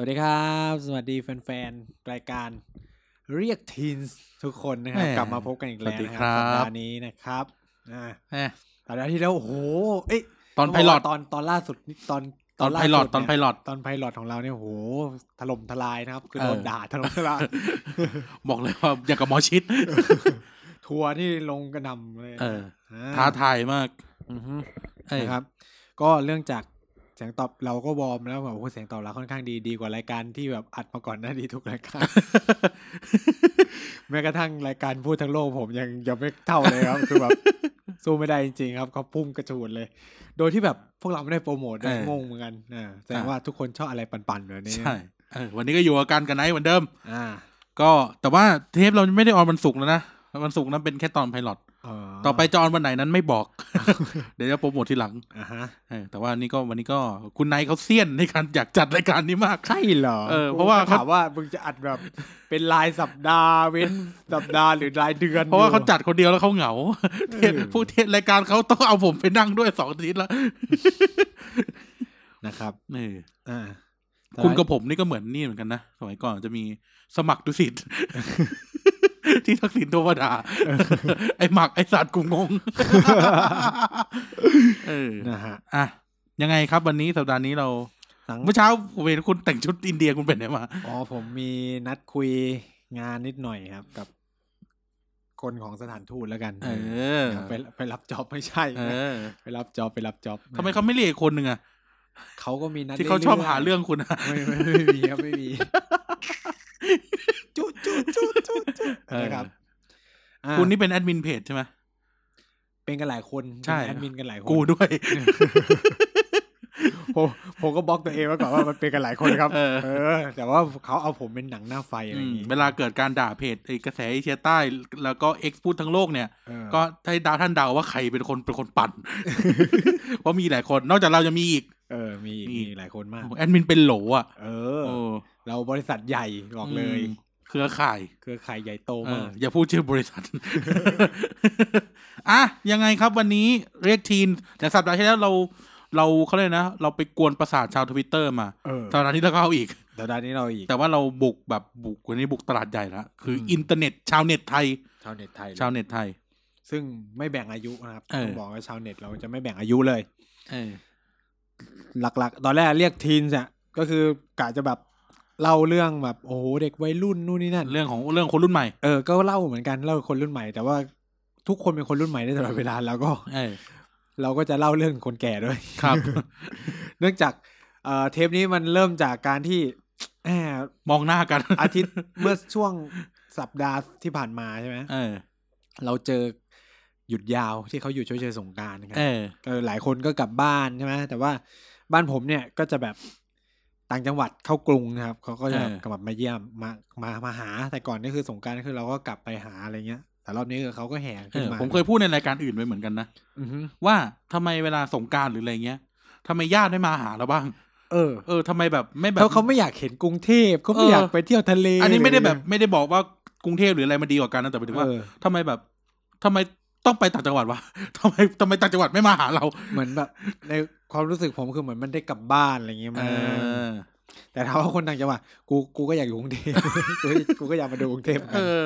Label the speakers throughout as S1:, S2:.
S1: วัสดีครับ สวัสดีแฟนๆ รายการเรียกทีนทุกคนนะครับ
S2: แหม่
S1: กลับมาพบกันอีกแล้วนะค
S2: สวัสดีครั
S1: รับสั
S2: บ
S1: ปดาห์นี้นะครับอ่า
S2: แม่
S1: สัปดาห์ที่แล้วโอ้โหเอ้ย
S2: ตอน
S1: ง
S2: ไพ
S1: บก
S2: ล
S1: ว่า
S2: อต
S1: ตอนตอนล่าสุดนี่ตอน
S2: ตอน
S1: ล่า
S2: ไพ
S1: สุด
S2: ลอต
S1: เย
S2: ตอนไพลอต
S1: ตอนไพลอตของเราเนี่ยโอ้โหถล่มทลายนะครับ คือ
S2: เออ
S1: โดนด่าถล่มทลาย
S2: บอกเลยว่าอย่างกับหมอชิด
S1: ทัวร์ที่ลงกระหนำเลย
S2: เออ
S1: อ่
S2: ท้าทายมาก
S1: อือฮึ
S2: เอ้ย
S1: นะครับ ก็เรื่องจากเสียงตอบเราก็วอร์มแล้วแบบโอ้โหเสียงตอบรับค่อนข้างดีดีกว่ารายการที่แบบอัดมาก่อนหน้านี้ทุกรายการ แม้กระทั่งรายการพูดทั้งโลกผมยังยังไม่เท่าเลยครับ คือ แบบสู้ไม่ได้จริงๆครับเขาพุ่งกระฉูดเลย โดยที่แบบพวกเราไม่ได้โปรโมทด้วย
S2: เออง
S1: งเหมือนกันอ่าแสดง
S2: อ่ะ
S1: ว่าทุกคนชอบอะไรปั่นๆแบบนี้
S2: ใช่เออวันนี้ก็อยู่กับการกันไนท์เหมือนเดิม
S1: อ่า
S2: ก็แต่ว่าเทปเราไม่ได้ออนวันศุกร์แล้วนะวันศุกร์นั้นเป็นแค่ตอนไพลอต
S1: เ
S2: ต่อไปจะออนวันไหนนั้นไม่บอก เดี๋ยวจะโปรโมททีหลัง
S1: อ่าฮะ
S2: เออแต่ว่านี่ก็วันนี้ก็คุณไนท์เขาเซียนในการอยากจัดรายการนี้มาก
S1: ใช่เหรอ
S2: เออเพราะว่า
S1: กูก็
S2: เขา
S1: ถามว่ามึงจะอัดแบบเป็นรายสัปดาห์เว้นสัปดาห์หรือรายเดือน
S2: เพราะ
S1: อ
S2: ว่า
S1: ยู่
S2: เขาจัดคนเดียวแล้วเขาเหงาเทป
S1: เออ
S2: ผู้เทปรายการเขาต้องเอาผมไปนั่งด้วยสองอาทิตย์แล้ว
S1: นะครับ
S2: นี่
S1: อ่า
S2: คุณกับผมนี่ก็เหมือนนี่เหมือนกันนะสมัยก่อนจะมีสมัครดุ สิต ที่ทักษิณโทรมาดา ไอหมักไอสัตว์กูงง เออ
S1: นะฮะ
S2: อ่ะยังไงครับวันนี้สัปดาห์นี้เรา
S1: หลัง
S2: เมื่อเช้าผมเห็นคุณแต่งชุดอินเดียคุณเป็นไหนมา
S1: อ๋อผมมีนัดคุยงานนิดหน่อยครับ กับ คนของสถานทูตแล้วกัน
S2: เออ
S1: เดี๋ยวไปไปรับจ็อบไม่ใช่
S2: เอ
S1: นะ
S2: อ
S1: ไปรับจ็อบไปรับจ็อบ
S2: ทำไมเขาไม่เรียกอีกคนหนึ่งอะ
S1: เขาก็มีนัด
S2: ที่เขาชอบหาเรื่องคุณอะ
S1: ไม่ไม่ไม่มีครับไม่มีจุจุจุจุจุ
S2: เออ
S1: นะครับอ่ะ
S2: คุณนี่เป็นแอดมินเพจใช่ไหม
S1: เป็นกันหลายคน
S2: ใช่
S1: เป็นแอดมินกันหลายคน
S2: กูด้วย
S1: ผมผมก็บล็อกตัวเองไว้ก่อนว่ามันเป็นกันหลายคนครับ
S2: เออ
S1: เออ แต่ว่าเขาเอาผมเป็นหนังหน้าไฟอะไรอย่างงี้
S2: เวลาเกิดการด่าเพจไอ้กระแสเอเชียใต้แล้วก็เอ็กซ์พูดทั้งโลกเนี่ย
S1: เออ
S2: ก็ให้ดาวท่านเดาว่าใครเป็นคนเป็นคน ปั่น เพราะมีหลายคน นอกจากเราจะมีอีก
S1: เออ มีอีก
S2: มี
S1: มี
S2: อีก
S1: หลายคนมาก
S2: แอดมินเป็นโหลอ่ะ
S1: เออ
S2: โอ้
S1: เราบริษัทใหญ่บอกเลย
S2: มเครือข่าย
S1: เครือข่ายใหญ่โต
S2: เอ
S1: มา
S2: อก อย่าพูดชื่อบริษัท อ่ะยังไงครับวันนี้เรียกทีน แต่สัปดาห์ที่แล้วเรา เราเขาเลยกนะ เราไปกวนประสาทชาวทวิตเตอร์มา
S1: เออ
S2: สัปดาห์นี้เราก็เอาอีก
S1: แต่ด้านนี้เราอีก
S2: แต่ว่าเราบุกแบบบุกวันนี้บุกตลาดใหญ่ละคืออ
S1: ม
S2: อินเทอร์เน็ต ชาวเน็ตไทย
S1: ชาวเน็ตไทยเลย
S2: ชาวเน็ตไทย
S1: ซึ่งไม่แบ่งอายุนะครับ
S2: เออ
S1: ต้องบอกว่าชาวเน็ตเราจะไม่แบ่งอายุเลย
S2: เออ
S1: หลัก ๆ ตอนแรกเรียกทีนส์อ่ะก็คือกะจะแบบเล่าเรื่องแบบโอ้โหเด็กวัยรุ่นนู่นนี่นั่น
S2: เรื่องของเรื่องคนรุ่นใหม่
S1: เออ ก็เล่าเหมือนกันเล่าคนรุ่นใหม่ แต่ว่าทุกคนเป็นคนรุ่นใหม่ได้ตลอดเวลาแล้วก็
S2: เออ
S1: เราก็จะเล่าเรื่องคนแก่ด้วย
S2: ครับ
S1: เนื่องจากเอ่อเทปนี้มันเริ่มจากการที่แหม
S2: มองหน้ากัน
S1: อาทิตย์เมื่อช่วงสัปดาห์ที่ผ่านมาใช่ไหม
S2: เออ
S1: เราเจอหยุดยาวที่เขาหยุดชดเชยสงกรารกัน
S2: เออ
S1: เออหลายคนก็กลับบ้านใช่ไหมแต่ว่าบ้านผมเนี่ยก็จะแบบต่างจังหวัดเข้ากรุงนะครับเขาก็จะแบบ
S2: เออ
S1: กลับมาเยี่ยมมามามาหา แต่ก่อนนี่คือสงกรารก็คือเราก็กลับไปหาอะไรเงี้ย แต่รอบนี้คือเขาก็แห่
S2: เอ
S1: ขึ้น
S2: อ
S1: มา
S2: ผมเคยพูดในรายการอื่นไปเหมือนกันนะ
S1: อือฮึ
S2: ว่าทำไมเวลาสงกรารหรืออะไรเงี้ยทำไมญาติไม่มาหาเราบ้าง
S1: เออ
S2: เออทำไมแบบไม่แบ
S1: เขา
S2: บ
S1: เขาไม่อยากเห็นกรุงเทพเขาไม่
S2: เออ
S1: อ
S2: อ
S1: ยากไปเที่ยวทะเล
S2: อันนี้ไม่ได้แบบ
S1: เลย
S2: ไม่ได้บอกว่ากรุงเทพหรืออะไรมาดีกว่ากันนะแต่หมายถึงว่า
S1: เออ
S2: ทำไมแบบทำไมต้องไปต่างจังหวัดวะ ทำไมทำไมต่างจังหวัดไม่มาหาเรา
S1: เหมือนแบบในความรู้สึกผมคือเหมือนมันได้กลับบ้านอะไรเงี้ย
S2: เอ
S1: มา
S2: อ
S1: แต่ถามว่าคนต่างจังหวัดกูกูก็อยากอยู่กรุงเทพ กูกูก็อยากมาดูกรุงเทพ
S2: เออ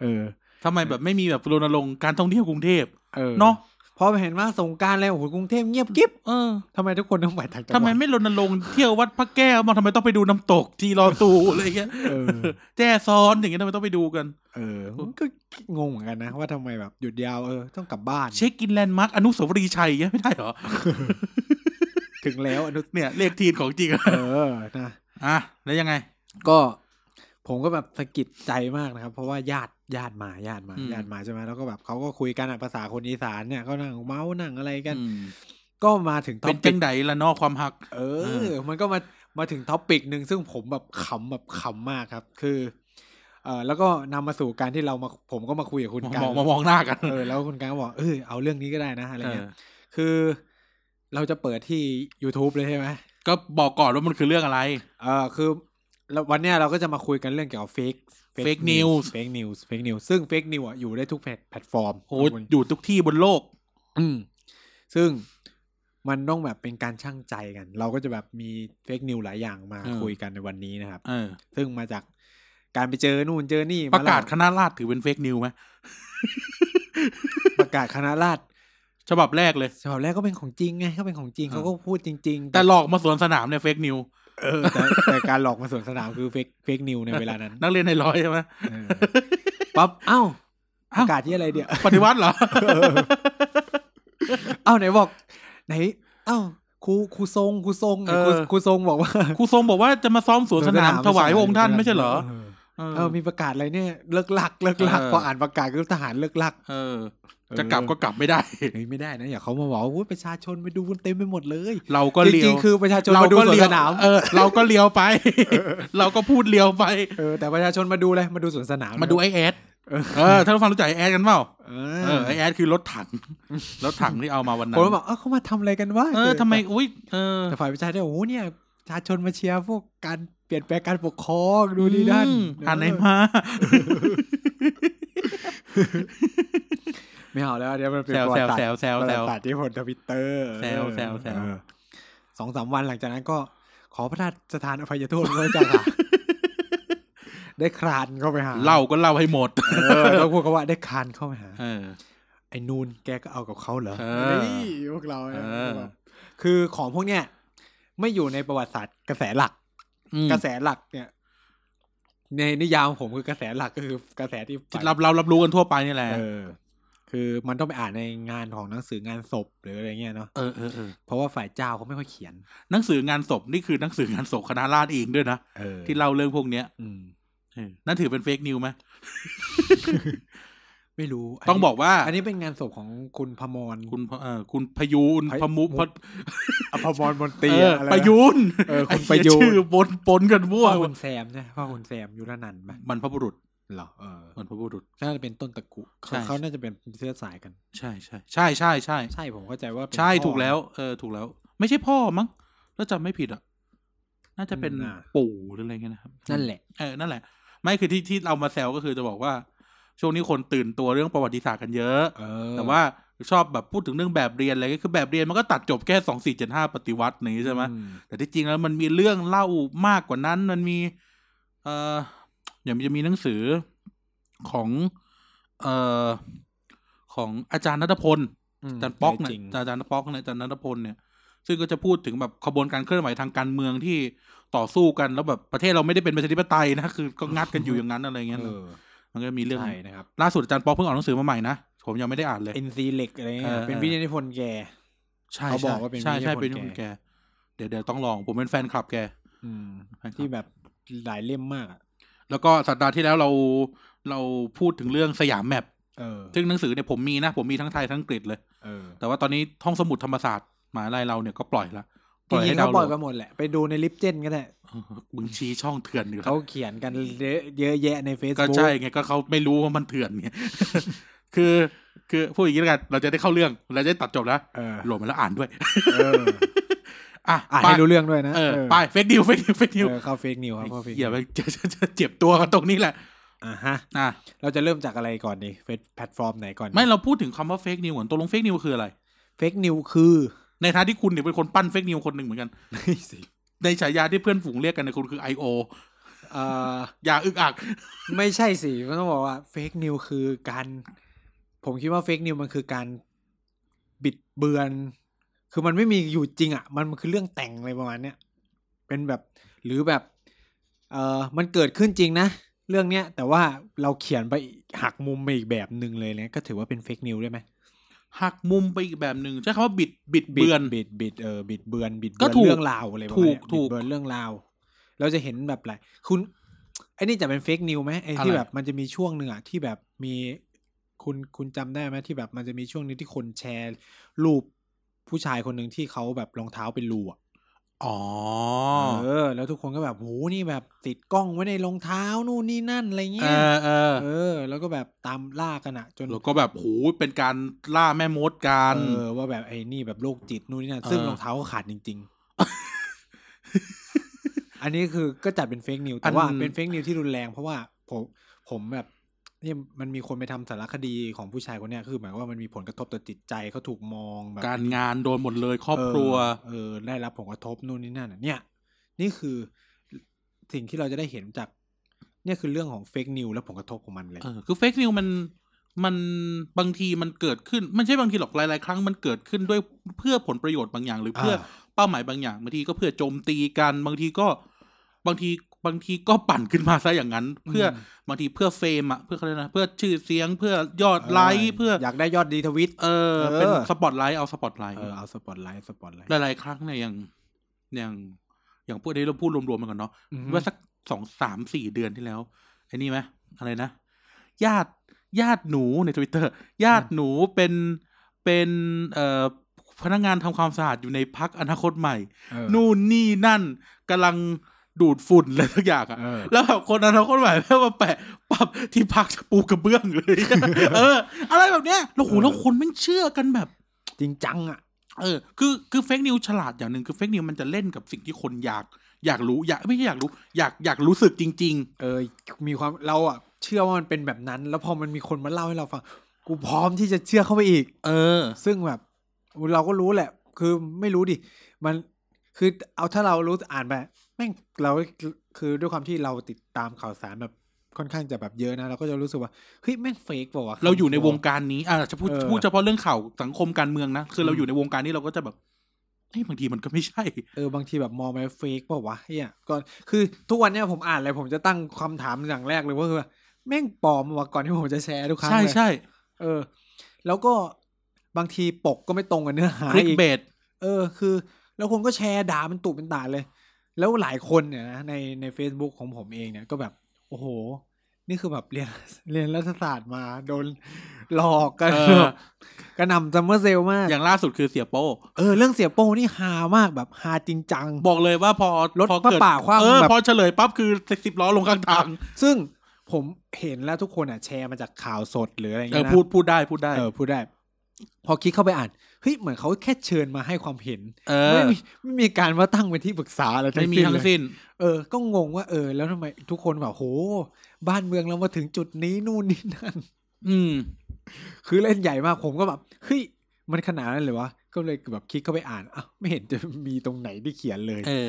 S1: เออ
S2: ทำไมแบบไม่มีแบบรณรงค์การท่องเที่ยวกรุงเทพ
S1: เออ
S2: เนาะ
S1: เพอเห็นว่าสงกรารเลยโอ้โหกรุงเทพเงียบกิ๊บ
S2: เออ
S1: ทำไมทุกคนต้องไปต่างจังหวั
S2: ทำ
S1: ด
S2: ไมไม่รณรงค์เที่ยววัดพระแก้วมางทำไมต้องไปดูน้ำตกจีรอตูอะไรเงี้ย
S1: เออ
S2: แจ้ซ้อนอย่างเงี้ยทำไมต้องไปดูกัน
S1: เออก็งงเหมือนกันนะ ว่าทำไมแบบหยุดยาวเออต้องกลับบ้าน
S2: เช็คอินแลนด์มาร์คอนุสาวรีย์ชัยเงี้ยไม่ได้เหรอ
S1: ถึงแล้วอนุ
S2: เนี่ยเรียกทีนของจริงอะ
S1: เออนะ
S2: อ่ะแล้วยังไง
S1: ก็ผมก็แบบสะกิดใจมากนะครับ เพราะว่าญาติญาติมาญาติมา
S2: อืม
S1: ญาติมาใช่ไหมแล้วก็แบบเขาก็คุยกันอะภาษาคนอีสานเนี่ยก็นั่งเมาส์นั่งอะไรกัน
S2: อืม
S1: ก็มาถึงท็อ
S2: เป็น
S1: ปปิ
S2: จั
S1: ก
S2: งไดละเนอกความหัก
S1: เอ
S2: เอ
S1: อ
S2: อ
S1: มันก็มา มาถึงท็อปิกหนึ่งซึ่งผมแบบขำแบบขำมากครับ คือ เออแล้วก็นำมาสู่การที่เรามา ผมก็มาคุยกับคุณ
S2: มอง
S1: การ
S2: มองมามองหน้ากัน
S1: เออ แล้วคุณการก็บอก เออ เอาเรื่องนี้ก็ได้นะอะไร
S2: เอ
S1: เงี้
S2: อย
S1: คือ เราจะเปิดที่ YouTube เลยใช่ไหม
S2: ก็บอกก่อนว่ามันคือเรื่องอะไร
S1: เออคือแล้ววันเนี้ยเราก็จะมาคุยกันเรื่องเกี่ยวกับเฟก
S2: Fake news
S1: เฟกนิวส์เฟกนิวส์ซึ่งเฟกนิวอ่ะอยู่ได้ทุกแพลตแพลตฟอร์ม
S2: โอ้
S1: คุณ
S2: อยู่ทุกที่บนโลก
S1: อืมซึ่ง มันต้องแบบเป็นการชั่งใจกัน เราก็จะแบบมีเฟกนิวหลายอย่างมา
S2: เออ
S1: คุยกันในวันนี้นะครับ
S2: เออ
S1: ซึ่งมาจากการไปเจอนู่นเจอนี่
S2: ประกาศ
S1: ม
S2: คณะราษฎรถือเป็นเฟกนิวไหม
S1: แล้วประกาศคณะราษฎร
S2: ฉบับแรกเลย
S1: ฉบับแรกก็เป็นของจริงไงก็เป็นของจริง
S2: เออ
S1: เขาก็พูดจริง ๆ
S2: แต่หลอกมาสวนสนามเนี่ยเฟกนิว
S1: เออแต่แต่การหลอกมาสวนสนามคือเฟกเฟกนิวในเวลานั้น
S2: นักเรียนในร้อยใช่ไหม
S1: เออปั๊บเอ้าป
S2: เอ้า
S1: ระกาศที่อะไรเดี๋ยว
S2: ปฏิวัติเหรอ
S1: เออ เอ้าไหนบอก ไหน เอ้าครูครูทรงครูทรงไหนครู
S2: เออ
S1: ครูทรงบอกว่า
S2: ครูทรงบอกว่าจะมาซ้อมสวนสนามถวายพระองค์ท่านไม่ใช่เหรอเออ
S1: เออมีประกาศอะไรเนี่ย เลิกลักเลิกลัก
S2: เออ
S1: พออ่านประกาศก็ทหารเลิกลัก
S2: เออ จะกลับก็กลับไม่ได้
S1: เฮ้ยไม่ได้นะอย่าเขามาบอกว่าอุ๊ยประชาชนไปดูกันเต็มไปหมดเลย
S2: เราก็
S1: จ
S2: เลี้ย
S1: ริ
S2: ว
S1: งๆคือประชาชนมาดูสวน
S2: เลี้
S1: สนาม
S2: เออ เราก็เลี้ยวไป เราก็พูดเลี้ยวไป
S1: เออแต่ประชาชนมาดูอะไรมาดูสวนสนาม
S2: มาดูไอแอด
S1: เออ
S2: เออถ้าเราฟังรู้จักไอแอดกันเปล่า
S1: เอ
S2: เออ
S1: อ
S2: ไอแอดคือรถถัง รถถังที่เอามาวันนั้
S1: คน
S2: น
S1: ก็บอกเออเขามาทำอะไรกันวะ
S2: เออทำไมอุ้ยเออ
S1: แต่ฝ่ายประชาชนโอ้โหเนี่ยประชาชนมาเชียร์พวกการเปลี่ยนแปลงการปกครองดูนี่นั่น
S2: อืมอ่านไหนมา
S1: ไม่เอาแล้วเดี๋ยวมันเป็น
S2: แซว
S1: ประ
S2: แซ
S1: วั
S2: ว
S1: ติศาส
S2: แซ
S1: ตร์
S2: วแซว
S1: ประวั
S2: แซว
S1: ติศาสตร์ที่ผลทวิตเตอร์
S2: แซวแซวแซว
S1: สองสามวันหลังจากนั้นก็ขอพระราชสถานอภัยโทษด้วยจ้า ค่ะ ได้คลานเข้าไปหา
S2: เล่าก็เล่าให้หมด
S1: เออต้องพูดกันว่าได้คลานเข้าไปหา
S2: เออ
S1: ไอ้นูนแกก็เอากับเขาเหรอ
S2: เออ
S1: นี่พวกเราเนี่ย
S2: เออ
S1: แบบคือของพวกเนี้ยไม่อยู่ในประวัติศาสตร์กระแสหลัก
S2: อืม
S1: กระแสหลักเนี่ย ในนิยามของผมคือกระแสหลักก็คือกระแสที่
S2: ที่รับเรารับรู้กันทั่วไปนี่แหละ
S1: เออ คือมันต้องไปอ่านในงานของหนังสืองานศพหรืออะไรเงี้ยเนาะ
S2: เออเออเออ
S1: เพราะว่าฝ่ายเจ้าเขาไม่ค่อยเขียน
S2: หนังสืองานศพนี่คือหนังสืองานศพคณะราษฎรเองด้วยนะ
S1: เออ
S2: ที่เล่าเรื่องพวกเนี้ย
S1: อืม
S2: เออนั่นถือเป็นเฟกนิวไหม
S1: ไม่รู้นนี้
S2: ต้องบอกว่า
S1: อันนี้เป็นงานศพของคุณพมร
S2: คุณเออคุณพยูน
S1: พยุ
S2: พมุพ
S1: อภมรมนตรี
S2: เออ
S1: อะไร
S2: พ
S1: นะ
S2: ยูน
S1: เออคุณ
S2: ไหี้
S1: พยูน
S2: ชื่อบนปนกันมั่ว
S1: พ่อคุณแซมใช่ไหมพ่อคุณแซมยุรนันท์ไหม
S2: บรรพบุรุษ
S1: เหรอเออบ
S2: รรพบุรุษ
S1: น่าจะเป็นต้นตระกุ
S2: ใช่
S1: เขาเขาน่าจะเป็นเสื้อสายกัน
S2: ใช่ใช่ใช่ใช่ใช่
S1: ใช่ผมเข้าใจว่าเป็น
S2: ใช่
S1: พ่อ
S2: ถูกแล้วเออถูกแล้ว ไม่ใช่พ่อมั้งถ้าจำไม่ผิดอ่ะน่าจะเป็น
S1: อืมน่ะ
S2: ปู่หรืออะไรเงี้ยนะครับ
S1: นั่นแหละ
S2: เออ นั่นแหละ ไม่คือที่ที่เรามาแซวก็คือจะบอกว่า ช่วงนี้คนตื่นตัวเรื่องประวัติศาสตร์กันเยอะ
S1: เออ
S2: แต่ว่าชอบแบบพูดถึงเรื่องแบบเรียนอะไรก็คือแบบเรียนมันก็ตัดจบแค่สองสี่เจ็ดห้าปฏิวัตินี้ใช่ไหม
S1: อืม
S2: แต่ที่จริงแล้วมันมีเรื่องเล่ามากกว่านั้น มันมี เอ่ออย่างจะมีหนังสือของ เอ่อของอาจารย์นัทพล อาจารย์ป๊อกเนี่ย
S1: จริง
S2: อาจารย์ป๊อกเนี่ยอาจารย์นัทพลเนี่ย ซึ่งก็จะพูดถึงแบบขบวนการเคลื่อนไหวทางการเมืองที่ต่อสู้กันแล้วแบบประเทศเราไม่ได้เป็นประชาธิปไตยนะ คือก็งัดกันอยู่อย่างนั้นอะไรเงี้ย
S1: เออ
S2: มันก็มีเรื่อง
S1: ใช่นะครับ
S2: ล่าสุดอาจารย์ป๊อกเพิ่งออกหนังสือมาใหม่นะผมยังไม่ได้อ่านเลย
S1: เอ็นซีเล็กอะไรเงี้
S2: เอย อ
S1: เป็นวิทยานิพนธ์แก
S2: ใช่
S1: เขาบอกว่าเป็น
S2: ใช่ใช่
S1: วิทยานิพนธ์
S2: เป็นคนแก เดี๋ยวเดี๋ยวต้องลองผมเป็นแฟนคลับแกแฟนคลับ
S1: ที่แบบหลายเล่มมากอะ
S2: แล้วก็สัปดาห์ที่แล้วเราเราพูดถึงเรื่องสยามแมป
S1: เออ
S2: ซึ่งหนังสือเนี่ยผมมีนะ ผมมีทั้งไทยทั้งอังกฤษเลย
S1: เออ
S2: แต่ว่าตอนนี้ห้องสมุดธรรมศาสตร์มหาลัยเราเนี่ยก็ปล่อยละ
S1: จริงๆ
S2: ดา
S1: เขา
S2: ว
S1: ปล่อย
S2: น์โหลด
S1: กันหมดแหละ ไปดูในลิฟเจนก็ได้
S2: เออมึงชี้ช่องเถื่อนอยู่แล้ว
S1: เขาเขียนกันเยอะเยอะแยะใน
S2: ก็
S1: Facebook
S2: ใช่ไงก็เขาไม่รู้ว่ามันเถื่อนไง คือคือพูดอย่างนี้แล้วกัน เราจะได้เข้าเรื่อง เราจะได้ตัดจบแล้ว
S1: เออ
S2: โหลดมาแล้วอ่านด้วย
S1: เออ
S2: อ่ะ
S1: อ่าน
S2: ไป
S1: ให้รู้เรื่องด้วยนะ
S2: เออไปเฟกนิวเฟกนิวเฟกนิว
S1: เออเข้าเฟกนิวครับเข้าเฟก
S2: อย่าไปเจ็บเจ็บตัวกันตรงนี้แหละ
S1: อ่ะฮะ
S2: อ่ะ
S1: เราจะเริ่มจากอะไรก่อนดีเฟซแพลตฟอร์มไหนก่อน
S2: ไม่เราพูดถึงคำว่าเฟกนิวก่อนตกลงเฟกนิวคืออะไร
S1: เฟกนิวคือ
S2: ในฐานะที่คุณเนี่ยเป็นคนปั้นเฟกนิวคนหนึ่งเหมือนกัน
S1: ไม่สิ
S2: ในฉายาที่เพื่อนฝูงเรียกกันในคุณคือ I.O.
S1: เออ
S2: อย่าอึกอัก
S1: ไม่ใช่สิมันต้องบอกว่าเฟกนิวคือการ ผมคิดว่าเฟกนิวมันคือการบิดเบือน คือมันไม่มีอยู่จริงอะ่ะ มันคือเรื่องแต่งอะไรประมาณเนี้ยเป็นแบบหรือแบบเออมันเกิดขึ้นจริงนะ เรื่องเนี้ย แต่ว่าเราเขียนไปหักมุมไปอีกแบบหนึ่งเลยเนี่ยก็ถือว่าเป็นเฟกนิวได้ไหม
S2: หักมุมไปอีกแบบหนึ่งใช้คำว่าบิดบิดเบือน
S1: บิดบิดเออบิดเบือนบิด
S2: ก็
S1: เบือน
S2: ถูก
S1: เรื่องราวอะไรประมาณเนี้ย
S2: ถูกถูก
S1: บิดเบือนเรื่องราว เราจะเห็นแบบไรคุณไอ้นี่จะเป็นเฟกนิวไหมไอ้ที่
S2: อะไร
S1: แบบมันจะมีช่วงหนึ่งอะที่แบบมีคุณคุณจำได้ไหมที่แบบมันจะมีช่วงหนึงที่คนแชร์ รูปผู้ชายคนหนึ่งที่เขาแบบรองเท้าเป็นรูอะ
S2: อ๋อ
S1: เออ แล้วทุกคนก็แบบโหนี่แบบติดกล้องไว้ในรองเท้านู่นนี่นั่นอะไร
S2: เอ
S1: เงี้ย
S2: อเออ
S1: เออ แล้วก็แบบตามล่ากันอะจน
S2: แล้วก็แบบโหเป็นการล่าแม่มดกัน
S1: เออว่าแบบไอ้นี่แบบโรคจิตนู่นนี่นั่นซึ่ง
S2: เออ
S1: รองเท้าก็ขาดจริง ๆ อันนี้คือก็จัดเป็นเฟกนิวแต่ว่าเป็นเฟกนิวที่รุนแรงเพราะว่าผมผมแบบ นี่มันมีคนไปทำสารคดีของผู้ชายคนเนี้ยคือหมายความว่ามันมีผลกระทบต่อจิตใจเขาถูกมองแบบ
S2: การงานโดนหมดเลยครอบครัว
S1: เออเออ ได้รับผลกระทบนู่นนี่นั่นอะเนี่ย นี่คือสิ่งที่เราจะได้เห็นจาก เนี่ยคือเรื่องของเฟกนิวและผลกระทบของมันเลย
S2: เออคือเฟกนิวมันมันบางทีมันเกิดขึ้นไม่ใช่บางทีหรอกหลาย ๆ ครั้งมันเกิดขึ้นด้วยเพื่อผลประโยชน์บางอย่าง หรือเพื่อ
S1: อ่า
S2: เป้าหมายบางอย่างบางทีก็เพื่อโจมตีกันบางทีก็บางทีบางทีก็ปั่นขึ้นมาซะอย่างนั้น เพื่ออบางทีเพื่อเฟมอะเพื่อเขาเรียกนะเพื่อชื่อเสียง เพื่อยอดไลค์เพื่อ
S1: อยากได้ยอดดีทวิต
S2: เออ
S1: เออ
S2: เป็นสปอตไลท์เอาสปอตไลท์
S1: เออเอาสปอตไลท์สปอตไลท์
S2: หลาย ๆ ครั้งเนี่ยอย่างอย่างอย่างพวกนี้เราพูดรวมๆมันก่อนเนาะ
S1: อือฮึ
S2: ว่าสักสองสามสี่เดือนที่แล้วไอ้นี่ไหมอะไรนะ ญาติญาติหนูในทวิตเตอร์ญาติหนูเป็นเป็นเอ่อพนักงานทำความสะอาดอยู่ในพักอนาคตใหม่
S1: เออ
S2: นู่นนี่นั่นกำลังดูดฝุ่นอะไรทุกอย่างอะ
S1: เออ
S2: แล้วแบบคนอนาคตใหม่แม่งมาแปะปับที่พักปูกระเบื้องเลย เออ อะไรแบบเนี้ยแล้วโหแล้วคนแม่งเชื่อกันแบบ
S1: จริงจังอ่ะ
S2: เออ คือ คือเฟกนิวฉลาดอย่างหนึ่งคือเฟกนิวมันจะเล่นกับสิ่งที่คนอยาก อยากรู้ อยาก ไม่ใช่อยากรู้ อยาก อยากรู้สึกจริง
S1: เออ มีความเราอ่ะ เชื่อว่ามันเป็นแบบนั้น แล้วพอมันมีคนมาเล่าให้เราฟัง กูพร้อมที่จะเชื่อเข้าไปอีก
S2: ๆ เออ
S1: ซึ่งแบบ เราก็รู้แหละ คือไม่รู้ดิ มัน คือเอาถ้าเรารู้อ่านไป แม่งเราคือด้วยความที่เราติดตามข่าวสารแบบค่อนข้างจะแบบเยอะนะ เราก็จะรู้สึกว่า เฮ้ย แม่งเฟกเปล่าวะ
S2: เราอยู่ในวงการนี้ อ่าจะพูด
S1: เออ
S2: พูดเฉพาะเรื่องข่าวสังคมการเมืองนะ คือเรา
S1: อืม
S2: อยู่ในวงการนี้เราก็จะแบบเฮ้ยบางทีมันก็ไม่ใช่
S1: เออบางทีแบบมองไปเฟกเปล่าวะเฮียก่อนคือทุกวันเนี้ยผมอ่านอะไรผมจะตั้งคำถามอย่างแรกเลยว่าคือแม่งปลอมวะก่อนที่ผมจะแชร์ทุกครั้ง
S2: ใช่
S1: เลย
S2: ใช่
S1: เออ แล้วก็บางทีปกก็ไม่ตรงกับเนื้อหา
S2: คลิก
S1: อีก
S2: เบด
S1: เออคือ แล้วคนก็แชร์ด่ามันตุเป็นตาเลย แล้วหลายคนเนี่ยนะในใน Facebook ของผมเองเนี่ยก็แบบ โอ้โห นี่คือแบบเรียน เรียนรัฐศาสตร์มาโดน หลอกกัน
S2: เอ
S1: แบ
S2: อ
S1: บกระหน่ำซัมเมอร์เซลมาก
S2: อย่างล่าสุดคือเสียโป้
S1: เออเรื่องเสียโป้นี่ฮามากแบบฮาจริงจัง
S2: บอกเลยว่าพอ
S1: รถ
S2: พอ
S1: พระ
S2: เกิด
S1: ป่าคว่ำ
S2: เออ
S1: แบบ
S2: พอเฉลยปั๊บคือสิบล้อลงข้างทาง
S1: ซึ่งผมเห็นแล้วทุกคนอ่ะแชร์มาจากข่าวสดหรืออะไร
S2: เอ
S1: เงี้
S2: อ
S1: ยนะ
S2: พูด พูดได้ พูดได้
S1: เออพูดได้ พอคลิกเข้าไปอ่านเฮ้ยเหมือนเขาแค่เชิญมาให้ความเห็น
S2: เอ
S1: ไม่
S2: อ
S1: มีไม่มีการว่าตั้งเป็นที่ปรึกษาอะไรทั้
S2: ไม่
S1: ง
S2: มี
S1: สิ้น
S2: ทั้ง
S1: เลย
S2: สิ้น
S1: เออก็งงว่าเออ แล้วทำไมทุกคนแบบโห บ้านเมืองเรามาถึงจุดนี้นู่นนี่นั่ น
S2: อืม
S1: คือเล่นใหญ่มากผมก็แบบเฮ้ยมันขนาดนั้นเลยวะก็เลยแบบคลิกเข้าไปอ่านอ้าวไม่เห็นจะมีตรงไหนที่เขียนเลย
S2: เออ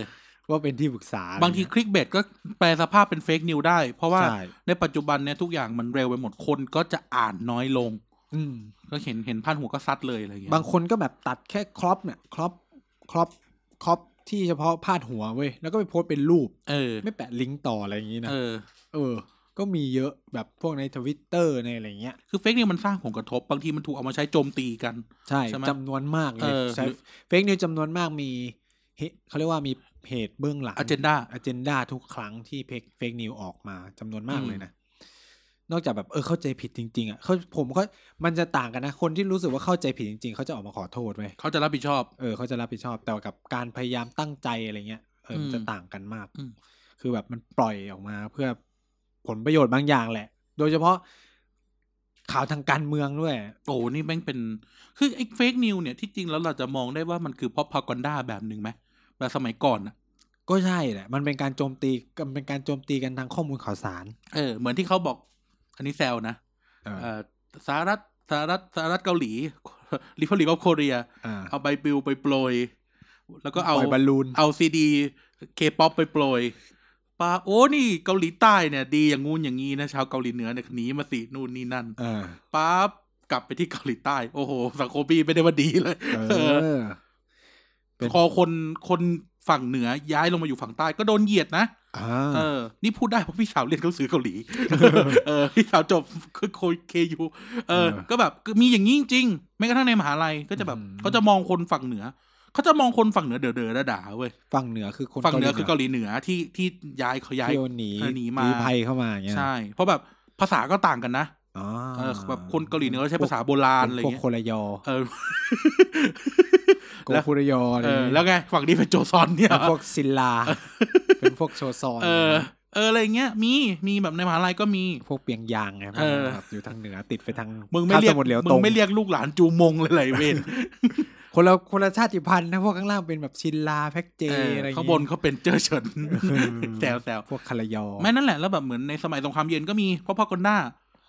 S1: ว่าเป็นที่ปรึกษาอะไร
S2: บางทีคลิกเบดก็แปลสภาพเป็นเฟกนิวได้ เพราะว่า
S1: ใช่
S2: ในปัจจุบันเนี่ยทุกอย่างมันเร็วไปหมดคนก็จะอ่านน้อยลง
S1: อืม
S2: ก็เห็นเห็นพันหัวก็ซัดเลยอะไรอย่างเงี้ย
S1: บางคนก็แบบตัดแค่ครอปเนี่ยครอปครอปครอปที่เฉพาะพาดหัวเว้ย แล้วก็ไปโพสต์เป็นรูป
S2: เออ
S1: ไม่แปะลิงก์ต่ออะไรอย่างนี้นะ
S2: เออ
S1: เออ ก็มีเยอะแบบพวกในทวิตเตอร์ในอะไรเงี้ย
S2: คือเฟกนิวมันสร้างผลกระทบ บางทีมันถูกเอามาใช้โจมตีกัน
S1: ใช่
S2: ใช่ไหม
S1: จำนวนมากเล
S2: เอย อ
S1: ใช่เฟกนิวจำนวนมากมีเหเขาเรียกว่ามีเพจเบื้องหลัง
S2: อเจนดา
S1: อเจนดาทุกครั้งที่เฟกนิวออกมาจำนวนมากเลยนะ นอกจากแบบเออเข้าใจผิดจริง ๆอ่ะเขาผมก็มันจะต่างกันนะ คนที่รู้สึกว่าเข้าใจผิดจริง ๆ เขาจะออกมาขอโทษเว้ย
S2: เขาจะรับผิดชอบ
S1: เออเขาจะรับผิดชอบแต่ว่ากับการพยายามตั้งใจอะไรเงี้ยเออมัน
S2: อืม
S1: จะต่างกันมาก
S2: อืม
S1: คือแบบมันปล่อยออกมาเพื่อผลประโยชน์บางอย่างแหละ โดยเฉพาะข่าวทางการเมืองด้วย
S2: โอ้โหนี่แม่งเป็น คือไอ้เฟกนิวเนี่ยที่จริงแล้วเราจะมองได้ว่ามันคือพอพากอนดาแบบหนึ่งไหมแบบสมัยก่อนน่ะ
S1: ก็ใช่แหละ มันเป็นการโจมตีมันเป็นการโจมตีกันทางข้อมูลข่าวสาร
S2: เออเหมือนที่เขาบอก อันนี้แซวนะ
S1: เออ
S2: เออสหรัฐสหรัฐสหรัฐเกาหลี ริพับลิกออฟโคเรีย
S1: อ่า
S2: เอาใบปลิวไปโปรย แล้วก็เอา
S1: ปล่อยบอลลูน
S2: เอาซีดีเคป๊อปไปโปรยปาโอ้นี่เกาหลีใต้เนี่ย ดีอย่างงู้นอย่างงี้นะชาวเกาหลีเหนือเนี่ยหนีมาสินู่นนี่นั่น
S1: เออ
S2: ปั๊บกลับไปที่เกาหลีใต้ โอ้โห สังคมพีไม่ได้ว่าดีเลย
S1: เอ
S2: เออ
S1: อ เป็น
S2: พอคนคนฝั่งเหนือย้ายลงมาอยู่ฝั่งใต้ก็โดนเหยียดนะ
S1: อ่า
S2: เออ นี่พูดได้เพราะพี่สาวเรียนหนังสือเกาหลี เออพี่สาวจบคือโคเคยูเออ ก็แบบคือมีอย่างนี้จริงๆแม้กระทั่งในมหาลัยก็จะแบบเขาจะมองคนฝั่งเหนือเขาจะมองคนฝั่งเหนือเด๋อๆด่าๆเว้ย
S1: ฝั่งเหนือคือคน
S2: ฝั่งเหนือคือเกาหลีเหนือที่ที่ย้ายเขาย้าย
S1: ที่โดนหนี
S2: เออหนีมา
S1: ภัยเข้ามาอย่างเงี้ย
S2: ใช่ เพราะแบบภาษาก็ต่างกันนะ
S1: อ๋อ
S2: เออแบบคนเกาหลีเหนือเขาใช้ภาษาโบราณอะไร
S1: พวก
S2: เงี้ย
S1: คนละยอ
S2: เออ
S1: โก
S2: แล้ว
S1: คุระยออะไร
S2: เออ
S1: เงี้ย
S2: แล้วไงฝั่งนี้เป็นโจซอนเนี่ย
S1: เป็นพวกศิ ลา เป็นพวกโชซอน
S2: เออ เอออะไรเงี้ย มีมีแบบในมหาลัยก็มี
S1: พวกเปียงยางไง
S2: เออ
S1: แบบอยู่ทางเหนือติดไปทาง
S2: มึงไม่เรียก
S1: ข้าสมุทรเหลว
S2: มึ
S1: ตรง ง
S2: ไม่เรียกลูกหลานจูมงเลยเลยเวน
S1: คนละคนละชาติพันธุ์นะพวกข้างล่างเป็นแบบชินลาแพ็กเจ
S2: เออ
S1: อะไรอย่
S2: ข้างบนเขาเป็นเจอเฉินแซวแซว
S1: พวกคารยอ
S2: ไม่นั่นแหละแล้วแบบเหมือนในสมัยสงครามเย็นก็มีเพราะพ่อกอนหน้า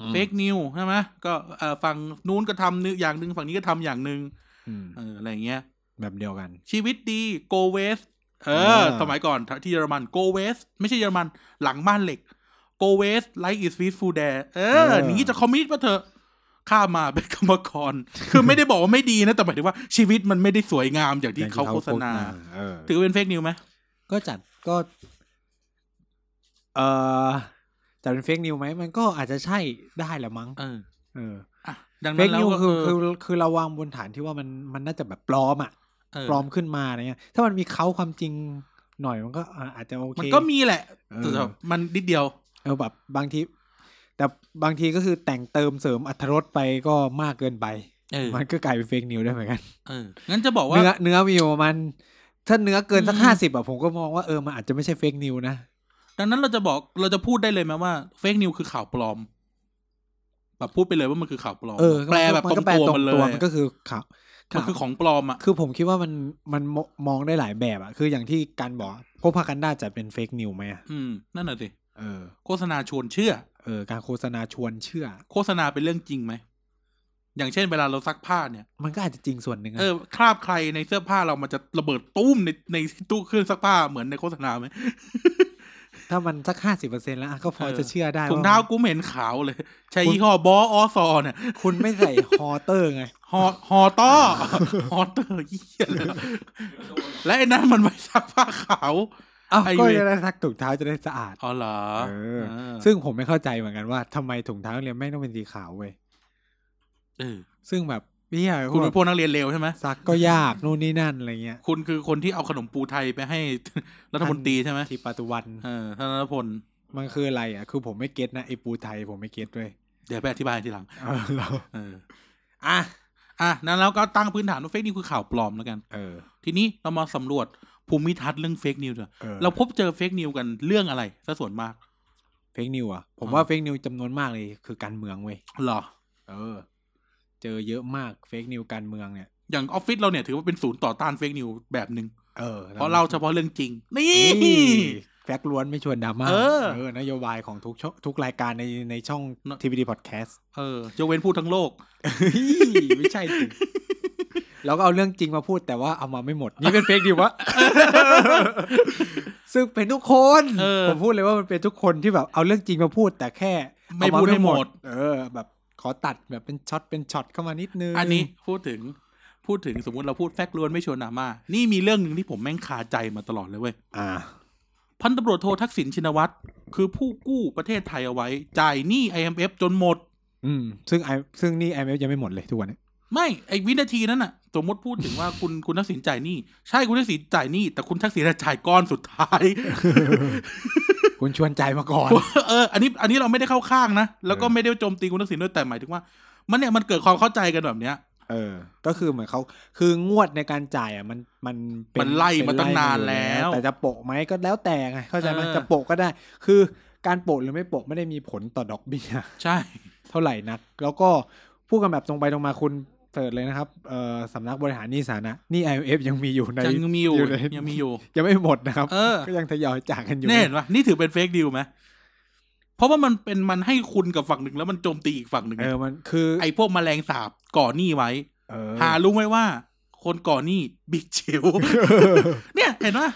S1: อืม
S2: เฟกนิวใช่ไหมก็เอ่อฝั่งนู้นก็ทำนึอย่างหนึ่งฝั่งนี้ก็ทำอย่างหนึ่ง
S1: อืม
S2: เอออะไรอย่างเงี้ย
S1: แบบเดียวกัน
S2: ชีวิตดีโกเวส เอ
S1: อ่
S2: อ
S1: า
S2: สมัยก่อนที่เยอรมันโกเวส ไม่ใช่เยอรมันหลังบ้านเหล็กโกเวสไลท์อิสฟีสฟูเดเออหนี้จะคอมมิชมาเถอะข้ามมา เป็นกรรมกร คือไม่ได้บอกว่าไม่ดีนะ แต่หมายถึงว่าชีวิตมันไม่ได้สวยงามอย่างที่
S1: อย่ง
S2: เขาโฆษณา
S1: เออ
S2: ถือเป็นเฟกนิวไหม
S1: ก็จัดก็ เออจัดเป็นเฟกนิวไหมมันก็อาจจะใช่ได้แหละมั้ง
S2: เออ
S1: เออ
S2: อ่ะดัง
S1: เฟ
S2: นั้
S1: ก
S2: นแล้ว
S1: นิว
S2: ก็
S1: คือ
S2: เอ
S1: คือ
S2: อ
S1: คือเราวางบนฐานที่ว่ามันมันน่าจะแบบปลอมอ่ะ
S2: เออ
S1: ปลอมขึ้นมาอะไรเงี้ย ถ้ามันมีเขาความจริงหน่อยมันก็อ่าอาจจะโอเค
S2: มันก็มีแหละ
S1: เออ
S2: แต่แบบมันนิดเดียว
S1: เออแบบบางที แต่บางทีก็คือแต่งเติมเสริมอรรถรสไปก็มากเกินไป
S2: เออ
S1: มันก็กลายเป็นเฟกนิวได้เหมือนกัน
S2: เอองั้นจะบอกว่า
S1: เนื้อเนื้อมีอยู่ประมาณถ้าเนื้อเกินสัก
S2: อืม
S1: ห้าสิบอะผมก็มองว่าเออมันอาจจะไม่ใช่เฟกนิวนะ
S2: ดังนั้นเราจะบอกเราจะพูดได้เลยไหมว่าเฟกนิวคือข่าวปลอม แบบพูดไปเลยว่ามันคือข่าวปลอม
S1: เออ
S2: แปลแบบ
S1: มัน
S2: ตร
S1: ก็
S2: ง
S1: แปล
S2: ตัว
S1: ตร
S2: มั
S1: ง
S2: นเล
S1: ตัวย มันก็คือข่าว
S2: มันคือของปลอมอ่ะ
S1: คือผมคิดว่ามันมันมมองได้หลายแบบอะคืออย่างที่การบอกพวกพากันด้าจะเป็นเฟกนิวไหมอะ
S2: อืมนั่นน่ะสิ
S1: เออ
S2: โฆษณาชวนเชื่อ
S1: เออการโฆษณาชวนเชื่อ
S2: โฆษณาเป็นเรื่องจริงไหมอย่างเช่นเวลาเราซักผ้าเนี่ย
S1: มันก็อาจจะจริงส่วนหนึ่งอะ
S2: เออคราบใครในเสื้อผ้าเรามันจะระเบิดตุ้มในในตู้เครื่องซักผ้าเหมือนในโฆษณาไหม
S1: ถ้ามันสักห้าสิบเปอร์เซ็นต์แล้วอะก็พอ
S2: เออ
S1: จะเชื่อได้
S2: ถุง
S1: ว่
S2: เท้ากูไม่เห็นขาวเลย ใช้ยี่ห้อบอออซอเนี่ย
S1: คุณไม่ใส่ฮอเตอร์ไง
S2: หอหอต้อ หอเตอร์ยี่ห้ยเลยและไอ้นั้นมันไว้ซักผ้าขาว
S1: อ้าว
S2: ไอ้
S1: ก็
S2: เว้ย
S1: จะได้ซักถุงเท้าจะได้สะอาด
S2: อ๋อเหรอ
S1: เออ
S2: เออ
S1: ซึ่งผมไม่เข้าใจเหมือนกันว่าทำไมถุงเท้านักเรียนแม่งต้องเป็นสีขาวเว้ย
S2: เออ
S1: ซึ่งแบบเฮีย
S2: คุณ
S1: แบ
S2: เป็น
S1: บ
S2: พวกนักเรียนเลวใช่ไหม
S1: ซักก็ยากนู่นนี่นั่นอะไรเงี้ย
S2: คุณคือคนที่เอาขนมปูไทยไปให้ รัฐมนตรีใช่ไหม
S1: ที่ปัจจุบัน
S2: เออท่านรัฐพล
S1: มันคืออะไรอ่ะ คือผมไม่เก็ตนะไอ้ปูไทยผมไม่เก็ตเว้ย
S2: เดี๋ยวไปอธิบายทีหลัง
S1: เออเรา
S2: เออ
S1: อ่ะ
S2: อ่ะนั้นแล้วก็ตั้งพื้นฐานว่าเฟกนิวคือข่าวปลอมแล้วกัน
S1: เออ
S2: ทีนี้เรามาสำรวจภูมิทัศน์เรื่องเฟกนิวเถอะ
S1: ออ
S2: เราพบเจอเฟกนิวกันเรื่องอะไรซะส่วนมาก
S1: เฟกนิวอ่ะ ผม
S2: อ่า
S1: ว่าเฟกนิวจำนวนมากเลยคือการเมืองเว้ย
S2: เหรอ
S1: เออ เจอเยอะมากเฟกนิวการเมืองเนี่ย
S2: อย่างออฟฟิศเราเนี่ยถือว่าเป็นศูนย์ต่อต้านเฟกนิวแบบหนึ่ง
S1: เออ
S2: เพราะเราเฉพาะเรื่องจริง นี่
S1: นี่แฟกต์ล้วนไม่ชวนดราม่า
S2: เออ
S1: เออนโยบายของทุกช่องทุกรายการในในช่องทีวีดีพอดแคสต์
S2: เออยกเว้นพูดทั้งโลก
S1: เฮ้ยไม่ใช่สิเราก็เอาเรื่องจริงมาพูดแต่ว่าเอามาไม่หมด นี่เป็นเฟกดีวะ ซึ่งเป็นทุกคน
S2: เออ
S1: ผมพูดเลยว่ามันเป็นทุกคนที่แบบเอาเรื่องจริงมาพูดแต่แค่
S2: ไม่พูดให้หมด
S1: เออ แบบขอตัดแบบเป็นช็อตเป็นช็อตเข้ามานิดนึง
S2: อันนี้พูดถึงพูดถึงสมมติเราพูดแฟกต์ล้วนไม่ชวนดราม่า นี่มีเรื่องหนึ่งที่ผมแม่งคาใจมาตลอดเลยเว้ย
S1: อ่า
S2: พันตำรวจโททักษิณชินวัตรคือผู้กู้ประเทศไทยเอาไว้ จ่ายหนี้ IMF จนหมด
S1: อืม ซึ่งไอซึ่งนี่ไอเมยังไม่หมดเลยทุกวันเนี้
S2: ไม่ ไอวินาทีนั้นน่ะ สมมติพูดถึงว่า คุณคุณทักษิณจ่ายหนี้ ใช่คุณทักษิณจ่ายหนี้ แต่คุณทักษิณน่ะจ่ายก้อนสุดท้าย
S1: คุณชวนใจมาก่อน
S2: เออ อันนี้อันนี้เราไม่ได้เข้าข้างนะ แล้วก็
S1: เออ
S2: ไม่ได้โจมตีคุณทักษิณด้วยแต่หมายถึงว่า มันเนี่ยมันเกิดความเข้าใจกันแบบเนี้ย
S1: เออ ก็คือเหมือนเขาคืองวดในการจ่ายอ่ะมันมันเป็
S2: มันไล่มาตั้งนานแล้ว
S1: แต่จะโปะไหมก็แล้วแต่ไงเข้าใจไหม
S2: เออ
S1: จะโปะก็ได้ คือการโปะหรือไม่โปะไม่ได้มีผลต่อดอกเบี้ย
S2: ใช่
S1: เท่าไหร่นัก แล้วก็พูดกันแบบตรงไปตรงมาคุณเสิร์ชเลยนะครับเอ่อสำนักบริหารหนี้สาธารณะหนี่ IMF ยังมีอยู่ใน
S2: ยังมีอยู่
S1: อยู่ใน
S2: ยังมี อยู่
S1: ยังไม่หมดนะครับ
S2: เออ
S1: ก็ยังทยอยจ่ายกันอยู่
S2: เนี่ยเห็นปะนี่ถือเป็นเฟกดิวไหมเพราะว่ามันเป็นมันให้คุณกับฝั่งหนึ่งแล้วมันโจมตีอีกฝั่งหนึ่ง
S1: เออมันคือ
S2: ไอ้พวกแมลงสาบก่อหนี้ไว้
S1: เออ
S2: หารู้ไหมว่า คนก่อหนี้บิ๊กเช ล เนี่ยเห็นปะ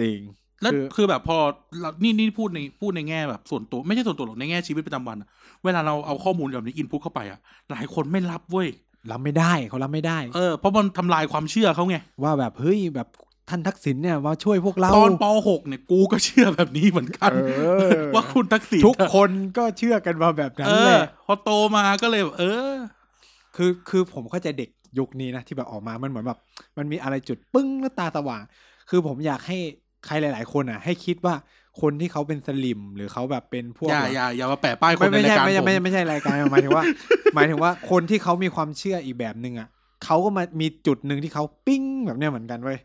S1: จริง
S2: แล้ว
S1: คือ
S2: คือแบบพอเรานี่นี่พูดในพูดในแง่แบบส่วนตัว ไม่ใช่ส่วนตัวหรอกในแง่ชีวิตประจำวันอะเวลาเราเอาข้อมูลแบบนี้อินพุตเข้าไปอะหลายคนไม่รับเว้ย
S1: รับไม่ได้เขารับไม่ได้
S2: เออเพราะมันทำลายความเชื่อเขาไง
S1: ว่าแบบเฮ้ยแบบท่านทักษิณเนี่ยมาช่วยพวกเรา
S2: ตอนป .6 เนี่ยกูก็เชื่อแบบนี้เหมือนกัน
S1: เออ
S2: ว่าคุณทักษิณ
S1: ทุกคนก็เชื่อกันมาแบบนั้น
S2: เอ
S1: แห
S2: อ
S1: ละ
S2: พอโตมาก็เลยแบบเออ
S1: คือคือผมเข้าใจเด็กยุคนี้นะที่แบบออกมา มันเหมือนแบบมันมีอะไรจุดปึ้งแล้วตาสว่าง คือผมอยากให้ใครหลาย ๆ คนอ่ะ ให้คิดว่าคนที่เขาเป็นสลิมหรือเขาแบบเป็นพวก
S2: อย่า
S1: แบบ
S2: อย่าอย่ามาแปะป้ายคน
S1: ไม่
S2: ใน
S1: ไม่
S2: ราย
S1: ใช่
S2: การ
S1: ไม่
S2: ผ
S1: ใช่
S2: ม
S1: ไม่ใช่ไม่ใช่รายการหมายถึงว่า หมายถึงว่าคนที่เขามีความเชื่ออีกแบบหนึ่งอ่ะเขาก็มามีจุดหนึ่งที่เขาปิ้งแบบเนี้ยเหมือนกันเว้ย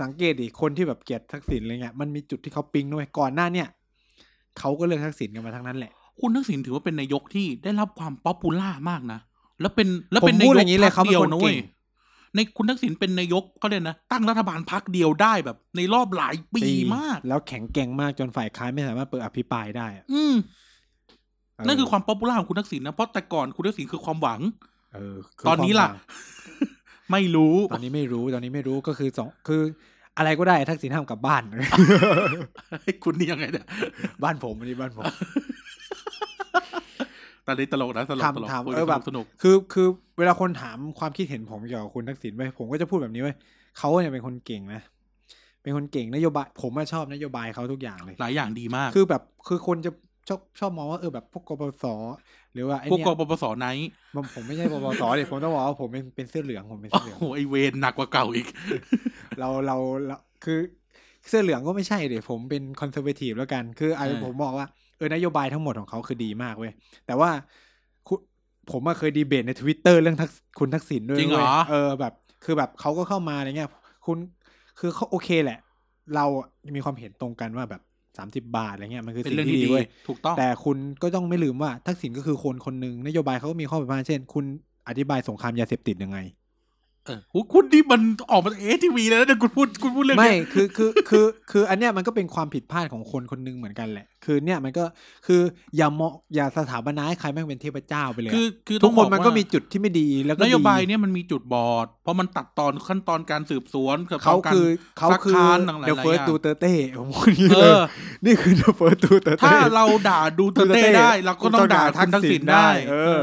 S1: สังเกตดิคนที่แบบเกลียดทักษิณอะไรเงี้ยมันมีจุดที่เขาปิ้งด้วยก่อนหน้าเนี่ยเขาก็เลือกทักษิณกันมาทั้งนั้นแหละ
S2: คุณทักษิณถือว่าเป็นนายกที่ได้รับความป๊อปปูล่ามากนะ แล้วเป็นแล้ว
S1: ผม
S2: เป็นนา
S1: พู
S2: ย
S1: ด
S2: ก
S1: อย่างนี้เลย
S2: พรรคเดียว
S1: เขาเป็นคนเก่
S2: นะเว้ย
S1: ง
S2: ในคุณทักษิณเป็นนายกเขาเรียกนะตั้งรัฐบาลพักเดียวได้แบบในรอบหลายปีมาก
S1: แล้วแข็งแกร่งมากจนฝ่ายค้านไม่สามารถเปิดอภิปรายได้อะ
S2: อืม
S1: เ
S2: นั่นคือความป๊อปปูล่าของคุณทักษิณนะเพราะแต่ก่อนคุณทักษิณคือความหวัง
S1: เออคื
S2: ตอนนี้ล่ะ
S1: ความห
S2: ไม่รู้
S1: วังตอนนี้ไม่รู้ตอนนี้ไม่รู้ก็คือสองคือ อะไรก็ได้ทักษิณห้ามกลับบ้าน
S2: ไอ้คุณนี่ยังไงเนี่ย
S1: บ้านผมอันนี้บ้านผม
S2: ตอนนี้ตลกนะตลก
S1: ถาม
S2: ตลก
S1: ถาม
S2: คุย
S1: เออ
S2: กั
S1: แบบ
S2: นสนุก
S1: คือคือเวลาคนถามความคิดเห็นผมเกี่ยวกับคุณทักษิณไว้ยผมก็จะพูดแบบนี้ไว้ยเขาเนี่ยเป็นคนเก่งนะ เป็นคนเก่งนโยบาย ผมอะชอบนโยบายเขาทุกอย่างเลย
S2: หลายอย่างดีมาก
S1: คือแบบคือคนจะชอบชอบมองว่าเออแบบพวกกปสหรือว่าไอ้
S2: พวก
S1: เนี่ย
S2: กปปสไนท์
S1: มันผมไม่ใช่กปสเนี่ยผมต้องบอกว่าผมเป็นเป็นเสื้อเหลืองผมเป็น
S2: โอ้
S1: เสื้อเหลือง
S2: โหไอเวนหนักกว่าเก่าอีก
S1: เราเราเราคือเสื้อเหลืองก็ไม่ใช่เดี๋ยวผมเป็นคอนเซอร์เวทีฟแล้วกัน คือไอ้
S2: เออ
S1: ผมบอกว่าเออนโยบายทั้งหมดของเขาคือดีมากเว้ยแต่ว่าคุณผมอะเคยดีเบตในทวิตเตอร์เรื่องทักษคุณทักษิณด้วย
S2: จริงเหรอ
S1: ว้ยเออแบบ คือแบบเขาก็เข้ามาอะไรเงี้ย คุณคือเขาโอเคแหละ เราอะมีความเห็นตรงกันว่าแบบสามสิบ30 บาทอะไรเงี้ยมันคือ
S2: เป็น
S1: สิ่ง
S2: เรื่อง
S1: ที่
S2: ที่
S1: ดี
S2: ดี
S1: เว้ย
S2: ถูกต้อง
S1: แต่คุณก็ต้องไม่ลืมว่าทักษิณก็คือคนคนหนึ่งนโยบายเขาก็มีข้อผิดพลาดเช่น คุณอธิบายสงครามยาเสพติดยังไง
S2: เออโหคุณนี่มันออกมาเอทีวีแล้วนะเดี๋ยวคุณพูดคุณพูดเรื่อง
S1: ไม่
S2: เนี้ย
S1: คือคือคือคืออันเนี้ยมันก็เป็นความผิดพลาดของคนคนหนึ่งเหมือนกันแหละ คือเนี่ยมันก็คืออย่ามองอย่าสถาปนาให้ใครแม่งเป็นเทพเจ้าไปเลยอะ
S2: คือคือ
S1: ทุกคน
S2: ต้องบอ
S1: มันก็
S2: ว่า
S1: มีจุดที่ไม่ดีแล้วก็
S2: น
S1: ดี
S2: โยบายเนี่ยมันมีจุดบอด เพราะมันตัดตอนขั้นตอนการสืบสวนกับ
S1: เขา
S2: ตนกร
S1: คือเขา
S2: ซัก
S1: คือ
S2: ค้านหนังหลายๆ
S1: เดอะเฟิร์ส
S2: อย่าง
S1: ตูเตเต้ผมพูดอย่างนี้
S2: เอ
S1: เลย
S2: อ
S1: นี่คือเดอะเฟิร์สตูเตเต้
S2: ถ้าเราด่าดูเตอร์เต้ได้ เราก็ต้องด่าทักษิณได้
S1: เออ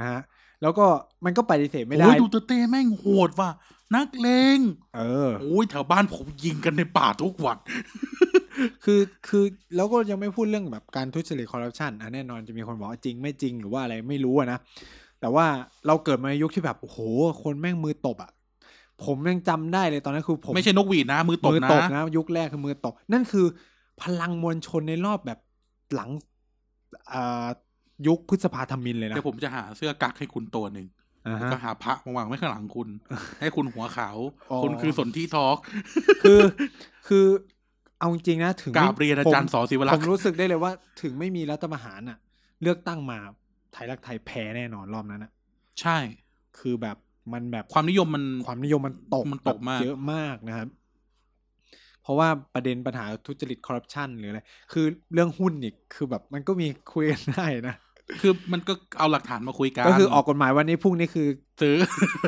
S1: นะฮะแล้วก็มันก็ปฏิเสธไม่ได้
S2: โอ้ยดูเตอร์เต้แม่งโหดว่ะนักเลง
S1: เออ
S2: โอ้ยแถวบ้านผมยิงกันในป่าทุกวัน
S1: คือคือแล้วก็ยังไม่พูดเรื่องแบบการทุจริตคอร์รัปชันอ่ะแน่นอนจะมีคนบอกว่าจริงไม่จริงหรือว่าอะไรไม่รู้อะนะ แต่ว่าเราเกิดมาในยุคที่แบบ โอ้โห คนแม่งมือตบอ่ะ ผมยังจำได้เลยตอนนั้นคือผม
S2: ไม่ใช่นกหวีดนะ มือตบ
S1: มือ
S2: นะ
S1: ตบนะ ยุคแรกคือมือตบ นั่นคือพลังมวลชนในรอบแบบหลังอ่ายุคพฤษภาธมินเลยนะ
S2: เดี๋ยวผมจะหาเสื้อกั๊กให้คุณตัวหนึ่ง
S1: อ่า
S2: แล้ว
S1: ฮะ
S2: ก็หาพระมาวางไว้ข้างหลัง คุณ ให้คุณหัวขาว
S1: อ๋อ
S2: คุณคือสนที่ทอล์ก
S1: คือคือเอาจริงๆนะถึง
S2: ก
S1: ไม่
S2: ราบเรียนอาจารย์
S1: ผม
S2: สอศิ
S1: ผ
S2: วรัก
S1: ม
S2: ษ์
S1: รู้สึกได้เลยว่าถึงไม่มีรัฐประหารน่ะ เลือกตั้งมาไทยรักไทยแพ้แน่นอนรอบนั้นน่ะ
S2: ใช่
S1: คือแบบมันแบบ
S2: ความนิยมมัน
S1: ความนิยมมันตก
S2: มันตกมาก
S1: เยอะมากนะครับ เพราะว่าประเด็นปัญหาทุจริตคอร์รัปชันหรืออะไรคือเรื่องหุ้นอีกคือแบบมันก็มีคุยกันได้นะ
S2: คือมันก็เอาหลักฐานมาคุยกัน
S1: ก็คือออกกฎหมายวันนี้พรุ่งนี้คือ
S2: ซื้อ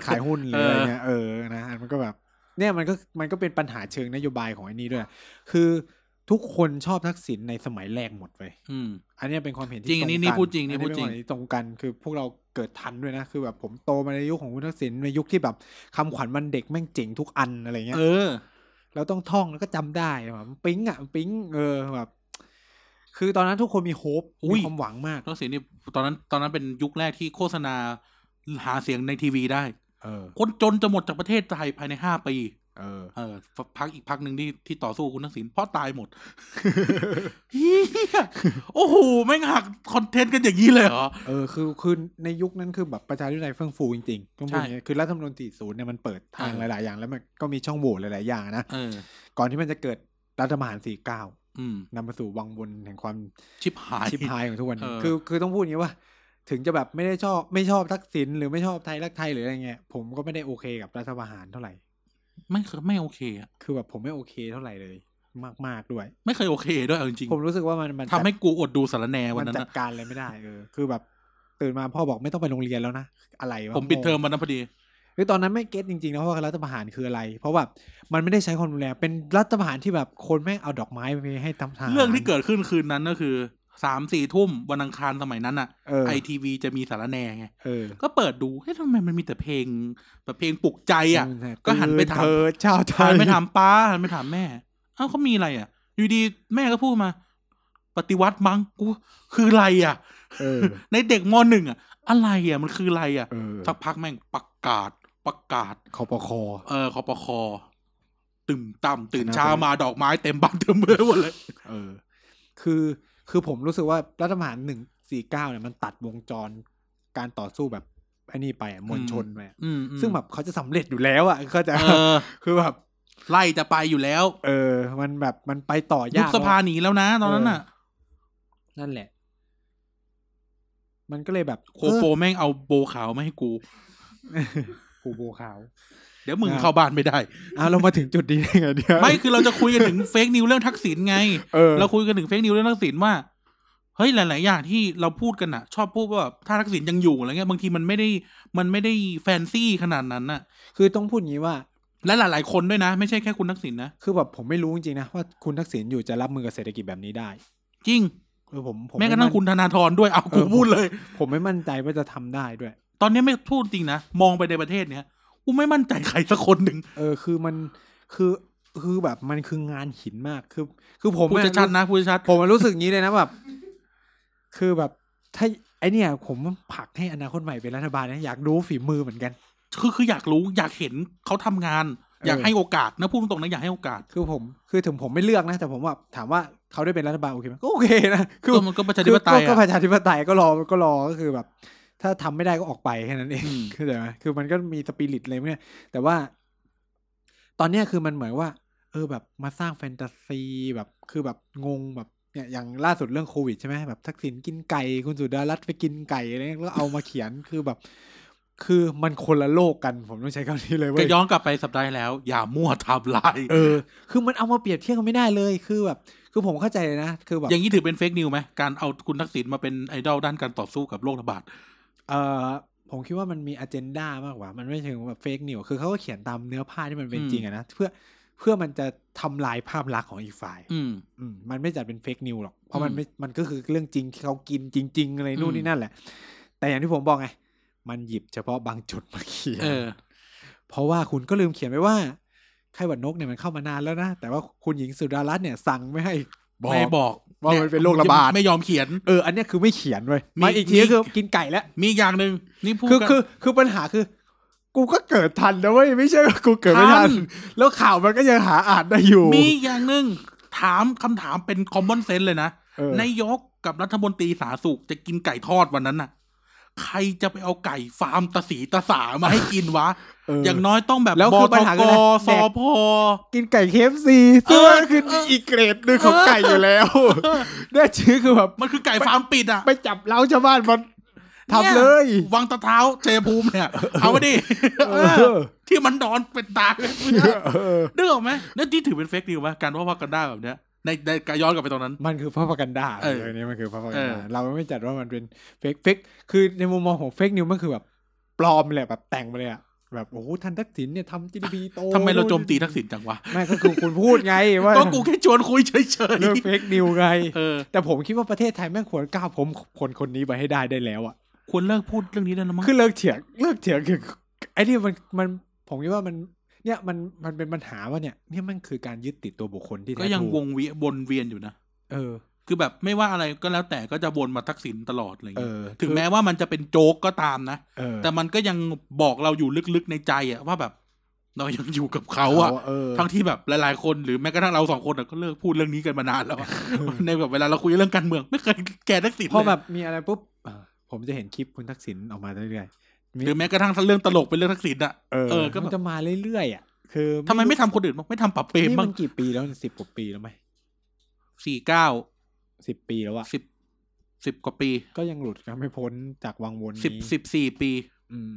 S1: ขายหุ้นหรืออะไรเงี้ยเออนะอันมันก็แบบเนี่ยมันก็มันก็เป็นปัญหาเชิงนโยบายของไอ้นี้ด้วย คือทุกคนชอบทักษิณในสมัยแรกหมดเว้ย
S2: อืม
S1: อันเนี้ยเป็นความเห็นที่
S2: จริงอันนี้
S1: ตกั
S2: นี่พูดจริงนี่
S1: อั
S2: พูดจริ
S1: เป็ค
S2: ง
S1: วามเห็นที่ตรงกันคือพวกเราเกิดทันด้วยนะคือแบบผมโตมาในยุคของคุณทักษิณในยุคที่แบบคำขวัญวันเด็กแม่งเจ๋งทุกอันอะไรเงี้ย
S2: เออ
S1: เราต้องท่องแล้วก็จำได้แบบมันปิ๊งอ่ะมันปิ๊งเออแบบคือตอนนั้นทุกคนมีโฮป
S2: อุ้ย
S1: มีความหวังมาก
S2: ทักษิณนี่ตอนนั้นตอนนั้นเป็นยุคแรกที่โฆษณาหาเสียงในทีวีได้
S1: เออ
S2: คนจนจะหมดจากประเทศไทยภายในห้าปี
S1: เออ
S2: เออพักอีกพักหนึ่งที่ที่ต่อสู้คุณทักษิณเพ่อตายห มด เฮียโอ้โหแม่งหักคอนเทนต์กันอย่างนี้เลยเหรอ
S1: เออคือคือในยุคนั้นคือแบบประชาธิปไตยเฟื่องฟูจริงๆต้องพูดอ
S2: ใช่
S1: ย่างนี้คือรัฐธรรมนูญ40เนี่ยมันเปิดทาง
S2: เอ
S1: ห
S2: อ
S1: ลายๆอย่างแล้วมันก็มีช่องโหว่หลายๆอย่างนะ
S2: เออ
S1: ก่อนที่มันจะเกิดรัฐประหาร49
S2: อืม
S1: นำมาสู่วังวนแห่งความ
S2: ชิบหาย
S1: ชิบหายของทุกวันนี้
S2: เออ
S1: คือคือต้องพูดอย่างนี้ว่า ถึงจะแบบไม่ได้ชอบไม่ชอบทักษิณหรือไม่ชอบไทยรักไทยหรืออะไรเงี้ยผมก็ไม่ได้โอเคกับรัฐประหารเท่าไหร่
S2: ไม่เคยไม่โอเคอะ
S1: คือแบบผมไม่โอเคเท่าไหร่เลย มากๆด้วย
S2: ไม่เคยโอเคด้วยเอาจริง
S1: ผมรู้สึกว่ามันมัน
S2: ๆทำให้กูอดดูสารแหนวัน
S1: มัน
S2: นั้น
S1: จัด
S2: อะ
S1: การอะไรไม่ได้เออคือแบบตื่นมาพ่อบอกไม่ต้องไปโรงเรียนแล้วนะอะไรวะ
S2: ผมปิดเทอมวันนั้นพอดี
S1: คือตอนนั้นไม่เก็ตจริงๆนะว่ารัฐประหารคืออะไร เพราะแบบมันไม่ได้ใช้ความรุนแรงเป็นรัฐประหารที่แบบคนแม่งเอาดอกไม้ไปให้ทำทาน
S2: เรื่องที่เกิดขึ้นคืนนั้นก็คือสามสี่ทุ่มวันอังคารสมัยนั้นอะ
S1: เออ
S2: ไอทีวีจะมีสารแหนไง
S1: เออ
S2: ก็เปิดดูเฮ้ยทำไมมันมีแต่เพลงแบบเพลงปลุกใจอะ ก็หันไปถาม
S1: เธอชาวไท
S2: หั
S1: ย
S2: นไปถามป้าหันไปถามแม่ เอ้าเขามีอะไรอ่ะ อยู่ดีแม่ก็พูดมา ปฏิวัติมั้งกูคืออะไรอ่ะ
S1: เออ
S2: ในเด็กมหนึ่งอ่ะ อะไรอ่ะมันคืออะไรอ่ะ
S1: เออ
S2: สักพักแม่งประกาศประกาศ
S1: คอปคอ
S2: เออคอปคอตื่นต่ำตื่น
S1: คณะ
S2: เช้ามาดอกไม้เต็มบ้านเต็มเมืองหมดเลย
S1: เออ คือคือผมรู้สึกว่ารัฐประหารหนึ่งสี่เก้าเนี่ยมันตัดวงจรการต่อสู้แบบไอ้นี่ไปอะมวลชนไปอะ
S2: อืมอืม
S1: ซึ่งแบบเขาจะสำเร็จอยู่แล้วอ่ะ เขาใจะ
S2: เออ
S1: คือแบบ
S2: ไล่จะไปอยู่แล้ว
S1: เออ มันแบบมันไปต่อยาก
S2: ยุบสภา
S1: แล้
S2: หนีแล้วนะ ตอนนั้นน่ะ
S1: วนั่นแหละ มันก็เลยแบบ
S2: โคโปแม่งเอาโบขาวมาให้กู
S1: เออกูโบขาว
S2: เดี๋ยวมึง
S1: นะ
S2: เข้าบ้านไม่ได้
S1: อ่ะเรามาถึงจุดนี้ได้ไงเนี่ย
S2: ไม่คือเราจะคุยกันถึงเฟกนิวเรื่องทักษิณไง
S1: เออ
S2: เราคุยกันถึงเฟกนิวเรื่องทักษิณว่า เฮ้ยหลาย ๆ อย่างที่เราพูดกันอะชอบพูดว่าแบบถ้าทักษิณยังอยู่อะไรเงี้ยบางทีมันไม่ได้มันไม่ได้แฟนซี่ขนาดนั้นอะ
S1: คือต้องพูดอย่างนี้ว่า
S2: และหลาย ๆ คนด้วยนะ ไม่ใช่แค่คุณทักษิณนะ
S1: คือแบบผมไม่รู้จริงๆนะว่าคุณทักษิณอยู่จะรับมือกับเศรษฐกิจแบบนี้ได้
S2: จริง
S1: คือผมผม
S2: แม้กระทั่ง
S1: ไน
S2: คุณธนาธรด้วยเอากู
S1: เออผม
S2: พูดเลย
S1: ผมไม่มั่นใจว่าจะทำได้ด้วย
S2: ตอนนี้ไม่พูดจริงนะ มองไปในประเทศเนี้ยกูไม่มั่นใจใครสักคนหนึ่ง
S1: เออคือมันคือคือแบบมันคืองานหินมากคือ คือผม
S2: พูด
S1: อะ
S2: ชัดๆนะพูดชัด
S1: ผมอะรู้สึกอย่างนี้เลยนะแบบคือแบบถ้าไอเนี่ย ผมผลักให้อนาคตใหม่เป็นรัฐบาลนะอยากรู้ฝีมือเหมือนกัน
S2: ๆคือคืออยากรู้อยากเห็นเขาทำงาน
S1: ออ
S2: อ
S1: อ
S2: ยากให้โอกาสนะพูดตรงๆนะอยากให้โอกาส
S1: คือผมคือถึงผมไม่เลือกนะ แต่ผมว่าถามว่าเขาได้เป็นรัฐบาลโอเคไหมก็โอเคนะคือ
S2: ก็มันก็ประชาธิปไตย
S1: คือก็
S2: อะ
S1: ก็ประชาธิปไตยก็รอก็รอก็คือแบบ ถ้าทำไม่ได้ก็ออกไปแค่นั้นเอง
S2: อืม
S1: เข้าใจไหมคือมันก็มีสปิริตอะไรพวกเนี่ยแต่ว่า ตอนเนี้ยคือมันเหมือนว่า เออแบบมาสร้างแฟนตาซีแบบคือแบบงงแบบเนี่ยอย่างล่าสุดเรื่องโควิดใช่ไหมแบบทักษิณกินไก่คุณสุดารัตน์ไปกินไก่อะไรเงี้ยแล้วเอามาเขียนคือแบบ คือมันคนละโลกกันผมต้องใช้คำนี้เลยเว้
S2: ก็
S1: ย
S2: ย้อนกลับไปสัปดาห์ที่แล้ว อย่ามั่วไทำลาย
S1: เออ คือมันเอามาเปรียบเทียบกันไม่ได้เลย คือแบบ คือผมเข้าใจเลยนะ คือแบบ
S2: อย่างนี้ถือเป็นเฟกนิวไหมการเอาคุณทักษิณมาเป็นไอดอลด้านการต่อสู้กับโรคระบาด
S1: เออผมคิดว่ามันมีอเจนดามากกว่า มันไม่เชิงแบบเฟกนิว คือเขาก็เขียนตามเนื้อผ้าที่มันเป็น
S2: อืม
S1: จริงอะนะ เพื่อ เพื่อมันจะทำลายภาพลักษณ์ของอีกฝ่าย
S2: อืม
S1: อืมมันไม่จัดเป็นเฟกนิวหรอก เพราะ
S2: อืม
S1: มันไม่ มันก็คือเรื่องจริงที่เขากินจริง ๆ อะไรนู่น
S2: อืม
S1: นี่นั่นแหละ แต่อย่างที่ผมบอกไง มันหยิบเฉพาะบางจุดมาเขียน
S2: เออ
S1: เพราะว่าคุณก็ลืมเขียนไว้ว่าไข้หวัดนกเนี่ยมันเข้ามานานแล้วนะ แต่ว่าคุณหญิงสุดารัตน์เนี่ยสั่งไม่ให้บอ
S2: ไม่
S1: ก
S2: บอก
S1: ว่ามันเป็นโรคระบาด
S2: ไม่ยอมเขียน
S1: เออ อันเนี้ยคือไม่เขียนเว้ย
S2: มี
S1: มาอีกที
S2: มี
S1: ก็คือกินไก่แล้ว
S2: มีอีกอย่างหนึ่งนี่พูด
S1: คือ
S2: กัน
S1: คือคือปัญหาคือ กูก็เกิดทันนะเว้ย ไม่ใช่ว่ากูเกิดไม่
S2: ทั
S1: ทัน
S2: น
S1: แล้วข่าวมันก็ยังหาอ่านได้อยู่
S2: มีอีกอย่างหนึ่งถามคำถามเป็นคอมมอนเซนส์เลยนะ
S1: เออน
S2: ายกกับรัฐมนตรีสาธารณสุขจะกินไก่ทอดวันนั้นน่ะ ใครจะไปเอาไก่ฟาร์มตะสีตะสามาให้กินวะ
S1: เออ
S2: อย่างน้อยต้องแบบ
S1: แล้ว
S2: บ
S1: คือปั
S2: ต
S1: ญหาก คืออะไร
S2: ส
S1: แดก
S2: พ
S1: กินไก่เคฟซีซึ่ง
S2: เออ
S1: มันคืออีกเกรดหนึ่งของไก่อยู่แล้ว
S2: เออ
S1: เนี่ยชื่อคือแบบ
S2: มันคือไก่ฟาร์มปิดอ่ะ
S1: ไปจับเล้าชาวบ้านมันทำเลย
S2: นี่วังตะเท้าเจภูมิเนี่ย เอามาดิ
S1: เอ
S2: เออ
S1: อ
S2: ที่มันนอนเป็นตาเลย
S1: เออ
S2: นึกออกไหมนั่นที่ถือเป็นเฟกนิวไหมการว่าว่ากันได้แบบเนี้ยในในการย้อนกลับไปตรงนั้น
S1: มันคือพาพกันดา
S2: เออ
S1: เรื่องนี้มันคือพาพกัน
S2: เอ
S1: ดา
S2: อ
S1: เราไม่จัดว่ามันเป็นเฟกเฟกคือในมุมมองของเฟกนิวมันคือแบบ ปลอมเลยแบบแต่งไปเลยอะแบบโอ้โหท่านทักษิณเนี่ยทำจีดีพีโต
S2: ทำไมเราโจมตีทักษิณจังวะ
S1: ไม่ก็คือคุณพูดไงว่า
S2: ก็กูแค่ชวนคุยเฉย
S1: เรื่องเฟกนิวไง
S2: ๆเออ
S1: แต่ผมคิดว่าประเทศไทยแม่งควรก้าวผมคนคนนี้ไปให้ได้ได้แล้วอะ
S2: ควรเลิกพูดเรื่องนี้ได้แล้วมั้ง
S1: คือเลิกเถียงเลิกเถียงคือไอ้นี่มันมันผมคิดว่ามันเนี่ยมันมันเป็นปัญหาว่าเนี่ยเนี่ยมันคือการยึดติดตัวบุคคลที่แท้
S2: ก็ยังว
S1: ถู
S2: งเวียนวนเวียนอยู่นะ
S1: เออ
S2: คือแบบไม่ว่าอะไรก็แล้วแต่ก็จะวนมาทักษิณตลอดอะไร
S1: เอ
S2: เงี้ย
S1: อ
S2: ถึงแม้ว่ามันจะเป็นโจ๊กก็ตามนะ
S1: เออ
S2: แต่มันก็ยังบอกเราอยู่ลึกๆในใจอะว่าแบบ เรายังอยู่กับเขา
S1: เขา
S2: อะ
S1: อะเออ
S2: ทั้งที่แบบหลายๆคนหรือแม้กระทั่งเราสองคนอะก็เลิกพูดเรื่องนี้กันมานานแล้วอะในแบบเวลาเราคุยเรื่องการเมือง ไม่เคยแกทักษิณ
S1: พอ
S2: เลย
S1: แบบมีอะไรปุ๊บอ่ะผมจะเห็นคลิปคุณทักษิณออกมาเรื่อยๆ
S2: หรือแม้กระทั่งเรื่องตลกเป็นเรื่องทักษิณอะ
S1: เออ
S2: เออก็
S1: มัน
S2: แบบ
S1: จะมาเรื่อยๆอ่ะคือ
S2: ทำไมไม่ทำคนอื่นบ้างไม่ทำปรับเปรม
S1: นี่
S2: บ้า
S1: มั
S2: ง
S1: นกี่ปีแล้วสิบกว่าปีแล้วไหม
S2: สี่เก้า
S1: สิบปีแล้วอะ
S2: สิบสิบกว่าปี
S1: ก็ยังหลุดกันไม่พ้นจากวังวนนี้
S2: สิบสิบสี่ปี
S1: อืม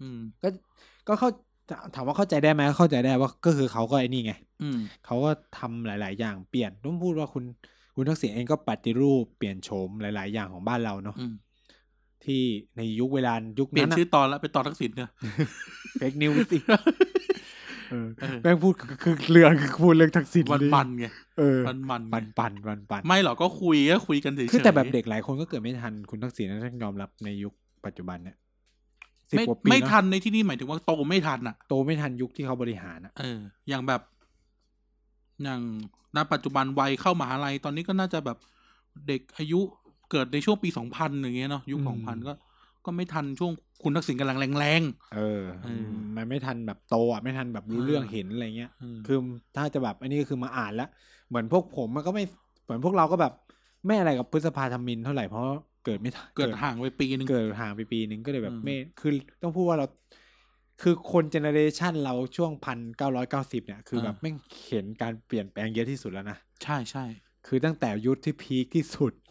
S2: อืม
S1: ก็ก็เข้าถามว่าเข้าใจได้ไหมเข้าใจได้ว่าก็คือเขาก็ไอ้นี่ไง
S2: อืม
S1: เขาก็ทำหลาย ๆ อย่างเปลี่ยนต้องพูดว่าคุณคุณทักษิณเองก็ปฏิรูปเปลี่ยนโฉมหลาย ๆ อย่างของบ้านเราเนาะ
S2: อืม
S1: ที่ในยุคเวลายุค
S2: เปลี่ยน
S1: นั้น
S2: ชื่อตอนแล้วเป็นตอนทักษิณเนี่ย
S1: เฟกนิวสิเออ
S2: เออ
S1: แม่งพูดคือคือเรื่องคือพูดเรื่องทักษิณ
S2: มัน
S1: ดิ
S2: มันไง
S1: เออ
S2: มันมันไง
S1: ปันปันปันปัน
S2: ไม่หรอกก็คุยก็คุยกันเฉยๆ
S1: คือแต่แบบเด็กหลายคนก็เกิดไม่ทันคุณทักษิณนะต้องยอมรับในยุคปัจจุบันเนี่ยสิบ
S2: ไม่
S1: กว่าปี
S2: ไม่
S1: เนอะ
S2: ทันในที่นี่หมายถึงว่าโตไม่ทันอ่ะ
S1: โตไม่ทันยุคที่เขาบริหารอ่ะ
S2: เออ อย่างแบบ อย่างณปัจจุบันวัยเข้ามหาลัยตอนนี้ก็น่าจะแบบเด็กอายุเกิดในช่วงปีสองพันอย่างเงี้ยเนาะยุค
S1: อืม
S2: สองพันก็ ก็ไม่ทันช่วงคุณทักษิณกำลังแรง
S1: เออ
S2: เออ
S1: มันไม่ทันแบบโตอ่ะไม่ทันแบบรู้
S2: เออ
S1: เรื่องเห็นอะไรเงี้ย
S2: ๆเออ
S1: คือถ้าจะแบบอันนี้ก็คือมาอ่านแล้ว เหมือนพวกผมมันก็ไม่เหมือนพวกเราก็แบบ ไม่อะไรกับพฤษภาธมินเท่าไหร่เพราะเกิดไม่ทัน
S2: เกิดห่างไปปีหนึ่ง
S1: เกิดห่างไปปีหนึ่งก็เลยแบ
S2: อื
S1: บ
S2: ม
S1: ไม่คือต้องพูดว่าเรา คือคนเจเนเรชันเราช่วงพันเก้าร้อยเก้าสิบเนี่ยคือแบบแม่งเห็นการเปลี่ยนแปลงเยอะที่สุดแล้วนะ
S2: ใช่ใช่
S1: คือตั้งแต่ยุทธที่พีคที่สุด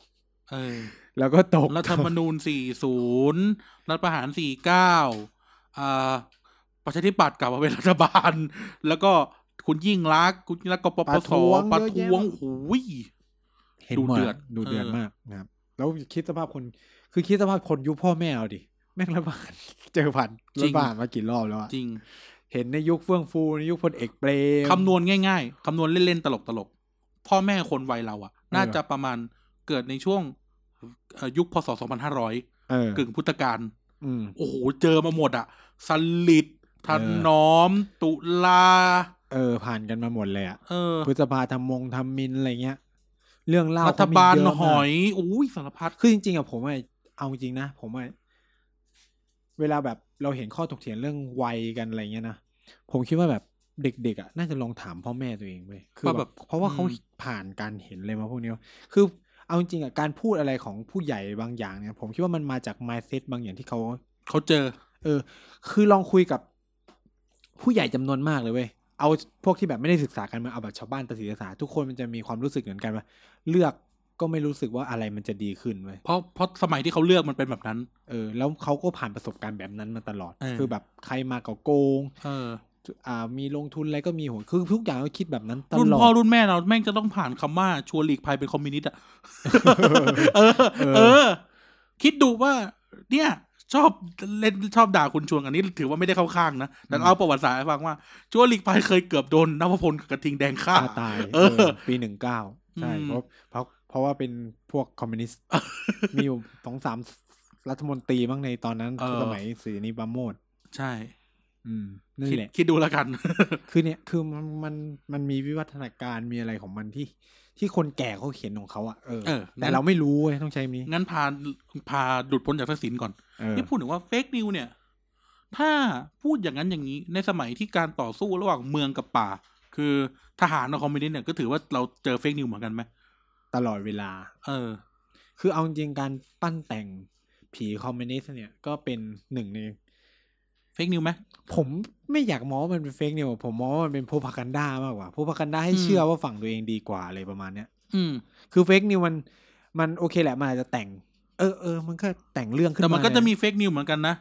S2: เออ
S1: แล้วก็ตก
S2: รัฐธรรมนูญ 40 รัฐประหาร 49อ่าประชาธิปัตย์กลับมาเป็นรัฐบาล แล้วก็คุณยิ่งรักษณ์คุณยิ่งรักษณ์กปปสปะท้วงโอ้โหูย
S1: เห็น
S2: ดู
S1: หมด
S2: เดือด
S1: ดูเดือด
S2: เออ
S1: มากนะครับ แล้วคิดสภาพคน คือคิดสภาพคนยุคพ่อแม่เอาดิ แม่งระบาด เจอผ่าน
S2: จริ
S1: ระ
S2: ง
S1: บาดมากี่รอบแล้วอะ
S2: จริง
S1: เห็นในยุคเฟื่องฟูในยุคพลเอกเปรม
S2: คำนวณง่ายๆ คำนวณเล่นๆ ตลกๆ พ่อแม่คนวัยเราอะน่าจะประมาณเกิดในช่วงเอ่อยุคพศ 2500
S1: เออก
S2: ึ่งพุทธกาล
S1: อืม
S2: โอ้โห เจอมาหมดอะสลิดถนอม ตุลา
S1: เออ ผ่านกันมาหมดเลยอะ
S2: เออ
S1: พฤษภาธรรมมงธรรมมินอะไรเงี้ย เรื่องเล่า
S2: รัฐ
S1: เขามี
S2: บาล
S1: เะมก
S2: หอยอุ้ยสารพัด
S1: คือจริงๆอะผมอะเอาจริงๆนะ ผมอะเวลาแบบเราเห็นข้อถกเถียงเรื่องวัยกันอะไรเงี้ยนะผมคิดว่าแบบเด็กๆอะน่าจะลองถามพ่อแม่ตัวเองไปคือ
S2: ว่า
S1: แบ
S2: แบบ บ
S1: เพราะว่าเขา
S2: อืม
S1: ผ่านการเห็นเลยมาพวกนี้คือเอาจริงๆอะการพูดอะไรของผู้ใหญ่บางอย่างเนี่ย ผมคิดว่ามันมาจาก mindset บางอย่างที่เขา
S2: เขาเจอ
S1: เออ คือลองคุยกับผู้ใหญ่จำนวนมากเลยเว้ย เอาพวกที่แบบไม่ได้ศึกษากันมาเอาแบบชาวบ้านตาสีตาสาทุกคนมันจะมีความรู้สึกเหมือนกันว่าเลือกก็ไม่รู้สึกว่าอะไรมันจะดีขึ้นเว้ย
S2: เพราะเพราะสมัยที่เขาเลือกมันเป็นแบบนั้น
S1: เออแล้วเขาก็ผ่านประสบการณ์แบบนั้นมาตลอด
S2: เออ
S1: คือแบบใครมาก็โกง
S2: เออ
S1: อ่ามีลงทุนอะไรก็มีหัวคือทุกอย่างก็คิดแบบนั้นต
S2: รุ่น
S1: ลอ
S2: พ่อ
S1: ด
S2: รุ่นแม่เราแม่งจะต้องผ่านคำว่าชัวร์หลีกภัยเป็นคอมมิวนิ สต์อะ เออ
S1: เออ
S2: เออ คิดดูว่า เนี่ย ชอบเล่นชอบด่าคุณชวนอันนี้ ถือว่าไม่ได้เข้าข้างนะ แต่เล่าประวัติศาสตร์ให้ฟังว่าชัวร์หลีกภัยเคยเกือบโดนนวพลกับกระทิงแดงฆ่า
S1: ฆ่าตาย
S2: เออ
S1: เออปีหนึ่งเก้าใช่
S2: อืม
S1: เพราะเพราะเพราะว่าเป็นพวกคอมมิวนิส ต์ มีอยู่สองสามรัฐมนตรีบ้างในตอนนั้นสมัยศรีนิบาโมด
S2: ใช่
S1: อืมนั่น
S2: คิด
S1: แหละ
S2: คิดดูแล้วกัน
S1: คือเนี่ยคือมันมันมันมีวิวัฒนาการมีอะไรของมันที่ ที่คนแก่เขาเขียนของเขาอะเออ
S2: เอองั้
S1: แต่
S2: น
S1: เราไม่รู้เว้ยต้องใช้คำนี้
S2: งั้นพาพาดุดพ้นจากทักษิณก่อน
S1: เออ
S2: นี่พูดถึงว่าเฟกนิวเนี่ย ถ้าพูดอย่างนั้นอย่างนี้ ในสมัยที่การต่อสู้ระหว่างเมืองกับป่า คือทหารกับคอมมิวนิสต์เนี่ยก็ถือว่าเราเจอเฟกนิวเหมือนกันไหม
S1: ตลอดเวลา
S2: เออ
S1: คือเอาจริงๆการปั้นแต่งผีคอมมิวนิสต์เนี่ยก็เป็นหนึ่งใน
S2: เฟกนิวไหม
S1: ผมไม่อยากมองว่ามันเป็นเฟกเนี่ยผมมองว่ามันเป็นโพพากันด้ามากกว่าโพพากันด้าให้
S2: อืม
S1: เชื่อว่าฝั่งตัวเองดีกว่าอะไรประมาณเนี้ย
S2: อืม
S1: คือเฟกนิวมันมันโอเคแหละมันอาจจะแต่ง เออเออมันก็แต่งเรื่องขึ้น
S2: แต่
S1: มา
S2: มันก็จะ
S1: เนี่ย
S2: มีเฟกนิวเหมือนกันนะ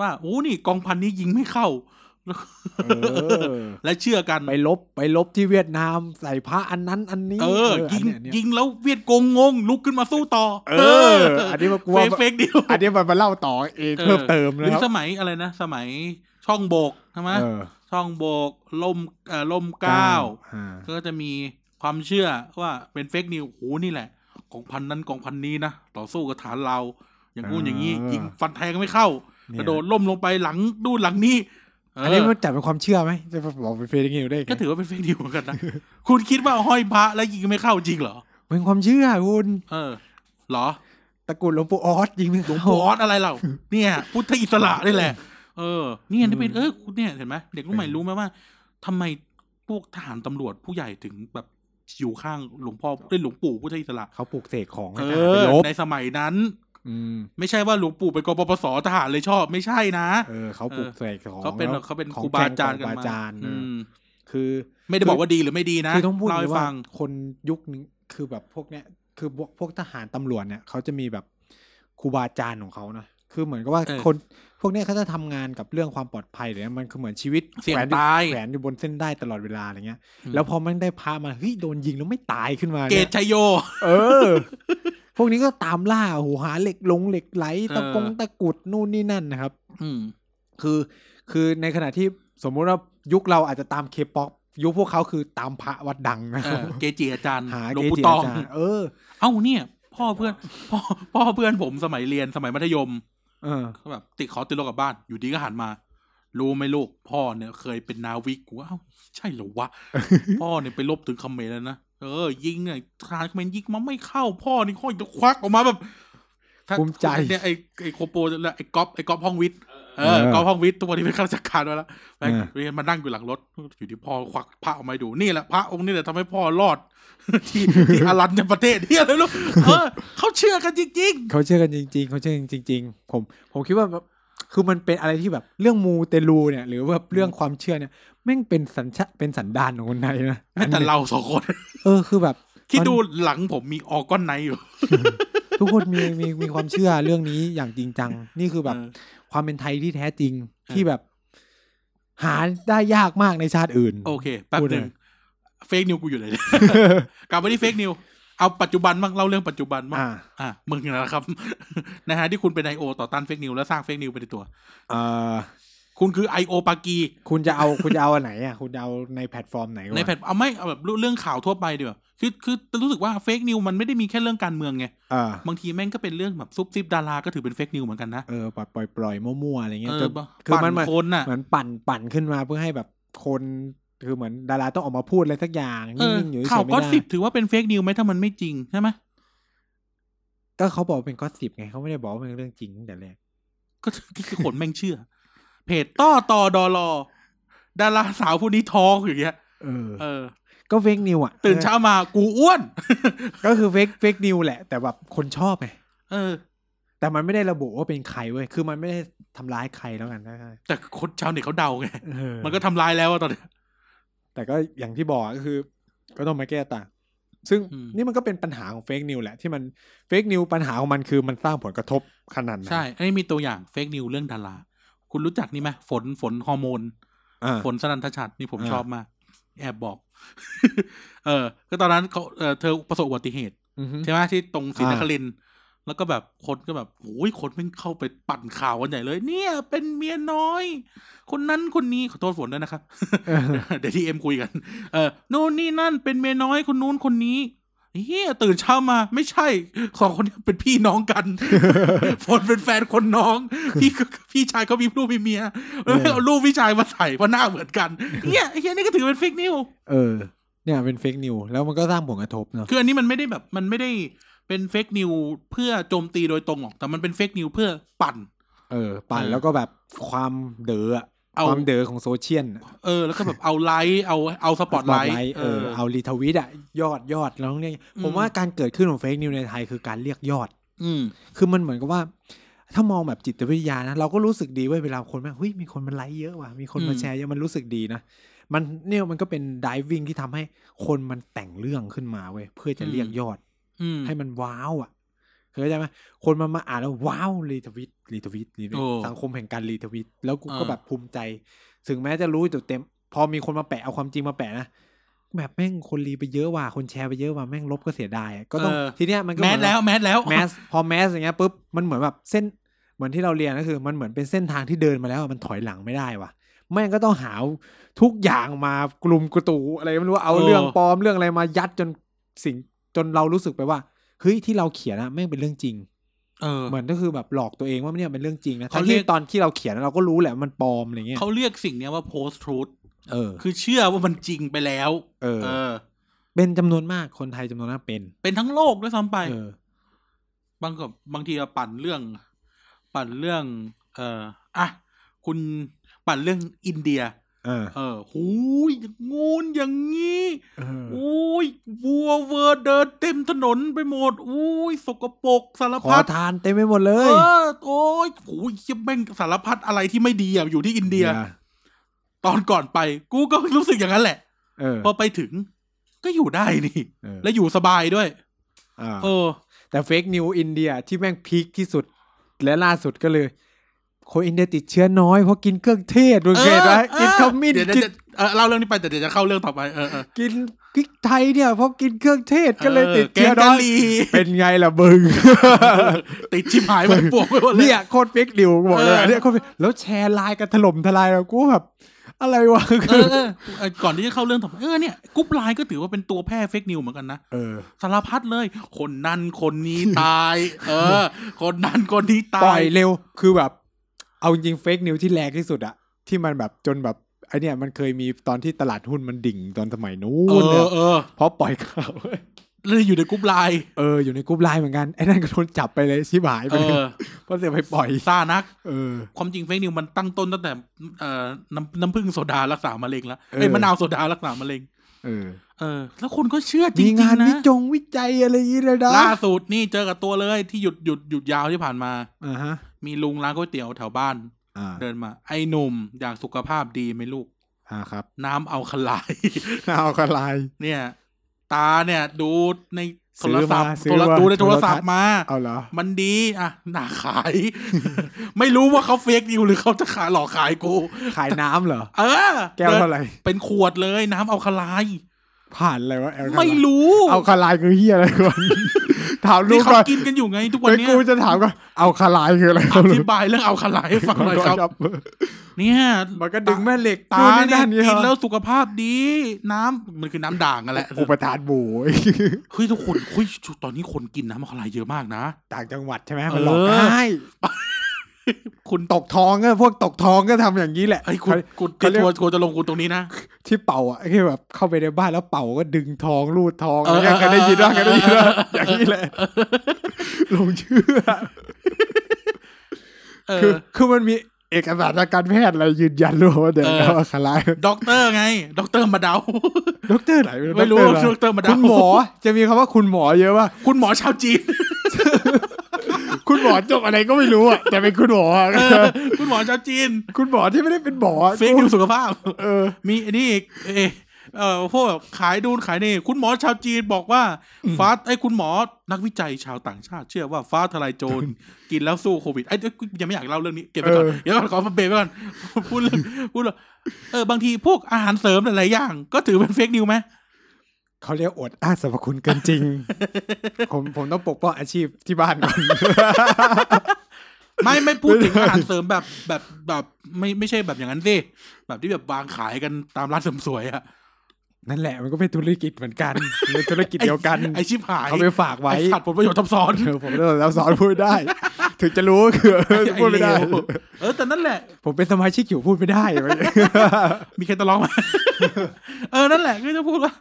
S2: ว่าโอ้นี่กองพันนี้ยิงไม่เข้า แล้ว
S1: เออ
S2: และเชื่อกัน
S1: ไปลบไปลบที่เวียดนามใส่พระอันนั้นอันนี้
S2: เออ
S1: อั
S2: ยิ
S1: น
S2: ง
S1: เนี้ยอันเนี้ย
S2: ยิงแล้วเวียดกงงง ลุกขึ้นมาสู้ต่อ
S1: เอออันนี้มันกลัว
S2: เฟกเฟกนิว
S1: อันเนี้ยมันมาเล่าต่อเองเพิ่มเติม
S2: ห
S1: นะ
S2: รือ
S1: ค
S2: ส
S1: รับ
S2: มัยอะไรนะ สมัยช่องโบกใช่ไหม
S1: เออ
S2: ช่องโบกล่มเอ่อล่มเกล้า
S1: อ่า
S2: ก็จะมีความเชื่อว่าเป็นเฟกนิวโหนี่แหละ กองพันนั้นกองพันนี้นะ ต่อสู้กับฐานเรา อย่างงู้นอย่างนี้ ยิงฟันแทงไม่เข้า
S1: เนี่ย
S2: กระโดดล่มลงไปหลังดูนหลังนี้เ
S1: อันนี้มันจัดเป็นความเชื่อไหมจะบอกเป็นเฟกนิวได้ไง
S2: ก็ถือว่าเป็นเฟกนิวเหมือนกันนะ คุณคิดว่าห้อยพระแล้วยิงไม่เข้าจริงเหรอ
S1: เป็นความเชื่อคุณ
S2: เออ เหรอ
S1: ตระกูลหลวงปู่ออสยิงไม่
S2: หลวง
S1: เข้า
S2: ปู่ออสอะไรเราเนี่ย พุทธอิสระนี่แหละ เออ เนี่ยนี่เป็นเออคุณเนี่ยเห็นไหมเด็กรุ่นใหม่รู้ไหมว่าทำไมพวกทหารตำรวจผู้ใหญ่ถึงแบบอยู่ข้างหลวงพ่อเอ้ยหลวงปู่พุทธอิสระ
S1: เขาปลูกเสกของให้
S2: เอ
S1: ทหารไป
S2: อ
S1: ลบ
S2: ในสมัยนั้น
S1: อืม
S2: ไม่ใช่ว่าหลวงปู่เป็นกปปสทหารเลยชอบ ไม่ใช่นะ
S1: เออเขาปลูกเสกของ
S2: เขาเป็น
S1: แล้ว
S2: เขาเป็น
S1: ของ
S2: ครูบาอาจารย์
S1: แก
S2: กัน
S1: งคบ
S2: มา
S1: อาจารย์เอ
S2: อื
S1: อ
S2: ม
S1: คือ
S2: ไม่ได้บอกว่าดีหรือไม่ดีนะ
S1: คือต้องพูด
S2: เล่า
S1: เลย
S2: ให้
S1: ว่า
S2: ฟัง
S1: คนยุคนึงคือแบบพวกเนี้ยคือพวกพวกทหารตำรวจเนี่ยเขาจะมีแบบครูบาอาจารย์ของเขานะคือเหมือนกับว่า
S2: เออ
S1: คนพวกเนี้ยเขาจะทำงานกับเรื่องความปลอดภัยเลยนะมันคือเหมือนชีวิต
S2: เสียง
S1: แขวนอยู่
S2: ตาย
S1: แขวนอยู่บนเส้นได้ตลอดเวลาอะไรเงี้ย
S2: อืม
S1: แล้วพอมันได้พามาเฮ้ยโดนยิงแล้วไม่ตายขึ้นมา
S2: เก
S1: นี่
S2: ต
S1: ย
S2: ชัยโย
S1: เออ พวกนี้ก็ตามล่าโอ้โหหาเหล็กลงเหล็กไหลตะกง
S2: เออ
S1: ตะกรุดนู่นนี่นั่นนะครับ
S2: อืม
S1: คือ คือในขณะที่สมมุติว่ายุคเราอาจจะตามเคป๊อปยุคพวกเขาคือตามพระวัดดังนะ
S2: เอ
S1: ครับ
S2: อเกจิอาจารย์
S1: หา
S2: หลวง
S1: เก
S2: ปู่
S1: จิ
S2: ต
S1: อา
S2: อง
S1: จารย์เออ
S2: เอ้าเนี่ย พ่อเพื่อน พ่อพ่อเพื่อนผมสมัยเรียนสมัยมัธยม
S1: เออ
S2: เขาแบบติดขอติดรถกลับบ้าน อยู่ดีก็หันมา รู้ไหมลูก พ่อเนี่ยเคยเป็นนาวิกกูว่าเอ้าใช่เหรอ วะ พ่อเนี่ยไปลบถึงเขมรแล้วนะ เออ ยิงเนี่ยทหารเขมรยิงมาไม่เข้า พ่อนี่ค่อยจะควักออกมาแบบถ้า
S1: ภูมิใจ
S2: เนี่ยไอ้ไอ้โคโปแล้วไอ้ก๊อฟไอ้ก๊อฟห้องวิทย์เออ
S1: เออ
S2: ก๊อฟห้องวิทย์ตัวนี้เป็นข้าราชการมาแล้วแม่ง
S1: เออ
S2: เรียนมานั่งอยู่หลังรถอยู่ที่พ่อควักพระออกมาให้ดูนี่แหละพระองค์นี่แหละทำให้พ่อรอด ที่ที่อลันในประเทศ เฮียอะไรไม่รู้เออเขาเชื่อกันจริง
S1: เขาเชื่อกันจริง ๆ เขาเชื่อกันจริง ๆ ผม ผมคิดว่าแบบคือมันเป็นอะไรที่แบบเรื่องมูเตลูเนี่ย หรือว่าเรื่องความเชื่อเนี่ยแม่งเป็นสัญชาเป็นสันดานของคนไทยนะ
S2: ๆแม้แต่เราสองคน
S1: เออคือแบบ
S2: คิดดูหลังผมมีออก้อนไนท์อยู่
S1: ทุกคนมีมีมีความเชื่อเรื่องนี้อย่างจริงจังนี่คือแบบ
S2: เออ
S1: ความเป็นไทยที่แท้จริง
S2: เออ
S1: ที่แบบ หาได้ยากมากในชาติอื่น
S2: โอเคแป๊บ
S1: พูด
S2: หนึ่ง
S1: เลย
S2: เฟกนิวกูอยู่ไหนเนี่ย กลับมาที่เฟกนิว เอาปัจจุบันบ้างเล่าเรื่องปัจจุบันบ้าง
S1: อ่า
S2: อ่ะมึงนะครับ ในฮะที่คุณเป็นไอโอต่อต้านเฟกนิวและสร้างเฟกนิวไปในตัว
S1: เอ่อ
S2: คุณคือไอโอปากี
S1: คุณจะเอาคุณจะเอาอันไหนอ่ะคุณจะเอาในแพลตฟอร์มไหนวะ
S2: ในแพทเอาไม่เอาแบบเรื่องข่าวทั่วไปดีกว่าคือคือรู้สึกว่าเฟกนิวมันไม่ได้มีแค่เรื่องการเมืองไง
S1: เออบ
S2: างทีแม่งก็เป็นเรื่องแบบซุบซิบดาราก็ถือเป็นเฟกนิวเหมือนกันนะ
S1: เออปล่อยปล่อยปล่อยมั่วๆอะไร
S2: เอ
S1: เงี้ย
S2: อ
S1: จนคื
S2: คือ อ
S1: มั
S2: มัน น
S1: เหมือน
S2: คนน่ะ
S1: เหมือนปั่นปั่นขึ้นมาเพื่อให้แบบคนคือเหมือนดาราต้องออกมาพูดอะไรสักอย่าง
S2: เออ
S1: นิ่งๆอยู่เฉ
S2: ข่าว
S1: ๆ
S2: ย
S1: ไม่
S2: ก็อต
S1: ได้
S2: สิบถือว่าเป็นเฟกนิวไหมถ้ามันไม่จริงใช่ไหม
S1: ก็เขาบอกว่าเป็นก็สิบไงเขาไม่ได้บอกว่าเป็นเรื่องจริงตั้งแต่แรก
S2: ก็ ก็คือคนแม่งเชื่อ เพจต้อต่อดอลอดาราสาวผู้นี้ท้องอย่างเงี้ย
S1: เออ
S2: เออ
S1: ก็เฟกนิวอ่ะ
S2: ตื่นเช้ามากูอ้วน
S1: ก็คือเฟกเฟกนิวแหละ แต่แบบคนชอบไง
S2: เออ
S1: แต่มันไม่ได้ระบุว่าเป็นใครเว้ยคือมันไม่ได้ทำร้ายใครแล้วกันนะ
S2: แต่คนชาวเน็ตเขาเดาไง
S1: เออ
S2: มันก็ทำลายแล้วอะตอนเนี้ย
S1: แต่ก็อย่างที่บอกก็คือ ก็ต้องมาแก้ต่าง ซึ่ง
S2: อืม
S1: นี่มันก็เป็นปัญหาของเฟกนิวแหละ ที่มันเฟกนิวปัญหาของมันคือมันสร้างผลกระทบขนาดไหน
S2: ใช่ อันนี้มีตัวอย่างเฟกนิวเรื่องดารา คุณรู้จักนี่ไหมฝนฝนฮอร์โมน
S1: อ่า
S2: ฝนสนันทชัดนี่ผม
S1: อ่า
S2: ชอบมาก แอบบอก เออ ก็ตอนนั้นเขาเออเธอประสบอุบัติเหตุ
S1: อือฮึ
S2: ใช่ไหมที่ตรงศรีน
S1: อ่าน
S2: ครินทร์แล้วก็แบบคนก็แบบโอ้ยคนแม่งเข้าไปปั่นข่าวกันใหญ่เลย เนี่ย เป็นเมียน้อย คนนั้นคนนี้ขอโทษฝนด้วยนะครับ
S1: เออ
S2: เดี๋ยวทีเอ็มคุยกันเออนู่นนี่นั่นเป็นเมียน้อยคนนู้นคนนี้เฮียตื่นเช้ามา ไม่ใช่สองคนนี้เป็นพี่น้องกัน ฝนเป็นแฟนคนน้อง พี่ก็พี่ชายเขามีลูกมีเมียแล้ว
S1: เออ
S2: เอาลูกพี่ชายมาใส่เพราะหน้าเหมือนกันเนี่ยไอ้เฮียนี่ก็ถือเป็นเฟกนิว
S1: เออ เนี่ยเป็นเฟกนิวแล้วมันก็สร้างผลกระทบเนาะ
S2: คืออันนี้มันไม่ได้แบบมันไม่ได้เป็นเฟกนิวเพื่อโจมตีโดยตรงหรอก แต่มันเป็นเฟกนิวเพื่อปั่น
S1: เออ ปั่น
S2: เออ
S1: แล้วก็แบบความเด๋ออะ
S2: เอา
S1: ความเด๋อของโซเชียลน่ะ
S2: เออแล้วก็แบบเอาไลท์เอาเอาสปอตไลท์
S1: Spotlight เออเอารีทวิตอะยอดยอดแล้วเนี่ย
S2: อืม
S1: ผมว่าการเกิดขึ้นของเฟกนิวในไทยคือการเรียกยอด
S2: อืม
S1: คือมันเหมือนกับว่า ถ้ามองแบบจิตวิทยานะ เราก็รู้สึกดีเว้ยเวลาคนแม่งเฮ้ยมีคนมันไลค์เยอะว่ะมีคนมา
S2: อืม
S1: แชร์เยอะมันรู้สึกดีนะ มันเนี่ยมันก็เป็นดิวิ่งที่ทำให้คนมันแต่งเรื่องขึ้นมาเว้ยเพื่อจะเรียกยอด
S2: อืม
S1: ให้มันว้าวอ่ะเคยได้าใจไหมคนมันมาอ่านแล้วว้าวรีทวิตรีทวิตรีทวิต
S2: โอ้
S1: สังคมแห่งการรีทวิตแล้วกูก็
S2: อ่า
S1: แบบภูมิใจ ถึงแม้จะรู้อยู่เต็ม พอมีคนมาแปะเอาความจริงมาแปะนะแบบแม่งคนรีไปเยอะว่ะคนแชร์ไปเยอะว่ะแม่งลบก็เสียดายอะก็ต้องทีเนี้ยมันก็เห
S2: แม
S1: อน
S2: ส
S1: กับ
S2: แล้วแมสแล้ว
S1: แมสพอแมสอย่างเงี้ยปุ๊บมันเหมือนแบบเส้นเหมือนที่เราเรียนก็คือ มันเหมือนเป็นเส้นทางที่เดินมาแล้วอะมันถอยหลังไม่ได้ว่ะแม่งก็ต้องหาทุกอย่างมากลุ่มกระตูอะไรไม่รู้ว่าเอา
S2: เออ
S1: เรื่องปลอมเรื่องอะไรมายัดจนสิ่งจนเรารู้สึกไปว่าเฮ้ยที่เราเขียนนะแม่งเป็นเรื่องจริง
S2: เออ
S1: เหมือนก็คือแบบหลอกตัวเองว่าเนี่ยเป็นเรื่องจริงนะ
S2: เขา
S1: ทั้งที่
S2: เรียก
S1: ตอนที่เราเขียนเราก็รู้แหละมันปลอมอะไรเงี้ย
S2: เขาเรียกสิ่งเนี้ยว่า post truth
S1: เออ
S2: คือเชื่อว่ามันจริงไปแล้ว
S1: เออ
S2: เออ
S1: เป็นจำนวนมากคนไทยจำนวนมากเป็น
S2: เป็นทั้งโลกด้วยซ้ำไป
S1: เออบ
S2: างกับบางทีก็ปั่นเรื่อง ปั่นเรื่อง เอออ่ะคุณปั่นเรื่องอินเดีย
S1: เออ
S2: เออหูยอย่างงูนอย่างงี้
S1: เออ
S2: โอ้ยวัวเวอร์เดินเต็มถนนไปหมด โอ้ยสกปรกสาร
S1: ขอ
S2: พัด
S1: ทานเต็มไปหมดเล
S2: เอย อโอ้ยโอ้ยเหี้ยแม่งสารพัดอะไรที่ไม่ดีอะอยู่ที่อินเดีย ตอนก่อนไป กูก็รู้สึกอย่างนั้นแหละ
S1: เออ
S2: พอไปถึง ก็อยู่ได้นี่
S1: เออ
S2: และอยู่สบายด้วย
S1: อ่า
S2: เออ
S1: แต่เฟกนิวอินเดียที่แม่งพีคที่สุด และล่าสุดก็เลย คนอินเดียติดเชื้อน้อยเพราะกินเครื่องเทศมึงเคยไหมกินขมิ้น
S2: เดี๋ยว
S1: กิน
S2: เดี๋ยวเออเล่าเรื่องนี้ไปแต่เดี๋ยวจะเข้าเรื่องต่อไปเออเออ
S1: กินพริกไทยเนี่ยเพราะกินเครื่องเทศก็เลยติด
S2: แก
S1: เชื้อง น้
S2: กะ
S1: อย
S2: หรี่
S1: เป็นไงล่ะ มึง
S2: ติดชิบหายไปปวกไปหมดเลย
S1: เนี่ยโคตรเฟกนิวกูบอกเลย
S2: เออ
S1: เนี่ยโคตร fake แล้วแชร์ไลน์กันถล่มทลายแล้วกูแบบ อะไรวะ
S2: เออเออเออก่อนที่จะเข้าเรื่องต่อไปเออเนี่ยกรุ๊ปไลน์ก็ถือว่าเป็นตัวแพร่เฟก นิวเหมือนกันนะ
S1: เออ
S2: สารพัดเลย คนนั้นคนนี้ตาย เออ คนนั้นคนนี้
S1: ป
S2: ตา
S1: ล่อย ยเร็วคือแบบ เอาจริงเฟกนิวที่แรงที่สุดอะที่มันแบบจนแบบไอเนี่ยมันเคยมีตอนที่ตลาดหุ้นมันดิ่งตอนสมัยนู้
S2: เอน
S1: เนี่ย
S2: อเออ
S1: เพราะปล่อยข่าว
S2: เลยอยู่ในกรุ๊ปไลน์
S1: เอออยู่ในกรุ๊ปไลน์เหมือนกันไอ้นั่นก็โดนจับไปเลยชิบหายไป
S2: เอ
S1: เลย
S2: อ
S1: เพราะเสียไปปล่อย
S2: ซ่านัก
S1: เออ
S2: ความจริงเฟกนิวมันตั้งต้นตั้งแต่เอ่อน้ำน้ำผึ้งโซดารักษามะเร็งแล้ว
S1: เออ
S2: ไอ้ยมะนาวโซดารักษามะเร็ง
S1: เออ
S2: เออ แล้วคนก็เชื่อจ
S1: มี
S2: ริง
S1: งาน
S2: ๆ
S1: วิ
S2: นะ
S1: จงวิจัยอะไรอย่างงี้เลยนะ
S2: ล่าสุดนี่เจอกับตัวเลยที่หยุดหยุดหยุดยาวที่ผ่านมา
S1: อ่าฮะ
S2: มีลุงร้านก๋วยเตี๋ยวแถวบ้าน
S1: อ่า
S2: เดินมา ไอ้หนุ่มอยากสุขภาพดีไหมลูก
S1: อ่าครับ
S2: น้ำเอาขลาย
S1: เอากระไลน์
S2: เนี่ย ตาเนี่ยดูในโทรศัพท์
S1: ซื้อ
S2: โทร
S1: มาซื้อมา
S2: ดูในโทรศัพท์มา
S1: เอาเหรอ
S2: มันดีอ่ะหนาขาย ไม่รู้ว่าเขาเฟกนิวหรือเขาจะขายหลอกขายกู
S1: ขายน้ำเหรอ
S2: เออ
S1: แก้วเท่าไหร่
S2: เป็นขวดเลยน้ำเอาคาไลาย
S1: ผ่านอะไรวะแอลกอฮอล์
S2: ไม่รู้
S1: เอาคาไลายคือเฮียอะไรก่อน ถามลู
S2: นี่
S1: ก
S2: เขา
S1: ก่อน
S2: กินกันอยู่ไงทุกวัน
S1: ไป
S2: เนี้
S1: กูจะถามก่อนเอาคาไลายคืออะไร
S2: อธิบายเรื่องเอาคาไลให้ฟังหน่อยครับ เนี่ย
S1: มันก็ดึงแม่เหล็ก
S2: ตาเนี่ย
S1: นี่
S2: กิน
S1: แล้
S2: แล้ว วสุขภาพดี น้ำมันคือน้ำด่างกันแหละ
S1: อุปทานบู
S2: เฮ้ยทุกคนเฮ้ยตอนนี้คนกินน้ำอะคาไลเยอะมากนะ
S1: ต่างจังหวัดใช่ไหม
S2: เออ
S1: มันหลอก ง่าย
S2: คุณ
S1: ตกทองก็พวกตกทองก็ทำอย่างนี้แหละ
S2: ไอ้ยคุณคุณ
S1: เขาเรียก
S2: ทัวร์ทัวร์จะลงคุณตรงนี้นะ
S1: ที่เป่าอ่ะที่แบบเข้าไปในบ้านแล้วเป่าก็ดึงทองรูดทอง
S2: เออ
S1: อะไรเงี้ยเคย
S2: เออ
S1: ได้ยินว่าเคยได้ยินว่าอย่างนี้แหละหลงเชื่อ
S2: เอ
S1: คือ
S2: อ
S1: คือมันมีเอกสารทางการแพทย์อะไรยืนยันด้วยว่าเด็ก
S2: เออ
S1: เอาคาไลาย
S2: ด็อกเตอร์ไง ด็อกเตอร์มาเด า
S1: ด็อกเตอร์ไหนเป็น
S2: ไม่รู้
S1: ด็อกเตออะ
S2: ด็อกเตอร์มาเดา
S1: คุณหมอจะมีคำว่าคุณหมอเยอะว่าก
S2: คุณหมอชาวจีน
S1: คุณหมอจบอะไรก็ไม่รู้อ่ะแต่เป็นคุณหมออะ
S2: เออ คุณหมอชาวจีน
S1: คุณหมอที่ไม่ได้เป็นหมออะ
S2: เฟกนิวสุขภาพ
S1: เออ
S2: มีอันนี้อีกเออเออพวกแบบขายดูนขายนี่ คุณหมอชาวจีนบอกว่า ฟ้าไอ้ยคุณหมอนักวิจัยชาวต่างชาติ เชื่อว่าฟ้าทลายโจ ร กินแล้วสู้โควิดไอ้ยเอ้ยกูยังไม่อยากเล่าเรื่องนี้เก็บไว้ก่อน
S1: เออ
S2: เดี๋ยวก่อนขอมาเบรกไว้ก่อน พูดเรื่องพูดเรื่องเออบางทีพวกอาหารเสริมหลายๆอย่าง ก็ถือเป็นเฟกนิวไหม
S1: เขาเรียกอดอ้างสรรพคุณเกินจริ ง ผมผมต้องปกป้องอาชีพที่บ้านก่อน
S2: ไม่ไม่พูดถึงอาหารเสริมแบบแบบแบบไม่ไม่ใช่แบบอย่างนั้นสิแบบที่แบบวางขายกันตามร้านเสริมสวยอะ
S1: นั่นแหละมันก็เป็นธุรกิจเหมือนกันเป็นธุรกิจเดียวกัน
S2: ไอชิบหาย
S1: เขาไปฝากไว้
S2: ไอ้สัตว์ผลประโยชน์ทับซ้อน
S1: เออผมต้องแล้วสอนพูดได้ ถึงจะรู้ คือพูดไม่ได้
S2: อ้เลวเออแต่นั่นแหละ
S1: ผมเป็นสมาชิกอยู่พูดไม่ได้มัน
S2: มีแคนตาล็อกไหม เออ นั่นแหละก็จะพูดว่า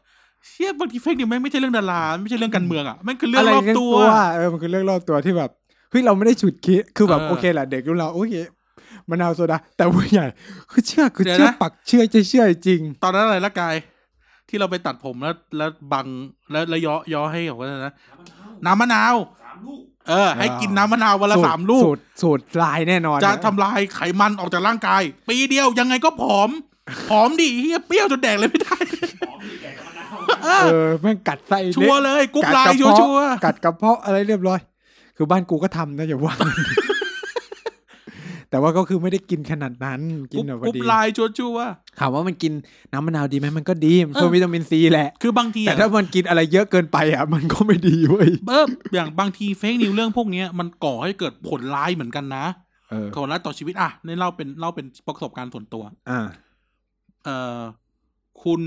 S2: เชี่ยบางทีเฟกนิวแม่งไม่ใช่เรื่องดาราไม่ใช่เรื่องการเมืองอ่ะแม่ง คือเรื่องรอบ
S1: กัน
S2: ตัว
S1: เออมันคือเรื่องรอบตัวที่แบบเฮ้ยเราไม่ได้ฉุดคิดคือแบบ
S2: เออ
S1: โอเคแหละเด็กรุ่นเราโอเคมะนาวโซดาแต่ผู้ใหญ่คือเชื่อคือ
S2: เดี๋ยวนะ
S1: เชื่อปักเชื่อจะเชื่อจริง
S2: ตอนนั้นอะไรละกาย ที่เราไปตัดผมแล้ว แล้วบังแล้วแล้วย้อย้อให้ของว่านะน้ำมะนาวเออ ให้กินน้ำมะนาววันละ
S1: สูตร
S2: สามลูก
S1: สูตรสูตรลายแน่นอน
S2: จะ
S1: น
S2: ทำลายไขมันออกจากร่างกาย ปีเดียวยังไงก็ผอม ผอมดิเฮียเปรี้ยวจนแดกเลย ไม่ได้เออ
S1: เออแม่งกัดไส้
S2: ชัวร์
S1: เละ
S2: เลยกุ๊ก
S1: กัด
S2: ไล
S1: กระ
S2: น์ชัวร์
S1: เพาะ
S2: ชัวร์
S1: กัดกระเพาะอะไรเรียบร้อย คือบ้านกูก็ทำนะอย่าว่า แต่ว่าก็คือไม่ได้กินขนาดนั้น กินแบบพอ
S2: กุ๊บ
S1: ดี
S2: ไลน์ชัวร์ชัวร์
S1: ถามว่ามันกินน้ำมะนาวดีไหมมันก็ดีมันเพิ่ม
S2: เออ
S1: วิตามินซีแหละ
S2: คือบางที
S1: แต่
S2: อะ
S1: ถ้ามันกินอะไรเยอะเกินไปอ่ะ มันก็ไม่ดีเว้ย
S2: เอออย่างบางทีเฟกนิวเรื่องพวกเนี้ยมันก่อให้เกิดผลร้ายเหมือนกันนะ
S1: เออ
S2: ผลร้ายต่อชีวิตอ่ะในเล่าเป็นเล่าเป็นประสบการณ์ส่วนตัว
S1: อ่า
S2: เอ่อคุณ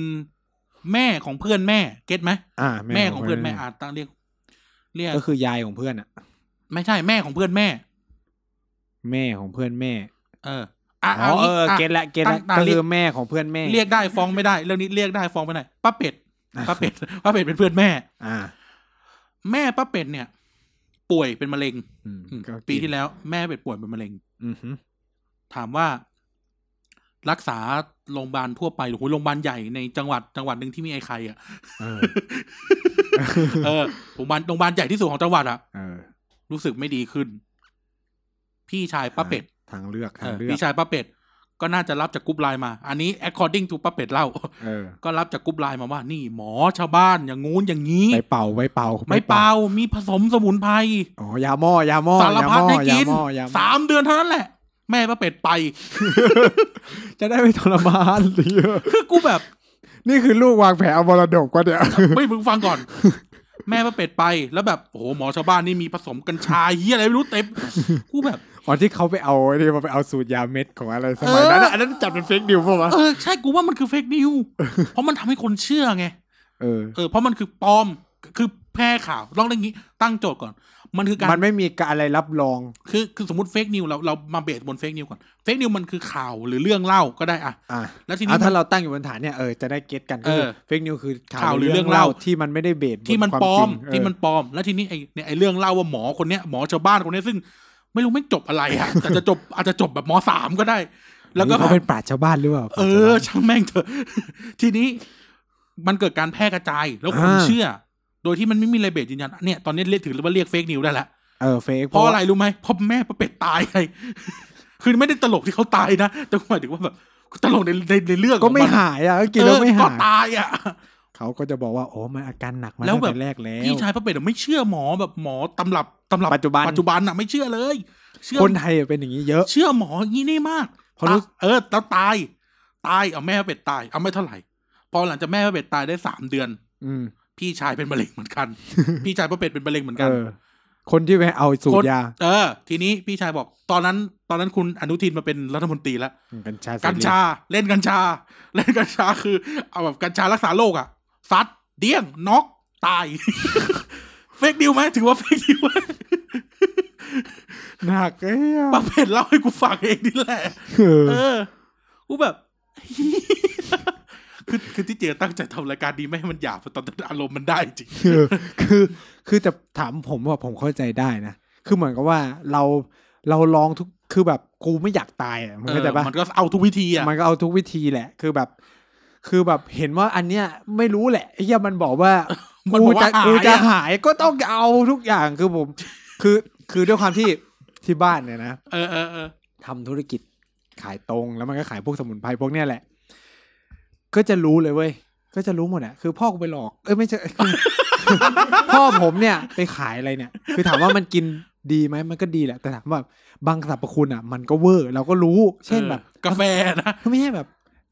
S2: แม่ของเพื่อนแม่ เก็ตไหม
S1: อ่า
S2: แม่ของเพื่อนแม่อาจตั้งเรียก เรียก
S1: ก็คือยายของเพื่อนอ่ะ
S2: ไม่ใช่แม่ของเพื่อนแม่
S1: แม่ของเพื่อนแม่
S2: เอออ่ะ
S1: อ๋อ
S2: เอา
S1: เอ
S2: งี้
S1: อ
S2: อ่ะ
S1: เก็ตละเก็ตละ
S2: ตั้งๆ
S1: ก็คือแม่ของเพื่อนแม่
S2: เรียกได้ฟ้องไม่ได้เรื่องนี้เรียกได้ฟ้องไม่ได้ป้าเป็ดป้าเป็ด ป้าเป็ดเป็นเพื่อนแม่
S1: อ่า
S2: แม่ป้าเป็ดเนี่ย ป่วยเป็นมะเร็ง
S1: อืม
S2: อืม
S1: ก็กิน
S2: ปีที่แล้ว แม่เป็ดป่วยเป็นมะเร็ง
S1: อือฮึ
S2: ถามว่ารักษาโรงพยาบาลทั่วไปหรือโรงพยาบาลใหญ่ในจังหวัดจังหวัดหนึ่งที่มีไอ้ใครอ่ะ
S1: เออ
S2: เออโรงพยาบาลโรงพยาบาลใหญ่ที่สุดของจังหวัดอ่ะ
S1: เออ
S2: รู้สึกไม่ดีขึ้น พี่ชายป้าเป็ด
S1: ทางเลือก
S2: เอ
S1: ทาง
S2: อ
S1: เลือก
S2: พี่ชายป้าเป็ด ก็น่าจะรับจากกรุ๊ปไลน์มา อันนี้ according to ป้าเป็ดเล่า
S1: เออ
S2: ก็รับจากกรุ๊ปไลน์มาว่า นี่หมอชาวบ้านอย่างงู้นอย่างนี้
S1: ไปเป่าไปเป่า
S2: ไม่เปล่ามีผสมสมุนไพร
S1: อ๋อยาหม้อยาหม้อ
S2: สารพัดให้กิน
S1: ยาหม้อยาหม้อยาหม้อ
S2: สามเดือนเท่านั้นแหละ แม่ป้าเป็ดไป
S1: จะได้ไม่ทรมาน หรือ
S2: คือกูแบบ
S1: นี่คือลูกวางแผนเอามรดกกว่าเดี๋ยว
S2: ไม่มึงฟังก่อน แม่ป้าเป็ดไปแล้วแบบโอ้โหหมอชาวบ้านนี่มีผสมกัญชาเฮียอะไรไม่รู้เต็มกูแบบ
S1: อ๋อที่เขาไปเอาที่มาไปเอาสูตรยาเม็ดของอะไรสมัยนั้นอะ
S2: เอออั
S1: อันนั้นจัดเป็นเฟกนิวส์ป่ะวะ
S2: เออใช่กูว่ามันคือเฟกนิว เพราะมันทำให้คนเชื่อไง
S1: เออ
S2: เออเพราะมันคือปลอมคือแพร่ข่าวลองเรื่องนี้ตั้งโจทย์ก่อน มันคือการ
S1: มันไม่มีการอะไรรับรอง
S2: คือคือสมมติเฟกนิวเราเรามาเบสบนเฟกนิวก่อนเฟกนิวมันคือข่าวหรือเรื่องเล่าก็ได้อะ
S1: อ่ะ
S2: แล้วที
S1: เอา
S2: นี้
S1: ถ้าเราตั้งอยู่บนฐานเนี่ยเออจะได้เก็ตกันก็คือ
S2: เออ
S1: เฟกนิวคือ
S2: ข่า
S1: ข่าว
S2: ว
S1: ห
S2: หรื
S1: รืออ
S2: เรื่
S1: เรื่อง ง
S2: อเล่า
S1: เล่าที่มันไม่ได้เบสบ
S2: ที่มัน
S1: ควา
S2: ปลอม
S1: จริงเ
S2: ที่มันปลอม แล้วทีนี้ไอ้เนี่ยไอ้เรื่องเล่าว่าหมอคนเนี้ยหมอชาวบ้านคนเนี้ยซึ่ง ไม่รู้ไม่งจบอะไรอะแต่จะจบอาจจะจบแบบหมอสามก็ได้ แล้วก็
S1: นี่
S2: แบ
S1: เขา
S2: บ
S1: เป็นปราชญ์ชาวบ้านหรือเปล่า
S2: เออ ช่างแม่งเถอะ ทีนี้มันเกิดการแพร่กระจายแล้วคนเชื่อ โดยที่มันไม่มีอะไรเบสยืนยันเนี่ยตอนนี้เรียกถือว่าเรียกเฟกนิวได้ละ
S1: เออเฟก
S2: เพราะอะไรรู้ไหมเพราะแม่ประเป็ดตายไง คือไม่ได้ตลกที่เขาตายนะ แต่หมายถึงว่าแบบตลกในในในเรื่อง
S1: ก็ไม่
S2: ของน
S1: หายอ่ะก็กินแล้วไม่
S2: เออ
S1: หา
S2: ก็
S1: ย
S2: ตายอ่ะ
S1: เขาก็จะบอกว่าโอ้มันอาการหนักมา
S2: แล้
S1: ตั้
S2: ว
S1: ง
S2: แบบ
S1: แต่แรกแล้ว
S2: พี่ชายประเป็ดอะไม่เชื่อหมอแบบหมอตำรับตำรับ
S1: ปัจจุบัน
S2: ปัจจุบันอะไม่เชื่อเลย เชื่อ
S1: คนไทยอะเป็นอย่างนี้เยอะ
S2: เชื่อหมออย่างนี้นี่มาก
S1: เพราะรู้
S2: ตาเออแล้วตาย ตายเอาแม่เป็ดตาย เอาไม่เท่าไหร่ พอหลังจากแม่พระเบ็ดตายได้สามเดือน
S1: อืม
S2: พี่ชายเป็นมะเร็งเหมือนกัน พี่ชายพระเป็ดเป็นมะเร็งเหมือนกัน
S1: เออคนที่ไปเอาสูตรยา
S2: เออ ทีนี้พี่ชายบอก ตอนนั้น ตอนนั้นคุณอนุทินมาเป็นรัฐมนตรีแล้ว
S1: อืมกัญชาเสรี
S2: กัญชาเล่นกัญชา เล่นกัญชาคือ เอาแบบกัญชารักษาโรคอะซัดเดี้ยงน็อกตาย เฟกดิวไหมถือว่าเฟกดิวไหม
S1: หนักเอ้ย
S2: ป้าเพ็ญเล่าให้กูฟังเองนี่แหละ
S1: เออ
S2: เออกูแบบ คือคือที่เจตั้งใจทำรายการดีไม่ให้มันหยาบแต่ตอนนั้นอารมณ์มันได้จริง
S1: เออคือคือแต่ถามผมว่าผมเข้าใจได้นะ คือเหมือนกับว่าเราเราลองทุกคือแบบกูไม่อยากตายอ่ะมึง
S2: เอ
S1: เข้าใจ
S2: อ
S1: ปะ
S2: มันก็เอาทุกวิธีอะ
S1: มันก็เอาทุกวิธีแหละ คือแบบ คือแบบเห็นว่าอันเนี้ยไม่รู้แหละไอ้เหี้ยมันบอกว่า
S2: มัน
S1: กู
S2: บอก
S1: จะ
S2: ว่าหาย
S1: กูจะหาย
S2: อะ
S1: ก็ต้องเอาทุกอย่างคือผม คือคือด้วยความที่ที่บ้านเนี่ยนะ
S2: เออเออเออ
S1: ทำธุรกิจขายตรงแล้วมันก็ขายพวกสมุนไพรพวกเนี้ยแหละ ก็จะรู้เลยเว้ยก็จะรู้หมดอะคือพ่อกูไปหลอกเอ้ยไม่ใช่ พ่อผมเนี่ยไปขายอะไรเนี่ย คือถามว่ามันกินดีไหมมันก็ดีแหละ แต่ถามว่าบางสรรพคุณอะมันก็เวอร์เราก็รู้ เช่นแบบ
S2: ออกาแฟนะ
S1: ไม่ใช่แบบ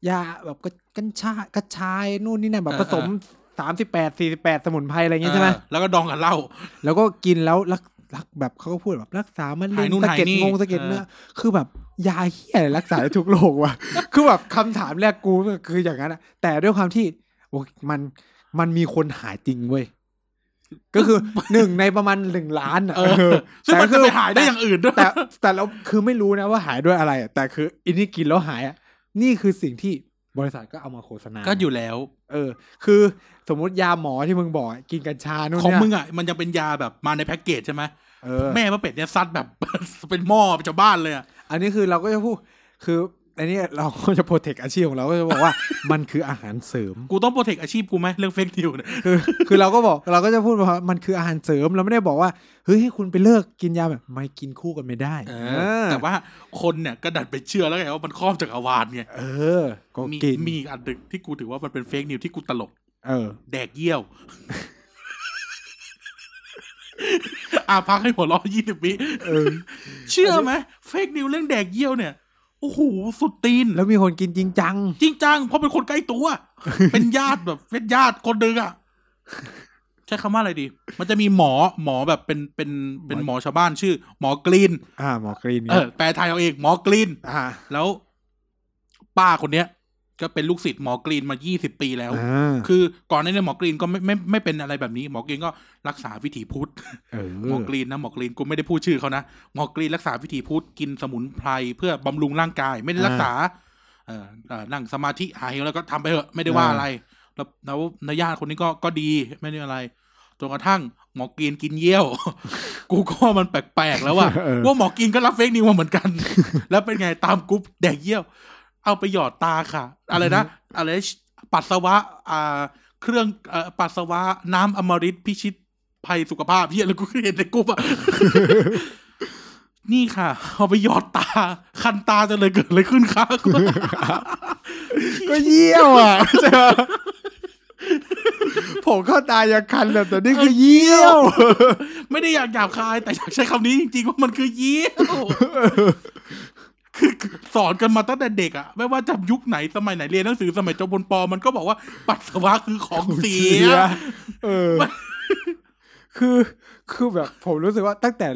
S1: ยาแบบกระกัญชากระชายนู่นนี่นั่นแบบ
S2: เอ
S1: ผ
S2: อ
S1: สม
S2: เอ
S1: สามสิบแปดสี่สิบแปดสมุนไพรอะไรอย่างเงี้ยใช่ไหม
S2: เออแล้วก็ดองกับเหล้า
S1: แล้วก็กินแล้วรักรักแบบเขาก็พูดแบบรักษามะเร็
S2: หาย
S1: ง
S2: นู่น
S1: สะเก็ด
S2: หายนี่
S1: งงสะเก็ดเนื้อ
S2: เออ
S1: คือแบบยาเฮียอะไรรักษาได้ทุกโรคว่ะ คือแบบคำถามแรกกูคืออย่างนั้นอะแต่ด้วยความที่โอ้ยมันมันมีคนหายจริงเว้ยก็ คือ หนึ่งในประมาณหนึ่งล้านอะ
S2: เออ
S1: เออ
S2: ซึ่งมัน
S1: แต่
S2: จะ
S1: คือ
S2: ไปหายได้อย่างอื่นด้วย
S1: แต่แต่เราคือไม่รู้นะว่าหายด้วยอะไรอะแต่คืออินนี่กินแล้วหายอ่ะนี่คือสิ่งที่บริษัทก็เอามาโฆษณา
S2: ก็อยู่แล้ว
S1: เออ คือสมมติยาหมอที่มึงบอกอะกินกัญชานู่น
S2: ของมึง
S1: เนี่ย
S2: อ่ะ มันจะเป็นยาแบบมาในแพ็กเกจใช่ไหม
S1: เออ
S2: แม่พระเป็ดเนี่ยซัดแบบ เป็นหม้อเป็นชาวบ้านเลยอ่ะ
S1: อันนี้คือเราก็จะพูดคืออันนี้เราก็จะโปรเทคอาชีพของเราก็จะบอกว่า มันคืออาหารเสริม
S2: กูต้องโปรเทคอาชีพกูไหมเรื่องเฟกนิวเนี่ย
S1: คือคือเราก็บอกเราก็จะพูดว่ามันคืออาหารเสริมเราไม่ได้บอกว่าเฮ้ยให้คุณไปเลิกกินยาแบบไม่กินคู่กันไม่ได้เออ
S2: แต่ว่าคนเนี่ยก็ดันไปเชื่อแล้วไงว่ามันครอบจักรวาลไง
S1: เออก็
S2: มี
S1: กิน
S2: มีอีกอันหนึ่งที่กูถือว่ามันเป็นเฟกนิวที่กูตลก
S1: เออ
S2: แดกเยี่ยว อ่ะพักให้หัวเราะยี่สิบวิ
S1: เออ
S2: เชื่อไหมเฟกนิวเรื่องแดกเยี่ยวเนี่ยโอ้โหสุดตีน
S1: แล้วมีคนกินจริงจัง
S2: จริงจังเพราะเป็นคนใกล้ตัว เป็นญาติแบบเป็นญาติคนหนึ่งอ่ะ ใช้คำว่าอะไรดี มันจะมีหมอหมอแบบเป็นเป็นเป็นหมอชาวบ้านชื่อ หมอกรีน
S1: อ่าหมอกรีน
S2: เอ
S1: เนี่ย
S2: อแปลไทยเอาเองหมอกรีน
S1: อ่า
S2: แล้ว ป้าคนเนี้ย ก็เป็นลูกศิษย์หมอกรีนมายี่สิบปีแล้ว
S1: อ่า
S2: คือก่อนหน้านี้หมอกรีนก็ไม่ไม่ไม่เป็นอะไรแบบนี้ หมอกรีนก็รักษาวิถีพุทธ
S1: เออ
S2: หมอกรีนนะหมอกรีนกูไม่ได้พูดชื่อเขานะหมอกรีนรักษาวิถีพุทธกินสมุนไพรเพื่อบำรุงร่างกาย ไม่ได้รักษา เออเอ่อนั่งสมาธิหายแล้วก็ทำไปเถอะไม่ได้ว่าอะไร แล้วแล้วนายญาติคนนี้ก็ก็ดีไม่ได้อะไรจนกระทั่งหมอกรีนกินเยี่ยว กูก็ว่ามันแปลกๆแล้วอะ
S1: เออ
S2: ว่าหมอกรีนก็รับเฟกนิวมาเหมือน กัน แล้วเป็นไงตามกรุ๊ปแดกเยี่ยว เอาไปหยอดตาค่ะ อะไรนะอะไรปัสสาวะอ่าเครื่องเอ่อปัสสาวะน้ำอมฤตพิชิตภัยสุขภาพเฮียแล้วกูก็เห็นในกรุ๊ปอะ นี่ค่ะ เอาไปหยอดตา คันตาจะเลยเกิดอะไรขึ้นคะ
S1: ก็เยี่ยวอ่ะ ใช่ไหมผมเข้าตายังคันแบบแต่นี่คือเยี่ยว
S2: ไม่ได้อยากหยาบคาย แต่อยากใช้คำนี้จริงๆว่ามันคือเยี่ยวคือสอนกันมาตั้งแต่เด็กอะไม่ว่าจะยุคไหนสมัยไหนเรียนหนังสือสมัยจบบนปอมันก็บอกว่าปัสสาวะคือของเสีย
S1: เออ คือคือแบบผมรู้สึกว่าตั้งแต่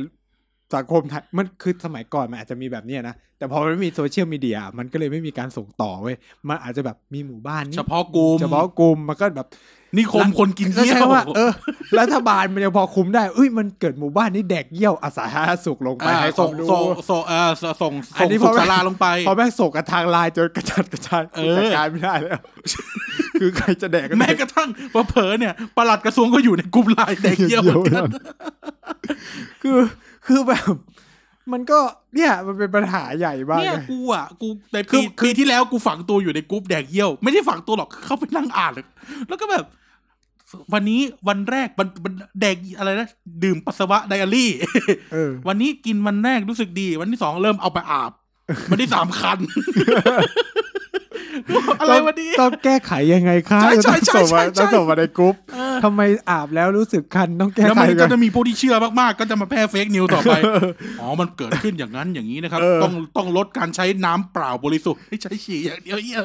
S1: สังคมไทยมันคือสมัยก่อนมันอาจจะมีแบบเนี้ยนะ แต่พอมันไม่มีโซเชียลมีเดีย มันก็เลยไม่มีการส่งต่อเว้ย มันอาจจะแบบมีหมู่บ้านนี้
S2: เฉพาะกลุ่ม
S1: เฉพาะกลุ่มมันก็แบบ
S2: นิคมคนกิน
S1: ก็
S2: เยี่ย
S1: ใช่
S2: ว
S1: ว่าเออรัฐบาลมันยังพอคุมได้เอ้ยมันเกิดหมู่บ้านนี้แดกเยี่ยวอาสาธารณสุขลงไป
S2: อ่า
S1: ให้ค
S2: ส่
S1: วาง มรู้
S2: ส่งส่งเอ่อส่งส่ง
S1: อันนี้
S2: สุ
S1: พอ
S2: ข
S1: ไม่
S2: ศาลาลงไป
S1: พอแม่งส่งกันทางไลน์จนกระจัดกระจาย
S2: เออ
S1: จัดการไม่ได้แล้ว คือใครจะแดกกัน
S2: แม้กระทั่งเผลอๆเนี่ยประหลัดกระทรวงก็อยู่ในกลุ่มไลน์แดกเยี่ยวเหมือนกัน
S1: คือคือแบบ มันก็เนี่ยมันเป็นปัญหาใหญ่มาก
S2: เนี่ย
S1: เลย
S2: กูอ่ะกูใน
S1: คื
S2: ปี
S1: อคือ
S2: ปีที่แล้วกูฝังตัวอยู่ในกรุ๊ปแดกเยี่ยว ไม่ได้ฝังตัวหรอกเข้าไปนั่งอ่านเลยแล้วก็แบบ วันนี้วันแรกวันวันแดกอะไรนะดื่มปัสสาวะไดอารี่
S1: เออ
S2: วันนี้กินวัน แรกรู้สึกดี วันที่สองเริ่มเอาไปอาบ วันที่สามคัน อะไรวะดี
S1: ต้องแก้ไขยังไงคะ
S2: ใช่ใช่ใช่
S1: ต้องส่งมา
S2: ใช่ใช่
S1: ต้องส่งมาในกรุ๊ป
S2: เออ
S1: ทำไมอาบแล้วรู้สึกคันต้องแก้
S2: แล้ว
S1: ไข
S2: มันก็
S1: กัน
S2: จะมีผู้ที่เชื่อมากๆ ก็จะมาแพร่เฟกนิวต่อไป อ๋อ มันเกิดขึ้นอย่างนั้นอย่างนี้นะครับ
S1: เออ
S2: ต้องต้องลดการใช้น้ำเปล่าบริสุทธิ์ให้ใช้ฉี่อย่างเดียวเหี้ย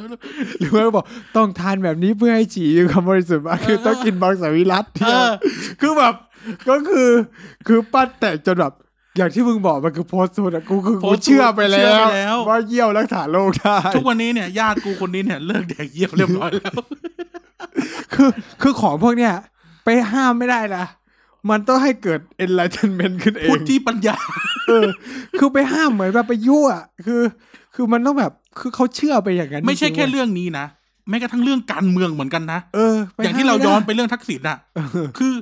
S1: หรือว่าบอกต้องทานแบบนี้เพื่อให้ฉี่มีความบริสุทธิ์มากคือต้องกินบางสวิรัต
S2: เออ
S1: คือแบบก็คือคือปั้นแต่จนแบบอย่างที่มึงบอกมันคือโพสต์สูตรอะกูคือ
S2: โพ
S1: กู
S2: สต์สูตร
S1: เชื่อไปแล้
S2: เชื่อ
S1: ว
S2: ไปแล้ว
S1: ว่าเยี่ยวรักษาโรคได้
S2: ทุกวันนี้เนี่ยญาติกูคนนี้เนี่ยเลิกแดกเยี่ยวเรียบร้อยแล้ว
S1: คือคือของพวกเนี้ยไปห้ามไม่ได้นะมันต้องให้เกิด enlightenment ขึ้นเอ
S2: พุท
S1: ง
S2: ธิปัญญา
S1: เออคือไปห้ามเหมือนแบบไปยั่วคือ คือมันต้องแบบคือเขาเชื่อไปอย่างนั้น
S2: ไม่ใช่
S1: จริงๆ
S2: แค่
S1: เว้ย
S2: เรื่องนี้นะแม้กระทั่งเรื่องการเมืองเหมือนกันนะ
S1: เออไป
S2: อย่างที่เราย้อนไปเรื่องทักษิณน่ะ คือ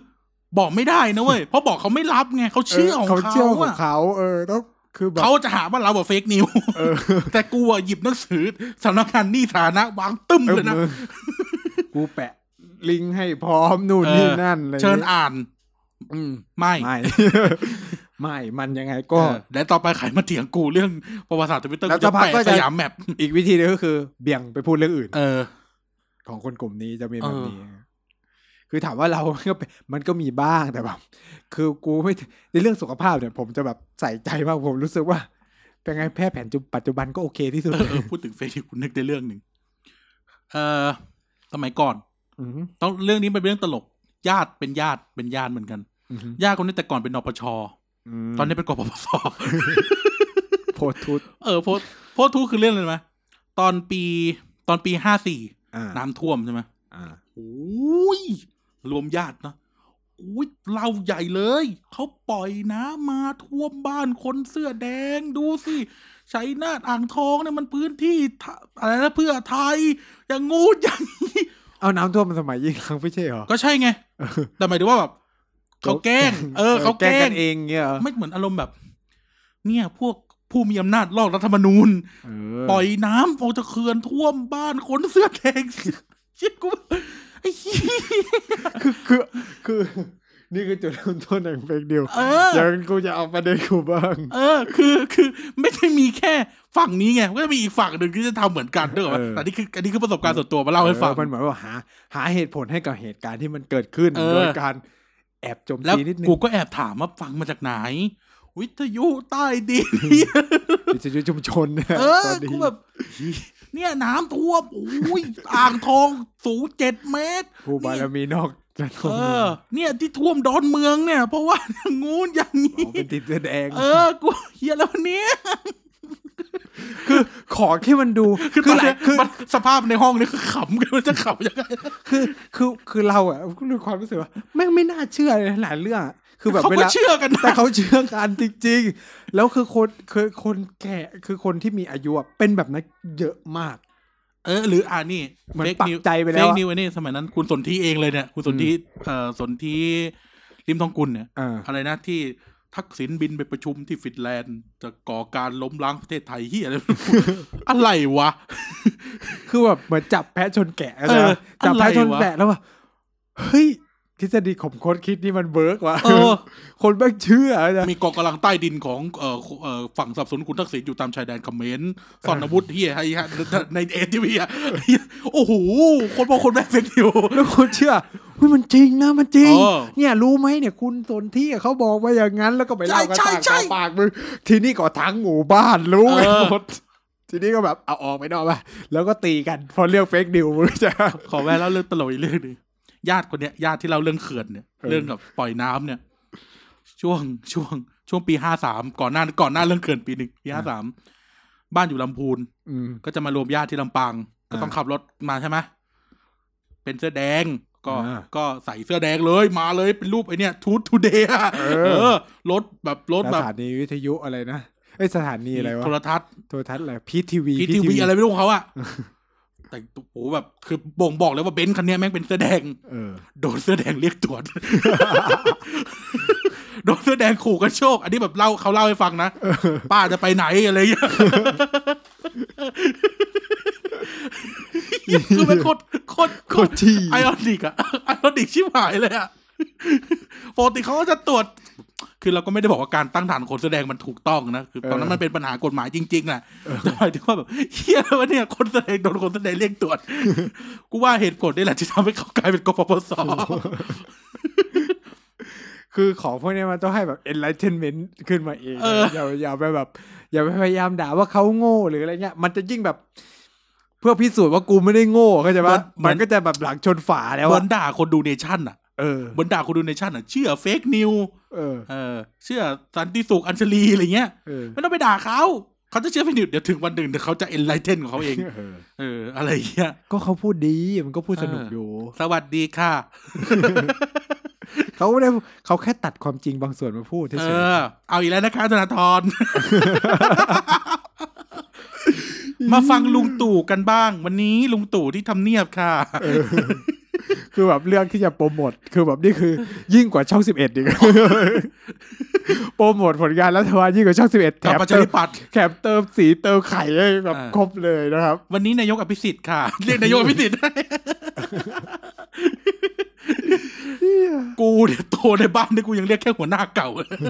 S2: บอกไม่ได้นะเว้ย เพราะบอกเขาไม่รับไงเขาเชื่อของ
S1: เขาเชื่อ
S2: เขา
S1: ของ
S2: อะ
S1: เขาเออต้องคือแบบ
S2: เขาจะหาว่าเราแบบเฟกนิว
S1: เออ
S2: แต่กูอะหยิบหนังสือสำนักงานหนี้ฐานะ วางตึ้มเลยนะ
S1: เออมึง กูแปะ ลิงก์ให้พร้อมนู่นนี่
S2: เออ
S1: นั่นอะไร
S2: เชิ
S1: อย่า
S2: ญ
S1: งงี้
S2: อ่าน
S1: อืม
S2: ไม่
S1: ไม่ ไม่มันยังไงก็
S2: เออและต่อไปใครมาเถียงกูเรื่องประวัติศาสตร์ทวิตเตอร์
S1: แล้
S2: กู
S1: วสั
S2: จะ
S1: กพัก
S2: แปะ
S1: ก็
S2: ส
S1: จะ
S2: ยามแมป
S1: อีกวิธีหนึงก็คือ เบี่ยงไปพูดเรื่องอื่น
S2: เออ
S1: ของคนกลุ่มนี้จะเป็นแบบ
S2: เออ
S1: นี้ คือถามว่าเรา ก็เป็นมันก็มีบ้างแต่แบบ คือกูไม่ในเรื่องสุขภาพเนี่ย ผมจะแบบใส่ใจมากผมรู้สึกว่า เป็นไงแพทย์แผนจุปัจจุบันก็โอเคที่สุด
S2: เออเออพูดถึงเฟซบุ๊กนึกได้เรื่องหนึ่งเออสมัยก่อน
S1: อืม
S2: ต้องเรื่องนี้เป็นเรื่องตลก ญาติเป็นญาติเป็นญาติเหมือนกัน
S1: อืม
S2: ญาติคนนี้แต่ก่อนเป็นนปช
S1: ม
S2: ตอนนี้เป็นกปปส
S1: โพสต์ทุต
S2: เออโพสต์โพสต์ทุกคือเรื่องอะไรรู้ไหมตอนปีตอนปีห้าสี่
S1: อ่า
S2: น้ำท่วมใช่ไหม
S1: อ่า
S2: โอ้ยรวมญาตินะโอ้ยเราใหญ่เลย เขาปล่อยน้ำมาท่วมบ้านคนเสื้อแดงดูสิชัยนาทอ่างทองเนี่ยมันพื้นที่ทะอะไรนะเพื่อไทย อย่างงูอย่างนี้
S1: เอาน้ำท่วมมันสมัยยิ่งครั้งไม่ใช่เหรอ
S2: ก็ใช่ไง แต่หมายถึงว่าแบบเขาแกล้ง เออเขาแกล้ง
S1: นเองเงี้ยเหรอ
S2: ไม่เหมือนอารมณ์แบบ เนี่ยพวกผู้มีอำนาจลอกรัฐธรรมนูญ
S1: เ
S2: ปล่อยน้ำออกจากเขื่อนท่วมบ้านคนเสื้อแดง เชิดกูไอ้เหี้ย
S1: คือคือคือ นี่คือจุดเริ่มต้นแห่งเฟกเดียว
S2: เออ
S1: ยังกูจะเอาประเด็นกูบ้าง
S2: เออ คือคือไม่ใช่มีแค่ฝั่งนี้ไงก็จะมีอีกฝั่งหนึ่งที่จะทำเหมือนกันด้วยวะแต่นี่คืออันนี้คือประสบการณ์ส่วนตัวมาเล่าให้ฟัง
S1: ออมันเหมือนว่าหา หาเหตุผลให้กับเหตุการณ์ที่มันเกิดขึ้น
S2: เออ
S1: โดยการแอบโจม
S2: แล้ว
S1: ตีนิดนึง
S2: กูก็แอบถามว่าฟังมาจากไหน วิทยุใต้ดิน
S1: วิทยุชุมชน เนี่ย
S2: เออ
S1: ตอนนี้
S2: กูแบบเนี่ยน้ำท่วมอุ้ยอ่างทองสูงเจ็ดเมตร
S1: กูบารมีนอกจะทน
S2: เออ เนี่ยที่ท่วมดอนเมืองเนี่ย เพราะว่าอย่างงูนอย่างนี้
S1: เป็นติดเสื้อแดง
S2: เออ กูเฮียแล้ววันเนี้ย
S1: คือของที่มันดู
S2: คือ
S1: คือ
S2: ตอน
S1: หลาย
S2: เนี้ย
S1: คือ
S2: มันสภาพในห้องนี่คือขำกันมันจะขำยังไง
S1: คือคือคือเราอะกูรู้ความรู้สึกว่าแม่งไม่น่าเชื่อเลยหลายเรื่องอะคือแบบ
S2: เขา
S1: เว
S2: ก็
S1: ลา
S2: เชื่อกัน
S1: แต่
S2: นะ
S1: เขาเชื่อกันจริงๆ แล้วคือคนคือคนแก่คือคนที่มีอายุอะเป็นแบบนั้นเยอะมาก
S2: เออ หรืออ่านี่
S1: เหมือนปักใจไปแล้ว
S2: เฟ
S1: อะ
S2: กนิวอันนี้สมัยนั้นคุณสนธิเองเลยเนี่ย คุณสนธิเอ่อสนธิริมทองกุลเนี่ย
S1: อ่า
S2: อะไรนะที่ทักษิณบินไปประชุมที่ฟินแลนด์ จะก่อการล้มล้างประเทศไทยเฮียอะไร อะไรวะ
S1: คือแบบเหมือนจับแพะชนแกะ
S2: เอ
S1: นะ
S2: อ
S1: จับแพะช
S2: อะไรวะ
S1: นแกะแล้วว่าเฮ้ยทฤษฎีของคนคิดนี่มันเบิร์กว่ะ
S2: เออ
S1: คนแม่งเชื่อนะ
S2: มีกองกำลังใต้ดินของเอ่อเอ่อฝั่งสนับสนุนคุณทักษิณอยู่ตามชายแดนเขมรซ่อนอาวุธเฮียให้ฮะในเอทีวีอะเหี้ยโอ้โห คนพอคนแม่งเฟกนิว
S1: แล้วคนเชื่อเฮ้ยมันจริงนะมันจริง
S2: เออ
S1: เนี่ยรู้ไหมเนี่ยคุณสนที่เขาบอกว่าอย่างนั้นแล้วก็ไปเล่ากัน
S2: ใช่
S1: ปาก
S2: ใช่
S1: ต่อปากมึงทีนี้ก็ทั้งหมู่บ้านรู้กัน
S2: เออ
S1: หมดทีนี้ก็แบบเอาออกไปนอกไปแล้วก็ตีกันเพอเรื่องเฟกนิวมึงจะ
S2: ขอแวะเล่าเรื่องตลกอีกเรื่องหนึงญาติคนเนี้ยญาติที่เล่าเรื่องเขื่อนเนี่ย
S1: เออ
S2: เรื่องแบบปล่อยน้ำเนี่ย ช่วงช่วง ช่วงปีห้าสามก่อนหน้าก่อนหน้าเรื่องเขื่อนปีหนึ่งปีห้าสามบ้านอยู่ลำพูน
S1: อืม
S2: ก็จะมารวมญาติที่ลำปาง ก็ต้องขับรถมาใช่ไหมเป็นเสื้อแดง ก็
S1: อ่า
S2: ก็ใส่เสื้อแดงเลยมาเลยเป็นรูปไอเนี้ยทูตทูเดย์
S1: เอ
S2: เอ
S1: อ
S2: อรถแบบรถ
S1: ส
S2: แบบ
S1: ถานีวิทยุอะไรนะไอยสถานีอะไรวะ
S2: โทรทัศน์
S1: โทรทัศน์อะไรพีทีวี
S2: พีทีวีอะไรไม่รู้ของเขาอะแต่โอ้โหแบบคือบ่งบอกเลยว่าเบนซ์คันเนี้ยแม่งเป็นเสื้อแดง
S1: เออ
S2: โดนเสื้อแดงเรียกตรวจ โดนเสื้อแดงขู่กันโชค อันนี้แบบเล่าเขาเล่าให้ฟังนะป้าจะไปไหนอะไรอย่างเงี้ย คือเป็นโคตรโคตร
S1: โคตรที่
S2: ไอ ออนิกอะไอออนิกชิบหายเลยอะปกติเขาก็จะตรวจ คือ คือเราก็ไม่ได้บอกว่าการตั้งฐานคนแสอแดงมันถูกต้องนะคือตอนนั้น
S1: เออ
S2: มันเป็นปัญหากฎหมายจริงๆแหละแต่หมายถึงว่าแบบเฮียแล้ววะเนี่ยคนแสดงโดนคนแสดงเรียกตรวจ กูว่าเหตุผลนี่แหละที่ทำให้เขากลายเป็นกปปส
S1: คือของพวกเนี้ยมันต้องให้แบบ enlightenment ขึ้นมาเองนะอย่าอย่าไปแบบ อย่าไปพยายามด่าว่าเขาโง่หรืออะไรเงี้ย มันจะยิ่งแบบ เพื่อพิสูจน์ว่ากูไม่ได้โง่เข้าใจปะมันก็จะแบบหลังชนฝาแล้ว
S2: เหมื
S1: อะ
S2: อนด่าคนดูเนชั่นอ่ะ
S1: เออ
S2: เหมือนด่าคนดูเนชั่นอ่ะเชื่อเฟกนิว
S1: เออ
S2: เออเชื่อสันติสุขอัญชลีอะไรเงี้ย
S1: เออ
S2: ไม่ต้องไปด่าเขา เขาจะเชื่อไปหนิดเดี๋ยวถึงวันหนึ่งเดี๋ยวเขาจะเอ็นไลเทนของเขาเอง
S1: เออ
S2: เออ อะไรอย่างเงี้ย
S1: ก็เขาพูดดีมันก็พูดสนุก
S2: เออ
S1: อ
S2: อ
S1: ยู่
S2: สวัสดีค่ะ
S1: เขาไม่ได้เขาแค่ตัดความจริงบางส่วนมาพูดเฉ
S2: เอย อ เอาอีกแล้วนะคะธนาธ ร มาฟังลุงตู่กันบ้าง วันนี้ลุงตู่ที่ทำเนียบค่ะ
S1: ๆเออคือแบบเรื่องที่จะโปรโมทคือแบบนี่คือ ยิ่งกว่าช่องสิบเอ็ ดอีกโปรโมทผลงานรัฐบาลยิ่งกว่าช่องสิบเอ็ดแถ
S2: กับ
S1: ม
S2: ประชา
S1: เติม
S2: ธิปัตย์
S1: แถมเติมสีเติมไข่ให้แบบ
S2: อ่า
S1: ครบเลยนะครับ
S2: วันนี้นายกอภิสิทธิ์ค่ะ เรียกนายกอภิสิทธิ์ได้ กูเนี่ยโตในบ้านเนี่ยกูยังเรียกแค่หัวหน้าเก่าเลย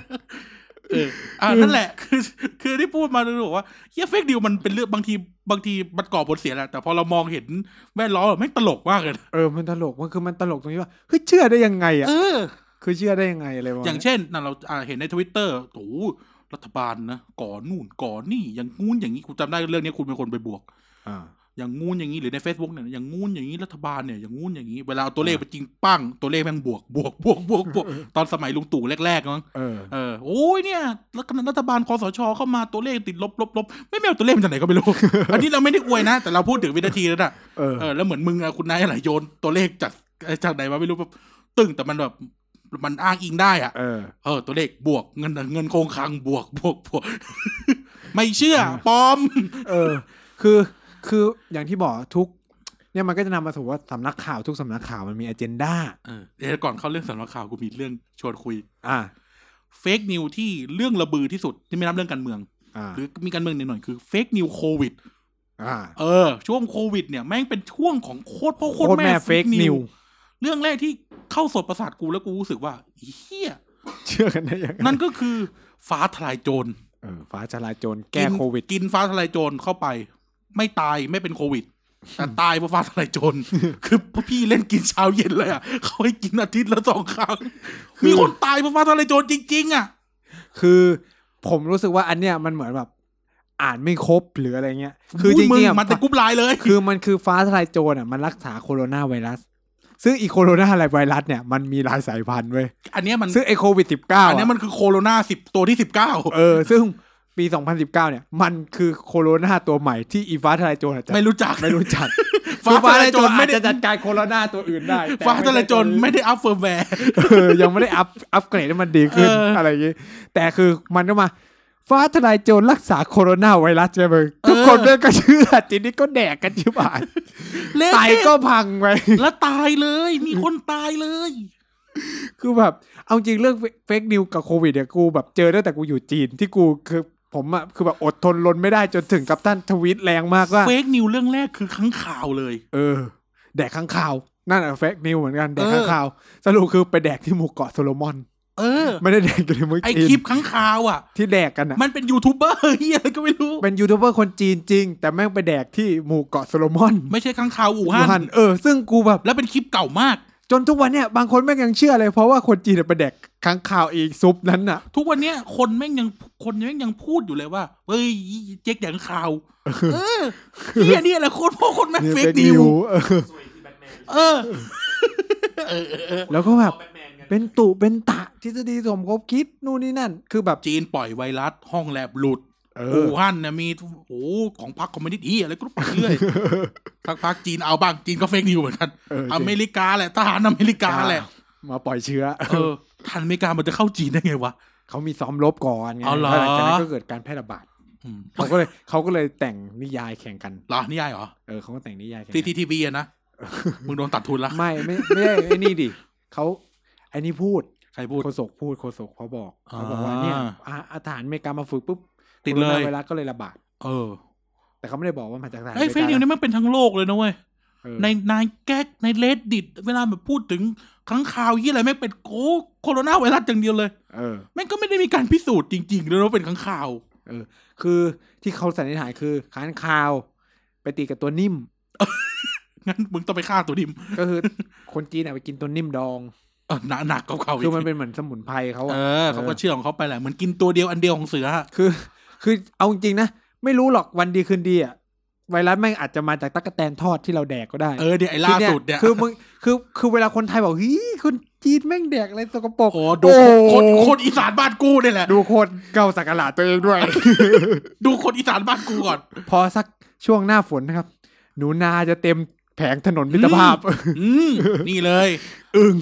S2: เอออ่านั่นแหละ คือ คือที่พูดมาดูบอกว่าเฮียเฟกดิวมันเป็นเรื่องบางทีบางทีมันก่อผลเสียแหละแต่พอเรามองเห็นแวดล้อมอะแม่งตลกมากเลยนะ
S1: เออมันตลกมันคือมันตลกตรงที่ว่าเฮ้ยเชื่อได้ยังไงอ่ะ
S2: เออ
S1: คือเชื่อได้ยังไงอะไรวะ
S2: อย่างเช่นน่ะเราอ่าเห็นในทวิตเตอร์โอ้โหรัฐบาลนะก่อนู่นก่อนี่ อย่างงู้นอย่างนี้คุณจำได้เรื่องนี้คุณเป็นคนไปบวก
S1: อ่า
S2: อย่างงู้นอย่างนี้หรือใน Facebook เนี่ยอย่างงู้นอย่างนี้รัฐบาลเนี่ยอย่างงู้นอย่างนี้เวลาเอาตัวเลขไปจริงปั้งตัวเลขแม่งบวกบวกบวกบวกบวกตอนสมัยลุงตู่แรกๆมั้ง
S1: เออ
S2: เออโอ้ยเนี่ยแล้วกำลังรัฐบาลคอสชเข้ามาตัวเลขติดลบลบลบไม่แม่เอาตัวเลขมาจากไหนก็ไม่รู้ อันนี้เราไม่ได้อวยนะ แต่เราพูดถึงวินาทีแล้วนะ
S1: เออ
S2: เออแล้วเหมือนมึงอะคุณนายอะไรโยนตัวเลขจากเอ่อจากไหนมาไม่รู้แบบตึงแต่มันแบบมันอ้างอิงได้อะ
S1: เออ
S2: เออตัวเลขบวกเงินเงินคงคลังบวกบวกบวก ไม่เชื่อปลอม
S1: เออ คือคืออย่างที่บอกทุก เนี่ยมันก็จะนำมาสู่ว่าสำนักข่าวทุกสำนักข่าวมันมีอเจนดา
S2: เออเดี๋ยวก่อนเข้าเรื่องสำนักข่าวกูมีเรื่องชวนคุย
S1: อ่า
S2: เฟกนิวที่เรื่องระบือที่สุดที่ไม่นับเรื่องการเมือง
S1: อ่า
S2: หรือมีการเมืองนิดหน่อยคือเฟกนิวโควิด
S1: อ่า
S2: เออช่วงโควิดเนี่ยแม่งเป็นช่วงของโคตรพ่อโค
S1: โค
S2: ต
S1: ต
S2: ร
S1: รแม่
S2: แม่
S1: เฟก
S2: fake
S1: นิว
S2: news เรื่องแรกที่เข้าสดประสาทกูแล้วกูรู้สึกว่าเฮีย
S1: เชื่อกันได้ยังไง
S2: นั่นก็คือฟ้าทลายโจร
S1: เออฟ้าจราจรแก้
S2: น
S1: โควิด
S2: กินฟ้าทลายโจรเข้าไป ไม่ตายไม่เป็นโควิด แต่ตายเพราะฟ้าทลายโจ ร คือพวกพี่เล่นกินเช้าเย็นเลยอ่ะเขาให้กินอาทิตย์ละสองครั้ง
S1: คือ
S2: มีคนตายเพราะฟ้าทลายโจรจริง ๆ อ่ะ
S1: คือผมรู้สึกว่าอันเนี้ยมันเหมือนแบบ อ่านไม่ครบหรืออะไรเงี้ย คือจ
S2: มึ
S1: ริงๆอะ
S2: มันแต่กรุ๊ปไลน์เลย
S1: คือมันคือฟ้าทลายโจรอ่ะมันรักษาโคโรนาไวรัส ซึ่งอีโคโรนาไวรัสเนี่ยมันมีหลายสายพันธุ์เว้ย
S2: อันเนี้ยมัน
S1: ซึ่งไอโควิดสิบเก้า
S2: อันเนี้ยมันคือโคโรนาสิบตัวที่สิบเก้า
S1: เออ ซึ่งปี 2019 เนี่ย มันคือโคโรนาตัวใหม่ที่อีฟ้าทลายโจรอะจะ
S2: ไม่รู้จัก
S1: ไม่รู้จัก
S2: ฟ้า
S1: คือ
S2: ทลายโจรไม่
S1: อา
S2: ได้
S1: จะจัดการโคโรนาตัวอื่นได้แต่
S2: ฟ้าทลายโจ รไม่ได้อัพเฟิร์มแวร์
S1: เออยังไม่ได้อัพอัพเกรดให้มันดีขึ้น
S2: เอออ
S1: อะไรอย่างงี้ แต่คือมันก็มา ฟ้าทลายโจรรักษาโคโรนาไวรัสใช่ไหมทุกคนด้วยก็ เชื่อทีนี้ก็แดกกันชิบหาย
S2: เละ
S1: ไต
S2: เทะ
S1: ก็พังไป
S2: แล้วตายเลย มีคนตายเลย
S1: คือแบบ เอาจริงเรื่องเฟกนิวกับโควิดเนี่ยกูแบบเจอตั้งแต่กูอยู่จีนที่กูคือผมอะคือแบบอดทนลนไม่ได้จนถึงกับท่านทวิตแรงมากว่า
S2: เฟกนิวเรื่องแรกคือข้างข่าวเลย
S1: เออ แดกข้างข่าว นั่นอะเฟกนิวเหมือนกันแดก
S2: เออ
S1: ข้างข่าว สรุปคือไปแดกที่หมู่เกาะโซโลมอน
S2: เออ
S1: ไม่ได้แดกอยู่ในเมือง
S2: ไอ
S1: จีน
S2: คลิปข้างข่าวอ่ะ
S1: ที่แดกกันอะ
S2: มันเป็นยูทูบเบอร์ เฮียอะไรก็ไม่รู้
S1: เป็นยูทูบเบอร์คนจีนจริง แต่แม่งไปแดกที่หมู่เกาะโซโลมอน
S2: ไม่ใช่ข้างข่าวอู่
S1: อู่ฮั
S2: ฮั่
S1: น
S2: น
S1: เออ ซึ่งกูแบบ
S2: แล้วเป็นคลิปเก่ามาก
S1: จนทุกวันเนี่ยบางคนแม่งยังเชื่อเลยเพราะว่าคนจีนเนี่ยไปแดกข้างข่าวอีกซุปนั้นน่ะ
S2: ทุกวันเนี้ยคนแม่งยังคนแม่งยังพูดอยู่เลยว่าเฮ้ยเจ๊กอย่างข่าวเออเฮียเนี่ยแหละโคตรพ่อโคตรแม่งเฟก
S1: fake
S2: นิว
S1: news เออ
S3: สวยที่แบทแมน
S2: เออ
S1: แล้วก็แบบ
S3: แบทแมนกัน
S1: เป็นตุเป็นตะทฤษฎีสมคบคิดนู่นนี่นั่น คือแบบ
S2: จีนปล่อยไวรัสห้องแลบหลุด
S1: เออ
S2: อู่ฮั่นเนี่ยมีโอ้โหของพรรคคอมมิวนิสต์อีอะไรก็ไปเรื่อย สักพักจีนเอาบ้างจีนก็เฟกนิวเหมือนกัน
S1: เออจริง
S2: อเมริกาแหละทหารอเมริกาแหละ
S1: มาปล่อยเชื้อ
S2: เออทหารอเมริกามันจะเข้าจีนได้ไงวะ
S1: เขามีซ้อมรบก่อนไง
S2: อ๋อเหรอ
S1: แล้วหลังจากนั้นก็เกิดการแพร่ระบาด
S2: อืม
S1: เขาก็เลยเขาก็เลยแต่งนิยายแข่งกัน
S2: เหรอนี่ยายเหรอ
S1: เออเขาก็แต่งนิยายแข่ง
S2: ซี
S1: กั
S2: ทีทีวีอะนะ มึงโดนตัดทุนละ
S1: นไม่ไม่ไม่ใช่ไอ้นี่ดิเขาไอ้นี่พูด
S2: ใครพูด
S1: โคศกพูดโคศกเขาบอก
S2: อ่า
S1: เขาบอกว่าเนี่ยอาอาทหารอเมริกามาฝึกปุ๊บ
S2: ติดเลย
S1: โคโรนาไวรัสก็เลยระบาด
S2: เออ
S1: แต่เขาไม่ได้บอกว่ามาจากไหน
S2: ไอ้ยเฟกนิวนี่มันเป็นทั้งโลกเลยนะเว้ย
S1: เออ
S2: ในนายแก๊กในเลดดิตเวลาแบบพูดถึงขังข่าวยี่อะไรไม่งเป็นโกโคโรนาไวรัสอย่างเดียวเลย
S1: เออ
S2: แม่งก็ไม่ได้มีการพิสูจน์จริงๆเลยว่าเป็นขังข่าว
S1: คือที่เขาสันนิษฐานคือค้างคาว ไปติดกับตัวนิ่ม
S2: งั้นมึงต้องไปฆ่าตัวดิม
S1: ก็คือ คนจีนอะไปกินตัวนิ่มด อง
S2: เออหนักหนักกับเขาอีก
S1: คือมันเป็นเหมือนสมุนไพรเขา
S2: เอ
S1: อะ
S2: อเขาก็เชื่อของเขาไปแหละเหมือนกินตัวเดียวอันเดียวของเสืออะ
S1: คือ คือเอาจริงๆนะ ไม่รู้หรอกวันดีคืนดีอะไวรัสแม่งอาจจะมาจากตั๊กแตนทอดที่เราแดกก็ได้
S2: เออเดี๋ยวไอ้ล่าสุดเนี่ย
S1: คือมึงคือคือเวลาคนไทยบอกฮีคนจีนแม่งแดกอะไรสกปรก
S2: โอ้ดู
S1: โห
S2: คนคนอีสานบ้านกูเนี่ยแหละ
S1: ดูโคตรเกาสักหลาดตัวเองด้วย
S2: ดูคนอีสานบ้านกูก่อน
S1: พอสักช่วงหน้าฝนนะครับ หนูนาจะเต็มแผงถนนมิตรภาพ
S2: อืมนี่เลย
S1: อึ้ง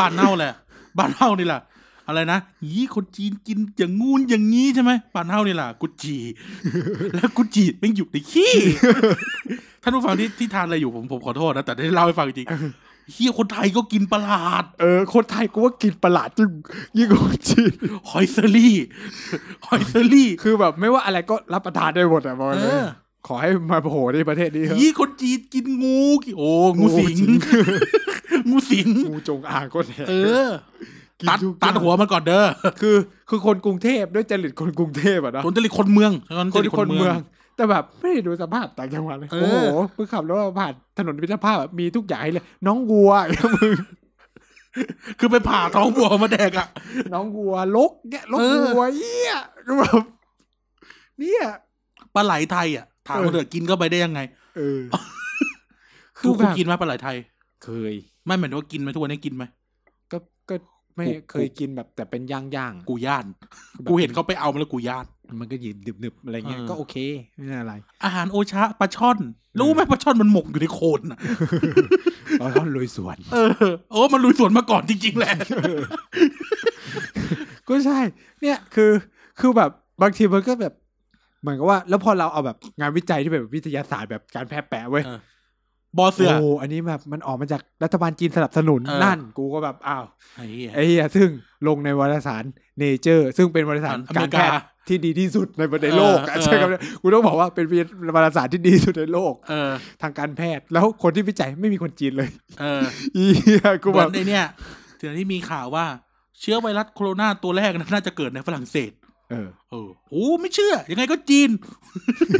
S2: บ้านเน่าแหละบ้านเน่านี่แหละอะไรนะยี่คนจีนกินอย่างงูนอย่างงี้ใช่ไหมบ้านเน่านี่แหละกุจี แล้วกุจีไม่งอยู่ในขี้ ท่านผู้ฟังที่ที่ทานอะไรอยู่ผมผมขอโทษนะ แต่ได้เล่าให้ฟังจริงเฮียคนไทยก็กินประหลาด
S1: เออ คนไทยกูว่ากินประหลาดยิ่งยิ่งกว่าคนจีน
S2: หอยเซอรี่ หอยเซอรี่
S1: คือแบบไม่ว่าอะไรก็รับประทานได้หมดอะบอกเล
S2: เอย อ
S1: ขอให้มาโผล่ที่ประเทศนี้เถอะ
S2: ยี่คนจีนกินงูกิโอ้งูสิง
S1: งูสิง
S2: งูสิง
S1: งูจงอางก็แหก
S2: เออ
S1: กิน
S2: ตัด
S1: ทุก
S2: ตัดหัวมันก่อนเด้อ
S1: คือ คือคนกรุงเทพด้วยจริตคนกรุงเทพอะเนอะ
S2: คนจะริตคนเมือง
S1: ค
S2: จ
S1: น
S2: ริต
S1: คนเมือง แต่แบบไม่ได้ดูสภาพต่างจังหวัดเลย
S2: เออ
S1: โอ้โหเพิ่งขับรถมาผ่านถนนมิตรภาพแบบมีทุกอย่างให้เลย น้องวัว
S2: คือไปผ่าท้องบัวมาแดกอ่ะ
S1: น้องวัวลกเนี่ยลก
S2: เออ
S1: วัวเยี่ยก็แบบเนี่ย
S2: ปลาไหลไทยอ่ะถาม
S1: เออ
S2: ว่าเธอะกินเข้าไปได้ยังไง
S1: เออ คื
S2: คือ อ
S1: แบบ
S2: คุณกินไหมปลาไหลไทย
S1: เคย
S2: ไม่เหมือนว่ากินไหมทุกวันนี้กินไหม
S1: ก็ก็ไม่
S2: กู
S1: เคยกินแบบแต่เป็นย่างย่างๆ
S2: กูย่าน กูเห็นเขาไปเอามาแล้วกูย่าน
S1: มันก็หยิบดึบดึบๆอะไรเงี้ย
S2: เออ
S1: ก็โอเคไม่น่าอะไร
S2: อาหารโอชะปลาช่อน รู้ไหมปลาช่อนมันหมกอยู่ในโคลนอ่ะ
S1: ปลาช่อนลุยสวน
S2: เออโอ้มันลุยสวนมาก่อนจริงๆแหละ
S1: ก็ใช่ เนี่ยคือคือแบบบางทีมันก็แบบเหมือนกับว่า แล้วพอเราเอาแบบงานวิจัยที่แบบวิทยาศาสตร์แบบการแพทย์แปะเว้ย
S2: เออ บอเสือ
S1: โอ้อันนี้แบบมันออกมาจากรัฐบาลจีนสนับสนุน
S2: เออ
S1: นั่นกูก็แบบอ้าว
S2: ไอ้เหี้ย
S1: ไอ้เหี้ยซึ่งลงในวารสารเนเจอร์ ซึ่งเป็นวารสาร
S2: อันอเม
S1: การ
S2: ริ
S1: แพ
S2: กา
S1: ทย์ที่ดีที่สุดในประเทศ
S2: เออ
S1: โลกอะ
S2: เออ
S1: ใช่ครับกูต้องบอกว่าเป็นวารสารที่ดีที่สุดในโลก
S2: เออ
S1: ทางการแพทย์ แล้วคนที่วิจัยไม่มีคนจีนเลย
S2: เออ
S1: อีเหี้ยกู
S2: เหมื
S1: แบ
S2: อน
S1: บ
S2: ไอเนี่ยถึงที่มีข่าวว่า เชื้อไวรัสโคโรนาตัวแรกน่าจะเกิดในฝรั่งเศส
S1: เออ
S2: เออโอ้ไม่เชื่อ ยังไงก็จีน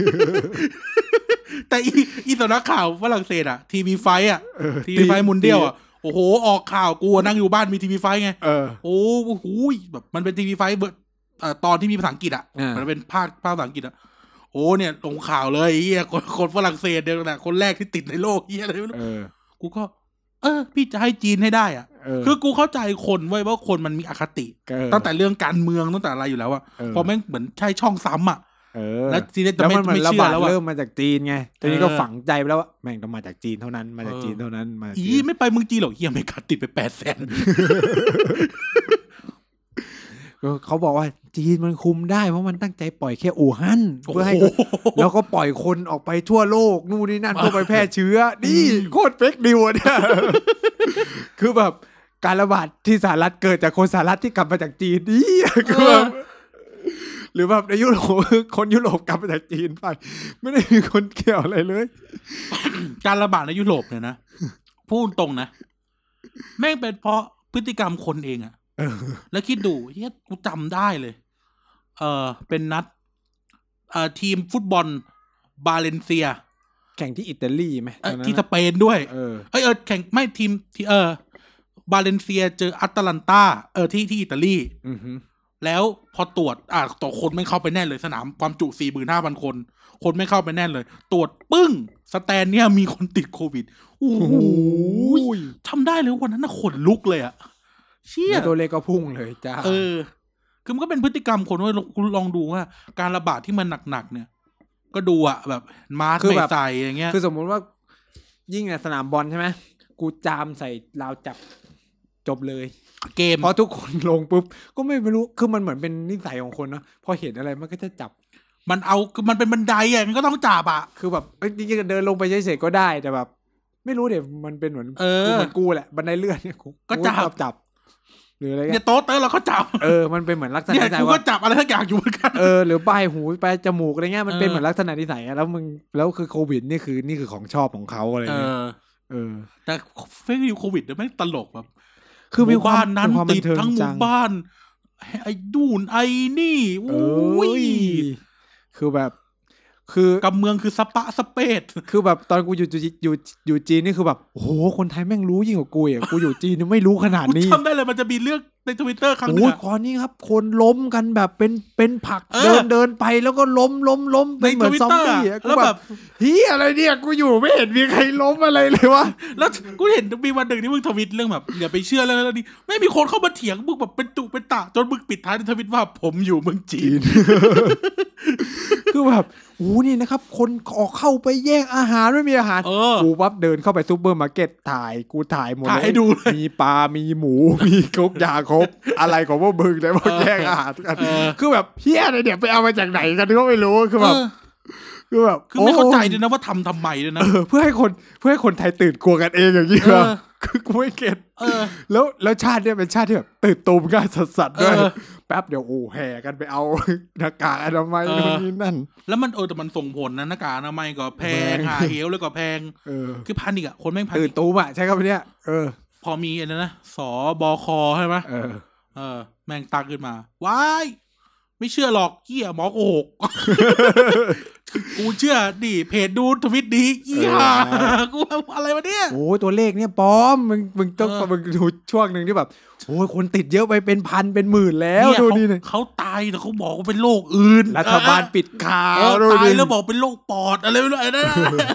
S2: แต่อีอีสำนักข่าวฝรั่งเศสอะทีวีไฟอะ
S1: เออ
S2: ทีวีไฟมุนเดียวอะโอ้โห ออกข่าวกูอะนั่งอยู่บ้านมีทีวีไฟไง
S1: เออ
S2: โอ้โหแบบมันเป็นทีวีไฟเบอร์เอ่อตอนที่มีภาษาอังกฤษอะ
S1: อ่ามั
S2: มันเป็นภาคภาคภาษาอังกฤษอะโอ้เนี่ยลงข่าวเลยเฮียคนคนฝรั่งเศสเนี่ยแหละคนแรกที่ติดในโลกเฮียอะไรไม่รู้
S1: เออ
S2: กูก็ เออ พี่จะให้จีนให้ได้อะ
S1: เออ
S2: คือกูเข้าใจคนไว้ยว่าคนมันมีอคติ
S1: เออ
S2: ตั้งแต่เรื่องการเมืองตั้งแต่อะไรอยู่แล้วอะ
S1: เออ
S2: พอแม่งเหมือนใช่ช่องซ้ำอะ
S1: เออ
S2: แล้วทีนี้จะ
S1: แล้ว
S2: ไม่
S1: มันเหมือ
S2: ไม่
S1: น
S2: เชื่อบ
S1: ระาด
S2: แล้วว่า
S1: เริ่มมาจากจีนไงทีนี้ก็
S2: เออ
S1: ฝังใจไปแล้วว่าแม่งต้องมาจากจีนเท่านั้น มาจาก
S2: เออ
S1: จีนเท่านั้น มาจาก
S2: อี
S1: จีน
S2: ไม่ไปเมืองจีนหรอกเฮียอเมริกาติดไปแปดแสน
S1: ก็เขาบอกว่าจีนมันคุมได้เพราะมันตั้งใจปล่อยแค่อู่ฮั่น
S2: โอ้โห
S1: เพื่อให้ แล้วก็ปล่อยคนออกไปทั่วโลกนู่นนี่ นั่นเพื่อไปแพร่เชื้อ นี่โคตรเฟกนิวส์อะเนี่ย คือแบบการระบาดที่สหรัฐเกิดจากคนสหรัฐที่กลับมาจากจีนนี่ คือแบบ
S2: เออ
S1: หรือแบบในยุโรป คนยุโรปกลับมาจากจีนไป ไม่ได้มีคนเกี่ยวอะไรเลย
S2: การระบาดในยุโรปเนี่ยนะ พูดตรงนะ แม่งเป็นเพราะพฤติกรรมคนเองอะ
S1: เออ
S2: แล้วคิดดูเฮียกูจำได้เลย เออเป็นนัดเอ่อทีมฟุตบอลบาเลนเซีย
S1: แข่งที่อิตาลีไหม
S2: เอ้ย
S1: ตอนนั้น
S2: ที่ส
S1: อะ
S2: เปนด้วย
S1: เออ
S2: เอ้ยเออแข่งไม่ทีมที่เออบาเลนเซียเจออัตแลนตาเออที่ที่อิตาลี
S1: อือฮึ
S2: แล้วพอตรวจ อ่าต่อคนไม่เข้าไปแน่นเลยสนามความจุสี่หมื่นห้าพันคน คนไม่เข้าไปแน่นเลย ตรวจปึ้ง สแตนเนี่ยมีคนติดโควิดโอ้
S1: โอ้
S2: โห
S1: โห
S2: ทำได้เลยวันนั้นน่ะขนลุกเลยอะเชี่ย
S1: แล้วตัวเลขก็พุ่งเลยจ้า
S2: เออ คือมันก็เป็นพฤติกรรมคนว่าคุณลองดูว่า การระบาดที่มันหนักๆเนี่ย ก็ดูอะแบบมาสก์ไม่ใส่อย่างเงี้ย
S1: คือสมมุติว่า ยิ่งในสนามบอลใช่ไหมกูจามใส่ราวจับจบเลย
S2: เกม
S1: เพราะทุกคนลงปุ๊บ ก็ไม่รู้คือมันเหมือนเป็นนิสัยของคนเนอะพอเห็นอะไรมันก็จะจับ
S2: มันเอามันเป็นบันไดอะมันก็ต้องจับอะ
S1: คือแบบเอ้ยจริงๆเดินลงไปเฉยๆก็ได้แต่แบบ ไม่รู้เดี๋ยวมันเป็นเหมือน
S2: เออ
S1: คือเหมือนกูแหละบันไดเลื่อนเนี่ยกู
S2: ก็จับ
S1: จับ หรืออะไร
S2: เนี่
S1: เงี้
S2: ย
S1: ย
S2: โต๊ะเตอร์เราก็จับ
S1: เออมันเป็นเหมือนลักษณะ
S2: เนี่ย
S1: นิสัย
S2: กูก็
S1: ว่า
S2: จับอะไรสักอย่างอยู่เหมือนกัน
S1: เออหรือป้ายหูไปายจมูกอะไรเงี้ยมันเป็น
S2: เออ
S1: เหมือนลักษณะนิสัยอะแล้วมึงแล้วคือโควิดนี่คือนี่คือของชอบของเขาอะไร
S2: เอ
S1: เงี้ย
S2: อ
S1: เออ
S2: แต่เฟกนิวโควิดเนี่ยไม่งตลกแบบ
S1: คือ
S2: ห
S1: มี
S2: มู่
S1: ควา
S2: บ้าม นนั้น
S1: มีความบั
S2: ติด
S1: เทิ
S2: ทั้งหมู่
S1: จั
S2: บ้านไอ้ดูนไอ้นี่
S1: เอ
S2: อ
S1: ้
S2: ุ้ย
S1: ย คือแบบ คือ
S2: กับเมืองคือสปะสเปด
S1: คือแบบตอนกูอยู่อยู่อยู่อยู่จีนนี่คือแบบโอ้โหคนไทยแม่งรู้ยิ่งกว่ากูอีกกูอยู่จีนนี่ไม่รู้ขนาด
S2: กู
S1: นี้
S2: จำได้เลยมันจะมีเรื่องในทวิตเตอร์ครั้งหนึง
S1: โอ้ย
S2: อะ
S1: ก่อนนี้ครับ คนล้มกันแบบเป็นเป็นผัก
S2: เออ
S1: เดินเดินไปแล้วก็ล้มล้มล้ม
S2: ใน
S1: เป็นเหมือน
S2: ทวิต
S1: ซอม
S2: เตอร์
S1: บี้อะกู
S2: แล้ว
S1: แบ
S2: แบบ บ
S1: เฮียอะไรเนี่ยกูอยู่ไม่เห็นมีใครล้มอะไรเลยวะ
S2: แล้วกูเห็นมีวันหนึ่งที่มึงทวิตเรื่องแบบอย่าไปเชื่อแล้วแล้วนี่ไม่มีคนเข้ามาเถียงมึงแบบเป็นตุเป็นตะจนมึงปิดท้ายในทวิตว่าผมอยู่เมืองจีน
S1: คือแบบโอ้โหนี่นะครับ คนออกเข้าไปแย่งอาหารไม่มีอาหาร
S2: เออ
S1: กูปั๊บเดินเข้าไปซูเปอร์มาร์เก็ตถ่ายกูถ่ายหมด
S2: ถ่ายให้ดูเลย
S1: มีปลา มีหมู มีครบยาครบ อะไรของพวกมึงเนี่ยพวก
S2: เออ
S1: แย่งอาหารกัน
S2: เออ
S1: คือแบบเฮียอะไรเนี่ยไปเอามาจากไหนกันก็ไม่รู้คือแบบ
S2: เออ
S1: คือแบบ
S2: คือไม่เข้าใจด้ว
S1: โอ้
S2: ยนะว่าทำทำไมด้วยนะ
S1: เออเพื่อให้คนเพื่อให้คนไทยตื่นกลัวกันเองอย่างนี้เหรอ
S2: เออ
S1: คือกูไม่เก็ต
S2: เออ
S1: แล้วแล้วชาติเนี่ยเป็นชาติที่แบบตื่นตูมกันสัสๆด้วย
S2: เออ
S1: แป๊บเดี๋ยวโอ้แห่กันไปเอาหน้ากากอนามัย
S2: เออ
S1: นู่นนี่นั่น
S2: แล้วมันเออแต่มันส่งผลนะหน้ากากอนามัยก็แพง
S1: แพง
S2: หาเหวแล้วก็แพง
S1: เออ
S2: คือพันอีกอะคนแม่งพัน
S1: ตื่
S2: อี
S1: น
S2: ก
S1: ตูมอ่ะใช้คำเนี้ยเออ
S2: พอมีอันนั้นนะสบคใช่ไหม
S1: เออ
S2: เออ แม่งตักขึ้นมาว้ายไม่เชื่อหรอกเกี้ยหมอโกหกกูเชื่อดิเพจดูทวิตดีเกี้ย
S1: เออ
S2: กูอะไรวะเนี่ย
S1: โอ้ยตัวเลขเนี่ยปลอมมึงมึงต้อง
S2: เออ
S1: มึงดูช่วงหนึ่งที่แบบโอ้ยคนติดเยอะไปเป็นพันเป็นหมื่นแล้ว
S2: เนี่ย
S1: ดู
S2: เขา
S1: นี่เนี่ย
S2: เขาตายแต่เขาบอกว่าเป็นโรคอื่น
S1: รัฐบาลปิดข่า
S2: เอ
S1: ว
S2: อ
S1: ดู
S2: ตาย
S1: นี่
S2: แล้วบอกเป็นโรคปอดอะไรไม่รู้ไอ้นั่นน่ะ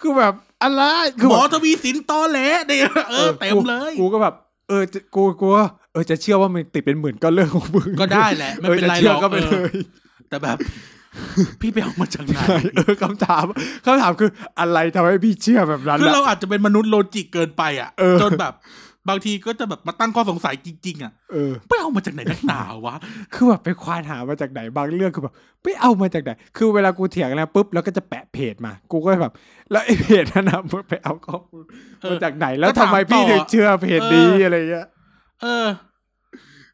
S1: คือแบบอะไร คือ
S2: หม
S1: แบบ
S2: อทวีสินตอแหลเนี่ยเออเต็มเลย
S1: กูกูก็แบบ เออจะกูกูว่าเออจะเชื่อว่ามันติดเป็นหมื่นก็เรื่องของมึง
S2: ก็ได้แหละ ไม่
S1: เออ
S2: เป็น
S1: จะ
S2: ไร
S1: เชื่
S2: หร
S1: อ
S2: อก
S1: ก็ไป
S2: เอ
S1: เล
S2: อย แต่แบบ พี่ไปเอามาจากไหน
S1: เออคำถามคำถามคืออะไรทำให้พี่เชื่อแบบนั้น
S2: คือ
S1: ล่ะ
S2: เราอาจจะเป็นมนุษย์โลจิกเกินไปอ่ะ
S1: เออ
S2: จนแบบ บางทีก็จะแบบมาตั้งข้อสงสัยจริง ๆ อ่ะ
S1: เออ
S2: ไปเอามาจากไหนนักหนาวะ
S1: คือแบบไปควานหามาจากไหนบางเรื่องคือแบบไปเอามาจากไหนคือเวลากูเถียงแล้วปุ๊บแล้วก็จะแปะเพจมา กูก็แบบ แล้วไอ้เพจนั้นนะมึงไปเอาข้อมูล
S2: เออ
S1: มาจากไหนแล้ว
S2: ก็
S1: ทำ
S2: ถาม
S1: ไมพี่
S2: ต่อ
S1: ถึงเชื่อเพจนี้
S2: เอออ
S1: อะไรเงี้ย
S2: เออ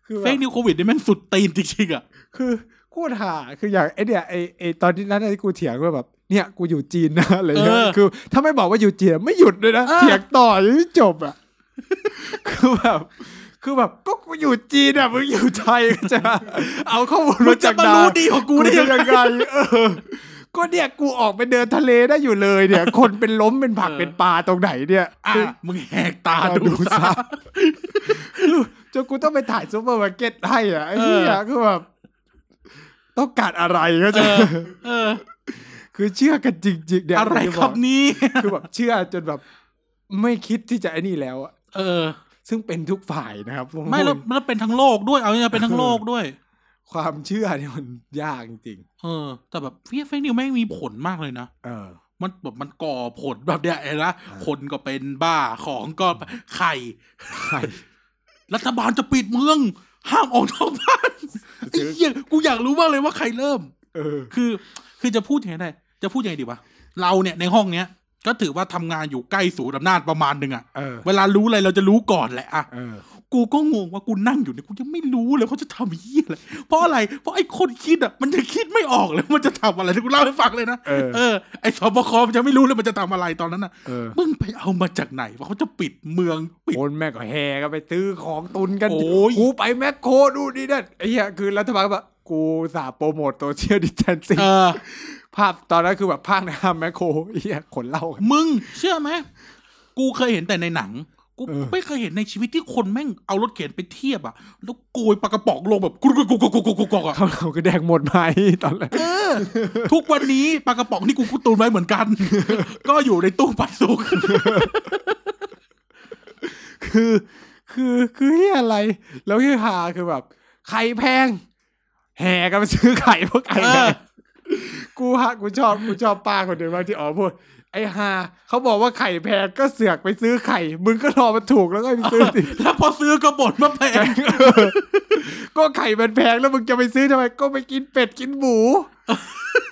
S1: คือแบ
S2: เฟ
S1: บ
S2: กนิวโควิดนี่แม่งสุดตีนจริงๆ อ่ะ
S1: คือกูหาคืออย่างไอเนี่ยไอไอตอนที่นั้นที่กูเถียงว่าแบบเนี่ยกูอยู่จีนนะอะไรเงี้ยคือถ้าไม่บอกว่าอยู่จีนไม่หยุดเลยนะเถียงต่อยังไม่จบอ่ะ คือแบบคือแบบก็กูอยู่จีนอ่ะมึงอยู่ไทยจะเอาข้อมูล
S2: มึ
S1: มาง จา
S2: จะ
S1: ก
S2: มา
S1: ไหน
S2: รู้ดีของกู
S1: กู
S2: ได้
S1: ได้
S2: ยั
S1: ยัง ง
S2: ไง
S1: ไงเออ ก็เนี่ยกูออกไปเดินทะเลได้อยู่เลย เนี่ย คนเป็นล้มเป็นผัก
S2: เออ
S1: เป็นปลาตรงไหนเนี่ย
S2: อ่ะ
S1: คือ
S2: มึงแหกตา
S1: ตา
S2: ดู
S1: ดู
S2: ซะ
S1: ซะ จนกูต้องไปถ่ายซูเปอร์มาร์เก็ตให้อ่ะไอ้เหี้ย
S2: เออ
S1: คือแบบต้องการอะไรก็
S2: เอ
S1: จะ
S2: อ เออ
S1: คือเชื่อกันจริงๆเนี่ย
S2: อะไรครับ
S1: ที่
S2: นี้
S1: อกคือแบบเชื่อจนแบบ ไม่คิดที่จะไอ้นี่แล้วอะ
S2: เออ
S1: ซึ่งเป็นทุกฝ่ายนะครับผ
S2: ไม่แล้ว
S1: พูด
S2: แล้วเป็นทั้งโลกด้วย เอาเนี่ยเป็นทั้งโลกด้วย
S1: ความเชื่อเนี่ยมันยากจริง
S2: เออ แต่แบบเฟกนิวแม่งมีผลมากเลยนะ
S1: ๆเออ
S2: มันแบบมันก่อผลแบบเนี้ยเห็นนะคนก็เป็นบ้าของก็ไข่
S1: ใคร
S2: รัฐบาลจะปิดเมือง ห้ามออกนอกบ้ านไอ้เหี้ยกูอยากรู้มากเลยว่าใครเริ่ม
S1: เออ
S2: คือ คือจะพูดยังไงได้จะพูดยังไงดีวะเราเนี่ยในห้องเนี้ย ก็ถือว่าทำงานอยู่ใกล้ศูนย์อำนาจประมาณหนึ่งอะ
S1: เออ
S2: เวลารู้อะไรเราจะรู้ก่อนแหละอะ
S1: เออ
S2: กูก็งงว่ากูนั่งอยู่เนี่ยกูยังไม่รู้เลยเขาจะทำเหี้ยอะไรเพราะอะไรเพราะไอ้คนคิดอะมันจะคิดไม่ออกเลยว่ามันจะทำอะไรที่กูเล่าให้ฟังเลยนะ
S1: เออ
S2: เออไอ้สบคมันจะไม่รู้เลยมันจะทำอะไรตอนนั้นอะ
S1: เออ
S2: มึงไปเอามาจากไหนว่าเขาจะปิดเมืองปิด
S1: คนแม่งก็แห่กันไปซื้อของตุนกัน
S2: โอ้ย
S1: กูไปแมคโครดูนนี่นั่นไอ้เหี้ยคือรัฐบาลก็แบบกูสาโปรโมทโซเชียลดิสแทนซิ่ง
S2: เออ
S1: ภาพตอนนั้นคือแบบภาคหน้าแมคโครไอ้เหี้ยขนเหล่ากัน
S2: มึงเชื่อไหมกูเคยเห็นแต่ในหนัง กู
S1: เออ
S2: ไม่เคยเห็นในชีวิตที่คนแม่งเอารถเข็นไปเทียบอะแล้วโกยปลากระป๋องลงแบบกุกกุกกุกกุกกุกกุกกุกอะ
S1: เขาเราก็แดงหมดไหมตอนแรก
S2: เออ ทุกวันนี้ปลากระป๋องที่กูกูตุนไว้เหมือนกัน ก็อยู่ในตู้ปันสุก
S1: คือ คือคือเหี้ยอะไร แล้วที่หาคือแบบ ไข่แพง แห่กันไปซื้อไข่เพราะไข่แพง
S2: เออ
S1: กูฮะกูชอบกูชอบป้าคนเดียวมากที่อ๋อพูดไอ้ฮาเขาบอกว่าไข่แพงก็เสือกไปซื้อไข่ มึงก็รอมันถูกแล้วก็ไปซื้อสิ
S2: แล้วพอซื้อก็บ่นมาแพง
S1: ก็ไข่มันแพงแล้วมึงจะไปซื้อทำไมก็ไปกินเป็ดกินหมู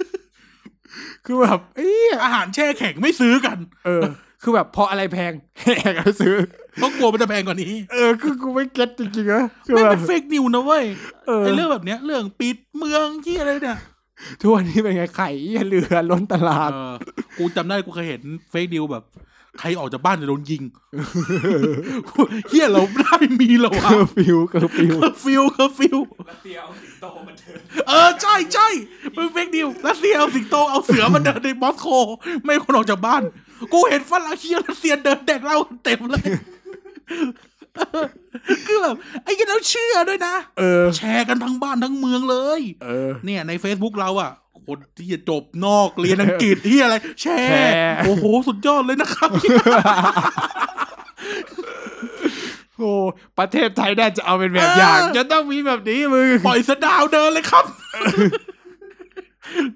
S1: คือแบบเอ้ย
S2: อาหารแช่แข็งไม่ซื้อกัน
S1: เออ คือแบบพออะไรแพงแหกไปซื้อ
S2: เพราะกลัวมันจะแพงกว่านี้
S1: เออคือกูไม่เก็ตจริงๆนะคือ
S2: ไม่
S1: แบ
S2: เป็
S1: บ
S2: นเฟกนิวนะเว้ย
S1: เออ
S2: ไอ้เรื่องแบบเนี้ยเรื่องปิดเมืองที่อะไรเนี่ย
S1: ทุกวันนี้เป็นไงไข่เหี้ยเรือล้นตลาด
S2: เออกูจำได้กูเคยเห็นเฟกนิวแบบ ใครออกจากบ้านจะโดนยิง เฮียเราได้มีแล้ว
S1: เค
S2: อะ
S1: อร์ฟิวเคอร์ฟิว
S2: เคอร์ฟิวเคอร์ฟิว
S3: รัสเซียเอาสิงโตมาเดิน
S2: เออ ใช่ใช่เป็นเฟกนิวรัสเซียเอาสิงโตเอาเสือมาเดินในมอสโกไม่ให้คนออกจากบ้าน กูเห็นฝรั่งเชียรัสเซียเดินแดกเหล้ากันเต็มเลย เออคือแบบไอ้กันเราเชื่อด้วยนะ
S1: เออ
S2: แชร์กันทั้งบ้านทั้งเมืองเลย
S1: เออ
S2: เนี่ยใน Facebook เราอ่ะ คนที่จะจบนอกเรียนอังกฤษที่อะไร แช
S1: แชร์
S2: ร์ โอ้โห สุดยอดเลยนะครับ
S1: โอ้ประเทศไทยน่าจะเอาเป็นแบบอย่าง
S2: เออ
S1: จะต้องมีแบบนี้มึง
S2: ปล่อยสะดาวเดินเลยครับ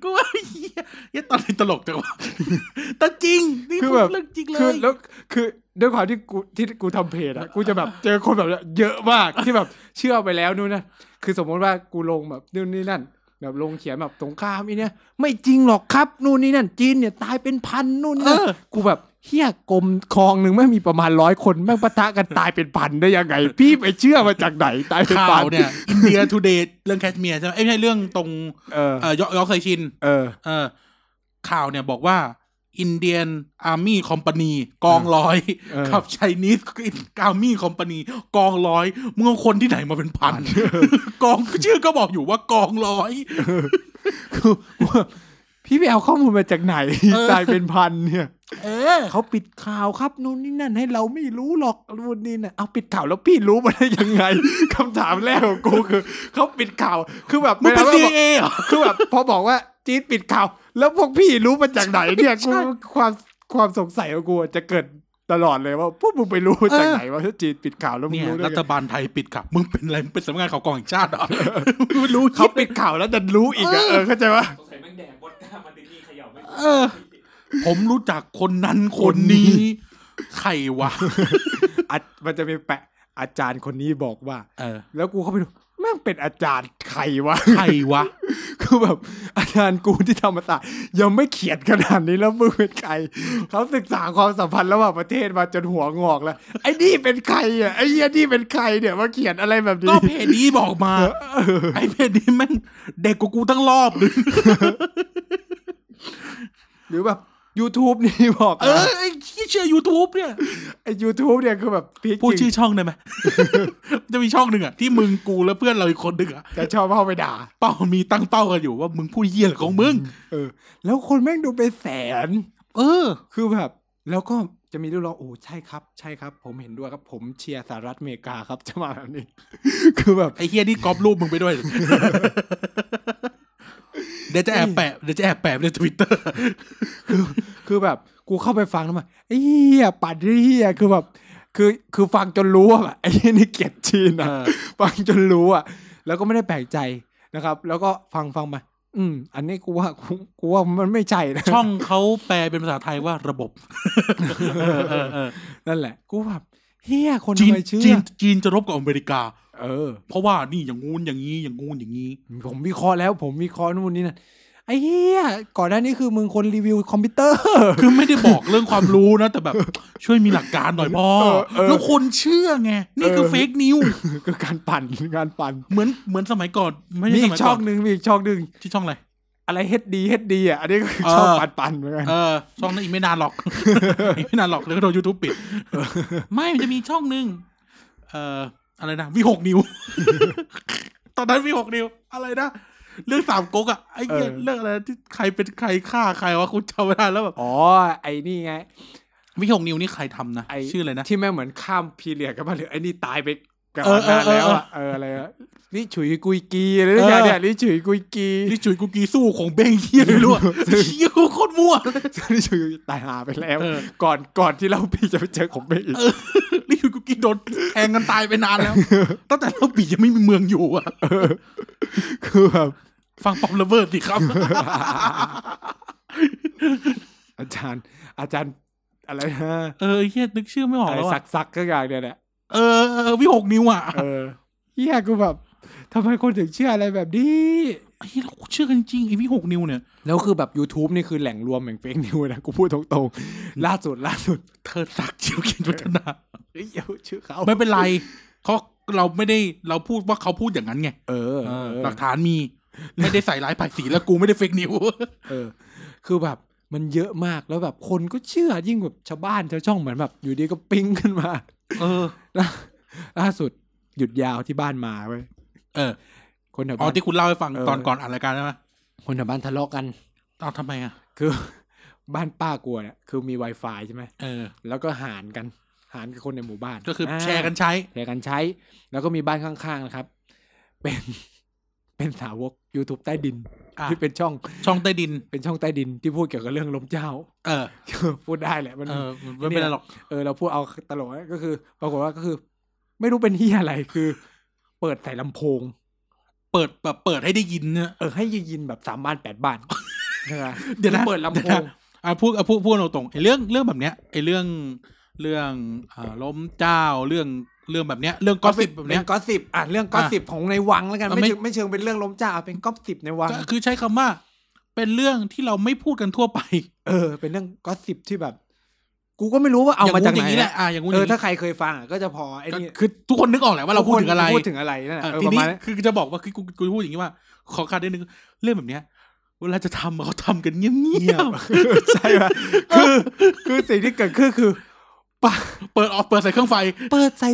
S2: กูว่าเหี้ยเหี้ยตอนนี้ตลกจังวะ แต่จริง นี่
S1: คือ
S2: พู
S1: แบ
S2: ด
S1: บ
S2: เรื่องจริงเล
S1: คือย แล้วคือด้วยความที่กูที่กูทำเพจอะกูจะแบบเจอคนแบบเนี้ยเยอะมากที่แบบเชื่อไปแล้วนู่นนะคือสมมติว่ากูลงแบบนู่นนี่นั่น แบบลงเขียนแบบสงครามอีเนี่ย ไม่จริงหรอกครับนู่นนี่นั่น จีนเนี่ยตายเป็นพันนู่นนี่นั่น
S2: เออ
S1: กูแบบเฮียกรมคลองหนึ่งไม่งมีประมาณร้อยคนแม่งปะทะกันตายเป็นพันได้ยังไง พี่ไปเชื่อมาจากไหนตายเป็นพั
S2: ข่า
S1: น
S2: วเนี่ย อินเดียทูเดย์เรื่องแคชเมียร์ใช่ไหมเอ้ยไม่ใช่เรื่องตรง
S1: เออ
S2: เอ่อยอกไซชิน
S1: เออ
S2: เออ ข่าวเนี่ยบอกว่าอินเดียนอาร์มี่คอมพานีกองร้อย
S1: เออ
S2: กับไชนีสอาร์มี่คอมพานีกองร้อยมึงเอาคนที่ไหนมาเป็นพัน กองชื่อก็บอกอยู่ว่ากองร้อย
S1: กูกูแบบพี่ไปเอาข้อมูลมาจากไหน
S2: เออ
S1: ตายเป็นพันเนี่ย
S2: เออ
S1: เขาปิดข่าวครับนู่นนี่นั่นให้เราไม่รู้หรอกนู่นนี่นะเอาปิดข่าวแล้วพี่รู้มาได้ยัง ไง คำถามแรกของกูคือเขาปิดข่าวคือแบบ
S2: มึงเป็น
S1: วลา
S2: CIA เหรอ
S1: คือแบบพอบอกว่าจีนปิดข่าว แล้วพวกพี่รู้มาจากไหนเนี่ยกู
S2: ใช่
S1: ความความสงสัยของกูจะเกิดตลอดเลยว่าพวกมึงไปรู้มาจากไหนว่าจีนปิดข่าวแล้วมึง
S2: เนี่ย
S1: รู้ได้
S2: รั
S1: ไง
S2: ฐบาลไทยปิดค่ะ มึงเป็นอะไรมึงเป็นสำนักงานข่าวกรองแห่งชาติเหรอ
S1: มึงรู้เขาปิดข่าวแล้วดันรู้อีกอะเออเข้าใจปะ
S3: สงสัยแม่งแดกวอดก้ามาดินี่เขย่าไม่
S2: เออ ผมรู้จักคนนั้นคนนี้ ใครวะ
S1: อาจมันจะมีแปะอาจารย์คนนี้บอกว่า
S2: เอ อ
S1: แล้วกูเข้าไปดูแม่งเป็นอาจารย์ใคร วะ
S2: ใครวะ
S1: คือแบบ อาจารย์กูที่ธรรมศาสตร์ยังไม่เขียนขนาดนี้แล้วมึงเป็นใครเขาศึกษาความสัมพันธ์ระหว่างประเทศมาจนหัวงอกแล้ว ไอ้นี่เป็นใครอ่ะไอ้เหี้ยนี่เป็นใครเนี่ยมาเขียนอะไรแบบ
S2: ก็
S1: นี้
S2: เพจนี้บอกมา ไอ้เพจนี้แม่งเด็กกว่ากูตั้งรอบหนึง
S1: หรือแบบ YouTube นี่บอก
S2: เออไอ้ที่เชื่อ YouTube เนี่ย
S1: ไอ้ YouTube เนี่ยคือแบบพีค
S2: พูด
S1: จริ
S2: ชื่
S1: ง
S2: อช่องได้ไหม จะมีช่องหนึ่งอ่ะ ที่มึงกูและเพื่อนเราอีกคนหนึ่งอ่ะ
S1: แต่ชอบเข้าไปด่า
S2: เป้ามีตั้งเป้ากันอยู่ว่ามึงพูดเยี่ยอะไรของมึง
S1: เออ แล้วคนแม่งดูเป็นแสน
S2: เออ
S1: คือแบบ แล้วก็จะมีรูปร้องโอ้ใช่ครับ ใช่ครับ ผมเห็นด้วยครับ ผมเชียร์สหรัฐอเมริกาครับ จะมาแบบนี้ คือแบบ
S2: ไอ้เฮียนี่กรอบรูปมึงไปด้วย เดี๋ยวจะแอบแปะเดี๋ยวจะแอบแปะในทวิตเตอร์
S1: คือแบบกูเข้าไปฟังแล้วมันไอ้เหี้ยปัดเหี้ยคือแบบ คือคือฟังจนรู้ว่าแบบไอ้เหี้ยนี่เกลียดจีนนะ
S2: เออ
S1: ฟังจนรู้อ่ะ แล้วก็ไม่ได้แปลกใจนะครับ แล้วก็ฟังฟังมา อืม อันนี้กูว่ากูกูว่ามันไม่ใช่นะ
S2: ช่องเขาแปลเป็นภาษาไทยว่าระบบ
S1: นั่นแหละ กูแบบเฮียคน
S2: จี
S1: ทำ
S2: น
S1: ไมเชื่
S2: จี
S1: อน
S2: จีนจะรบกับอเมริกา
S1: เออ
S2: เพราะว่านี่อย่างงูนอย่างนี้อย่างงูนอย่างนี้
S1: ผมวิเคราะห์แล้ว ผมวิเคราะห์นู่นนี่นั่นไอ้เฮียก่อนหน้านี้คือมึงคนรีวิวคอมพิวเตอร์
S2: คือไม่ได้บอกเรื่องความรู้นะ แต่แบบ ช่วยมีหลักการหน่อยพ่อ
S1: เออเออ
S2: แล้วคนเชื่อไง นี่คือ
S1: เออ
S2: เฟกนิว
S1: คือการปั่นงานปั่น
S2: เหมือนเหมือนสมัยก่อน ไม่
S1: มี
S2: ใช่ส
S1: อี
S2: มั
S1: ก
S2: ย
S1: ช่
S2: ก่
S1: อ
S2: อง น
S1: หนึ่งมีอีกช่องหนึ่ง
S2: ที่ช่องอะไร
S1: อะไรเฮดดีเฮดดีอ่ะอันนี้ก็คือ
S2: เออ
S1: ช่องปั่นปั่นเหมือนกัน
S2: เออช่องนั้นอีกไม่นานหร อก อีกไม่นานหรอกเดี๋ยวก็โดนยูทูบปิด ไม่มันจะมีช่องหนึ่งเอ่ออะไรนะวิหกนิ้ว ตอนนั้นวิหกนิ้ว อะไรนะเรื่องสามก๊กอะไอ้เหี้ย
S1: เออ
S2: เรื่องอะไรที่ใครเป็นใครฆ่าใครวะคุณจำไม่ได้แล้วแบบ
S1: อ๋อ ไอ้นี่ไง
S2: วิหกนิ้วนี่ใครทำนะ
S1: ไอ
S2: ชื่ออะไรนะ
S1: ที่แม่งเหมือนข้ามพีเรียดกันมาเลยไอ้นี่ตายไปก่อน
S2: เออเอ
S1: นา
S2: อน
S1: แล้วอ่ะเอออะไรอะนี่ฉุยกุยกีอะไร
S2: เออ
S1: เนี่ยเนี่ยนี่ฉุยกุยกี
S2: นี่จุยกุกกีสู้ของเบ้งเฮียเลยรู้อะเฮียกูโคตรมั่ว
S1: นี่ฉุยกุยกีตายหาไปแล้ว
S2: เออ
S1: ก่อนก่อนที่เราพี่จะไปเจอของเมย์อีก
S2: นี่จุยกุกกีโดนแทงกันตายไปนาน แล้วตั้งแต่เราปียังไม่มีเมืองอยู่อะ
S1: คือแบบ
S2: ฟังปอมระเบิดสิครับ
S1: อาจารย์ อาจารย์อะไรนะ
S2: เออไอ้เฮียนึกชื่อไม่ออก
S1: อะไร
S2: แล้วอะ
S1: สักสักๆก็อย่างเนี่ยแหละ
S2: เออเออวิหกนิ้วอ่ะ
S1: เออเฮียกูแบบทำไมคนถึงเชื่ออะไรแบบนี้
S2: เฮ้ยเราเชื่อกันจริงไอ้วิหกนิ้วเนี่ย
S1: แล้วคือแบบ YouTube นี่คือแหล่งรวมแห่งเฟกนิวนะกูพูดตรงๆล่าสุดล่าสุด
S2: เธอสักเจียวเขียนวัฒนา
S1: เฮ้ยอย่าพูดชื่อเขา
S2: ไม่เป็นไรเขาเราไม่ได้เราพูดว่าเขาพูดอย่างนั้นไง
S1: เออ
S2: เอ
S1: เอ
S2: อ
S1: อ
S2: หลักฐานมี ไม่ได้ใส่ร้ายผ่ายสีแล้วกูไม่ได้เฟกนิว
S1: เออ คือแบบมันเยอะมากแล้วแบบคนก็เชื่อยิ่งแบบชาวบ้านชาวช่องเหมือนแบบอยู่ดีก็ปิ๊งขึ้นมา
S2: เออ
S1: ล่าล่าสุดหยุดยาวที่บ้านมาเว้ย
S2: เออ
S1: คนแถว
S2: อ๋อ
S1: บ้าน
S2: ที่คุณเล่าให้ฟัง
S1: เออ
S2: ตอนก่อนอ่านรายการใช่ไหม
S1: คนแถวบ้านทะเลาะกัน
S2: เอาทำไมอ่ะ
S1: คือ บ้านป้ากลัวเนี่ยคือมี Wi-Fi ใช่ไหม
S2: เออ
S1: แล้วก็หารกัน หารกับคนในหมู่บ้าน
S2: ก็คืออา แชร์กันใช้
S1: แชร์กันใช้ แล้วก็มีบ้านข้างๆนะครับ เป็น เป็นสาวก YouTube ใต้ดิน
S2: อ่ะ
S1: ที่เป็นช่อง
S2: ช่องใต้ดิน
S1: เป็นช่องใต้ดินที่พูดเกี่ยวกับเรื่องล้มเจ้า
S2: เออ
S1: พูดได้แหละมัน
S2: เออไม่เป็นไรหรอก
S1: เออเราพูดเอาตลกนะก็คือปรากฏว่าก็คือ ไม่รู้เป็นที่อะไรคือ เปิดใส่ลำโพง
S2: เปิดแบบเปิดให้ได้ยินเนี่ย
S1: เออให้ยินแบบสามบ้านแปดบ้าน นะ
S2: เดี๋ยวนะ
S1: เปิดลำ
S2: เดี๋
S1: โพ
S2: ยว
S1: ง
S2: นะ อ่ะพูดอ่ะพูดพูดตรงๆไอ้เรื่องเรื่องแบบเนี้ยไอ้เรื่องเรื่องอ่าล้มเจ้าเรื่องเรื่องแบบเนี้ย เรื่องก็สิบแบบเนี้ย
S1: ก็สิบอ่ะเรื่องก็สิบของในวังแล้วกัน
S2: อ่ะ
S1: ไม่
S2: ไม่
S1: เชิงไม่เชิงเป็นเรื่องล้มเจ้าเป็นก็สิบในวัง
S2: ก็คือใช้คำว่า เป็นเรื่องที่เราไม่พูดกันทั่วไป
S1: เออ เป็นเรื่องก็สิบที่แบบ กูก็ไม่รู้ว่าเอามาจากไหน
S2: อย่างนี้แหละ
S1: อะ
S2: อ่ะอย่างงู้น
S1: เอ
S2: อ
S1: อย่าง ถ้า
S2: นี้
S1: ใครเคยฟังอ่ะก็จะพอไอ้
S2: ก็
S1: นี่
S2: คือทุกคนนึกออกแหละว่าเราพูดถึงอะไร
S1: พูดถึงอะไรนั่นแหละ
S2: อ่ะ
S1: เออ
S2: ที
S1: ประ
S2: นี้
S1: มาณนั้น
S2: คือจะบอกว่าคือกูกูพูดอย่างนี้ว่า ขอคาดนิดนึงเรื่องแบบเนี้ยเวลาจะทำอะเขาทำกันเงียบ
S1: เงีย
S2: เย
S1: บ ใช่ป่ะคือ คือสิ่งที่เกิดขึ้นคือ
S2: เปิดออกเปิดใส่เครื่องไฟ
S1: เปิดใส่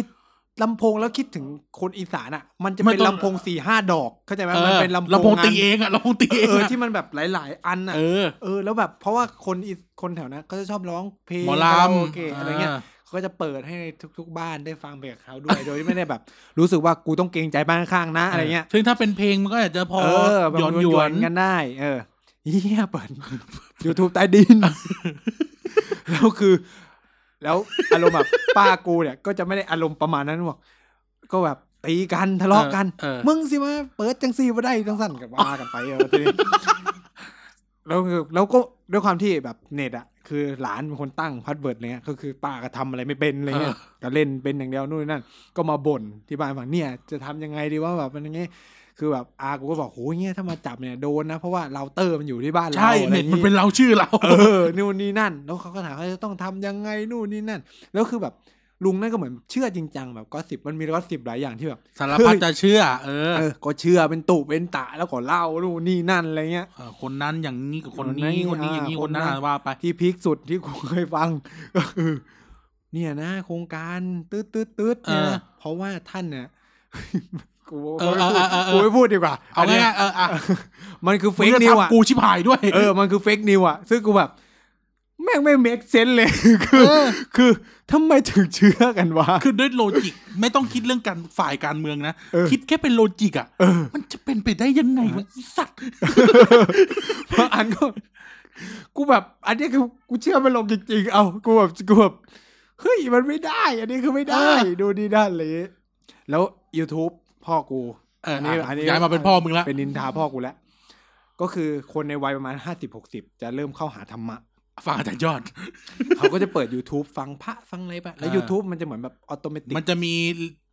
S1: ลำโพงแล้วคิดถึงคนอีสานอ่ะ มันจะ
S2: ไม่
S1: เป็น
S2: ต้อง
S1: ลำโพงสี่ห้าดอกเข้าใจไหม
S2: ออ
S1: มันเป็นลำ
S2: ลำโพง
S1: งาน
S2: ตีเองอะลำโพงตีเอง
S1: เออ
S2: อะ
S1: ที่มันแบบหลาย ๆ อันอ่ะ
S2: เออ
S1: เออแล้วแบบเพราะว่าคนอีคนแถวนั้นก็จะชอบร้องเพลง
S2: หมอ
S1: คา
S2: ล
S1: ราโอ
S2: ำ
S1: เกะอะไรเงี้ยเขาก็จะเปิดให้ในทุก ๆ บ้านได้ฟังเพลงเขาด้วย โดยที่ไม่ได้แบบ รู้สึกว่ากูต้องเกรงใจบ้านข้างๆนะอะไรเงี้ย
S2: ซึ่งถ้าเป็นเพลงมันก็อาจจะพอ
S1: เออแบบ
S2: ย้อน
S1: มั
S2: ย
S1: ย้
S2: ว
S1: อนนๆกันได้ เออเฮียเปิด YouTube ใต้ดิน แล้วคือ แล้วอารมณ์แบบป้ากูเนี่ย ก็จะไม่ได้อารมณ์ประมาณนั้นหรอกก็แบบตีกันทะเลาะกัน
S2: เออ
S1: มึงสิมาเปิดจังซีมาได้จังสั่นกันว่ากันไปเออทีนี้ แล้วคือแล้วก็ด้วยความที่แบบเน็ตอะคือหลานเป็นคนตั้งพาสเวิร์ดเนี่ยก็คือป้าก็ทำอะไรไม่เป็นอะไรเงี้ยก็เล่นเป็นอย่างเดียวนู่นนนั่น ก็มาบ่นที่บ้านฝั่งเนี่ยจะทำยังไงดีว่าแบบมันอย่างเงี้ยคือแบบอากูก็บอกโหเงี้ยถ้ามาจับเนี่ยโดนนะเพราะว่าเราเตอร์มันอยู่ที่บ้านเรา
S2: ใช่
S1: อะไร
S2: เน็
S1: อ
S2: ต
S1: ย่าง
S2: มัน
S1: งี้
S2: เป็นเราชื่อเรา
S1: เออนู่นนี่นั่น แล้วเขาก็ถามว่าจะต้องทำยังไงนู่นนี่นั่น แล้วคือแบบลุงนั่นก็เหมือนเชื่อจริงจังแบบก็สิบมันมีก็สิบหลายอย่างที่แบบ
S2: สารพัดจะเชื่อ เออ
S1: เออ ก็เชื่อเป็นตุเป็นตะแล้วก็เล่านู่นนี่นั่นอะไรเงี้ย
S2: เออคนนั้นอย่างนี้กับคน
S1: คนนั้
S2: นี้
S1: น
S2: คนนี้อย่างนี้
S1: อ่า
S2: คนนั้น
S1: คนนั้น
S2: อ่ะว่าไป
S1: ที่พีคสุดที่กูเคยฟัง ก็คือเนี่ยนะ โครงการตืดตืดตืดเนี่ย
S2: เออ
S1: นะเพราะว่าท่านเนี่ย กู
S2: เออเออเออเออ
S1: กูไม่พูดดีกว่า
S2: เอา
S1: นนี้ย
S2: ง่ายๆเอออ่ะ
S1: มันคือเฟ
S2: มึง
S1: ก
S2: จะ
S1: นิวอ่ะ
S2: ทำกูชิบหายด้วย
S1: เออมันคือเฟกนิวอ่ะซึ่งกูแบบ แม่งไม่เมคเซนเลย คือ
S2: เออ
S1: คือทำไมถึงเชื่อกันวะ
S2: คือด้วยโลจิก ไม่ต้องคิดเรื่องการฝ่ายการเมืองนะ
S1: เออ
S2: คิดแค่เป็นโลจิกอ่ะ
S1: เออ
S2: มันจะเป็นไปได้ยังไงวะไอ้สัตว์
S1: เพราะอันก็ กูแบบ อันเนี้ยคือกูเชื่อมันลงจริงๆ เอากูแบบกูแบบเฮ้ยมันไม่ได้ อันนี้คือไม่ได้ ดูดีด้านเลย แล้ว YouTube พ่อกู
S2: เออ
S1: อันนี้
S2: อ่ะ
S1: อันนี้
S2: ย้ายมาเป็นพ่อมึงละ
S1: เป็นนินทาพ่อกูแล้ว ก็คือคนในวัยประมาณห้าสิบหกสิบจะเริ่มเข้าหาธรรมะ
S2: ฟังอาจารย์ยอด
S1: เขาก็จะเปิด YouTube ฟังพระฟังอะไรไปแล้ว
S2: อ่า
S1: YouTube มันจะเหมือนแบบอัตโนมัติ
S2: มันจะมี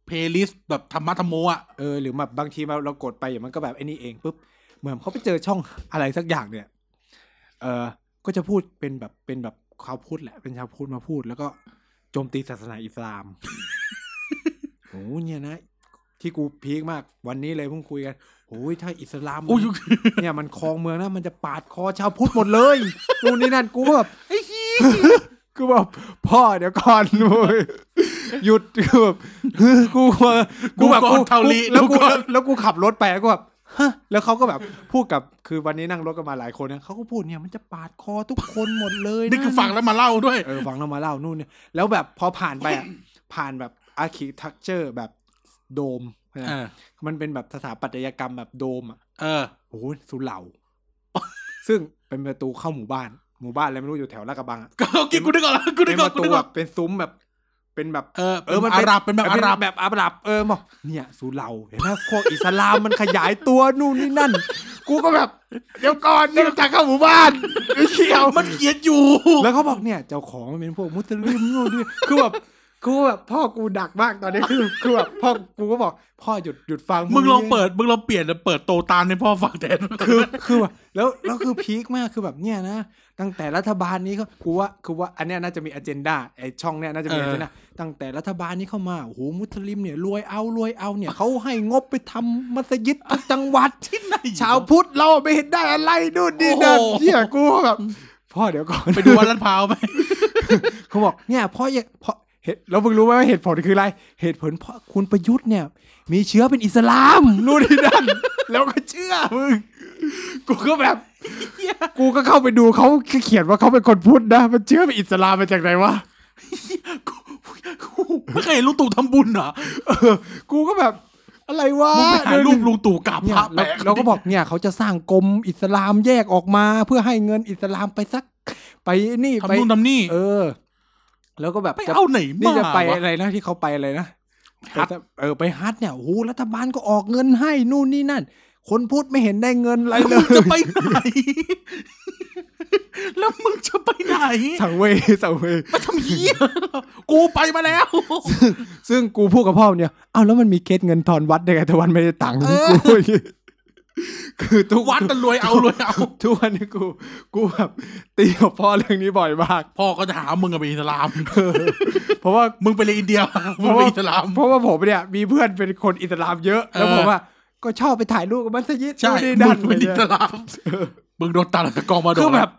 S2: เพลย์ลิสต์แบบธรรมะธรรมโมอ่ะ
S1: เออหรือแบบบางทีเราเรากดไปอย่างมันก็แบบไอ้นี่เองปุ๊บเหมือนเขาไปเจอช่องอะไรสักอย่างเนี่ย เออก็จะพูดเป็นแบบเป็นแบบชาวพูดแหละเป็นชาวพูดมาพูด แล้วก็โจมตีศาสนาอิสลาม โอ้เนี่ยนะ ที่กูพีคมากวันนี้เลยเพิ่งคุยกันโอ้ยถ้าอิสลามมัน
S2: อุ้ย
S1: เนี่ยมันครองเมืองนะมันจะปาดคอชาวพุทธหมด เลยนู่นนี่นั่นกูก็แบบ
S2: ไอ้เหี้ย
S1: กูแบบพ่อเดี๋ยวก่อนเว้ย หยุดกูแบบ กูกลัวกูแบบ
S2: ก่อนเทาลี
S1: แล้วกู
S2: ก่อน
S1: แล้วกูขับรถไปแล้วก็แบบฮะแล้วเขาก็แบบพูดกับคือวันนี้นั่งรถกันมาหลายคนนะเขาก็พูดเนี่ยมันจะปาดคอทุกคนหมดเลยะ
S2: นี่คือฟังแล้วมาเล่าด้วย
S1: เออฟังเรามาเล่านู่นเนี่ยแล้วแบบพอผ่านไปอ่ะ ผ่านแบบอาร์คิทักเจอร์แบบโดมนะ
S2: เออ
S1: มันเป็นแบบสถาปัตยกรรมแบบโดมอ่ะ
S2: เออ
S1: โอ้โหสุเหร่า ซึ่งเป็นประตูเข้าหมู่บ้าน หมู่บ้านอะไรไม่รู้อยู่แถวลาดกระบังอ่ะ
S2: ก็โอเคกูนึกออกแล้วกูนึ
S1: เป็
S2: ก
S1: น
S2: อ
S1: ป
S2: อก
S1: ระ
S2: กู
S1: ตู
S2: นึกอ
S1: แบ
S2: อก
S1: บเป็นซุ้มแบบเป็นแบบ
S2: เออเออมันอาหรับเป็นแบบอาหรับ
S1: แบบอาหรับเออบอกเนี่ยสุเหร่าเห็นไหมพวกอิสลามมันขยายตัวนู่นนี่นั่น กูก็แบบเดี๋ยวก่อนนี่มันทางเข้าหมู่บ้านไม่เกี่ยว
S2: มันเขียนอยู่
S1: แล้วเขาบอกเนี่ยเจ้าของมันเป็นพวกมุสลิมนู่นนี่คือแบบ กูแบบพ่อกูดักมากตอนนี้คือคือแบบพ่อกูก็บอกพ่อหยุดหยุดฟัง
S2: มึงลอง
S1: นี่
S2: เปิด มึงลองเปลี่ยนแล้วเปิดโตตานให้พ่อฟังแทน
S1: คือคือแบบแล้วแล้วคือพีคมากคือแบบเนี่ยนะ ตั้งแต่รัฐบาลนี้เขากูว่าคือว่าอันเนี้ยน่าจะมีอเจนดาไอช่องเนี้ยน่าจะมีอเจนดาตั้งแต่รัฐบาลนี้เข้ามาโอ้โหมุสลิมเนี่ยรวยเอารวยเอาเนี่ยเขาให้งบไปทำมัสยิดทุกจังหวัด
S2: ที่ไหน
S1: ชาวพุทธเราไม่เห็นได้อะไรนู่นนี่
S2: โอ้
S1: นั่น
S2: โห
S1: เหียกูแบบพ่อเดี๋ยวก่อน
S2: ไปดูวัดลาดพร้าวไหม
S1: เขาบอกเนี่ยพ่ออย่าพ่อเหตุแล้วมึงรู้ไหมว่าเหตุผลคืออะไร เหตุผลเพราะคุณประยุทธ์เนี่ย มีเชื้อเป็นอิสลามนู่นนี่นั่นแล้วก็เชื่อมึงกูก็แบบ กูก็เข้าไปดูเขาเขียนว่าเขาเป็นคนพุทธนะ มันเชื่อเป็นอิสลามมาจากไหนวะ
S2: กูกูไม่เคยเห็นลุงตู่ทำบุญเหรอ
S1: กูก็แบบอะไรวะ
S2: มึงไปหารูป
S1: เดี๋ยว
S2: ลุงตู่กราบ
S1: เนี่
S2: พ
S1: ย
S2: ระ
S1: เรา
S2: แปะ
S1: เราก็บอกเนี่ยเขาจะสร้างกรมอิสลามแยกออกมาเพื่อให้เงินอิสลามไปสัก ไปนี่ไป
S2: ทำนู่นทำนี่
S1: เออ แล้วก็แบบ
S2: ไป
S1: จะ
S2: เอาไหน
S1: นี่
S2: มา
S1: จะไป
S2: วะ
S1: อะไรนะที่เขาไปอะไรนะ
S2: ฮัท
S1: ไปเออไปฮัทเนี่ยโอ้โหรัฐบาลก็ออกเงินให้นู่นนี่นั่น คนพูดไม่เห็นได้เงินอะไรเล
S2: มึง
S1: ย
S2: จะไปไหน แล้วมึงจะไปไหน
S1: สังเวย สังเวย
S2: ไปทำเหี้ยกูไปมาแล้ว
S1: ซึ่งกูพูดกับพ่อเนี่ยอ้าวแล้วมันมีเคสเงินทอนวัดได้ไงแต่วันไม่ได้ตังค์
S2: เออ
S1: กูพูดอย่างงี้คือทุก
S2: วัดกันรวยเอารวยเอา
S1: ทุกวันนี้กู กูแบบตีกับพ่อเรื่องนี้บ่อยมาก
S2: พ่อก็จะหามึงกับอิสลาม
S1: เพราะว่า
S2: มึงไปเลยนอินเดีย มึงไปอิสลาม
S1: เพราะว่าผมเนี่ยมีเพื่อนเป็นคนอิสลามเยอะ แล้ว
S2: เอ
S1: ผ
S2: อ
S1: มอ่ะก็ชอบไปถ่ายรูปกับมัสยิด
S2: ใช่
S1: นู่นนี่นั่น
S2: มึงเป็นอิสลาม
S1: เออ
S2: มึงโดน ตาลักกองมาโด
S1: คือน แบบ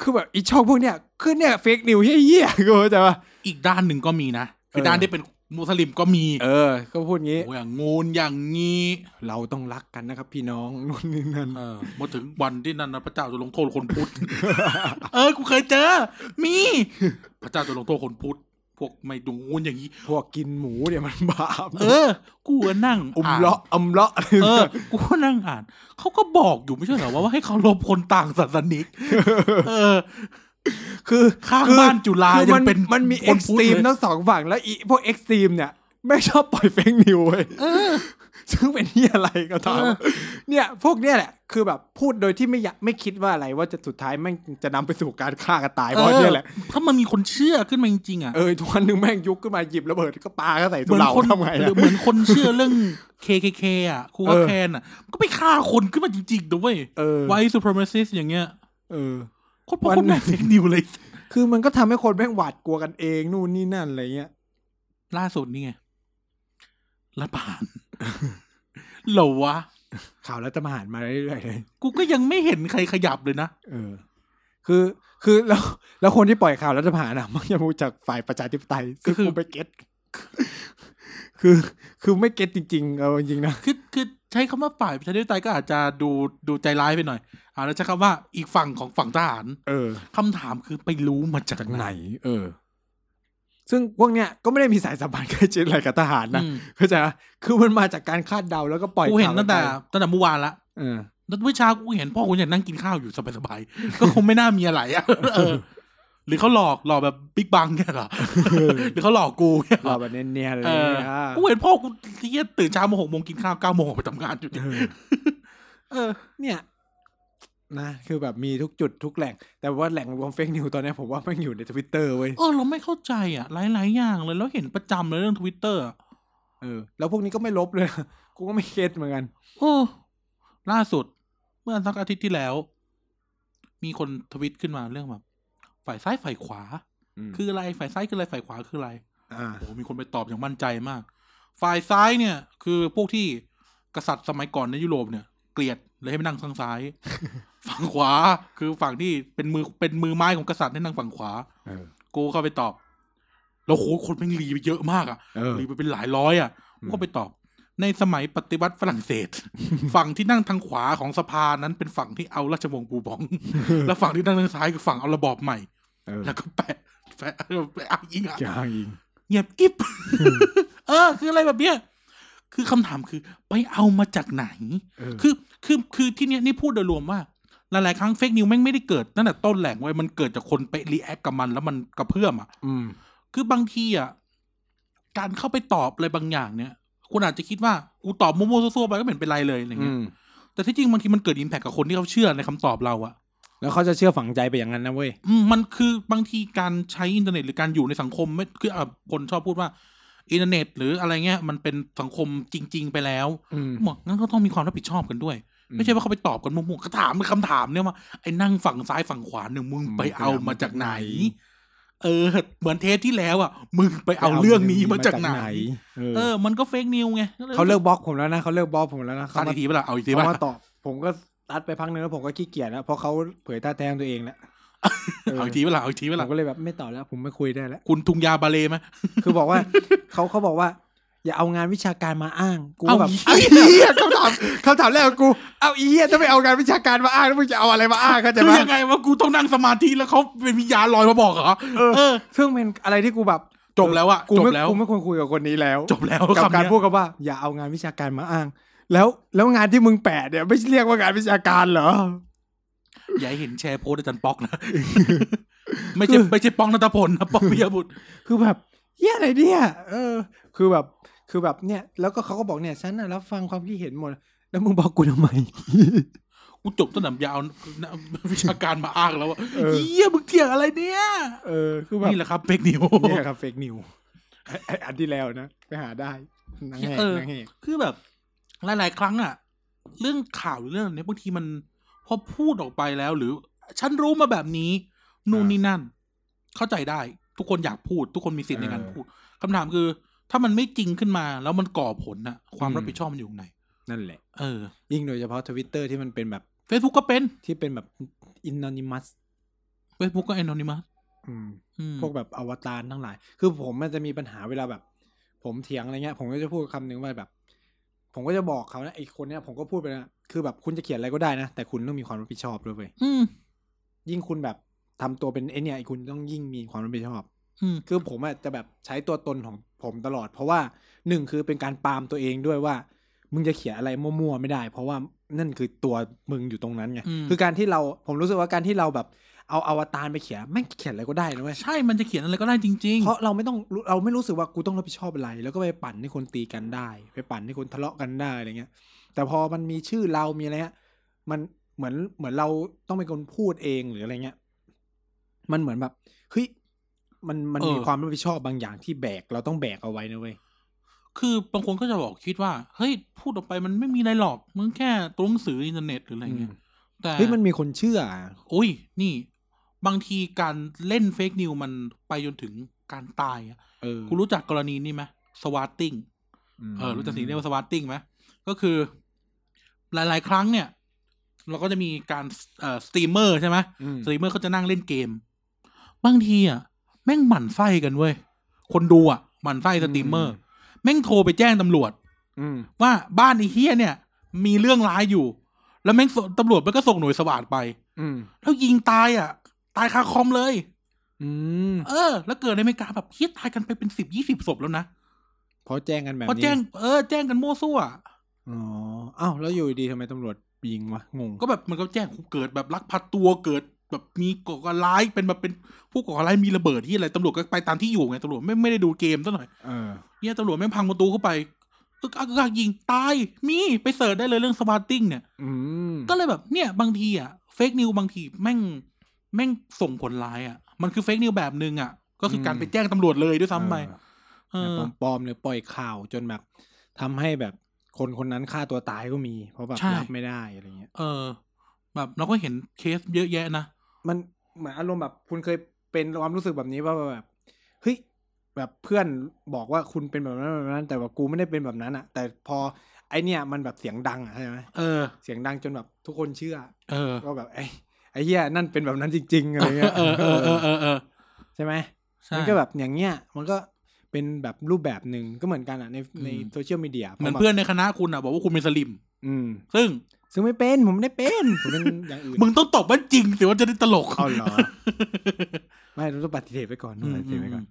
S1: คือแบบอีช่องพวกเนี่ยคือเนี่ยเฟกนิวเหี้ยๆกูเข้าใจป่ะ
S2: อีกด้านหนึ่งก็มีนะ คือ
S1: เออ
S2: ด้านที่เป็นมุสลิมก็มี
S1: เออ ก็พูดงี้
S2: โอ้ยอย่างงูนอย่างงี้
S1: เราต้องรักกันนะครับ พี่น้องนู่นนี่นั่น
S2: เออมาถึงวันที่นั่นนะพระเจ้าจะลงโทษคนพุทธ เออ กูเคยเจอ มี พระเจ้าจะลงโทษคนพุทธ พวกไม่ดูงูนอย่างนี้
S1: พวกกินหมูเนี่ยมันบาป
S2: เออ กูก็นั่ง
S1: อุม
S2: อ่าน
S1: เลาะอัมเลาะ
S2: เออ กูก็นั่งอ่าน เขาก็บอกอยู่ไม่ใช่เหรอว่าว่าให้เคารพคนต่างศาสนิก เออ
S1: คือ
S2: ข้าง
S1: คือ
S2: บ้านจุฬา
S1: คือ
S2: ยั
S1: มั
S2: งเป็น
S1: มันมี
S2: ค
S1: เอ็
S2: น
S1: กซ์
S2: พุทธ
S1: ตรีม
S2: เลย
S1: ทั้งสองฝั่งแล้วอีพวกเอ็กซ์ตรีมเนี่ย ไม่ชอบปล่อยเฟกนิวเว้ย ซึ่งเป็นที่อะไรก็ตาม
S2: เออ
S1: เนี่ยพวกเนี่ยแหละ คือแบบพูดโดยที่ไม่อยากไม่คิดว่าอะไรว่าจะสุดท้ายแม่งจะนำไปสู่การฆ่ากันตายเพราะเนี่ยแหละ
S2: เออถ้ามันมีคนเชื่อขึ้นมาจริงๆอ่ะ
S1: เออทุกวันหนึ่งแม่งยุกขึ้นมาหยิบระเบิดก็ปาก็ใส่
S2: เห
S1: ตัว
S2: มือน
S1: เรา
S2: คน
S1: ทำไงอะ
S2: เหมือนคนเชื่อเรื่อง KKK อ่ะครูว่า
S1: เออ
S2: แคนอ่ะ ก็ไปฆ่าคนขึ้นมาจริงๆด้วย
S1: เออ
S2: ไว e supremacist อย่างเงี้ย
S1: เออ
S2: คนพ่อ
S1: วัน
S2: คนแม่เฟกนิวเลย
S1: คือมันก็ทำให้คนแม่งหวาดกลัวกันเองนู่นนี่นั่นอะไรเงี้ย
S2: ล่าสุดนี่ไงรัฐประหาร เหรอวะ
S1: ข่าวรัฐประหารมาเรื่อยๆเลย
S2: กูก็ยังไม่เห็นใครขยับเลยนะ
S1: เออ คือ คือ แล้ว แล้วคนที่ปล่อยข่าวรัฐประหารอ่ะ มักจะมาจากฝ่ายประชาธิปไตยซึ่ง
S2: คือ
S1: กูไม่เก็ต คือ คือไม่เก็ตจริงๆ เอาจริงๆนะ
S2: คือคือใช้คำว่าฝ่ายประชาธิปไตยก็อาจจะดูดูใจร้ายไปหน่อยอาจจะใช้คำว่าอีกฝั่งของฝั่งทหาร
S1: เออ
S2: คำถามคือไปรู้มาจากไหน
S1: ไหน เออ ซึ่งพวกเนี้ยก็ไม่ได้มีสายสัมพันธ์ใกล้ชิดอะไรกับทหารนะ
S2: อืม
S1: เข้าใจปะคือมันมาจากการคาดเดาแล้วก็ปล่อย
S2: กูเห็น
S1: ข่าว
S2: ตั้งแต่
S1: ไป
S2: ตั้งแต่เมื่อวานละ
S1: เออ
S2: นัดวิชากูเห็นพ่อกูอย่างนั่งกินข้าวอยู่สบายๆ ก็คงไม่น่ามีอะไรอ่ะเออ หรือเขาหลอกหลอกแบบบิ๊กบังเนี่ย เหรอ หรือเขาหลอกกูเนี่ยเหร
S1: เรา
S2: อ
S1: แบบเนียนๆเลย
S2: เออ
S1: อ่ะ
S2: กูเห็นพ่อกูเที่ยตื่นเช้ามาหกโมงกินข้าวเก้าโมงออกไปทำงานอยู่ดิ
S1: เออ
S2: เออ
S1: เนี่ย นะ คือแบบมีทุกจุดทุกแหล่ง แต่ว่าแหล่งรวมเฟกนิวตอนเนี้ยผมว่าแมันอยู่ในทวิตเตอร์เว้ย
S2: เออ เราไม่เข้าใจอ่ะ หลายๆอย่างเลย แล้วเห็นประจำเลยเรื่องทวิตเตอร์
S1: เออแล้วพวกนี้ก็ไม่ลบเลยนะ กูก็ไม่เก็ตเหมือนกัน
S2: โอ้ล่าสุด เมื่อสักอาทิตย์ที่แล้ว มีคนทวิตขึ้นมาเรื่องแบบ ฝ่ายซ้ายฝ่ายขวา
S1: คื
S2: คือ
S1: อ
S2: อะไรฝ่ายซ้ายคืออะไรฝ่ายขวาคืออะไร
S1: อ่า
S2: โอ้โหมีคนไปตอบอย่างมั่นใจมาก ฝ่ายซ้ายเนี่ย คือพวกที่กษัตริย์สมัยก่อนในยุโรปเนี่ย เกลียดเลยให้ไปนั่งข้างซ้าย ฝั่งขวาคือฝั่งที่เป็นมือเป็นมือไม้ของกษัตริย์ให้นั่งฝั่งขวา
S1: เออ
S2: กูเข้าไปตอบ แล้วโหคนแม่งรีไปเยอะมากอะ
S1: เออ
S2: รีไปเป็นหลายร้อยอะ
S1: อื
S2: กู
S1: ม
S2: ก็ไปตอบ ในสมัยปฏิวัติฝรั่งเศส ฝั่งที่นั่งทางขวาของสภานั้นเป็นฝั่งที่เอาราชวงศ์บูบอง และฝั่งที่นั่งทางซ้ายคือฝั่งเอาระบอบใหม่
S1: เออ
S2: แล้วก็แปะแปะแปะอ้างอิงอะ
S1: ย่างยิง
S2: เงียบกิ๊บ เออ คืออะไรแบบเนี้ย คือคำถามคือไปเอามาจากไหน
S1: เออ
S2: คือ คือ คือที่เนี้ยนี่พูดโดยรวมว่า หลาย ๆ ครั้งเฟกนิวแม่งไม่ได้เกิดตั้งแต่ต้นแหล่งไว้ยมันเกิดจากคนไปรีแอคกับมันแล้วมันกระเพื่อมอ่ะ
S1: อืม
S2: คือบางทีอ่ะ การเข้าไปตอบอะไรบางอย่างเนี่ย คุณอาจจะคิดว่า กูตอบมั่วๆซั่วๆไปก็ไม่เห็นเป็นไรเลยอะไร
S1: อื
S2: เงี้ย
S1: ม
S2: แต่ที่จริงบางทีมันเกิดอิมแพคกับคนที่เขาเชื่อในคำตอบเราอะ
S1: แล้วเขาจะเชื่อฝังใจไปอย่างนั้นนะเว้ย
S2: อืมมันคือบางทีการใช้อินเทอร์เน็ตหรือการอยู่ในสังคมไม่คืออ่ะคนชอบพูดว่า อินเทอร์เน็ต หรืออะไรเงี้ยมันเป็นสังคมจริง ๆ ไปแล้ว
S1: อืม
S2: บอกงั้นก็ต้องมีความรับผิดชอบกันด้วย ไม่ใช่ว่าเขาไปตอบกันมั่วๆก็ถามเป็นคำถามเนี่ยว่าไอ้นั่งฝั่งซ้ายฝั่งขวาเนี่ยมึง
S1: มึง
S2: ไปเอามาจากไหน
S1: ไปเอามาจากไหน
S2: เออ เหมือนเทสที่แล้วอ่ะ มึงไปเอาเรื่องนี้มาจากไหน
S1: เอ
S2: เอ
S1: อ
S2: อ มันก็เฟกนิวไงย
S1: เขาเลิกบล็อกผมแล้วนะเขาเลิกบล็อกผมแล้วนะเขา
S2: ตัด
S1: มา
S2: อีกทีเปล่าเอาอีกที
S1: เขา
S2: เปล่า
S1: มาตอบผมก็ตัดไปพักนึงแล้วผมก็ขี้เกียจแล้วเพราะเขาเผยท่าแท้ของตัวเองแล้วเออ
S2: เอาอีกทีเปล่าเอาอีกทีเป
S1: ผ
S2: ล่าม
S1: ก็เลยแบบไม่ตอบแล้ว ผมไม่คุยได้แล้ว
S2: คุณทุงยาบาเลไหม
S1: คือบอกว่า เขาเขาบอกว่า อย่าเอางานวิชาการมาอ้างกู
S2: เอา
S1: แบบ
S2: อีก
S1: เอา
S2: ที
S1: อีเหี้ยคำถามคำถามแรกของกูเอาอีเหี้ยถ้าไม่เอางานวิชาการมาอ้างแล้วมึงจะเอาอะไรมาอ้างเข้าใจ
S2: คื
S1: ปะ
S2: อยังไงว่ากูต้องนั่งสมาธิแล้วเขาเป็นวิญญาณลอยมาบอกเหรอ
S1: เออ
S2: เออ
S1: ซึ่งเป็นอะไรที่กูแบบ
S2: จบแล้วอะ
S1: กู
S2: จ
S1: ไม่
S2: บแล้ว
S1: กูไม่ควรคุยกับคนนี้แล้ว
S2: จบแล้ว
S1: กับ
S2: คำ
S1: การ
S2: เนี้ย
S1: พูดกับว่า อย่าเอางานวิชาการมาอ้าง แล้วแล้วงานที่มึงแปะเนี่ยไม่ใช่เรียกว่างานวิชาการเหรอ
S2: อย่าให้เห็นแชร์โพสต์อาจารย์ป๊อกนะ ไม่ใช่ไม่ใช่ป๊อกนัทพล นะป๊อกพิยบุตร
S1: คือแบบเฮียอะไรเนี่ยเออ คือแบบคือแบบเนี่ย แล้วก็เขาก็บอกเนี่ยฉันน่ะรับฟังความคิดเห็นหมด แล้วมึงบอกกูทำไม
S2: กูจบต้นหนังยาวนะวิชาการมาอ้างแล้วว่า
S1: เออ
S2: เยี่ยมึงเถียงอะไรเนี่ย
S1: เออคือแบบ
S2: นี่แหละครับเฟกนิว
S1: เนี่ยครับเฟกนิวอันที่แล้วนะ ไปหาได้นางแหก
S2: เออ
S1: นางแหก
S2: คือแบบ หลาย ๆ ครั้งอะเรื่องข่าวหรือเรื่องอะไรเนี้ยบางทีมัน พอพูดออกไปแล้วหรือ ฉันรู้มาแบบนี้ นู่นนี่นั่น เข้าใจได้ ทุกคนอยากพูด ทุกคนมีสิทธิ์ในการพูดคำถามคือ ถ้ามันไม่จริงขึ้นมา แล้วมันก่อผลนะความรับผิดชอบมันอยู่ตรงไหน
S1: นั่นแหละ
S2: เออ
S1: ยิ่งโดยเฉพาะทวิตเตอร์ที่มันเป็นแบบ
S2: เฟซบุ๊กก็เป็น
S1: ที่เป็นแบบอินนอนิมัส
S2: เฟซบุ๊กก็แอนอนิมัส
S1: อืม พวกแบบอวตารทั้งหลาย คือผมมันจะมีปัญหาเวลาแบบ ผมเถียงอะไรเงี้ย ผมก็จะพูดคำหนึงว่าแบบ ผมก็จะบอกเขานะไอ้คนเนี้ยผมก็พูดไปนะคือแบบคุณจะเขียนอะไรก็ได้นะ แต่คุณต้องมีความรับผิดชอบด้วยเว้ย
S2: อืม
S1: ยิ่งคุณแบบทำตัวเป็นไอเนี่ยไอ้คุณต้องยิ่งมีความรับผิดชอบ
S2: อืม
S1: คือผมอะจะแบบใช้ตัวตนของผมตลอด เพราะว่าหนึ่งคือเป็นการปรามตัวเองด้วยว่า มึงจะเขียนอะไรมั่วๆไม่ได้ เพราะว่านั่นคือตัวมึงอยู่ตรงนั้นไง
S2: อืม
S1: คือการที่เราผมรู้สึกว่าการที่เราแบบเอาอวตารไปเขียนไม่งเขียนอะไรก็ได้นะเว้ย
S2: ใช่มันจะเขียนอะไรก็ได้จริง ๆ
S1: เพราะเราไม่ต้องรู้เราไม่รู้สึกว่ากูต้องรับผิดชอบอะไร แล้วก็ไปปั่นให้คนตีกันได้ ไปปั่นให้คนทะเลาะกันได้อะไรเงี้ย แต่พอมันมีชื่อเรามีอะไรเงี้ยมันเหมือนเหมือนเราต้องเป็นคนพูดเองหรืออะไรเงี้ยมันเหมือนแบบเฮ้ยมันมัน
S2: เออ
S1: มีความรับผิดชอบบางอย่างที่แบกเราต้องแบกเอาไว้นะเว้ย
S2: คือบางคนก็จะบอกคิดว่า เฮ้ย พูดออกไปมันไม่มีอะไรหรอกมึงแค่ตัวหนังสืออินเทอร์เน็ตหรืออะไรเงี้ยแต่
S1: เฮ้ยมันมีคนเชื่ออะ
S2: โอ้ย นี่ บางทีการเล่นเฟกนิวมันไปจนถึงการตายอะ
S1: เออ
S2: คุณรู้จักกรณีนี้ไหมสวาตติ้ง
S1: ม
S2: เออรู้จักสิ่งที่เรียกว่าสวาตติ้งไหมก็คือ หลาย ๆ ครั้งเนี่ย เราก็จะมีการเอ่อสตรีมเมอร์ใช่ไหม
S1: อืม
S2: สตรีมเมอร์เขาจะนั่งเล่นเกม บางทีอ่ะ แม่งหมั่นไส้กันเว้ย คนดูอ่ะ หมั่นไส้สตรีมเมอร์ แม่งโทรไปแจ้งตำรวจ
S1: อืม
S2: ว่าบ้านไอ้เฮียเนี่ย มีเรื่องร้ายอยู่ แล้วแม่งส่งตำรวจมันก็ส่งหน่วยสวาดไป
S1: อืม
S2: แล้วยิงตายอ่ะ ตายคาคอมเลย
S1: อืม
S2: เออ แล้วเกิดในอเมริกาแบบเฮียตายกันไปเป็นสิบยี่สิบศพแล้วนะ
S1: พอแจ้งกันแบบ
S2: เพราะ
S1: นี้
S2: แจ้งเออแจ้งกันมั่วซั่ว
S1: อ๋ออ้าวแล้วอยู่ดีๆทำไมตำรวจยิงวะงง
S2: ก็แบบมันก็แจ้งเกิดแบบลักพาตัวเกิดแบบมีก่อการร้ายเป็นแบบเป็นผู้ก่อการร้ายมีระเบิดที่อะไรตำรวจก็ไปตามที่อยู่ไงตำรวจไม่ไม่ได้ดูเกมซะหน่อย
S1: เออ
S2: เนี่ยตำรวจแม่งพังประตูเข้าไปกึกกักกึกกักยิงตาย มีไปเสิร์ชได้เลยเรื่องสวาตติ้งเนี่ย
S1: อืม
S2: ก็เลยแบบเนี่ยบางทีอ่ะเฟกนิวบางทีแม่งแม่งส่งผลร้ายอ่ะ มันคือเฟกนิวแบบหนึ่งอ่ะ ก็คือการ
S1: อืม
S2: ไปแจ้งตำรวจเลยด้วยซ้ำไปเอ
S1: เออ
S2: อ
S1: แบบปลอมๆหรือปล่อยข่าวจนแบบทำให้แบบคนคนนั้นฆ่าตัวตายก็มี เพราะแบบรับไม่ได้อะไรเงี้ย
S2: เออ แบบเราก็เห็นเคสเยอะแยะนะ
S1: มันเหมือนอารมณ์แบบคุณเคยเป็นความรู้สึกแบบนี้ว่าแบบเฮ้ยแบบเพื่อนบอกว่าคุณเป็นแบบนั้นแบบนั้น แต่ว่ากูไม่ได้เป็นแบบนั้นอะแต่พอไอเนี่ยมันแบบเสียงดังอะใช่ไหม
S2: เออ
S1: เสียงดังจนแบบทุกคนเชื่อ
S2: เออ
S1: ว่าแบบไอไอเหี้ยนั่นเป็นแบบนั้นจริง ๆอะไรเงี้ย
S2: เออเออเออเออเออ
S1: ใช่ไหม
S2: ใช่
S1: มันก็แบบอย่างเงี้ยมันก็เป็นแบบรูปแบบหนึ่งก็เหมือนกันอ่ะในใน
S2: อืม
S1: โซเชียลมีเดีย
S2: เหมือนเพื่อนในคณะคุณอ่ะ บอกว่าคุณเป็นสลิม
S1: อืม
S2: ซึ่ง
S1: ซึ่งไม่เป็นผมไม่ได้เป็น ผมเป็นอย่างอื่น
S2: มึงต้องตอบว่าจริงสิว่าจะได้ตลก
S1: เอาเหรอ ไม่เราต้องปฏิเสธไปก่อนต้องปฏิเสธไปก่อน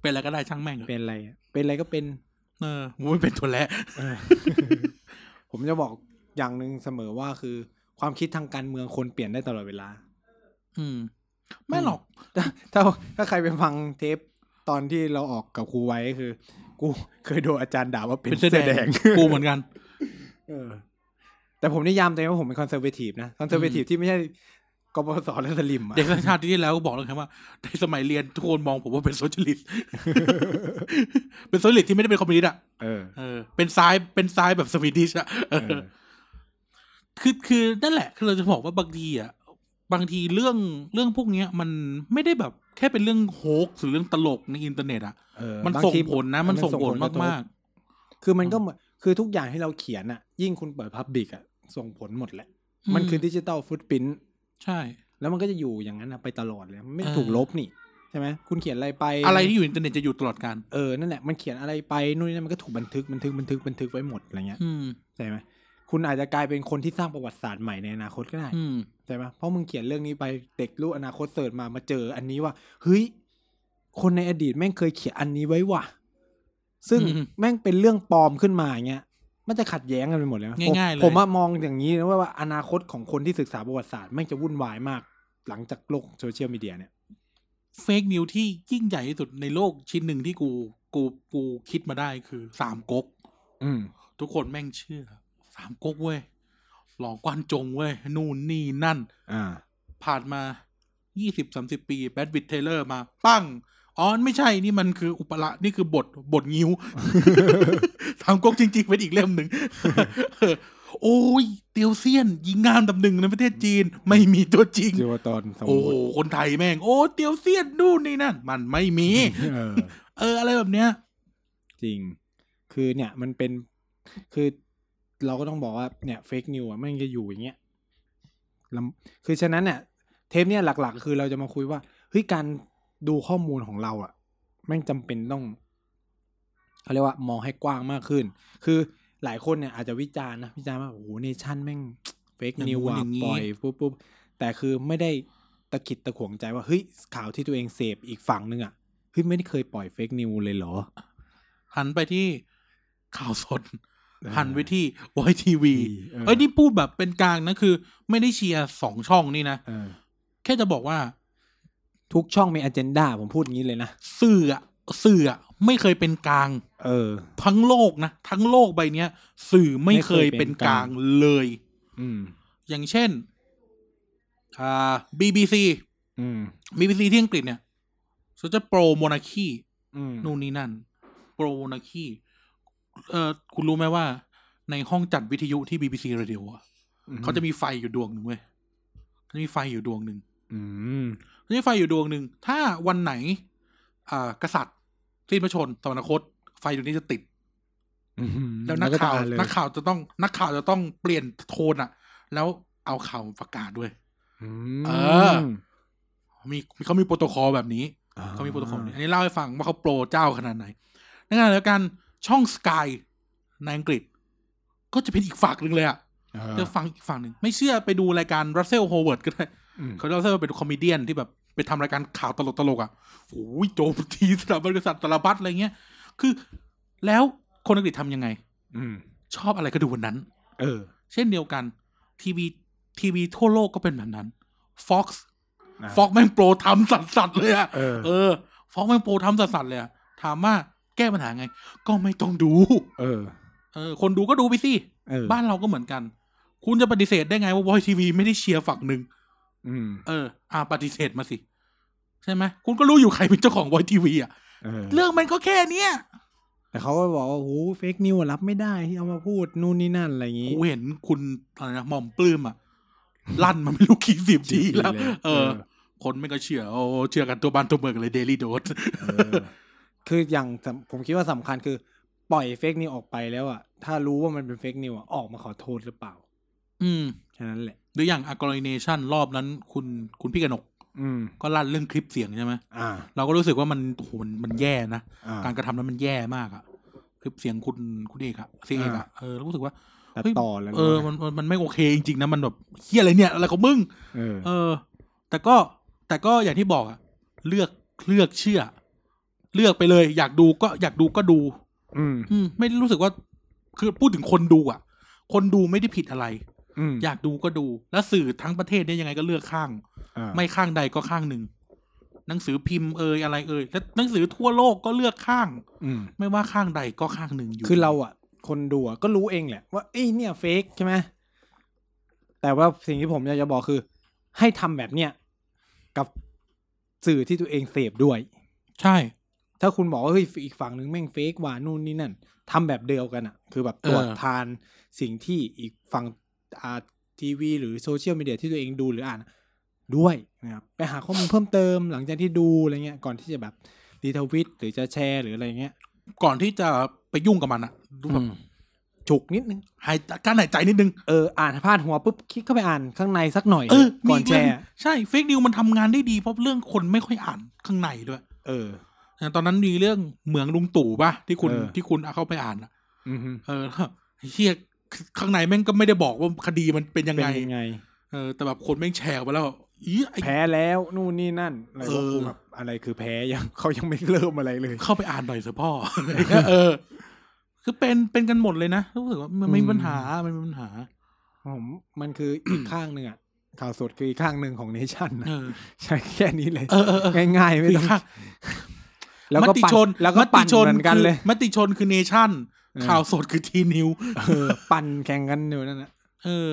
S2: เป็นอะไรก็ได้ช่างแม่งเถอะ
S1: เป็นอะไรอะเป็นอะไรก็เป็น
S2: เออกูไม่เป็นทนแล้ว
S1: เอ อ ผมจะบอกอย่างหนึ่งเสมอว่าคือ ความคิดทางการเมืองคนเปลี่ยนได้ตลอดเวลา
S2: อืม ไม่หรอก
S1: ถ้าถ้าถ้าใครไปฟังเทปตอนที่เราออกกับครูไว้ก็คือ กูเคยโดนอาจารย์ด่าว่าเป็น
S2: เป็น
S1: เสื้อ
S2: เสื้อ
S1: แด
S2: แด
S1: ง
S2: ง กูเหมือนกัน
S1: เออแต่ผมนิยามตัวเองว่าผมเป็นคอนเซอร์เวทีฟนะคอนเซอร์เวทีฟที่ไม่ใช่ กปสและสลิมอะ
S2: เด็กรัฐชาติที่แล้วก็บอกแล้วครับว่าในสมัยเรียนทุกคนมองผมว่าเป็นโซเชียลิ สต์ เป็นโซเชียลิสต์ที่ไม่ได้เป็นคอมมิวนิสต์อ่ะ
S1: เออ
S2: เออเป็นซ้ายเป็นซ้ายแบบสวีดิชอ่ะเอ
S1: เอ
S2: อ
S1: อ
S2: คือคือนั่นแหละคือเราจะบอกว่าบางทีอ่ะบางทีเรื่องเรื่องพวกเนี้ย มันไม่ได้แบบแค่เป็นเรื่องโฮกหรือเรื่องตลกในอินเทอร์เน็ตอ่ะ
S1: เออ
S2: มัน
S1: บา
S2: ส่ง
S1: ที
S2: ผลนะ มันส่งผล
S1: กระทบ
S2: มาก
S1: คือมันก็เหมือนคือทุกอย่างที่เราเขียนอะยิ่งคุณเปิดพับบิกอะส่งผลหมดแหละ
S2: อืม
S1: มันคือดิจิตอลฟุตพิ้น
S2: ๆ ใช่
S1: แล้วมันก็จะอยู่อย่างนั้นอะไปตลอดเลยมันไม่
S2: เออ
S1: ถูกลบนี่ใช่ไหมคุณเขียนอะไรไป
S2: อะไรที่อยู่อินเทอร์เน็ตจะอยู่ตลอดการ
S1: เออนั่นแหละมันเขียนอะไรไปนู่นนี่นั่นมันก็ถูกบันทึกบันทึกบันทึกบันทึกไว้หมดอะไรเงี้ย
S2: อืม
S1: ใช่ไหมคุณอาจจะกลายเป็นคนที่สร้างประวัติศาสตร์ใหม่ในอนาคตก็ได้
S2: อืม
S1: ใช่ไหมเพราะมึงเขียนเรื่องนี้ไปเด็กรู้อนาคตเสิร์ชมามาเจออันนี้ว่าเฮ้ยคนในอดีตแม่งเคยเขียนอันนี้ไว้ว่ะ ซึ่ง
S2: อืม
S1: แม่งเป็นเรื่องปลอมขึ้นมาอย่างเงี้ย มันจะขัดแย้งกันไปหมดเลยนะผม
S2: ง่ายๆเลย
S1: ผมว่ามองอย่างนี้นะว่าว่าอนาคตของคนที่ศึกษาประวัติศาสตร์แม่งจะวุ่นวายมาก หลังจากโลกโซเชียลมีเดียเนี่ย
S2: เฟกนิวที่ยิ่งใหญ่ที่สุดในโลกชิ้นหนึ่งที่กูกูกูคิดมาได้คือสามก๊ก
S1: อืม
S2: ทุกคนแม่งเชื่อสามก๊กเว้ย หลอกกวนจงเว้ย นู่นนี่นั่น
S1: อ่า
S2: ผ่านมายี่สิบสามสิบปีแบดวิดเทเลอร์มา ปั้ง อ๋อ ไม่ใช่ นี่มันคืออุปละ นี่คือบท บทงิ้ว สามก๊กจริง ๆ เป็นอีกเล่มหนึ่ง เออโอ้ย เตียวเซียน ยิงงามดับหนึ่งในประเทศจีน ไม่มีตัวจริง
S1: จิวตอนสม
S2: โอ้
S1: ม
S2: โห
S1: ติ
S2: คนไทยแม่ง โอ้ เตียวเซียนนู่นนี่นั่น มันไม่มี
S1: เออ
S2: เออ อะไรแบบเนี้ย
S1: จริง คือเนี่ยมันเป็น คือเราก็ต้องบอกว่าเนี่ยเฟกนิวอ่ะแม่งจะอยู่อย่างเงี้ยลำคือฉะนั้นเนี่ยเทปเนี่ยหลักๆ คือเราจะมาคุยว่าเฮ้ยการดูข้อมูลของเราอ่ะ แม่งจำเป็นต้องเขาเรียกว่ามองให้กว้างมากขึ้น คือหลายคนเนี่ยอาจจะวิจารณ์นะวิจารณ์ว่าโอ้โหเนชั่นแม่งเฟก
S2: อย่าง
S1: นิว
S2: นู้น
S1: ว่ะ
S2: อย่างนี้
S1: ปล่อยปุ๊บปุ๊บแต่คือไม่ได้ตะขิดตะขวงใจว่าเฮ้ยข่าวที่ตัวเองเสพอีกฝั่งหนึ่งอ่ะเฮ้ยไม่ได้เคยปล่อยเฟกนิวเลยเหรอ
S2: หันไปที่ข่าวสด
S1: เออ
S2: หันไปที่วอยทีวี
S1: เออ
S2: เอ้ย นี่พูดแบบเป็นกลางนะ คือ ไม่ได้เชียร์สองช่องนี่นะ
S1: เออ
S2: แค่จะบอกว่า
S1: ทุกช่องมีอ g e n d a ผมพูดอย่างนี้เลยนะ
S2: สื่ออะสื่ออะไม่เคยเป็นกลาง
S1: เออ
S2: ทั้งโลกนะ ทั้งโลกใบเนี้ย สื่อไม่เคยเป็นกลางเลย
S1: อืม
S2: อย่างเช่น อ่า BBC
S1: อืม
S2: BBC ที่อังกฤษเนี่ยเขาจะโปรโมนาคี
S1: อืม
S2: นู่นนี่นั่น โปรโมนาคีเอ่อคุณรู้ไหมว่า ในห้องจัดวิทยุที่ BBC Radio อะเขาจะมีไฟอยู่ดวงหนึ่งเว้ยเขาจะมีไฟอยู่ดวงหนึ่ง
S1: อืม
S2: มันจะไฟอยู่ดวงหนึ่ง ถ้าวันไหน อ่า กษัตริย์สิ้นพระชนม์สวรรคต ไฟดวงนี้จะติด
S1: อืม
S2: แล้วนักข่าว
S1: อ่เลย
S2: นักข่าวจะต้อง นักข่าวจะต้องเปลี่ยนโทนอะแล้วเอาข่าวมาประกาศด้วย
S1: อืม
S2: เออ มีเขามีโปรโตคอลแบบนี้
S1: อ่
S2: เขามีโปรโตคอลแบบนี้อันนี้เล่าให้ฟังว่าเขาโปรเจ้าขนาดไหนในขณะเดียวกันช่องสกายในอังกฤษ ก็จะเป็นอีกฝั่งหนึ่งเลยอะ
S1: เอ
S2: จะ
S1: อ
S2: ฟังอีกฝั่งหนึ่ง ไม่เชื่อไปดูรายการรัสเซลโฮเวิร์ดก็ได้
S1: อืม
S2: เขาเล่าเส้นว่าเป็นคอมเมเดี้ที่แบบไปทำรายการข่าวตลกๆอ่ะโอ้ยโจมตีสถาบันกษัตริย์สารพัดอะไรเงี้ย คือแล้วคนอังกฤษทำยังไง
S1: อืม
S2: ชอบอะไรก็ดูวันนั้น
S1: เออ
S2: เช่นเดียวกันทีวีทีวีทั่วโลกก็เป็นแบบนั้น Fox
S1: นะ
S2: Fox แม่งโปรทำสัตว์สัตว์เลยอ่ะ
S1: เออ
S2: เออ Fox แม่งโปรทำสัตว์สัตว์เลยอะถามว่าแก้ปัญหาไง ก็ไม่ต้องดู
S1: เออ
S2: เออ คนดูก็ดูไปสิ
S1: เออ
S2: บ้านเราก็เหมือนกัน คุณจะปฏิเสธได้ไงว่าวอยทีวีไม่ได้เชียร์ฝั่งหนึ่ง
S1: อืม
S2: เออ อ่าปฏิเสธมาสิ ใช่ไหม คุณก็รู้อยู่ใครเป็นเจ้าของวอยทีวีอ่ะ
S1: เออ
S2: เรื่องมันก็แค่เนี้ย
S1: แต่เขาก็บอกว่าโอ้เฟกนิวรับไม่ได้ที่เอามาพูดนู่นนี่นั่นอะไรอย่างงี้
S2: กูเห็นคุณอะไรนะหม่อมปลื้มอ่ะ ลั่นมันไม่รู้กี่สิบทีแล้ว
S1: ย
S2: เออ คนไม่ก็เชื่อ โอ้เชื่อกันตัวบ้านตัวเมืองกันเลยเดลี่โดส
S1: เออ คืออย่างสำผมคิดว่าสำคัญคือ ปล่อยเฟกนิวออกไปแล้วอ่ะ ถ้ารู้ว่ามันเป็นเฟกนิวอ่ะออกมาขอโทษหรือเปล่า
S2: อืม
S1: แค่นั้นแหละ
S2: หรืออย่างอากรเนชั่นรอบนั้น คุณคุณพี่กนก
S1: อืม
S2: ก็ลั่นเรื่องคลิปเสียงใช่ไหม
S1: อ่า
S2: เราก็รู้สึกว่ามันโอ้โหมันมันแย่นะ
S1: อ่า
S2: การกระทำนั้นมันแย่มากอ่ะ คลิปเสียงคุณคุณเอกอ่ะเสียเอกอ่ะ เออรู้สึกว่า
S1: ตัด
S2: เฮ้ย
S1: ต่อแล้ว
S2: เออมันมันมันไม่โอเคจริงๆนะมันแบบเฮี้ยอะไรเนี่ยอะไรของมึง
S1: เออ
S2: เออ แต่ก็แต่ก็อย่างที่บอกอะเลือกเลือกเชื่อ เลือกไปเลย อยากดูก็อยากดูก็ดู
S1: อืม
S2: อืม ไม่รู้สึกว่า คือพูดถึงคนดูอะคนดูไม่ได้ผิดอะไร
S1: อืม
S2: อยากดูก็ดู แล้วสื่อทั้งประเทศเนี่ยยังไงก็เลือกข้าง
S1: อ่า
S2: ไม่ข้างใดก็ข้างหนึ่ง หนังสือพิมพ์เอยอะไรเอยแล้วหนังสือทั่วโลกก็เลือกข้าง
S1: อืม
S2: ไม่ว่าข้างใดก็ข้างหนึ่งอยู่
S1: คือเราอ่ะ คนดูอ่ะก็รู้เองแหละ ว่าเอ้ยเนี่ยเฟกใช่ไหมแต่ว่าสิ่งที่ผมอยากจะบอกคือ ให้ทำแบบเนี้ยกับสื่อที่ตัวเองเสพด้วย
S2: ใช่
S1: ถ้าคุณบอกว่าเฮ้ยอีกฝั่งหนึ่งแม่งเฟกว่านู่นนี่นั่นทำแบบเดียวกันอะคือแบบตรวจ
S2: เออ
S1: ทานสิ่งที่อีกฝั่งอ่าทีวี หรือโซเชียลมีเดียที่ตัวเองดูหรืออ่านด้วยนะครับไปหาข้อมูลเพิ่มเติมหลังจากที่ดูอะไรเงี้ยก่อนที่จะแบบรีทวิตหรือจะแชร์หรืออะไรเงี้ย
S2: ก่อนที่จะไปยุ่งกับมันอะรู้แบบ
S1: ฉุกนิดนึง
S2: หายการหายใจนิดนึง
S1: เอออ่านพาดหัวปุ๊บคลิกเข้าไปอ่านข้างในสักหน่อย
S2: เออมี
S1: ก่อน
S2: ก
S1: แช
S2: เรื่ง
S1: ร์
S2: ใช่เฟกนิวมันทำงานได้ดีเพราะเรื่องคนไม่ค่อยอ่านข้างในด้วย
S1: เออ
S2: นะตอนนั้นมีเรื่องเหมืองลุงตู่ป่ะที่คุณ
S1: เออ
S2: ที่คุณเอาเข้าไปอ่านอะ
S1: อือฮึ
S2: เออแล้วเฮียข้างในแม่งก็ไม่ได้บอกว่าคดีมันเป็นยัง
S1: เป็น
S2: ไง
S1: ยังไง
S2: เออแต่แบบคนแม่งแชร์ไปแล้วอีไอ้
S1: แพ้แล้วนู่นนี่นั่นอะไร
S2: เอ
S1: วะ
S2: อ
S1: กูแบบอะไรคือแพ้ ยังเขายังไม่เริ่มอะไรเลย
S2: เข้าไปอ่านหน่อยเถอะพ่อ เออ คือเป็นเป็นกันหมดเลยนะรู้สึกว่ามันไม่มีปัญหามันมีปัญหา
S1: ผมมันคืออีก ข้างหนึ่งอ่ะข่าวสดคืออีกข้างหนึ่งของเนชั่นนะ
S2: เออ
S1: ใช่แค่นี้เลย
S2: เออเออเออ
S1: ง่ายๆไม่
S2: คือ
S1: ต้อง
S2: ค่ะ
S1: แล้ว
S2: ม
S1: ก็
S2: ติ
S1: ปั่น
S2: ชน
S1: แล้วก็ปั่นเหมือนกัน
S2: คือ
S1: เลย
S2: มติชนคือเนชั่น
S1: เออ
S2: ข่าวสดคือทีนิว
S1: เออปั่นแข่งกันอยู่นั่นนะ
S2: เออ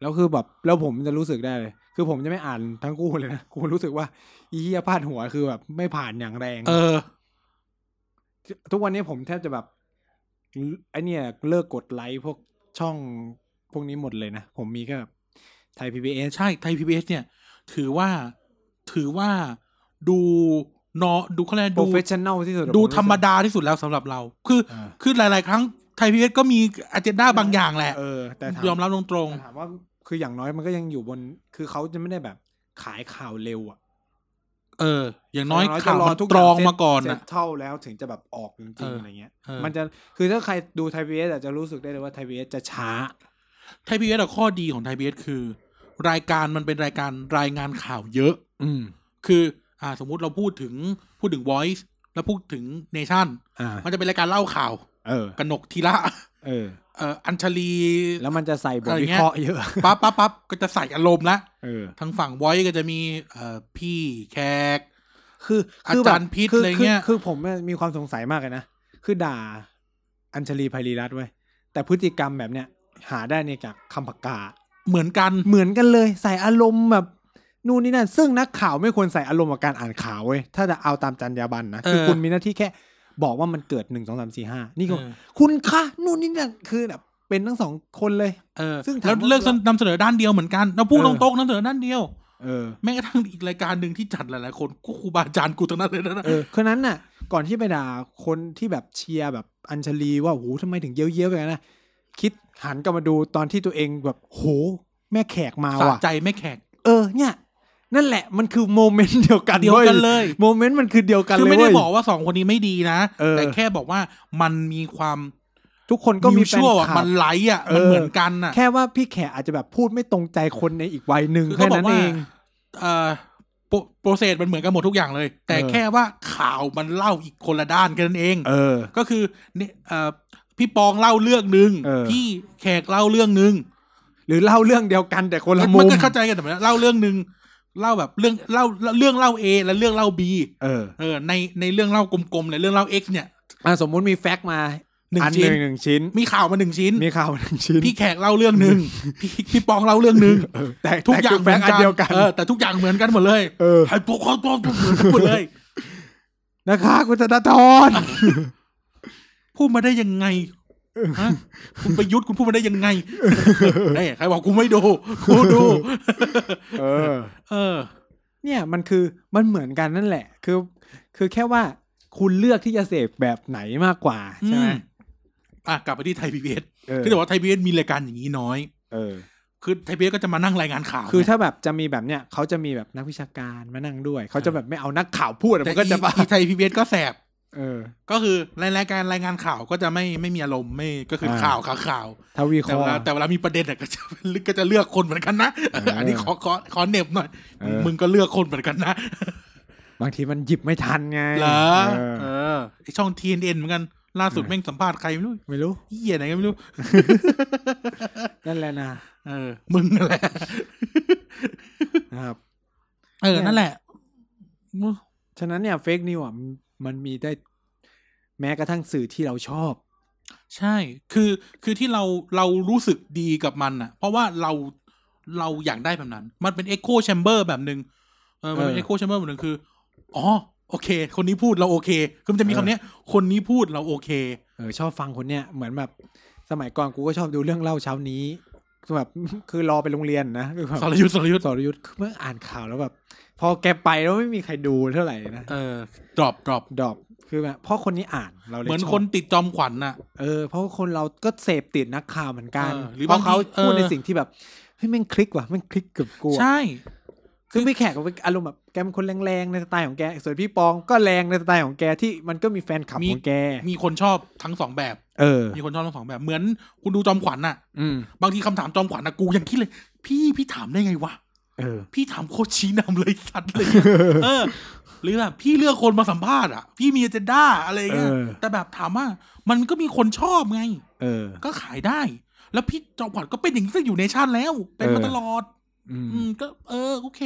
S1: แล้วคือแบบแล้วผมจะรู้สึกได้เลย คือผมจะไม่อ่านทั้งคู่เลยนะกูรู้สึกว่าอีเหี้ยพาดหัวคือแบบไม่ผ่านอย่างแรง
S2: เออ
S1: ทุกวันนี้ผมแทบจะแบบไอเนี่ยเลิกกดไลค์พวกช่องพวกนี้หมดเลยนะ ผมมีแค่แบบไทยพีบีเอส
S2: ใช่ไทยพีบีเอสเนี่ย ถือว่าถือว่าดูนอดูคะแนน
S1: โปร
S2: ดู
S1: เฟชชั่นแนลที่สุด
S2: ดูธรรมดาที่สุดแล้วสำหรับเรา คือ
S1: เออ
S2: คือหลาย ๆ ครั้งไทยพีบีเอสก็มีอ g เจนดาบางอย่างแหละ
S1: เออ แต่ถาม
S2: ยอมรับตรง
S1: แต่ถามว่าคืออย่างน้อยมันก็ยังอยู่บน คือเขาจะไม่ได้แบบขายข่าวเร็วอ่ะ
S2: ๆเออ อย่างน้อย
S1: จะ
S2: ข่าว
S1: รอ
S2: มัน
S1: ทุก
S2: ตรอง
S1: ย่
S2: มาก่อน
S1: เสร็
S2: นะ
S1: จเท่าแล้วถึงจะแบบออกจริง
S2: เอ
S1: ๆ
S2: ออ
S1: อะไรเงี้ย
S2: เออ
S1: มันจะคือถ้าใครดูไทยพีเอสอาจจะรู้สึกได้เลยว่าไทยพีเอสจะช้า
S2: ไทยพีบีเอสข้อดีของไทยพีบีเอสคือ รายการมันเป็นรายการรายงานข่าวเยอะ
S1: อืม
S2: คืออ่าสมมุติเราพูดถึงพูดถึง voice แล้วพูดถึง nation
S1: อ่า
S2: มันจะเป็นรายการเล่าข่าว
S1: เออ
S2: กนกทีละ
S1: เออ
S2: เอ่ออัญชลี
S1: แล้วมันจะ ใส่บท
S2: อะไร
S1: วิ
S2: เงี้ย
S1: เคราะห์เยอะ
S2: ปั๊บปั๊บปั๊บก็จะใส่อารมณ์ละ
S1: เออ
S2: ทางฝั่งไว้ก็จะมีเอ่อพี่แขก
S1: คือ
S2: อา
S1: คือแบบ
S2: จารย์พิษ
S1: คื
S2: อะไรเงี้ย
S1: คือคือผมเนี่ยมีความสงสัยมากเลยนะ คือด่าอัญชลีไพรีรัตน์ไว้ยแต่พฤติกรรมแบบเนี้ยหาได้เนี่ยจากคำปากกา
S2: เหมือนกัน
S1: เหมือนกันเลย ใส่อารมณ์แบบนู่นนี่นั่น ซึ่งนักข่าวไม่ควรใส่อารมณ์กับการอ่านข่าวเว้ยถ้าจะเอาตามจรรยาบรรณนะคือ
S2: เออ
S1: คุณมีหน้าที่แค่บอกว่ามันเกิดหนึ่งสองสามสี่ห้านี่ก็
S2: เออ
S1: คุณคะนู่นนี่นั่นคือแบบเป็นทั้งสองคนเลย
S2: เออ
S1: ซึ่งถาม
S2: แล้ว
S1: ว่า
S2: เลือกนำเสนอด้านเดียวเหมือนกันเราพูด
S1: เอ
S2: ต
S1: อ
S2: รงๆนำเสนอด้านเดียว
S1: เออ
S2: แม้กระทั่งอีกรายการหนึ่งที่จัดหลายๆคนกูครูบาอาจารย์กูทั้งนั้นเลยนะ
S1: เออคนนั้นน่ะ ก่อนที่ไปด่าคนที่แบบเชียร์แบบอัญชลีว่าโหทำไมถึงเย้ยวๆไปกันนะคิดหันกลับมาดูตอนที่ตัวเองแบบโหแม่แขกมา
S2: สะ
S1: ว่ะ
S2: ใจไม่แขก
S1: เออเนี่ย นั่นแหละมันคือโมเมนต์เดียวกัน
S2: เดียวกันเลย
S1: โมเมนต์มันคือเดียวกัน
S2: คือ
S1: เลย
S2: ไม่ได้
S1: เว้ย
S2: บอกว่าสองคนนี้ไม่ดีนะ
S1: เออ
S2: แต่แค่บอกว่ามันมีความ
S1: ทุกคนก็มีแฟน
S2: ชั่ว
S1: คลับ
S2: มันไหลอ่ะ
S1: เออ
S2: มันเหมือนกันอ่ะ
S1: แค่ว่าพี่แขกอาจจะแบบพูดไม่ตรงใจคนในอีกวัยหนึ่ง
S2: ก็
S1: แค่นั้นเอง
S2: เออโปรโปรเซสมันเหมือนกันหมดทุกอย่างเลย แต่
S1: เออ
S2: แค่ว่าข่าวมันเล่าอีกคนละด้านแค่นั้นเอง
S1: เออ
S2: ก็คือเนี่ยเอ่อพี่ปองเล่าเรื่องหนึ่ง
S1: เออ
S2: พี่แขกเล่าเรื่องหนึ่ง
S1: หรือเล่าเรื่องเดียวกันแต่คน
S2: มั
S1: ละ
S2: น
S1: มุม
S2: ก็เข้าใจกันแต่ว่าเล่าเรื่องหนึ่งเล่าแบบเรื่องเล่าเรื่องเล่า A และเรื่องเล่า B
S1: เออ
S2: เออในในเรื่องเล่ากลมๆเลยเรื่องเล่า X เนี่ย
S1: อ่ะสมมุติมีแฟกต์มา
S2: หนึ่ง
S1: อันห
S2: ชิ้น
S1: นึ่งหนึ่งชิ้น
S2: มีข่าวมาหนึ่งชิ้น
S1: มีข่าวหนึ่งชิ้น
S2: พี่แขกเล่าเรื่องหนึ่งพี่พี่ปองเล่าเรื่องหนึ่ง
S1: เออแต่
S2: ทุก
S1: แต่
S2: อย่าง
S1: คื
S2: เห
S1: แฟ
S2: มือก น
S1: ต์อัน
S2: กัน
S1: เดียวกัน
S2: เออแต่ทุกอย่างเหมือนกันหมดเลย
S1: เออ
S2: ไอ้พวกเขาตัวเหมือนกันหมดเลย
S1: นะคะคุณธนาธร
S2: พูดมาได้ยังไงฮะคุณประยุทธ์คุณพูดมาได้ยังไงเอ้ยใครบอกกูไม่ดูกูดู
S1: เออ
S2: เออ
S1: เนี่ยมันคือมันเหมือนกันนั่นแหละ คือ คือแค่ว่าคุณเลือกที่จะเสพแบบไหนมากกว่าใช่ไหม
S2: อืม อ่ะกลับไปที่ไทยพีบีเอส
S1: เออ
S2: คือแต่ว่าไทยพีบีเอสมีรายการอย่างนี้น้อย
S1: เออ
S2: คือไทยพีบีเอสก็จะมานั่งรายงานข่าว
S1: คือ
S2: ไง
S1: ถ้าแบบจะมีแบบเนี้ยเขาจะมีแบบนักวิชาการมานั่งด้วย เขาจะแบบไม่เอานักข่าวพูดอะ
S2: แต่
S1: มันก็จะบ้า
S2: อีไทยพีบีเอสก็แสบ
S1: เออ
S2: ก็คือในรายการรายงานข่าวก็จะไม่ไม่มีอารมณ์ไม่ก็คือ
S1: อ่า
S2: ข่าวข่าวข่าว
S1: ทวีค
S2: แต่
S1: อ
S2: เวลาแต่เวลามีประเด็น อะก็จะก็จะเลือกคนเหมือนกันนะเออ
S1: เอออั
S2: อันนี้ขอขอขอเหน็บหน่อย
S1: เออ
S2: มึงก็เลือกคนเหมือนกันนะ
S1: บางทีมันหยิบไม่ทันไง
S2: เหรอ
S1: เออ
S2: เออไอ้ช่อง TNN เหมือนกัน ล่าสุดแม่งสัมภาษณ์ใครไม่รู้
S1: ไม่รู้
S2: เหี้ยไหนก็ไม่ รู้
S1: นั่นแหละนะ
S2: เออ มึงนั่นแหละ
S1: นะครับ
S2: เออ นั่นแหละ
S1: ฉะนั้นเนี่ยเฟกนิวอ่ะมันมันมีได้แม้กระทั่งสื่อที่เราชอบ
S2: ใช่ คือ คือที่เรา เรารู้สึกดีกับมันอ่ะ เพราะว่าเรา เราอยากได้แบบนั้น มันเป็นเอ็กโคแชมเบอร์แบบหนึ่งเออมัน
S1: เอ
S2: เป็น
S1: อ
S2: เอ็กโคแชมเบอร์แบบหนึ่งคืออ๋อโอเค คนนี้พูดเราโอเคคือมันจะมี
S1: เออ
S2: คำเนี้ย คนนี้พูดเราโอเค
S1: เออชอบฟังคนเนี้ยเหมือนแบบสมัยก่อนกูก็ชอบดูเรื่องเล่าเช้านี้คือแบบ คือรอไปโรงเรียนนะคือแบบ
S2: สรยุทธ์สรยุทธ์
S1: สรยุทธ์คือเมื่ออ่านข่าวแล้วแบบ พอแกไปแล้วไม่มีใครดูเท่าไหร่นะ
S2: เออดรอปดรอป
S1: ดรอปคือแบบเพราะคนนี้อ่านเราเลย
S2: เหมือน
S1: ชบ
S2: คนติดจอมขวัญน่ะ
S1: เออเพราะคนเราก็เสพติดนักข่าวเหมือนกัน
S2: เออหรือ
S1: เพราะเขา
S2: บางที
S1: พูด
S2: เออ
S1: ในสิ่งที่แบบเฮ้ยแม่งคลิกว่ะแม่งคลิกเกือบกลัว
S2: ใช่
S1: คือพี่แขกก็เป็นอารมณ์แบบแกเป็นคนแรงๆในสไตล์ของแกส่วนพี่ปองก็แรงในสไตล์ของแกที่มันก็มีแฟนคลับของแก
S2: มีคนชอบทั้งสองแบบ
S1: เออ
S2: มีคนชอบทั้งสองแบบ เหมือนคุณดูจอมขวัญน่ะ
S1: อืม
S2: บางทีคำถามจอมขวัญนะกูยังคิดเลย พี่พี่ถามได้ไงวะ
S1: เออ
S2: พี่ถามโคชชี้นำเลยสัตว์เลย เออ หรือแบบพี่เลือกคนมาสัมภาษณ์อ่ะ พี่มีเจนด้าอะไรเงี้ย
S1: เออ
S2: แต่แบบถามว่า มันก็มีคนชอบไง
S1: เออ
S2: ก็ขายได้ แล้วพี่จอมขวัญก็เป็นอย่างนี้ตั้งอยู่ในชาติแล้ว เป็นมา
S1: เออ
S2: ตลอด
S1: อืม
S2: อืมก็ เออโอเค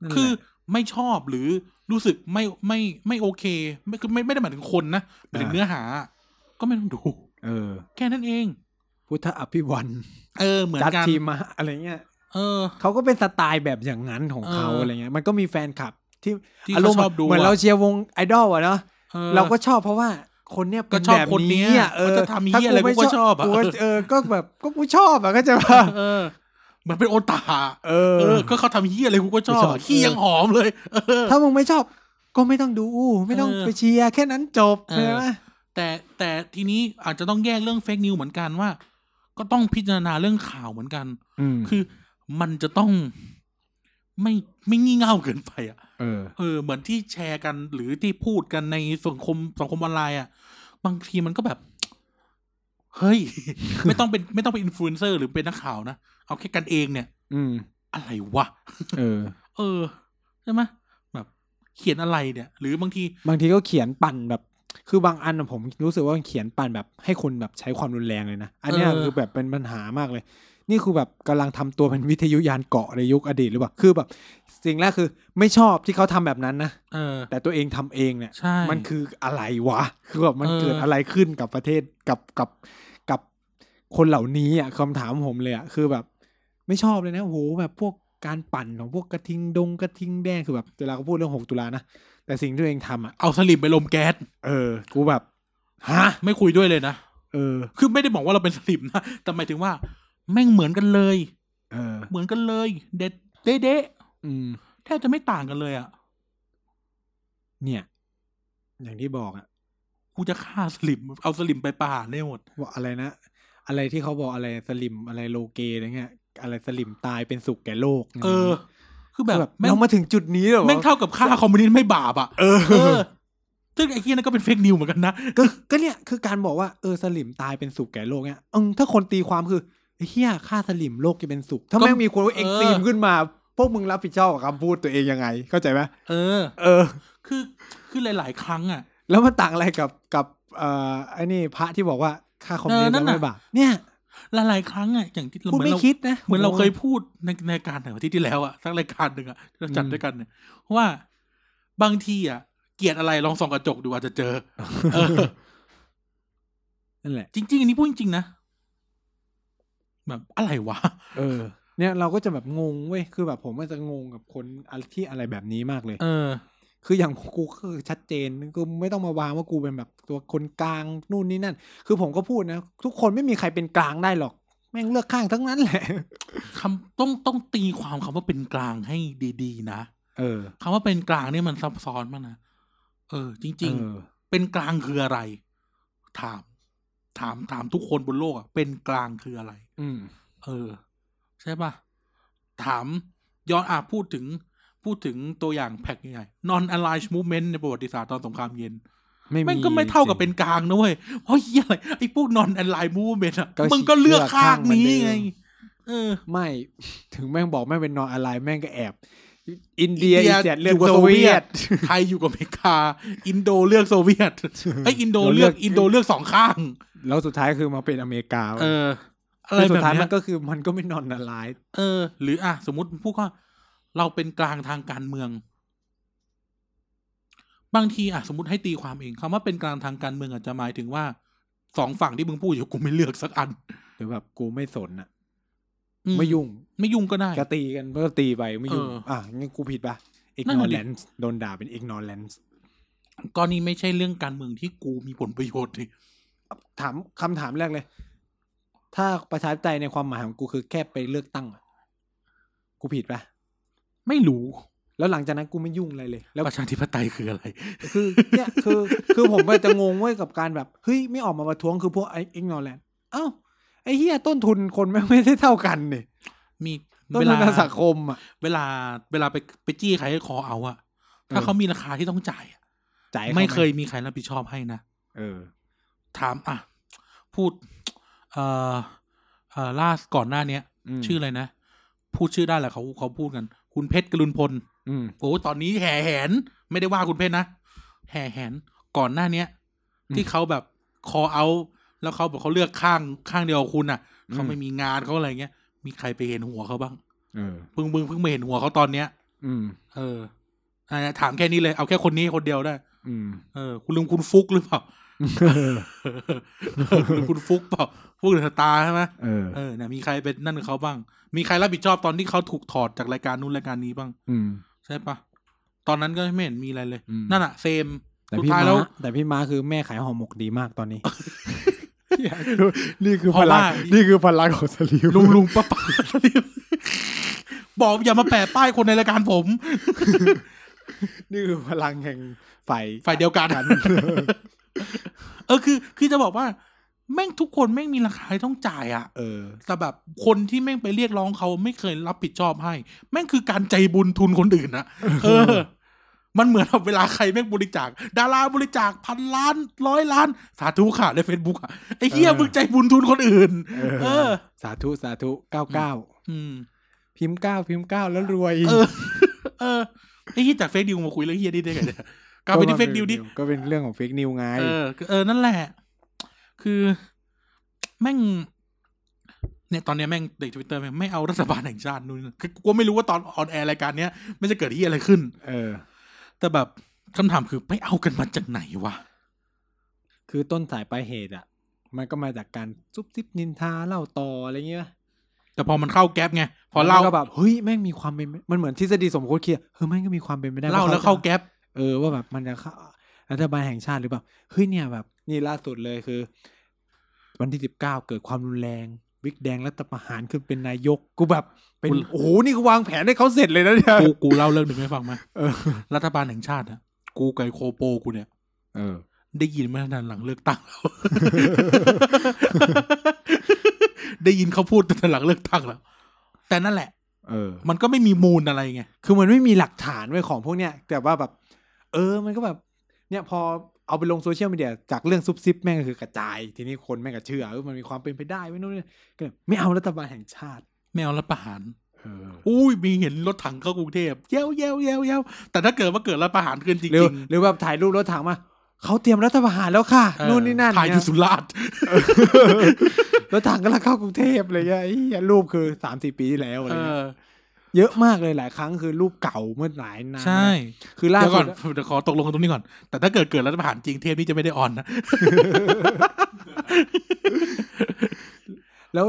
S1: นั่นแหละ
S2: คือไม่ชอบหรือรู้สึกไม่ไม่ไม่โอเค ไม่คือไม่ไม่ได้หมายถึงคนนะหมายถึง
S1: อ่า
S2: เนื้อหา ก็ไม่ต้องดู
S1: เออ
S2: แค่นั้นเอง
S1: พุทธอภิวัน
S2: เออเหมือน
S1: จัด
S2: กัน
S1: ทีมาอะไรเงี้ย
S2: เออ
S1: เขาก็เป็นสไตล์แบบอย่างนั้นของเขา
S2: เอออ
S1: อะไรเงี้ย มันก็มีแฟนคลับที่
S2: ที่
S1: อา
S2: เขา
S1: รมณ์
S2: ชอบดู
S1: เหมือนเรา
S2: อะ
S1: เชียร์วงไอดอลอะเนาะ
S2: ออ
S1: เราก็ชอบเพราะว่าคนเนี้ยเป็น
S2: ก็ชอบ
S1: แบบ
S2: คนเนี้
S1: นี้
S2: ย
S1: อะเออ
S2: มันจะทำเหี้ยอะไรกูก็ชอบอะ
S1: กูก็เออก็แบบก็กูชอบอะก็จะว่า
S2: เออเหมือนเป็นโอตา
S1: เอ
S2: เอ
S1: อ
S2: อ ก็เขาทำเฮี้ยอะไรกูก็ชอบ
S1: ชอบ
S2: ขี้ยังหอมเลย เออ
S1: ถ้ามึงไม่ชอบ ก็ไม่ต้องดู ไม่ต้อง
S2: เออ
S1: ไปเชียร์แค่นั้นจบ
S2: เออ
S1: ใช่ไหม
S2: แต่แต่ทีนี้อาจจะต้องแยกเรื่องเฟกนิวเหมือนกันว่า ก็ต้องพิจารณาเรื่องข่าวเหมือนกัน
S1: อืม
S2: คือมันจะต้อง ไม่ไม่งี่เง่าเกินไปอ่ะ
S1: เออ
S2: เออเหมือนที่แชร์กันหรือที่พูดกันในสังคมสังคมออนไลน์อ่ะ บางทีมันก็แบบ เฮ้ย ไม่ต้องเป็นไม่ต้องเป็นอินฟลูเอนเซอร์หรือเป็นนักข่าวนะเอาแค่กันเองเนี่ย
S1: อืม
S2: อะไรวะ
S1: เออ
S2: เออใช่ไหมแบบ เขียนอะไรเนี่ย หรือบางที
S1: บางทีก็เขียนปั่นแบบ คือบางอันอะผมรู้สึกว่ามันเขียนปั่นแบบให้คนแบบใช้ความรุนแรงเลยนะ อันเนี้ย
S2: เออ
S1: คือแบบเป็นปัญหามากเลย นี่คือแบบกำลังทำตัวเป็นวิทยุยานเกาะในยุคอดีตหรือเปล่า คือแบบ สิ่งแรกคือไม่ชอบที่เขาทำแบบนั้นนะ
S2: เออ
S1: แต่ตัวเองทำเองเนี่ย
S2: ใช่
S1: มันคืออะไรวะ คือแบบมัน
S2: เออ
S1: เกิดอะไรขึ้นกับประเทศกับกับกับคนเหล่านี้อ่ะคำถามผมเลยอ่ะคือแบบ ไม่ชอบเลยนะโหแบบพวกการปั่นของพวกกระทิงดงกระทิงแดงคือแบบเวลาเขาพูดเรื่องหกตุลานะแต่สิ่งที่ตัวเองทำอ่ะ
S2: เอาสลิมไปลมแก๊ส
S1: เออ กูแบบ ฮะ
S2: ไม่คุยด้วยเลยนะ
S1: เออ
S2: คือไม่ได้บอกว่าเราเป็นสลิมนะ แต่หมายถึงว่า แม่งเหมือนกันเลย
S1: เออ
S2: เหมือนกันเลย เด็ดเด๊ะ
S1: อืม
S2: ๆแทบจะไม่ต่างกันเลยอ่ะ
S1: เนี่ย อย่างที่บอกอะ
S2: กูจะฆ่าสลิม เอาสลิมไปประหารได้หมด
S1: ว่าอะไรนะ อะไรที่เขาบอกอะไรสลิมอะไรโลเกอะไรเงี้ย อะไรสลิมตายเป็นสุขแก่โลก
S2: เออ คือ
S1: แบ
S2: แบบบ
S1: แบบ
S2: แม่ง
S1: เรามาถึงจุดนี้แล้วหรอ
S2: แม่งเท่ากับฆ่าคอมมิวนิสต์ไม่บาปอ่ะ
S1: เออ
S2: เออ ซึ่งไอ้ที่นั่นก็เป็นเฟกนิวเหมือนกันนะ
S1: ก็ก็เนี่ยคือการบอกว่าเออสลิมตายเป็นสุขแก่โลกเนี่ยเออถ้าคนตีความคือไอ้เฮียฆ่าสลิมโลกจะเป็นสุข ถ้าแม่งมีคนว่าเอ็กซ์ตรีมขึ้นมา พวกมึงรับผิดชอบกับคำพูดตัวเองยังไง เข้าใจไหม
S2: เออ
S1: เออ
S2: คือคือหลาย ๆ ครั้งอ่ะ
S1: แล้วมันต่างอะไรกับกับเอ่อไอ้นี่พระที่บอกว่าค่าคอมมิวนิสต์
S2: เออนั่
S1: แล้ว
S2: นน่ะ
S1: ไม่บาปเนี่ย
S2: หลาย ๆ ครั้งอ่ะอย่างที่เรา
S1: พูด
S2: เหมือน
S1: ไม่
S2: เรา
S1: คิดนะ
S2: เหมือนเราเคย
S1: ผ
S2: พูดในในรายการไหนวะอาที่ที่แล้วอะสักรายการหนึ่งอะที่เราจัดด้วยกันเนี่ยว่าบางทีอะเกลียดอะไรลองส่องกระจกดูอาจจะเจอเออ
S1: นั่นแหละ
S2: จริง ๆ อันนี้พูดจริงๆนะ แบบอะไรวะ
S1: เออ เนี่ยเราก็จะแบบงงเว้ยคือแบบผมก็จะงงกับคนอะไรที่อะไรแบบนี้มากเลย
S2: เออ
S1: คืออย่างกูก็คือชัดเจนกูไม่ต้องมาวางว่ากูเป็นแบบตัวคนกลางนู่นนี่นั่น คือผมก็พูดนะ ทุกคนไม่มีใครเป็นกลางได้หรอก แม่งเลือกข้างทั้งนั้นแหละ
S2: คำต้องต้องตีความคำว่าเป็นกลางให้ดีๆ นะ
S1: เออ
S2: คำว่าเป็นกลางเนี่ยมันซับซ้อนมากนะเออ จริง
S1: เออ
S2: ๆ เป็นกลางคืออะไร ถาม ถามถามทุกคนบนโลกอะเป็นกลางคืออะไร
S1: อืม
S2: เออ ใช่ป่ะ ถามย้อนอ่ะพูดถึง พูดถึงตัวอย่างแพ็กใหญ่ๆ non aligned movement ในประวัติศาสตร์ตอนสงครามเย็นแม่งก็ไม่เท่ากับเป็นกลางนะเว้ยเพราะเหี้ยอะไรไอ้พวก non aligned movement อ่ะ
S1: ก็
S2: มึงก็เลือกข้าง
S1: เลือกข้าง
S2: นี้
S1: มันเดิม
S2: ไง เออ
S1: ไม่ ถึงแม่งบอกแม่งเป็นนอนอะไรแม่งก็แอบ อินเดีย
S2: อิน
S1: อี
S2: เดีย
S1: เซียดเลือ
S2: อยู่
S1: ก
S2: กั
S1: โซ
S2: บโซเวี
S1: เวีย
S2: ย
S1: ต
S2: ต ไทยอยู่กับอเมริกา อินโดเลือกโซเวียตไอ้ยอินโดเลือก
S1: เราเลือก
S2: อินโดเลือกสองข้าง
S1: แล้วสุดท้ายคือมาเป็นอเมริกา
S2: เออ อะไร
S1: คือสุ
S2: แบ
S1: ด
S2: บ
S1: ท้าย
S2: เนี้
S1: มั
S2: ย
S1: นก็คือมันก็ไม่นอนอะไร
S2: เออ หรืออ่ะสมมติพูดว่าเราเป็นกลางทางการเมือง บางทีอ่ะสมมติให้ตีความเองคำว่าเป็นกลางทางการเมืองอาจจะหมายถึงว่าสองฝั่งที่มึงพูดอยู่กูไม่เลือกสักอัน
S1: หรือแบบกูไม่สนอ่ะ
S2: อื
S1: ไม่ยุ่ง
S2: ไม่ยุ่งก็ได้
S1: จะตีกันก็ตีไปไม่ยุ่ง
S2: เอออ่
S1: อ่ะงั้นกูผิดปะ
S2: นั่นน่ะดิ
S1: ignorance โดนด่าเป็น ignorance
S2: ก็นี่ไม่ใช่เรื่องการเมืองที่กูมีผลประโยชน์ดิ
S1: ถามคำถามแรกเลย ถ้าประชาธิปไตยในความหมายของกูคือแค่ไปเลือกตั้งอะกูผิดปะ
S2: ไม่รู้
S1: แล้วหลังจากนั้นกูไม่ยุ่งอะไรเลย แล้ว
S2: ประชาธิปไตยคืออะไร
S1: คือเนี่ยคือคือผมก็จะงงเว้ยกับการแบบเฮ้ยไม่ออกมาประท้วงคือพวกไอ้เอ็กนอแลนเอ้าไอ้เฮียต้นทุนคนไม่งไม่ได้เท่ากันเนี่ย
S2: มี
S1: ต้น
S2: เว
S1: ทุ
S2: ลาน
S1: ทางสังคมอ่ะ
S2: เวลาเวลาไปไปจี้ใครให้คอเอาอะถ้า
S1: เออ
S2: เขามีราคาที่ต้องจ่ายอะ
S1: จ่ายขาห
S2: ไม่เคยมีใครรับผิดชอบให้นะ
S1: เออ
S2: ถามอ่ะ พูด เอ่อเอ่อล่าสก่อนหน้าเนี้ย
S1: ม
S2: ชื่ออะไรนะ พูดชื่อได้แหละเขาเขาพูดกัน คุณเพชรกรุณพล
S1: อืม
S2: โอ้ตอนนี้แห่แหน ไม่ได้ว่าคุณเพชรนะ แห่แหน ก่อนหน้าเนี้ย
S1: อืม
S2: ที่เขาแบบคอเอา แล้วเขาบอกเขาเลือกข้างข้างเดียวกับคุณน่ะ
S1: อืม
S2: เขาไม่มีงานเขาอะไรเงี้ย มีใครไปเห็นหัวเขาบ้าง
S1: เออ
S2: เพิ่งเพิ่งเพิ่งมาเห็นหัวเขาตอนเนี้ย
S1: อืม
S2: เอออ่ะถามแค่นี้เลย เอาแค่คนนี้คนเดียวได้
S1: อืม
S2: เออ คุณลุงคุณฟุกหรือเปล่า คุณลุงคุณฟุกเปล่า ฟุกเดอะสตาร์ใช่ไหม
S1: เออ
S2: เออเนี่ยมีใครเป็นนั่นกับเขาบ้าง มีใครรับผิดชอบตอนที่เขาถูกถอดจากรายการนู้นรายการนี้บ้าง
S1: อืม
S2: ใช่ปะตอนนั้นก็ไม่เห็นมีอะไรเลย
S1: อืม
S2: นั่นอะเซม
S1: แต่
S2: สุด
S1: พี่
S2: ท้าย
S1: ม้า
S2: แล้ว
S1: แต่พี่ม้าคือแม่ขายห่อหมกดีมากตอนนี้ นี่คือพลัง
S2: ว่า
S1: นี่คือพลังของสลิว
S2: ลุงลุงป้าป้า บอกอย่ามาแปะป้ายคนในรายการผม
S1: นี่คือพลังแห่งฝ่าย
S2: ฝ่ายเดียว กัน เออคือ คือจะบอกว่า แม่งทุกคนแม่งมีราคาที่ต้องจ่ายอะ
S1: เออ
S2: แต่แบบคนที่แม่งไปเรียกร้องเขาไม่เคยรับผิดชอบให้ แม่งคือการใจบุญทุนคนอื่นนะ เออ มันเหมือนกับเวลาใครแม่งบริจาค ดาราบริจาคพันล้านร้อยล้าน สาธุค่ะในเฟซบุ๊กอะไอ้เหี้ย
S1: เออ
S2: มึงใจบุญทุนคนอื่น เออ
S1: สาธุสาธุเก้าเก้า
S2: อืม
S1: พิมพ์เก้าพิมพ์เก้าแล้วรวย
S2: เออ เออไอ้เหี้ยจากเฟซดิวมาคุยเรื่องเหี้ยนี่ได้ไงเนี่ยกลับไปที่เฟซดิวดิ
S1: ก็เป็นเรื่องของเฟกนิวไง
S2: เออเออ นั่นแหละ คือแม่ง เนี่ยตอนเนี้ยแม่งเด็กทวิตเตอร์แม่งไม่เอารัฐบาลแห่งชาตินู่นคือกูก็ไม่รู้ว่าตอนออนแอร์รายการเนี้ยมันจะเกิดที่อะไรขึ้น
S1: เออ
S2: แต่แบบคำถามคือไปเอากันมาจากไหนวะ
S1: คือต้นสายปลายเหตุอ่ะ มันก็มาจากการซุบซิบนินทาเล่าต่ออะไรเงี้ย
S2: แต่พอมันเข้าแก๊ปไง พอเล่า
S1: แล้วก็แบบเฮ้ยแม่งมีความเป็นไปมันเหมือนทฤษฎีสมคบคิดอะเฮ้ยแม่งก็มีความเป็นไปได้
S2: เล่าแล้วเข้าแก๊ป
S1: เออว่าแบบมันจะเข้ารัฐบาลแห่งชาติหรือแบบเฮ้ยเนี่ยแบบ นี่ล่าสุดเลยคือ วันที่สิบเก้าเกิดความรุนแรงวิกแดงรัฐประหารขึ้นเป็นนายกกูแบบ เป็น
S2: กู
S1: โอ้โหนี่กูวางแผนให้เขาเสร็จเลยนะเนี่ย
S2: กูกูเล่าเรื่องหนึ่งให้ฟังมา
S1: เออ
S2: รัฐบาลแห่งชาติอะกูไกบโคโปกูเนี่ย
S1: เออ
S2: ได้ยินมาตั้งแต่หลังเลือกตั้ง แล้ว ได้ยินเขาพูดตั้งแต่หลังเลือกตั้งแล้ว แต่นั่นแหละ
S1: เออ
S2: มันก็ไม่มีมูลอะไรไง
S1: คือมันไม่มีหลักฐานไว้ยของพวกเนี้ยแต่ว่าแบบ เออมันก็แบบ เนี่ยพอเอาไปลงโซเชียลมีเดียจากเรื่องซุบซิบแม่งก็คือกระจาย ทีนี้คนแม่งก็เชื่อเออมันมีความเป็นไปได้ไว้ยนู่นนี่ก็เลยไม่เอารัฐบาลแห่งชาติ
S2: ไม่เอารัฐประหาร
S1: เออ
S2: อุ้ย มีเห็นรถถังเข้ากรุงเทพเย้วเย้วเย้วเย้วแต่ถ้าเกิดว่าเกิดรัฐประหารขึ้นจริ
S1: หรือง หรือแบบถ่ายรูปรถถังมาเขาเตรียมรัฐประหารแล้วค่ะ
S2: ๆเออ
S1: นู่นนี่นั่น
S2: ถ่ายอยู่
S1: เนี่
S2: สุราษฎร์
S1: รถถังก็ลังเข้ากรุงเทพเลยไอ้เหี้ยรูปคือสามสี่ปีที่แล้วอะไร
S2: เอ
S1: เงี้ย
S2: อ
S1: เยอะมากเลยหลายครั้งคือรูปเก่าเมื่อหลายนาน
S2: ใช่
S1: คือล่า
S2: เดี๋ยว
S1: สุ
S2: ก่อ
S1: ด
S2: นเดี๋ยวขอตกลงกันตรงนี้ก่อน แต่ถ้าเกิดเกิดรัฐประหารจริงเทพนี่จะไม่ได้ออนนะ
S1: แล้ว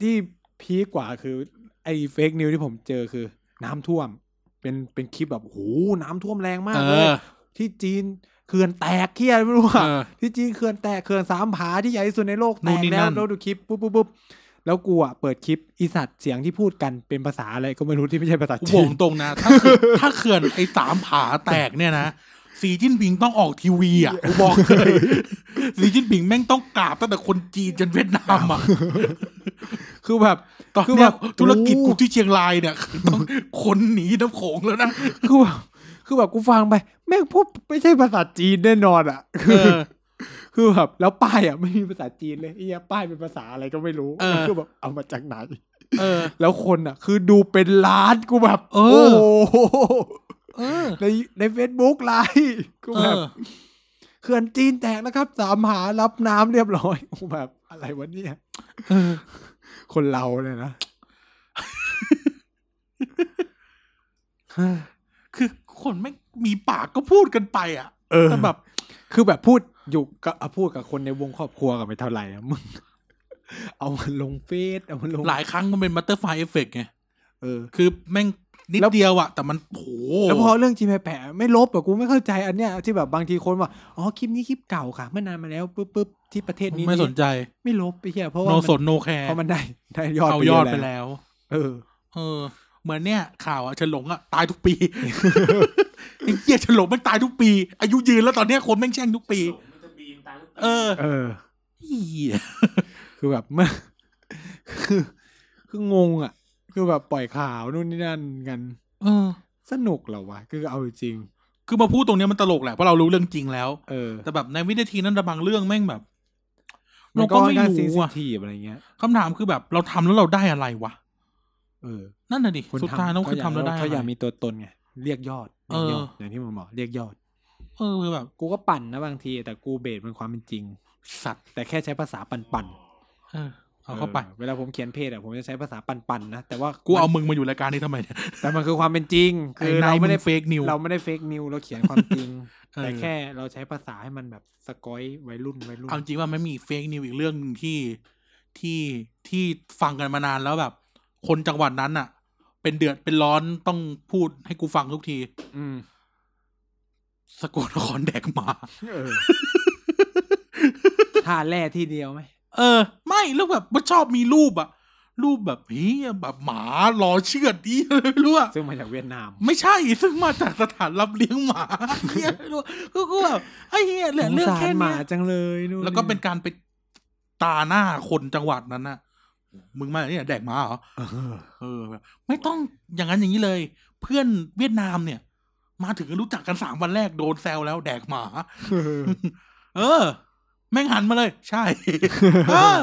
S1: ที่พีคกว่าคือ ไอ้เฟกนิวที่ผมเจอคือ น้ำท่วม เป็นเป็นคลิปแบบโอ้โหน้ำท่วมแรงมาก
S2: เอ
S1: เลย
S2: อ
S1: ที่จีนเขื่อนแตกเคียไม่รู้อะ
S2: เออ
S1: ที่จีนเขื่อนแตกเขื่อนสามผาที่ใหญ่ที่สุดในโลก
S2: นู่
S1: แตก
S2: นนี่
S1: แล้ว
S2: นั่น
S1: เราดูคลิปปุ๊บปุ๊บปุ๊บแล้วกูอะเปิดคลิปอีสัตว์เสียงที่พูดกันเป็นภาษาอะไรก็ไม่รู้ที่ไม่ใช่ภาษา
S2: กูบ
S1: จี
S2: อก
S1: น
S2: ตรงนะ ถ้าเขื่อน ถ้าเขื่อนไอ้สามผาแตกเนี่ยนะ สีจิ้นผิงต้องออกทีวีอ่ะกูบอกเลยสีจิ้นผิงแม่งต้องกราบตั้งแต่คนจีนจนเวียดนามอ่ะ
S1: คือแบบ
S2: ตอน
S1: คือแบ
S2: เนี้ย
S1: บ
S2: ธุรกิจ
S1: โอ้
S2: กูที่เชียงราย เนี่ยต้องคนหนีน้ำโขงแล้วนะ
S1: คือแบบคือแบบกูฟังไป แม่งพูดไม่ใช่ภาษาจีนแน่นอนอะคือ
S2: เออ
S1: คือแบบแล้วป้ายอะไม่มีภาษาจีนเลยไอ้เหี้ยป้ายเป็นภาษาอะไรก็ไม่รู้
S2: เออ
S1: คือแบบเอามาจากไหน
S2: เออ
S1: แล้วคนอะคือดูเป็นล้านกูแบบ
S2: เออ
S1: โอ้โห
S2: เออ
S1: ในในเฟซบุ๊กไลน์กู
S2: เอ
S1: แบบ
S2: อ
S1: เขื่อนจีนแตกนะครับ สามหารับน้ำเรียบร้อย โอ้โหแบบอะไรวะเนี่ย
S2: เออ
S1: คนเราเนี่ยนะ
S2: คือคนไม่งมีปากก็พูดกันไปอ่ะ
S1: เออ
S2: แต่แบบ
S1: คือแบบพูดอยู่กับอ่ะพูดกับคนในวงครอบครัวก็ไม่เท่าไหร่นะมึง เอามันลงเฟซเอามันลง
S2: หลายครั้งมันเป็นมัตเตอร์ไฟเอฟเฟกไง
S1: เออ
S2: คือแม่งนิด
S1: แล้ว
S2: เดียวอะแต่มันโห
S1: แล้วพอเรื่องจีแผลไม่ลบอะกูไม่เข้าใจอันเนี้ยที่แบบบางทีคนว่าอ๋อคลิปนี้คลิปเก่าค่ะเมื่อนานมาแล้วปุ๊บปุ๊บที่ประเทศนี้
S2: ไม่สนใจ
S1: ไม่ลบไปเหี้ยเพราะว่า
S2: โน
S1: มัน
S2: สนโนแคร์
S1: เพราะมันได้ได้ยอด
S2: เอายอดไปแล้ว
S1: เออ
S2: เออ เหมือนเนี่ย ข่าวอะเฉนหลงอะตายทุก ปี ไอ้เหี้ยเฉนหลงมันตายทุกปี อายุยืนแล้วตอนเนี้ยคนแม่งแช่งทุกปี
S3: มันจะบีมตายทุกปี
S2: เออ
S1: เออ
S2: เหี้ย
S1: คือแบบ เมื่อคือคืองงอ่ะ คือแบบปล่อยข่าวนู่นนี่นั่นกัน
S2: เออ
S1: สนุกเหรอวะคือเอาจริง
S2: คือมาพูดตรงเนี้ยมันตลกแหละเพราะเรารู้เรื่องจริงแล้ว
S1: เออ
S2: แต่แบบในวินาทีนั้นระบางเรื่องแม่งแบบ
S1: มั
S2: เรา
S1: น
S2: ก็ไม่
S1: ด้านซีซี
S2: รู้อะ
S1: ทีอะไรเงี้ย
S2: คำถามคือแบบเราทำแล้วเราได้อะไรวะ
S1: เออ
S2: นั่นน่ะดิสุดท้ายแล้วคือทำแล้วได้อะ
S1: เขาอยาก
S2: ไร
S1: มีตัวตนไงเรียกยอด
S2: เออ
S1: รียกยดอย่างที่มึงบอกเรียกยอด
S2: เออคือแบบ
S1: กูก็ปั่นนะบางที แต่กูเบสเป็นความเป็นจริง
S2: สัตว์
S1: แต่แค่ใช้ภาษาปั่น
S2: เออ
S1: ๆ
S2: เอาเข้าไป
S1: เวลาผมเขียนเพจอะผมจะใช้ภาษาปั่นๆนะแต่ว่า
S2: กูเอา
S1: น
S2: มึงมาอยู่รายการนี้ทำไมเนี่ย
S1: แต่มันคือความเป็นจริง คือเราไม่ได้
S2: เฟกนิว
S1: เราไม่ได้เฟกนิวเราเขียนความจริง
S2: เออ
S1: แต่แค่เราใช้ภาษาให้มันแบบสกอยวัยรุ่นวัยรุ่น
S2: เอาจริงว่าไม่มีเฟกนิวอีกเรื่องหนึ่งที่ที่ที่ฟังกันมานานแล้วแบบ คนจังหวัดนั้นอ่ะ เป็นเดือดเป็นร้อนต้องพูดให้กูฟังทุกที
S1: อืม
S2: สกลนครแดก หมา
S1: เออ ท่าแร่ที่เดียวไหม
S2: เออ ไม่แล้วแบบมันชอบมีรูปอะรูปแบบเฮียแบบหมารอเชือดดี อะไรไม่รู้อะ
S1: ซึ่งมาจากเวียดนาม
S2: ไม่ใช่ ซึ่งมาจากสถานรับเลี้ยงหมาเฮีย ไม่รู้ก็คือแบบไอ้เฮียเหลือเรื่องแค่
S1: สสารห
S2: เนี้
S1: มาย จังเลยนู่น
S2: แล้วก็เป็นการไปตาหน้าคนจังหวัดนั้นน่ะ มึงมาเนี่ยแดกหมาเหรอ
S1: เออ
S2: เออแบบไม่ต้องอย่างนั้นอย่างนี้เลย เพื่อนเวียดนามเนี่ย มาถึงรู้จักกันสามวันแรกโดนแซวแล้วแดกหมา เออ แม่งหันมาเลย ใช่ เออ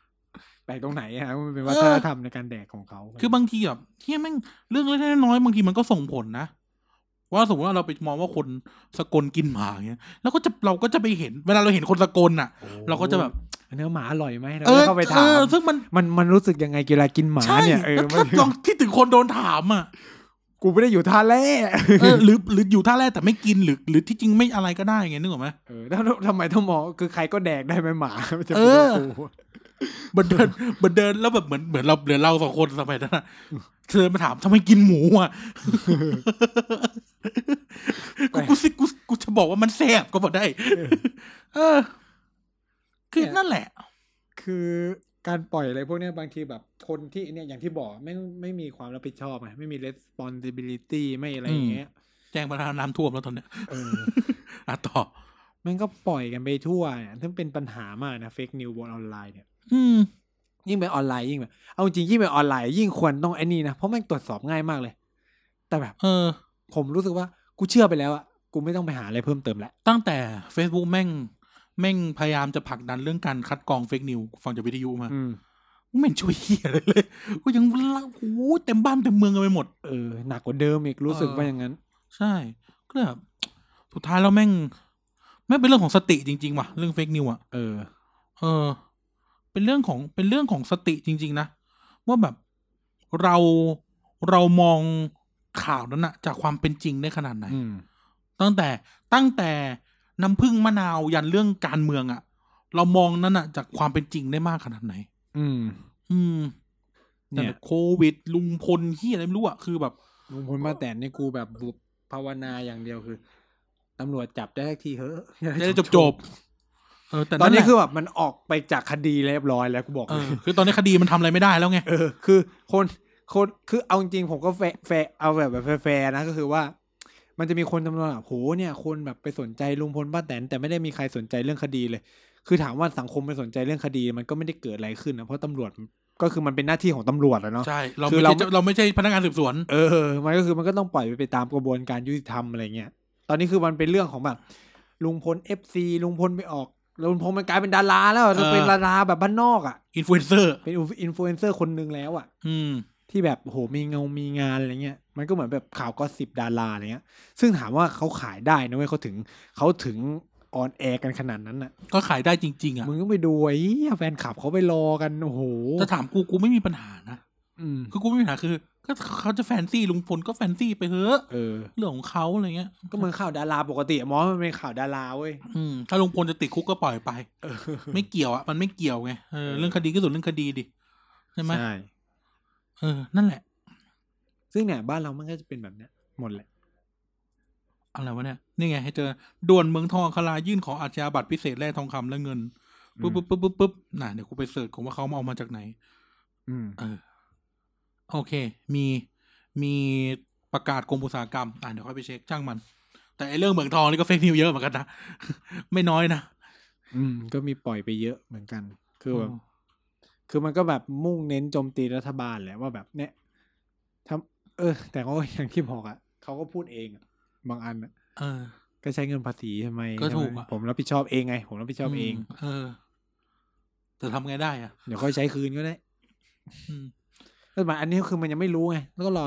S1: แปลกตรงไหนอะฮะมันเป็นวัฒนธรรมในการแดกของเขา
S2: คือบางทีแบบเฮียแม่งเรื่องเล็กๆน้อยๆบางทีมันก็ส่งผลนะ ว่าสมมติว่าเราไปมองว่าคนสกลกินหมาเงี้ยแล้วก็จะเราก็จะไปเห็น เวลาเราเห็นคนสกลน่ะ
S1: โอ้
S2: เราก็จะแบบ
S1: เนื้อหมาอร่อยไหมเรา
S2: เอ
S1: ก็
S2: อ
S1: เข้าไป
S2: เอ
S1: ถาม
S2: อซึ่งมัน
S1: มันมันรู้สึกยังไงเวลากินหมา
S2: ใช่
S1: เนี่ยเออ
S2: แล้ว
S1: มั
S2: ถ้าน ลองคิดถึงคนโดนถามอ่ะ
S1: กูไม่ได้อยู่ท่าแร่
S2: เออหรือหรืออยู่ท่าแรกแต่ไม่กินหรือ หรือที่จริงไม่อะไรก็ได้ไงนึกออกไหม
S1: เออแล้วทำไมต้องมองคือใครก็แดกได้ไหมหมามันจะ
S2: เอ
S1: เป็นเรื่องกู
S2: อเหมันเดินเหมันเดินแล้วแบบเหมือนเหมือนเราเหลือเราสองคนสมัยนั้นอะเธอมาถามทำไมกินหมู อ่ะกูกูสิกูกูจะบอกว่ามันแสบก็บอกได้ เออ คือนั่นแหละ
S1: คือการปล่อยอะไรพวกเนี้ยบางทีแบบคนที่เนี่ยอย่างที่บอกไม่ไม่มีความรับผิดชอบไงไม่มี responsibility ไม่อะไรอย่างเงี้ย
S2: แจ้งประธานน้ำท่วมแล้วตอนเนี้ย
S1: เออ
S2: อ่ะต่อ
S1: มันก็ปล่อยกันไปทั่วเนี่ยซึ่งเป็นปัญหามากนะเฟกนิวบนออนไลน์เนี่ย
S2: อืม
S1: ยิ่งเป็นออนไลน์ยิ่งแบบ เอาจริงยิ่งเป็นออนไลน์ยิ่งควรต้องไอ้นี่นะ เพราะมันตรวจสอบง่ายมากเลย แต่แบบ
S2: เออ
S1: ผมรู้สึกว่ากูเชื่อไปแล้วอะกูไม่ต้องไปหาอะไรเพิ่มเติมแล้ว
S2: ตั้งแต่ Facebook แม่ง แม่งพยายามจะผลักดันเรื่องการคัดกรองเฟกนิวฟังจากวิทยุมา
S1: อืม
S2: ไม่เห็นช่วยเฮียอะไรเลย กูยังละโอ้โหเต็มบ้านเต็มเมืองกันไปหมด
S1: เออ หนักกว่าเดิมอีกรู้สึกว่าอย่างนั้น
S2: ใช่ ก็เลยแบบสุดท้ายแล้วแม่งแม่งเป็นเรื่องของสติจริง ๆ ว่ะ เรื่องเฟกนิวอ่ะ
S1: เออ
S2: เออ เป็นเรื่องของเป็นเรื่องของสติจริง ๆ นะ ว่าแบบเราเรามองข่าวนั้นอะจากความเป็นจริงได้ขนาดไหน
S1: อืม
S2: ตั้งแต่ตั้งแต่น้ำพึ่งมะนาวยันเรื่องการเมืองอะเรามองนั้นอะจากความเป็นจริงได้มากขนาดไหน
S1: อืม
S2: อืม
S1: เนี่
S2: แต่
S1: ย
S2: โควิดลุงพลเฮียอะไรไม่รู้อะคือแบบ
S1: ลุงพลมาแต่นนี่กูแบบภาวนาอย่างเดียวคือตำรวจจับได้สักทีเฮ้
S2: จะ ได้จบจบๆเออแต่
S1: ตอนนี้
S2: แหละ
S1: คือแบบมันออกไปจากคดีเรียบร้อยแล้วกูบอก
S2: เอ
S1: เล
S2: อย คือตอนนี้คดีมันทำอะไรไม่ได้แล้วไง
S1: เออ คือคนคนคือเอาจริงๆผมก็แฟร์แฟร์เอาแบบแบบแฟร์ๆนะก็คือว่า มันจะมีคนจำนวนแบบโหเนี่ยคนแบบไปสนใจลุงพลป้าแตนแต่ไม่ได้มีใครสนใจเรื่องคดีเลย คือถามว่าสังคมไปสนใจเรื่องคดีมันก็ไม่ได้เกิดอะไรขึ้นนะเพราะตำรวจก็คือมันเป็นหน้าที่ของตำรวจอะเนาะ
S2: ใช่ เรา
S1: คือ
S2: ไม่
S1: เรา
S2: ใช่เราไม่ใช่พนักงานสืบสวน
S1: เออมันก็คือมันก็ต้องปล่อยไปไปตามกระบวนการยุติธรรมอะไรเงี้ยตอนนี้คือมันเป็นเรื่องของแบบลุงพลเอฟซีลุงพลไปออกลุงพลมันกลายเป็นดาราแล้วอะจะเป็นดาราแบบบ้านนอกอ่ะ
S2: อินฟลูเอนเซอร์
S1: เป็นอินฟลูเอนเซอร์คนหนึงแล้วอ่ะ
S2: อืม
S1: ที่แบบโหมีเงา มีงานอะไรเงี้ย มันก็เหมือนแบบข่าวก็สิบดาราอะไรเงี้ย ซึ่งถามว่าเขาขายได้นะเว้ยเขาถึงเขาถึงออนแอร์กันขนาดนั้นน่ะ
S2: ก็ขายได้จริง ๆ อ่ะ
S1: มึงต้องไปดูไอ้เหี้ยแฟนคลับเขาไปรอกัน โอ้โห
S2: ถ้าถามกูกูไม่มีปัญหานะ
S1: อืม
S2: คือกูไม่มีปัญหาคือ ก็เขาจะแฟนซี่ลุงพลก็แฟนซี่ไปเถอะ
S1: เออ
S2: เรื่องของเขาอะไรเงี้ย
S1: ก็เหมือนข่าวดาราปกติอะมอสมันเป็นข่าวดาราเว้ย
S2: อืมถ้าลุงพลจะติดคุกก็ปล่อยไป
S1: เออ
S2: ไม่เกี่ยวอ่ะมันไม่เกี่ยวไงเออ
S1: เออ
S2: เรื่องคดีก็ส่วนเรื่องคดีดิใช่ไหม
S1: ใช่
S2: เออนั่นแหละ
S1: ซึ่งเนี่ยบ้านเรามันก็จะเป็นแบบเนี้ยหมดแหละ
S2: อะไรวะเนี่ยนี่ไงให้เจอด่วนเมืองทองคลายื่นขออาชญาบัตรพิเศษแร่ทองคำและเงินปุ๊บปุ๊บปุ๊บปุ๊บปุ๊บน่ะเดี๋ยวกูไปเสิร์ชของว่าเขามาเอามาจากไหน
S1: อืม
S2: เออ โอเค มีมีประกาศกรมอุตสาหกรรม อ่ะเดี๋ยวค่อยไปเช็คช่างมัน แต่ไอ้เรื่องเหมืองทองนี่ก็เฟกนิวเยอะเหมือนกันนะ ไม่น้อยนะ
S1: อืม ก็มีปล่อยไปเยอะเหมือนกัน คือแบบ
S2: เออ
S1: คือมันก็แบบมุ่งเน้นโจมตีรัฐบาลแหละว่าแบบเนี่ยทำเออ แต่ก็ อย่างที่บอกอะ่ะเขาก็พูดเองอะบางอันอะ
S2: เออ
S1: ก็ใช้เงินภาษีทำไม
S2: ก็ถูก
S1: ใช่ไหม
S2: อะ
S1: ผมรับผิดชอบเองไง ผมรับผิดชอบเอง
S2: มเออ แต่ทำไงได้อ่ะ
S1: เดี๋ยวค่อยใช้คืนก็ได้
S2: อืม
S1: แต่หมายอันนี้คือมันยังไม่รู้ไงแล้วก็รอ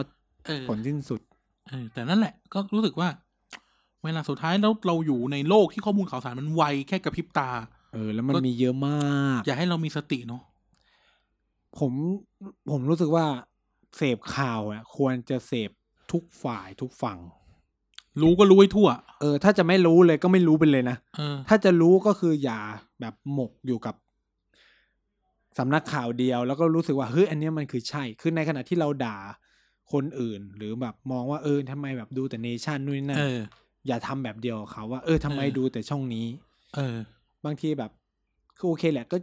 S2: เออ
S1: ผลสิ้นสุด
S2: เออแต่นั่นแหละก็รู้สึกว่า เวลาสุดท้ายแล้วเราอยู่ในโลกที่ข้อมูลข่าวสารมันไวแค่กระพริบตา
S1: เออ แล้วมัน
S2: ก็
S1: มีเยอะมาก
S2: อย่าให้เรามีสติเนาะ
S1: ผมผมรู้สึกว่าเสพข่าวอ่ะ ควรจะเสพทุกฝ่ายทุกฝั่ง
S2: รู้ก็รู้ไว้ทั่ว
S1: เออ ถ้าจะไม่รู้เลยก็ไม่รู้ไปเลยนะ
S2: เออ
S1: ถ้าจะรู้ก็คืออย่าแบบหมกอยู่กับสำนักข่าวเดียว แล้วก็รู้สึกว่าเฮ้ยอันเนี้ยมันคือใช่ คือในขณะที่เราด่าคนอื่น หรือแบบมองว่าเออทำไมแบบดูแต่เนชั่นนู่นนนั่น
S2: เออ
S1: อย่าทำแบบเดียวกับเขาว่าเออทำไม
S2: เออ
S1: ดูแต่ช่องนี้
S2: เออ
S1: บางทีแบบ คือโอเคแหละก็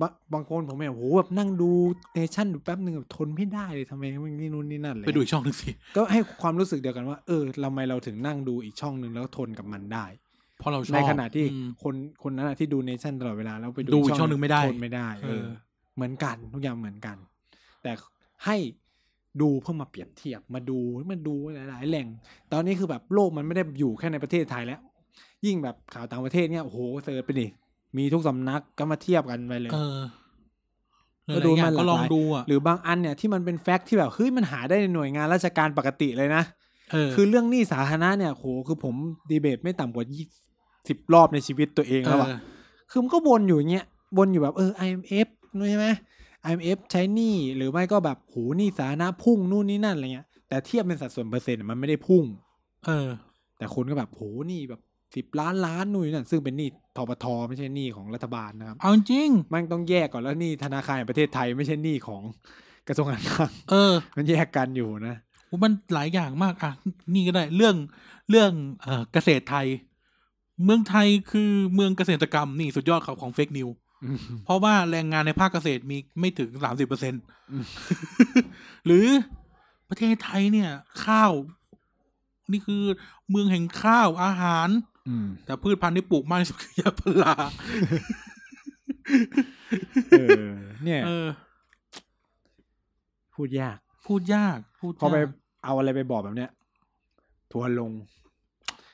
S1: บางบางคนผมเห็นโอ้โหแบบนั่งดูเนชั่นดูแป๊บหนึ่งแบบทนไม่ได้เลยทำไมมันนี่นู่นนี่นั่นเลย
S2: ไปดูอีกช่องหนึ่งสิ
S1: ก็ให้ความรู้สึกเดียวกันว่าเออทำไมเราถึงนั่งดูอีกช่องหนึ่งแล้วทนกับมันได้
S2: เพราะเราชอบ
S1: ในขณะที่
S2: อืม
S1: คนคนนั้นอะที่ดูเนชั่นตลอดเวลาแล้วไป
S2: ดู
S1: ดู
S2: อีกช่องหนึ่งไม่ได้
S1: ทนไม่ได้เอ
S2: เอ
S1: อ
S2: อ
S1: เหมือนกันทุกอย่างเหมือนกัน แต่ให้ดูเพื่อมาเปรียบเทียบมาดูมาดูหลาย ๆ แหล่ง ตอนนี้คือแบบโลกมันไม่ได้อยู่แค่ในประเทศไทยแล้ว ยิ่งแบบข่าวต่างประเทศเนี่ยโอ้โหเสิร์ชไปดิมีทุกสำนักก็มาเทียบกันไปเลย
S2: เออหล
S1: ก็ดู
S2: ายๆ
S1: มั
S2: อย่าน ง
S1: หลากหลาย
S2: ก็ลองดูอ่ะ
S1: หรือบางอันเนี่ยที่มันเป็นแฟกต์ที่แบบเฮ้ยมันหาได้ในหน่วยงานราชการปกติเลยนะ
S2: เออ
S1: คือเรื่องหนี้สาธารณะเนี่ยโหคือผมดีเบตไม่ต่ำกว่ายี่สิบรอบในชีวิตตัวเอง
S2: เอ
S1: แล้ว
S2: อ
S1: อะ คือมันก็วนอยู่อย่างเงี้ยวนอยู่แบบเออ IMF นู่นใช่ไหม IMF ใช้หนี้หรือไม่ก็แบบโหหนี้สาธารณะพุ่งนู่นนี่นั่นอะไรเงี้ยแต่เทียบเป็นสัดส่วนเปอร์เซ็นต์อะมันไม่ได้พุ่ง
S2: เออ
S1: แต่คนก็แบบโหหนี้แบบสิบ10 ล้านล้านนู่นนี่นั่นซึ่งเป็นหนี้ทบทไม่ใช่หนี้ของรัฐบาลนะครับ
S2: เอาจริง
S1: มันต้องแยกก่อนแล้วหนี้ธนาคารแห่งประเทศไทยไม่ใช่หนี้ของกระทรวงการคลัง
S2: เออ
S1: มันแยกกันอยู่นะ
S2: มันหลายอย่างมากอ่ะนี่ก็ได้เรื่องเรื่องเอ่อเกษตรไทย เมืองไทยคือเมืองเกษตรกรรมนี่สุดยอดของของเฟกนิว
S1: อืม
S2: เพราะว่าแรงงานในภาคเกษตรมีไม่ถึงสามสิบเปอร์เซ็น
S1: อืม
S2: หรือประเทศไทยเนี่ย ข้าว นี่คือเมืองแห่งข้าวอาหาร
S1: อืม
S2: แต่พืชพันธุ์ที่ปลูกมากที่สุดคือยาง พารา
S1: เออเนี่ย
S2: เออ
S1: พูดยาก
S2: พูดยาก พูด
S1: พอไป
S2: ยาก
S1: เอาอะไรไปบอกแบบเนี้ยทัวร์ลง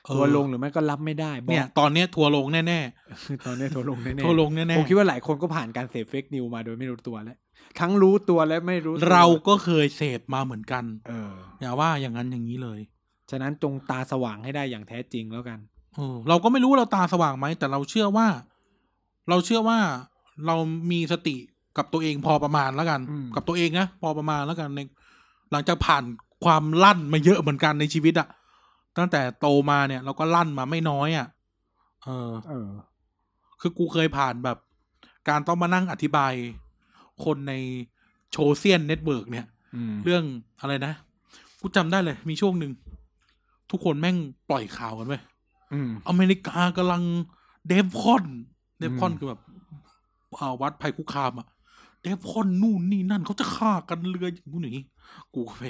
S2: เออ
S1: ทัวร์ลงหรือไม่ก็รับไม่ได้บอก
S2: เนี่ย ตอนเนี้ยทัวร์ลงแน่
S1: คือตอนนี้โทรลงแน่
S2: ๆ
S1: ๆ
S2: ทัวร์ลงแน่
S1: ผมคิดว่าหลายคนก็ผ่านการเสพเฟกนิวมาโดยไม่รู้ตัวแล้ว ทั้งรู้ตัวและไม่รู้ตัว
S2: ๆเราก็เคยเสพมาเหมือนกัน
S1: เออ
S2: อย่าว่าอย่างนั้นอย่างนี้เลย
S1: ฉะนั้นจงตาสว่างให้ได้อย่างแท้จริงแล้วกัน
S2: เออเราก็ไม่รู้ว่าเราตาสว่างไหม แต่เราเชื่อว่า เราเชื่อว่าเรามีสติกับตัวเองพอประมาณแล้วกัน
S1: อืม
S2: กับตัวเองนะพอประมาณแล้วกันในหลังจากผ่านความลั่นมาเยอะเหมือนกันในชีวิตอะตั้งแต่โตมาเนี่ย เราก็ลั่นมาไม่น้อยอะเออ
S1: เออ
S2: คือกูเคยผ่านแบบ การต้องมานั่งอธิบาย คนในโชเซียนเน็ตเวิร์กเนี่ย
S1: อืม
S2: เรื่องอะไรนะกูจำได้เลย มีช่วงหนึ่งทุกคนแม่งปล่อยข่าวกันไป
S1: อืม
S2: อเมริกากำลังเดฟคอน เดฟคอน
S1: อืม
S2: คือแบบอ่าวัดภัยคุกคามอะเดฟคอนนู่นนี่นั่นเขาจะฆ่ากันเรืออย่างนู้นอย่างนี้กูก็ไป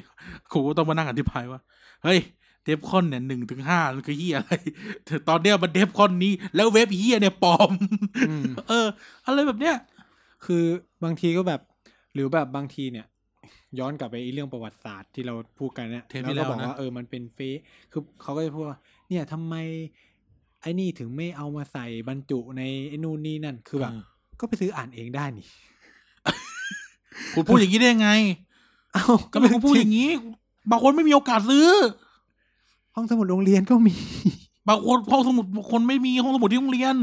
S2: กูก็ต้องมานั่งอธิบายว่า เฮ้ย เดฟคอนเนี่ยหนึ่งถึงห้ามันคือเฮียอะไรแต่ตอนเนี้ยมันเดฟคอนนี้ แล้วเว็บเฮียเนี่ยปลอม
S1: อืม
S2: เออ อะไรแบบเนี้ย
S1: คือบางทีก็แบบ หรือแบบบางทีเนี่ย ย้อนกลับไปไอ้เรื่องประวัติศาสตร์ที่เราพูดกันเนี่ย
S2: เทปที่
S1: แล้วก็บอก
S2: แล้วนะ
S1: ว่าเออมันเป็นเฟซคือเขาก็จะพูดว่า เนี่ยทำไม ไอ้นี่ถึงไม่เอามาใส่บรรจุในไอ้นู่นนี่นั่น คือแบบ
S2: เออ
S1: ก็ไปซื้ออ่านเองได้นี่
S2: คุณพูดอย่างนี้ได้ยังไง
S1: เอ้า
S2: ก็เป็นคุณพูดอย่างนี้บางคนไม่มีโอกาสซื้อ
S1: ห้องสมุดโรงเรียนก็มี
S2: บางคนห้องสมุดบางคนไม่มีห้องสมุดที่โรงเรียน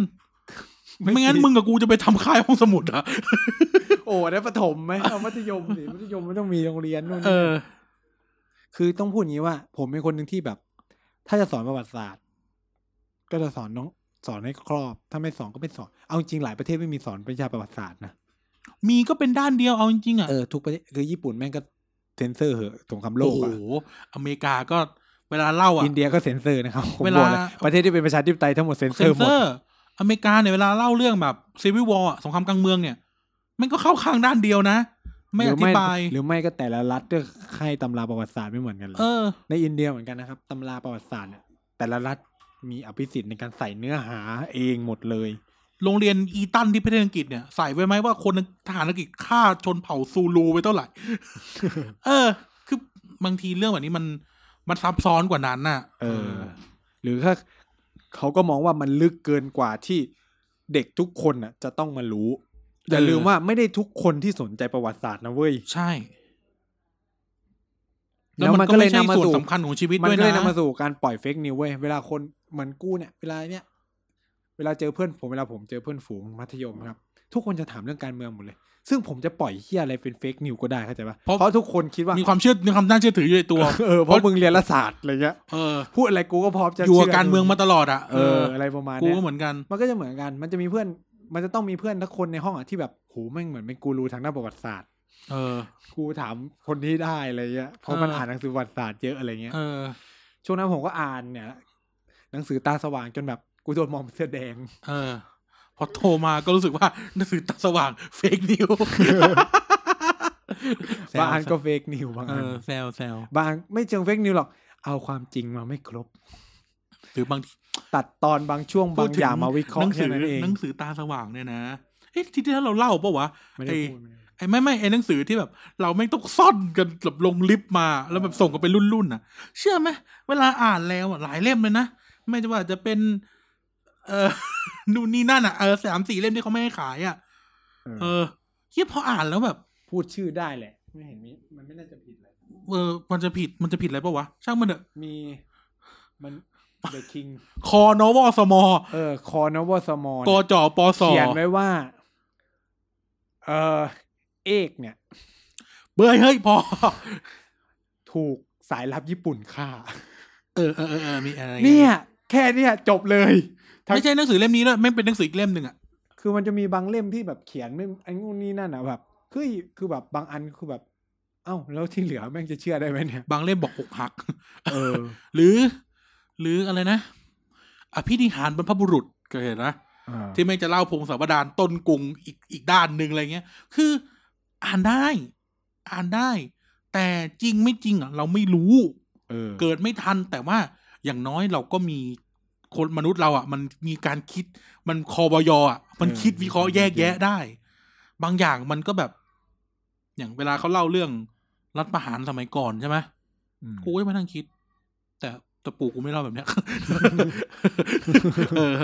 S1: ไม่
S2: ไม่งั้น
S1: มี
S2: มึงกับกูจะไปทำค่ายห้องสมุดอะ
S1: โอ โอ้อันนั้นประถมไหมเอามัธยมสิมัธยมมันต้องมีโรงเรียนนู่น
S2: เอ
S1: นี่
S2: อ
S1: คือต้องพูดอย่างนี้ว่า ผมเป็นคนหนึ่งที่แบบ ถ้าจะสอนประวัติศาสตร์ ก็จะสอนน้องสอนให้ครอบ ถ้าไม่สอนก็ไม่สอนเอาจริงหลายประเทศไม่มีสอนวิชาประวัติศาสตร์นะ
S2: มีก็เป็นด้านเดียวเอาจริงๆอ่ะ
S1: เออทุกประเทศคือญี่ปุ่นแม่งก็เซ็นเซอร์เหอะสงครามโล
S2: โอ้
S1: ก
S2: โห
S1: อะ
S2: อเมริกาก็เวลาเล่าอ่ะ
S1: อินเดียก็เซ็นเซอร์นะครับผม
S2: เว
S1: บ
S2: ลา
S1: อกเลยประเทศที่เป็นประชาธิปไตยทั้งหมดเซ็นเซ
S2: เซ
S1: อน ร์ห
S2: เซ
S1: มด
S2: อร์ อเมริกาเนี่ยเวลาเล่าเรื่องแบบซีวิวอลสงครามกลางเมืองเนี่ย มันก็เข้าข้างด้านเดียวนะ ไม่อธิบาย
S1: หรือไม่ก็แต่ละรัฐก็ให้ตำราประวัติศาสตร์ไม่เหมือนกันเลย
S2: เออ
S1: ในอินเดียเหมือนกันนะครับตำราประวัติศาสตร์เนี่ยแต่ละรัฐมีอภิสิทธิ์ในการใส่เนื้อหาเองหมดเลย
S2: โรงเรียนอีตันที่ประเทศอังกฤษเนี่ย ใส่ไว้ไหมว่าคนทหารอังกฤษฆ่าชนเผ่าซูลูไปเท่าไหร่ เออ คือบางทีเรื่องแบบนี้มันมันซับซ้อนกว่านั้นน่ะ
S1: เออ หรือถ้าเขาก็มองว่ามันลึกเกินกว่าที่เด็กทุกคนน่ะ จะต้องมารู้อย่า
S2: เออ
S1: ลืมว่าไม่ได้ทุกคนที่สนใจประวัติศาสตร์นะเว้ย
S2: ใช่ แล้วมันก็ไม่ใช่ส่วนสำคัญของชีวิต
S1: มัน
S2: ด้วย
S1: ก็เลย
S2: นะ
S1: นำมาสู่การปล่อยเฟกนิวเว้ยเวลาคนเหมือนกู้เนี่ย เวลาเนี่ยเวลาเจอเพื่อนผมเวลาผมเจอเพื่อนฝูงมัธยมครับ ทุกคนจะถามเรื่องการเมืองหมดเลย ซึ่งผมจะปล่อยเฮียอะไรเป็นเฟกนิวก็ได้เข้าใจปะ
S2: เพราะ
S1: เพราะทุกคนคิดว่า
S2: มีความเชื่อมีความน่าเชื่อถืออยู่ในตัว
S1: เออเพราะมึงเรียนรัฐศาสตร์อะไรเงี้ย
S2: เออ
S1: พูดอะไรกูก็พร้อมจะ
S2: อยู่กับ
S1: ชื่
S2: การเมืองมาตลอดอ่ะ
S1: เอ
S2: เอ
S1: อ
S2: อ
S1: อะไรประมาณ
S2: กู
S1: เนี้ย
S2: ก็เหมือนกัน
S1: มันก็จะเหมือนกัน มันจะมีเพื่อน มันจะต้องมีเพื่อนทักคนในห้องอ่ะที่แบบโหแม่งเหมือนเป็นกูรูทางด้านประวัติศาสตร์
S2: เออ
S1: กูถามคนที่ได้อะไรเงี้ยเพราะมัน
S2: เอออ่
S1: อ่านหนังสือประวัติศาสตร์เยอะอะไรเงี้ย
S2: เออ
S1: ช่วงนั้นผมก็อ่านเนี่ย หนังสือตาสว่างจนแบบกูโดนมองเป็นเสื้อแดง
S2: เออ พอโทรมาก็รู้สึกว่าหนังสือตาสว่างเฟกนิว
S1: บางอันก็เฟกนิวบาง
S2: เอ
S1: อัน
S2: อแซวแซว
S1: บางอันไม่เชิงเฟกนิวหรอกเอาความจริงมาไม่ครบ
S2: หรือบางที
S1: ตัดตอนบางช่วง
S2: พู
S1: บา
S2: ด
S1: ง
S2: ถึ
S1: อย่างมาวิเคราะ
S2: ห
S1: ห์
S2: นังสื
S1: แค่นั้นเอง
S2: หนังสือตาสว่างเนี่ยนะ เอ๊ะที่ที่เราเล่าปะวะ
S1: ไม่ได้
S2: ไอ้
S1: พูดไม่ได้
S2: ไอ้ไม่ไม่ไอ้หนังสือที่แบบ เราไม่งต้องซ่อนกันแบบลงลิฟต์มา แล้วแบบส่งกันเป็นรุ่นๆน่ะ เชื่อไหมเวลาอ่านแล้วอ่ะหลายเล่มเลยนะ ไม่ว่าจะเป็น เออ นู่นนี่นั่นอ่ะเออสามสี่เล่มที่เขาไม่ให้ขายอ่ะ
S1: เออ
S2: เออเฮียพออ่านแล้วแบบ
S1: พูดชื่อได้แหละ ไม่เห็นมีมันไม่น่าจะผิดเลย
S2: เออ มันจะผิดมันจะผิดอะไรปะวะ ช่างมันเถอะ
S1: มีมัน The King
S2: คอนวสม
S1: เออคอนวสมอน
S2: กจปส
S1: เขียนไว้ว่า เออเอกเนี่ย
S2: เบ้ยเฮ้ยพอ
S1: ถูกสายลับญี่ปุ่นฆ่า
S2: เออเออเออเออมีอะไรอย่างงี้
S1: เนี่ย แค่เนี่ยจบเลย ทั้ง
S2: ไม่ใช่หนังสือเล่มนี้ด้วยไม่งเป็นหนังสืออีกเล่มหนึ่งอ่ะ
S1: คือมันจะมีบางเล่มที่แบบเขียนไม่ไอ้นู่นนี่นั่นอ่ะแบบเฮ้ยคือแบบบางอันคือแบบ เอ้า แล้วที่เหลือแม่งจะเชื่อได้ไหมเนี่ย
S2: บางเล่มบอกหกหัก
S1: เออ
S2: หรือ หรืออะไรนะ อภินิหารบรรพบุรุษก็เห็นนะ ที่ไม่งจะเล่าพงศาวดารต้นกรุงอีกอีกด้านหนึ่งอะไรเงี้ย คืออ่านได้ อ่านได้ แต่จริงไม่จริงอ่ะ เราไม่รู้
S1: เออ
S2: เกิดไม่ทัน แต่ว่าอย่างน้อยเราก็มีคนมนุษย์เราอ่ะ มันมีการคิดมันคอบยอ่ะ มัน
S1: เออ
S2: คิดวิเคราะห์แยก
S1: จริงๆ
S2: แยะได้ บางอย่างมันก็แบบ อย่างเวลาเขาเล่าเรื่องรัฐประหารสมัยก่อนใช่ไหม
S1: ม
S2: กูก็มานั่งคิด แต่แต่ปู่กูไม่เล่าแบบเนี้ย เออ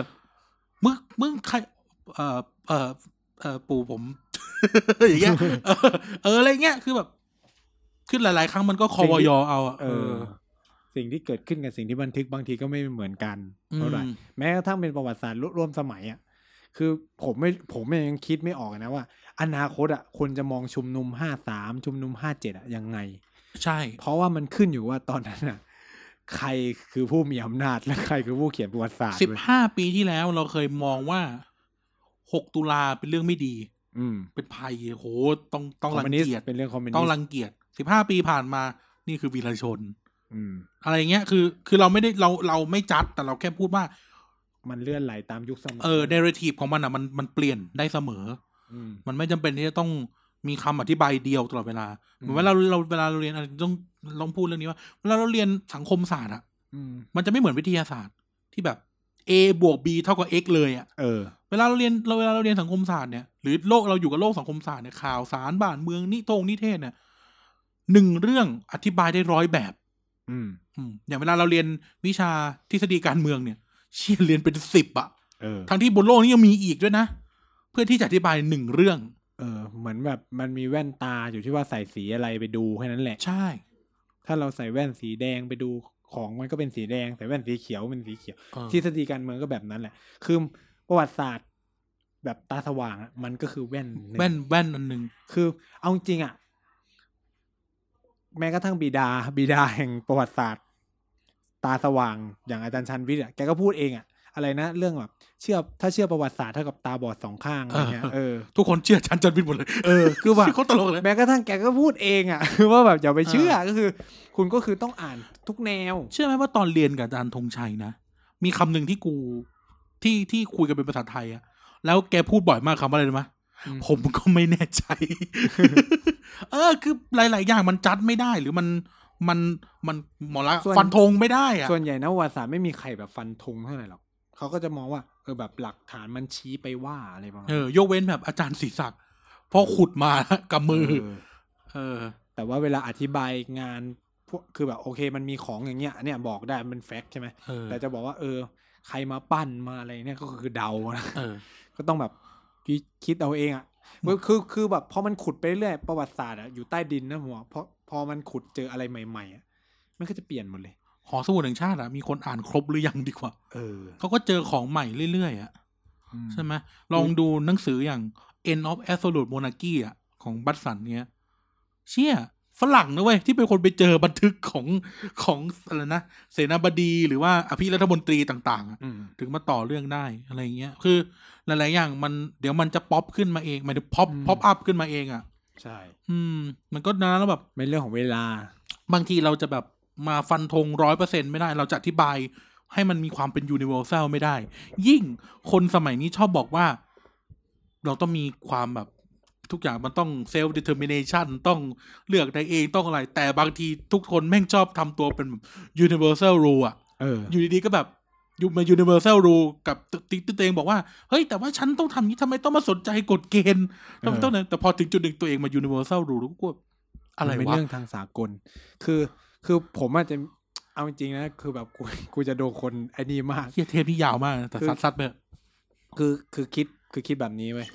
S2: เมื่อเมื่อใครเออเออเออปู่ผม อย่างเงี้ยเออเอออะไรเงี้ยคือแบบคือหลายๆ ครั้งมันก็คอวอยเอาอะ
S1: เอ
S2: เอ
S1: อ
S2: อ
S1: สิ่งที่เกิดขึ้นกับสิ่งที่บันทึกบางทีก็ไม่เหมือนกันเท่าไหร่
S2: อืม
S1: แม้กระทั่งเป็นประวัติศาสตร์ร่วมสมัยอ่ะคือผมไม่ผมยังคิดไม่ออกนะว่า อนาคตอ่ะคนจะมองชุมนุมห้าสามชุมนุมห้าเจ็ดอ่ะยังไง
S2: ใช่
S1: เพราะว่ามันขึ้นอยู่ว่าตอนนั้นอ่ะใครคือผู้มีอำนาจและใครคือผู้เขียนประวัติศาสตร์
S2: สิบ
S1: เว้ย
S2: ห้าปีที่แล้วเราเคยมองว่าหกตุลาเป็นเรื่องไม่ดี
S1: อืม
S2: เป็นภัยโหต้องต้อง
S1: คอ
S2: รั
S1: ม
S2: ง
S1: มิวนิสต์
S2: เกียจ
S1: เป็นเรื่องคอมมิวนิสต์
S2: ต้องรังเกียจสิบห้าปีผ่านมานี่คือวีรชน
S1: อืม
S2: อะไรเงี้ยคือ คือเราไม่ได้เราเราไม่จัด แต่เราแค่พูดว่า
S1: มันเลื่อนไหลตามยุคสมัย
S2: เออเนเรทีฟของมันอ่ะมันมันเปลี่ยนได้เสมอ
S1: ม
S2: มันไม่จำเป็นที่จะต้องมีคำอธิบายเดียวตลอดเวลาเหมื
S1: อื
S2: อน
S1: ม
S2: เว่าเราเราเวลาเราเรียนอะไรต้องต้องพูดเรื่องนี้ว่าเวลาเราเรียนสังคมศาสตร์อ่ะ
S1: อืม
S2: มันจะไม่เหมือนวิทยาศาสตร์ที่แบบ a บวก b เท่ากับ x เลยอ่ะ
S1: เออ
S2: เวลาเราเรียนเราเวลาเราเรียนสังคมศาสตร์เนี่ยหรือโลกเราอยู่กับโลกสังคมศาสตร์เนี่ยข่าวสารบ้านเมืองนิทงนิเทศเนี่ยหนึ่งเรื่องอธิบายได้ร้อยแบบ
S1: อืม
S2: อืมอย่างเวลาเราเรียนวิชาทฤษฎีการเมืองเนี่ยเชี่ยเรียนเป็นสิบอะ
S1: เออ
S2: ทั้งที่บนโลกนี้ยังมีอีกด้วยนะ เพื่อที่จะอธิบายหนึ่งเรื่อง
S1: เออเหมือนแบบมันมีแว่นตาอยู่ที่ว่าใส่สีอะไรไปดูแค่นั้นแหละ
S2: ใช่
S1: ถ้าเราใส่แว่นสีแดงไปดูของมันก็เป็นสีแดงใส่แว่นสีเขียวเป็นสีเขียว
S2: เออ
S1: ทฤษฎีการเมืองก็แบบนั้นแหละ คือประวัติศาสตร์ แบบตาสว่างอะมันก็คือแว่นหง
S2: แว่นแว่นอันหนึ่ง
S1: คือเอาจริงๆอะแม้กระทั่งบิดา บิดาแห่งประวัติศาสตร์ ตาสว่างอย่างอาจารย์ชันวิทย์อะแกก็พูดเองอะอะไรนะ เรื่องแบบเชื่อถ้าเชื่อประวัติศาสตร์เท่ากับตาบอดสองข้างอะไรเงี้ยเออ
S2: ทุกคนเชื่อชันจันวินหมดเลย
S1: เออคือว่า
S2: โคตรตลกเลย
S1: แม้กระทั่งแกก็พูดเองอะ ว่าแบบอย่าไปเชื่อ
S2: เออ
S1: ก็คือ คุณก็คือต้องอ่านทุกแนว
S2: เชื่อไหมว่าตอนเรียนกับอาจารย์ธงชัยนะ มีคำหนึ่งที่กูที่ที่คุยกันเป็นภาษาไทยอะแล้วแกพูดบ่อยมากคำว่าอะไรรู้ไหม
S1: อืม
S2: ผมก็ไม่แน่ใจ เออ คือหลาย ๆ อย่างมันจัดไม่ได้ หรือมันมันมันหมอละ
S1: ส่วน
S2: ฟันธงไม่ได้อะ
S1: ส่วนใหญ่นักวิทยาศาสตร์ไม่มีใครแบบฟันธงเท่าไหร่หรอกเขาก็จะมองว่าเออแบบหลักฐานมันชี้ไปว่าอะไรประมาณ
S2: เอ
S1: นั้น
S2: อยกเว้นแบบอาจารย์ศรีศักดิ์พอขุดมา กับมือ
S1: เออ
S2: เออ
S1: แต่ว่าเวลาอธิบายงานพวกคือแบบโอเค มันมีของอย่างเงี้ยเนี่ยบอกได้มันแฟกต์ใช่ไหม
S2: เออ
S1: แต่จะบอกว่า เออ ใครมาปั้นมาอะไรเนี่ยก็คือเดานะ
S2: เออ
S1: ก็ต้องแบบคิดเอาเองอะ่ะ
S2: อืม
S1: คือคือแบบพอมันขุดไปเรื่อยประวัติศาสตร์อะอยู่ใต้ดินนะผมว่าพอพอมันขุดเจออะไรใหม่ๆอะมันก็จะเปลี่ยนหมดเลย
S2: หอสมุดแห่งชาติอะมีคนอ่านครบหรือยังดีกว่า
S1: เออ
S2: เขาก็เจอของใหม่เรื่อย ๆอะ
S1: อืม
S2: ใช่ไหมลองดูหนังสืออย่าง End of Absolute Monarchy อะของบัตสันเนี้ย เชี่ย ฝรั่งนะเว้ย ที่เป็นคนไปเจอบันทึกของ ของอะไรนะ เสนาบดีหรือว่าอภิรัฐมนตรีต่างๆอะ
S1: อืม
S2: ถึงมาต่อเรื่องได้อะไรเงี้ย คือหลายๆอย่างมันเดี๋ยวมันจะป๊อปขึ้นมาเองหมันจะป๊อปป๊อปอัพขึ้นมาเองอะ
S1: ใช่
S2: อืม มันก็นะแล้วแบบ
S1: เป็นเรื่องของเวลา
S2: บางทีเราจะแบบมาฟันธงร้อยเปอร์เซ็นไม่ได้ เราจะอธิบายให้มันมีความเป็นยูนิเวอร์แซลไม่ได้ ยิ่งคนสมัยนี้ชอบบอกว่า เราต้องมีความแบบทุกอย่างมันต้องเซลฟ์เดเทอร์มิเนชันต้องเลือกได้เองต้องอะไร แต่บางทีทุกคนแม่งชอบทำตัวเป็นยูนิเวอร์แซลรูอะ
S1: เออ
S2: อยู่ดีๆก็แบบอยู่มายูนิเวอร์แซลรูกับติ๊กตัวเองบอกว่า เฮ้ย แต่ว่าฉันต้องทำนี้ทำไมต้องมาสนใจกฎเกณฑ์ทำไมต้องนั้นแต่พอถึงจุดหนึ่งตัวเองมายูนิเวอร์แซลรูแล้วก็กลัวอะไร
S1: มันเป็น
S2: วะ
S1: เรื่องทางสากล คือ คือผมอาจจะ เอาจริงๆนะ คือแบบกู กูจะโดนคนไอ้นี่มาก
S2: เฮียเทปนี่ยาวมากนะแต่
S1: คือ
S2: ซัดซัดๆไปเถอะ
S1: คือ คือคิด คือคิดแบบนี้เว้ย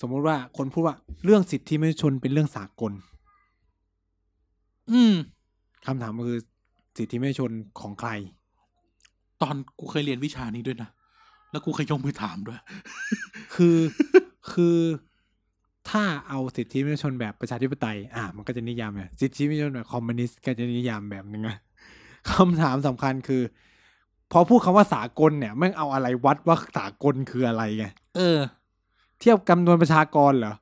S1: สมมุติว่าคนพูดว่าเรื่องสิทธิมนุษยชนเป็นเรื่องสากล
S2: อืม
S1: คำถามคือสิทธิมนุษยชนของใคร
S2: ตอนกูเคยเรียนวิชานี้ด้วยนะ แล้วกูเคยยกมือถามด้วย
S1: คือ คือ ถ้าเอาสิทธิมนุษยชนแบบประชาธิปไตย อ่ะมันก็จะนิยามแบบสิทธิมนุษยชนแบบคอมมิวนิสต์ก็จะนิยามแบบหนึงนะ คำถามสำคัญคือ พอพูดคำว่าสากลเนี่ยแม่งเอาอะไรวัดว่าสากลคืออะไรไง
S2: เออ
S1: เทียบจำนวนประชากรเหรอ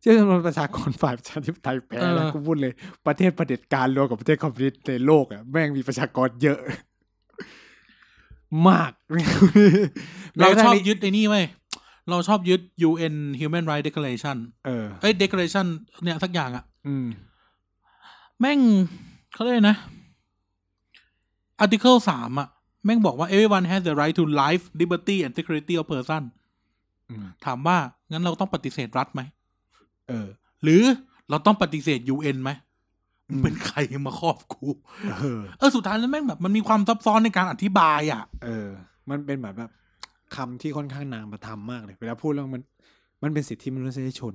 S1: เทียบจำนวนประชากร ฝ่ายประชาธิปไตยแพ้
S2: เอ
S1: นะ
S2: อ
S1: กูพูดเลยประเทศประเผด็จการรวมกับประเทศคอมมิวนิสต์ในโลกอ่ะแม่งมีประชากรเยอะ มาก
S2: เราชอ
S1: แม้
S2: บ
S1: กะทั่งนี่
S2: ยึดไอ้นี่ไว้ยเราชอบยึด UN Human Rights Declaration
S1: เออ
S2: เอ้ย Declaration เนี่ยสักอย่างอะ
S1: อืม
S2: แม่งเขาเรียกนะ Article สามอะแม่งบอกว่า everyone has the right to life liberty and security of person
S1: อืม
S2: ถามว่า งั้นเราต้องปฏิเสธรัฐไหม
S1: เออ
S2: หรือเราต้องปฏิเสธ UN ไหม
S1: อืม
S2: เป็นใครมาครอบกู
S1: เออ
S2: เออสุดท้ายแล้วแม่งแบบมันมีความซับซ้อนในการอธิบายอ่ะ
S1: เออ มันเป็นเหมือนแบบคำที่ค่อนข้างนางประทำมากเลย เวลาพูดแล้วมัน มันเป็นสิทธิมนุษยชน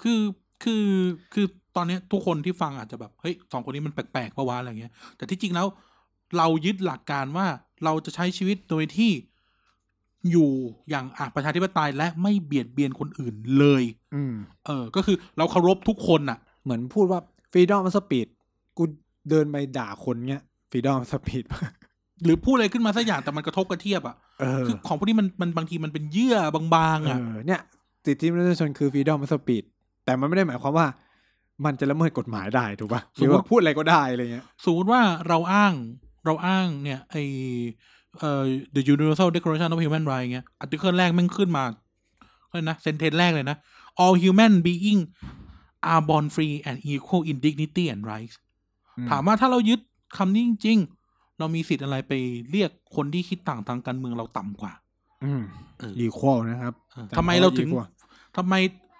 S2: คือคือคือตอนเนี้ยทุกคนที่ฟังอาจจะแบบเฮ้ยสองคนนี้มันแปลกๆปะวะอะไรเงี้ย แต่ที่จริงแล้ว เรายึดหลักการว่าเราจะใช้ชีวิตโดยที่อยู่อย่างอ่ะประชาธิปไตยและไม่เบียดเบียนคนอื่นเลย
S1: อืม
S2: เออ ก็คือเราเคารพทุกคนอ่ะ
S1: เหมือนพูดว่าฟรีดอมสปีดกูเดินไปด่าคนเงี้ยฟรีดอมสปีด
S2: หรือพูดอะไรขึ้นมาสักอย่างแต่มันกระทบกระเทียบอ่ะ
S1: เออ
S2: คือของพวกนี้มันมันบางทีมันเป็นเยื่อบางๆอ่ะ
S1: เออเนี่ยสิทธิมนุษยชนคือ freedom of speech แต่มันไม่ได้หมายความว่า มันจะละเมิดกฎหมายได้ถูกปะ่ะหรือว่าพูดอะไรก็ได้อะไรเงี้ย
S2: สมมติว่าเราอ้างเราอ้างเนี่ยไอเอ่อ the universal declaration of human rights เงี้ยอัติเคิลแรกแม่งขึ้นมาเลยนะเซนเทนแรกเลยนะ all human being are born free and equal in dignity and rights ถามว่าถ้าเรายึดคำนี้จริง ๆ เรามีสิทธิ์อะไรไปเรียกคนที่คิดต่างทางการเมืองเราต่ำกว่า
S1: อืม
S2: เออ
S1: อีควอนะครับ
S2: เออทำไมเราถึงทำไม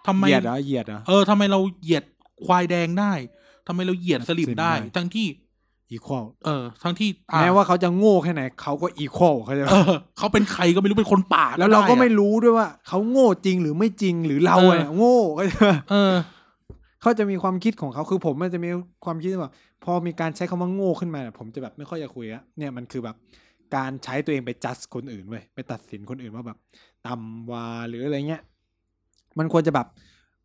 S2: ทำไม
S1: เหยียดเหรอเหยียดเหรอ
S2: เออทำไมเราเหยียดควายแดงได้ทำไมเราเหยียดสลิมได้
S1: สลิมได้
S2: ทั้งที่
S1: อีควอ
S2: เออ ทั้งที่อ่ะ
S1: แม้ว่าเขาจะโง่แค่ไหนเขาก็อีควอเขาใจปะ
S2: เออเขาเป็นใครก็ไม่รู้เป็นคนป่า
S1: แล้วเราก็ไม่
S2: ด้อะ
S1: รู้ด้วยว่าเขาโง่จริงหรือไม่จริงหรือเรา
S2: เออ
S1: เนี่ยโง่เข้าใจปะ
S2: เออ
S1: เขาจะมีความคิดของเขาคือผมมันจะมีความคิดว่าพอมีการใช้คำว่าโง่ขึ้นมาเนี่ยผมจะแบบไม่ค่อยจะคุยละเนี่ยมันคือแบบ การใช้ตัวเองไปจัดคนอื่นเว้ยไปตัดสินคนอื่นว่าแบบต่ำกว่าหรืออะไรเงี้ย มันควรจะแบบ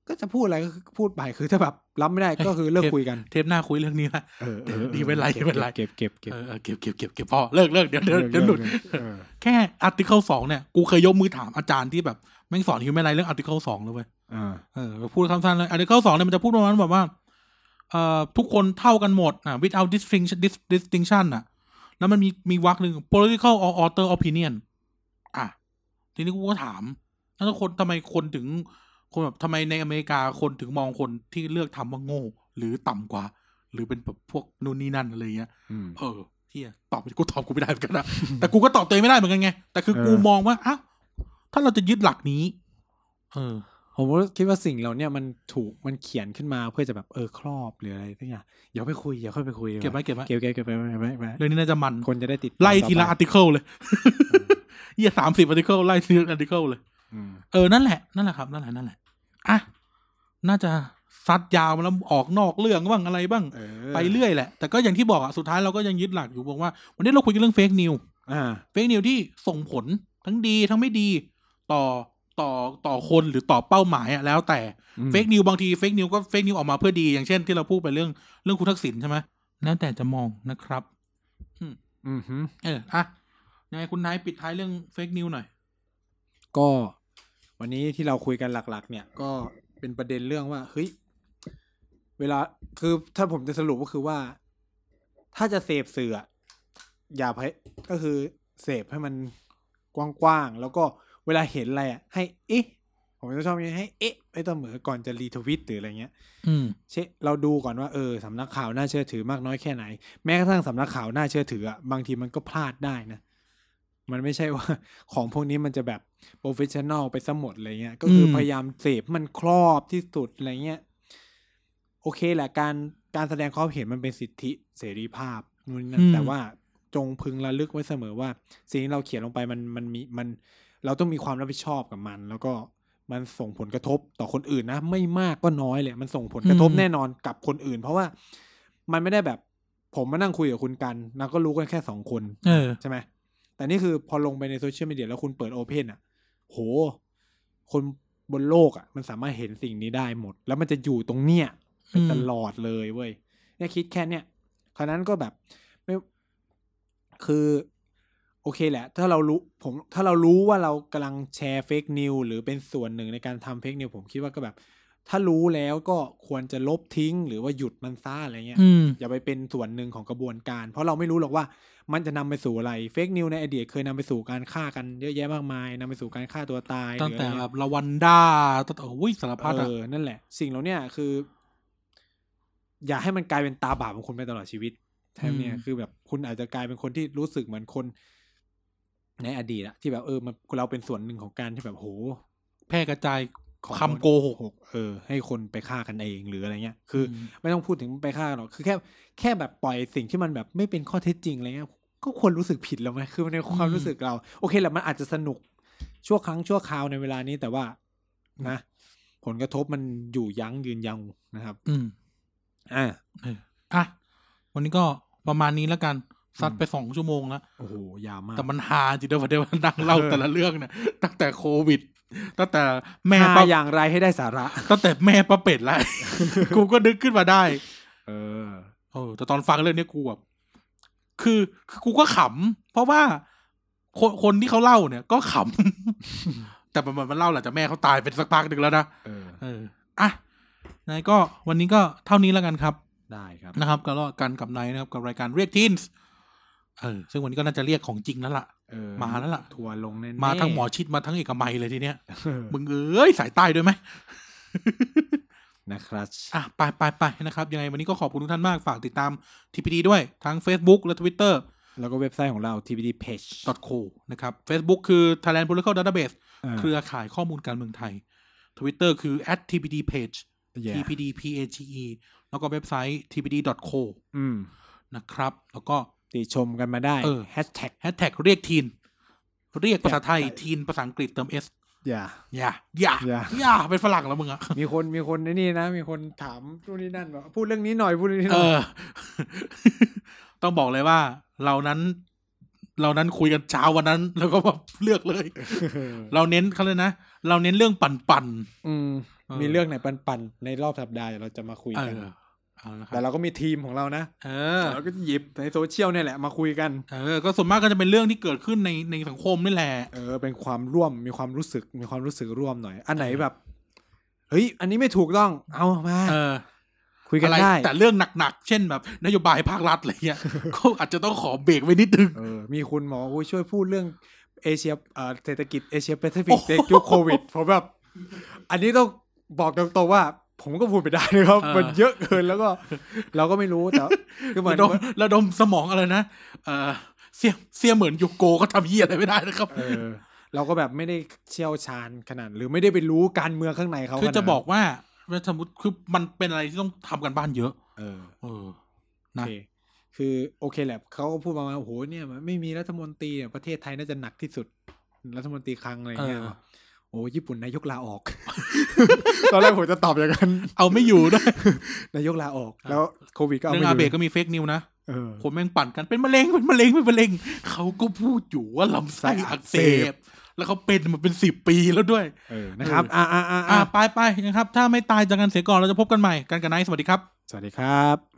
S1: ก็จะพูดอะไรก็คือพูดไปคือถ้าแบบรับ ไม่ได้ก็คือเลิกคุยกัน
S2: เทปหน้าคุยเรื่องนี้ละ
S1: เออออออ
S2: ดีเว้นไรเว้นไร
S1: เก็บเก็บเก็บ
S2: เออเออเก็บเก็บเก็บเก็บพอเลิกเลิกเดี๋ยวเดี๋ยวเดี๋ยวหลุด
S1: เออ
S2: แค่อาร์ติเคิลสองเนี่ย กูเคยยกมือถามอาจารย์ที่แบบแม่งสอนฮิวแมนไลเรื่องอาร์ติเคิลสองเลยเว้ย
S1: อ่า
S2: เออพูดคำสั้นเลยอาร์ติเคิลสองเนี่ยมันจะพูดประมาณแบบว่าเอ่อทุกคนเท่ากันหมดอ่ะ without distinction dis- distinction อ่ะ แล้วมันมีมีวรรคหนึ่ง political or author opinion อ่ะ ทีนี้กูก็ถาม แล้วคนทำไมคนถึง คนแบบทำไมในอเมริกาคนถึงมองคนที่เลือกทำว่าโง่ หรือต่ำกว่า หรือเป็นแบบพวกนู่นนี่นั่นอะไรอย่างเงี้ย
S1: อืม
S2: เออเฮียตอบกูตอบกูไม่ได้เหมือนกันนะ แต่กูก็ตอบตัวเองไม่ได้เหมือนกันไง แต่คือกู
S1: เออ
S2: มองว่าอ้าวถ้าเราจะยึดหลักนี้ เออ
S1: ผมก็คิดว่าสิ่งเราเนี่ยมันถูกมันเขียนขึ้นมาเพื่อจะแบบเออครอบหรืออะไรทั้งอย่างเดี๋ยวไปคุยเดี๋ยวค่อยไปคุยดีว่า
S2: เก็บไว้เก็บไว้
S1: เก็บไว้เก็บไว้เก็บไว้เก็บไว้
S2: เรื่องนี้น่าจะมัน
S1: คนจะได้ติดตาม
S2: ไล่ที
S1: ต่
S2: ละ
S1: อไป
S2: อาร์ติเคิลเลยเฮียสามสิบอาร์ติเคิลไล่ทีละอาร์ติเคิลเลย
S1: อืม
S2: เออ นั่นแหละ นั่นแหละครับ นั่นแหละ นั่นแหละ อ่ะ น่าจะซัดยาวมาแล้วออกนอกเรื่องบ้างอะไรบ้าง
S1: เอ
S2: ไปเรื่อยแหละ แต่ก็อย่างที่บอกอะสุดท้ายเราก็ยังยึดหลักอยู่บอกว่า วันนี้เราคุยกันเรื่องเฟกนิว
S1: อ่า
S2: เฟกนิวที่ส่งผลทั้งดีทั้งไม่ดี ต่อต่อต่อคนหรือต่อเป้าหมายอะแล้วแต่เฟกนิวบางทีเฟกนิวก็เฟกนิวออกมาเพื่อดี อย่างเช่นที่เราพูดไปเรื่องเรื่องคุณทักษิณใช่ไหมแล้วแต่จะมองนะครับ
S1: อือฮึ
S2: เอออ่ะยังไงคุณนายปิดท้ายเรื่องเฟกนิวหน่อย
S1: ก็วันนี้ที่เราคุยกันหลัก ๆ เนี่ยก็เป็นประเด็นเรื่องว่าเฮ้ยเวลาคือถ้าผมจะสรุปก็คือว่า ถ้าจะเสพสื่ออะอย่าไปก็คือเสพให้มันกว้างๆแล้วก็เวลาเห็นอะไรอ่ะให้เอ๊ะผมจะชอบอย่างนี้ให้เอ๊ะไอ้ต้อเหมือก่อนจะรีทวิตหรืออะไรเงี้ย
S2: อืม
S1: เช็คเราดูก่อนว่าเออสำนักข่าวน่าเชื่อถือมากน้อยแค่ไหน แม้กระทั่งสำนักข่าวน่าเชื่อถืออะบางทีมันก็พลาดได้นะ มันไม่ใช่ว่า ของพวกนี้มันจะแบบโปรเฟชชั่นอลไปซะหมดอะไรเงี้ยก็คืออ
S2: ม
S1: พยายามเสพให้มันครอบที่สุดอะไรเงี้ยโอเคแหละการการแสดงความเห็นมันเป็นสิทธิเสรีภาพนู่นนนั่นแต่ว่าจงพึงระลึกไว้เสมอว่า สิ่งที่เราเขียนลงไปมันมันมีมัน เราต้องมีความรับผิดชอบกับมัน แล้วก็มันส่งผลกระทบต่อคนอื่นนะ ไม่มากก็น้อยเลยมันส่งผลกระทบ
S2: อืม
S1: แน่นอนกับคนอื่น เพราะว่ามันไม่ได้แบบ ผมมานั่งคุยกับคุณกันเราก็รู้กันแค่สองคน
S2: เออ
S1: ใช่ไหม แต่นี่คือพอลงไปในโซเชียลมีเดียแล้วคุณเปิดโอเพนอ่ะ โห คนบนโลกอ่ะ มันสามารถเห็นสิ่งนี้ได้หมด แล้วมันจะอยู่ตรงเนี้ยไป
S2: อืม
S1: ตลอดเลยเว้ย เนี่ยคิดแค่เนี้ยคราวนั้นก็แบบไม่คือ โอเคแหละ ถ้าเรารู้ผม ถ้าเรารู้ว่าเรากำลังแชร์เฟกนิวหรือเป็นส่วนหนึ่งในการทำเฟกนิวผมคิดว่าก็แบบ ถ้ารู้แล้วก็ควรจะลบทิ้ง หรือว่าหยุดมันซะอะไรเงี้ย
S2: อืม
S1: อย่าไปเป็นส่วนหนึ่งของกระบวนการ เพราะเราไม่รู้หรอกว่ามันจะนำไปสู่อะไรเฟกนิวในอดีตเคยนำไปสู่การฆ่ากันเยอะแยะมากมายนำไปสู่การฆ่าตัวตาย
S2: ตั้งแต่
S1: หรือ
S2: แบ
S1: อะไร
S2: บลาวันดาตั้งแต่โอ้ยสารพัดอะ
S1: เออนั่นแหละ สิ่งเหล่าเนี้ยคือ อย่าให้มันกลายเป็นตาบาปของคุณไปตลอดชีวิตแทนเนี่ยคือแบบคุณอาจจะกลายเป็นคนที่รู้สึกเหมือนคน ในอดีตอะที่แบบเออมันเราเป็นส่วนหนึ่งของการที่แบบโห
S2: แพร่กระจาย
S1: ของ
S2: คำโกหก
S1: เออ ให้คนไปฆ่ากันเองหรืออะไรเงี้ยคือ
S2: ม
S1: ไม่ต้องพูดถึงไปฆ่าหรอก คือแค่แค่แบบปล่อยสิ่งที่มันแบบไม่เป็นข้อเท็จจริงอะไรเงี้ย ก็ควรรู้สึกผิดแล้วไหมคือในความรู้สึกเรา โอเคแหละมันอาจจะสนุกชั่วครั้งชั่วคราวในเวลานี้แต่ว่านะ ผลกระทบมันอยู่ยั้งยืนยังนะครับ
S2: อืม
S1: อ่า
S2: เอออ่ะวันนี้ก็ประมาณนี้แล้วกันซัด
S1: อืม
S2: ไปสองชั่วโมงแล้ว
S1: โอ้โหยาวมาก
S2: แต่มันฮาจริงด้วยเดี๋ยวมันนั่งเล่า
S1: เออ
S2: แต่ละเรื่องเนี่ยตั้งแต่โควิด ตั้งแต่แม่
S1: หา
S2: ป้า
S1: อย่างไรให้ได้สาระ
S2: ตั้งแต่แม่ป้าเป็ดแล้ว กูก็นึกขึ้นมาได้
S1: เออ
S2: เออแต่ตอนฟังเรื่องเนี้ยกูแบบคือคือกูก็ขำเพราะว่า คนคนที่เขาเล่าเนี่ย ก็ขำ แต่มันมันมันเล่าหลังจากแม่เขาตายเป็นสักพักหนึ่งแล้วนะ
S1: เออ
S2: เออ อ่ะนายก็วันนี้ก็เท่านี้แล้วกันครับ
S1: ได้ครับ
S2: นะครับก็รอกันกับนายนะครับ กับรายการเรียกทีนส์เออ ซึ่งวันนี้ก็น่าจะเรียกของจริงแล้วล่ะ
S1: เออ
S2: มาแล้วล่ะ
S1: ทัวร์ลงแน่ๆ
S2: มาทั้งหมอชิดมาทั้งเอกมัยเลยทีเนี้ย
S1: เออ
S2: มึงเอ้ย สายใต้ด้วยไหม
S1: นะครับ
S2: อ่ะ ไปไปไปนะครับ ยังไงวันนี้ก็ขอบคุณทุกท่านมาก ฝากติดตาม TPD ด้วย ทั้ง Facebook และ Twitter
S1: แล้วก็เว็บไซต์ของเรา TBD Page
S2: co นะครับ Facebook คือ Thailand Political Database
S1: า
S2: เครือข่ายข้อมูลการเมืองไทย Twitter คือ @tpdpage
S1: yeah
S2: tpdpage แล้วก็เว็บไซต์ tpd.co
S1: อืม
S2: นะครับ แล้วก็
S1: ติชมกันมาได้
S2: เออ
S1: แฮชแท็ก
S2: แฮชแท็กเรียกทีน เรียกภาษาไทย
S1: เรียกไทย
S2: ทีนภาษาอังกฤษเติม S
S1: อย่า
S2: อย่าอย่า
S1: อย่า
S2: อย่าเป็นฝรั่งแล้วมึงอะ
S1: มีคนมีคนในนี่นะ มีคนถามนู่นนี่นั่นแบบพูดเรื่องนี้หน่อยพูดเรื่องนี้ห
S2: เอ
S1: น่อย
S2: อ ต้องบอกเลยว่า เรานั้น เรานั้นคุยกันเช้าวันนั้น แล้วก็แบบเลือกเลย เราเน้นเขาเลยนะ เราเน้นเรื่องปั่นปั่น
S1: อืม
S2: ๆ
S1: มีเรื่องไหนปันๆในรอบสัปดาห์เดี๋ยวเราจะมาคุย
S2: เอ
S1: กัน
S2: อเอาละค
S1: แต่
S2: รับ
S1: เราก็มีทีมของเรานะ
S2: เออ
S1: เราก็จะหยิบในโซเชียลเนี่ยแหละมาคุยกัน
S2: เออ ก็ส่วนมากก็จะเป็นเรื่องที่เกิดขึ้นในในสังคมนี่แหละ
S1: เออ เป็นความร่วมมีความรู้สึกมีความรู้สึกร่วมหน่อย อันไหนแบบ เฮ้ย อันนี้ไม่ถูกต้องเอามา
S2: เออ
S1: คุยกัน
S2: อะไร
S1: ได้
S2: แต่เรื่องหนักๆ เช่นแบบ นโยบายภาครัฐอะไรเงี้ย ก็อาจจะต้องขอเบรกไว้นิดนึง
S1: เออมีคุณหมอโอ้ยช่วยพูดเรื่องเอเชียเอ่อเศรษฐกิจเอเชียแปซิฟิ
S2: โอ้
S1: ก
S2: โห
S1: ในยุคโควิดผมแบบ อันนี้ต้องบอกตรงๆว่า ผมก็พูดไปได้นะครับ มันเยอะเกินแล้วก็ เราก็ไม่รู้แต่คือเหมือ
S2: ระ
S1: น
S2: ดมระดมสมองอะไรนะ เออเสียเสียเหมือนยูโกก็ทำเหี้ยอะไรไม่ได้นะครับ
S1: เออ เราก็แบบไม่ได้เชี่ยวชาญขนาด หรือไม่ได้ไปรู้การเมืองข้างในเขา
S2: คือ
S1: ขนาด
S2: จะบอกว่าสมมติคือมันเป็นอะไรที่ต้องทำกันบ้านเยอะ
S1: เออ
S2: เอ
S1: โ
S2: อ
S1: อ
S2: นะ
S1: เคคือโอเคแหละเขาก็พูดประมาณว่าโอ้โหเนี่ยมันไม่มีรัฐมนตรีเนี่ยประเทศไทยน่าจะหนักที่สุด รัฐมนตรีคลังอะไรเงี้ย
S2: เออ
S1: โอ้ญี่ปุ่นนายกลาออก ตอนแรกผมจะตอบอย่างนั้น
S2: เอาไม่อยู่ด้วย
S1: นายกลาออก แล้วโควิด ก็เอา
S2: เรื่อง
S1: ไม่
S2: อา
S1: อ
S2: เบะ
S1: ยู่
S2: ก็มีเฟกนิวนะ
S1: เออ
S2: คนแม่งปั่นกันเป็นมะเร็งเป็นมะเร็งเป็นมะเร็งเขาก็พูดอยู่ว่าลำไส้อักเสบ แล้วเขาเป็นมาเป็นสิบปีแล้วด้วย
S1: เออนะครับอ่าอ่าอ่า
S2: อ่าไปไปนะครับ ถ้าไม่ตายจากกันเสียก่อนเราจะพบกันใหม่กันกับไนท์สวัสดีครับ
S1: สวัสดีครับ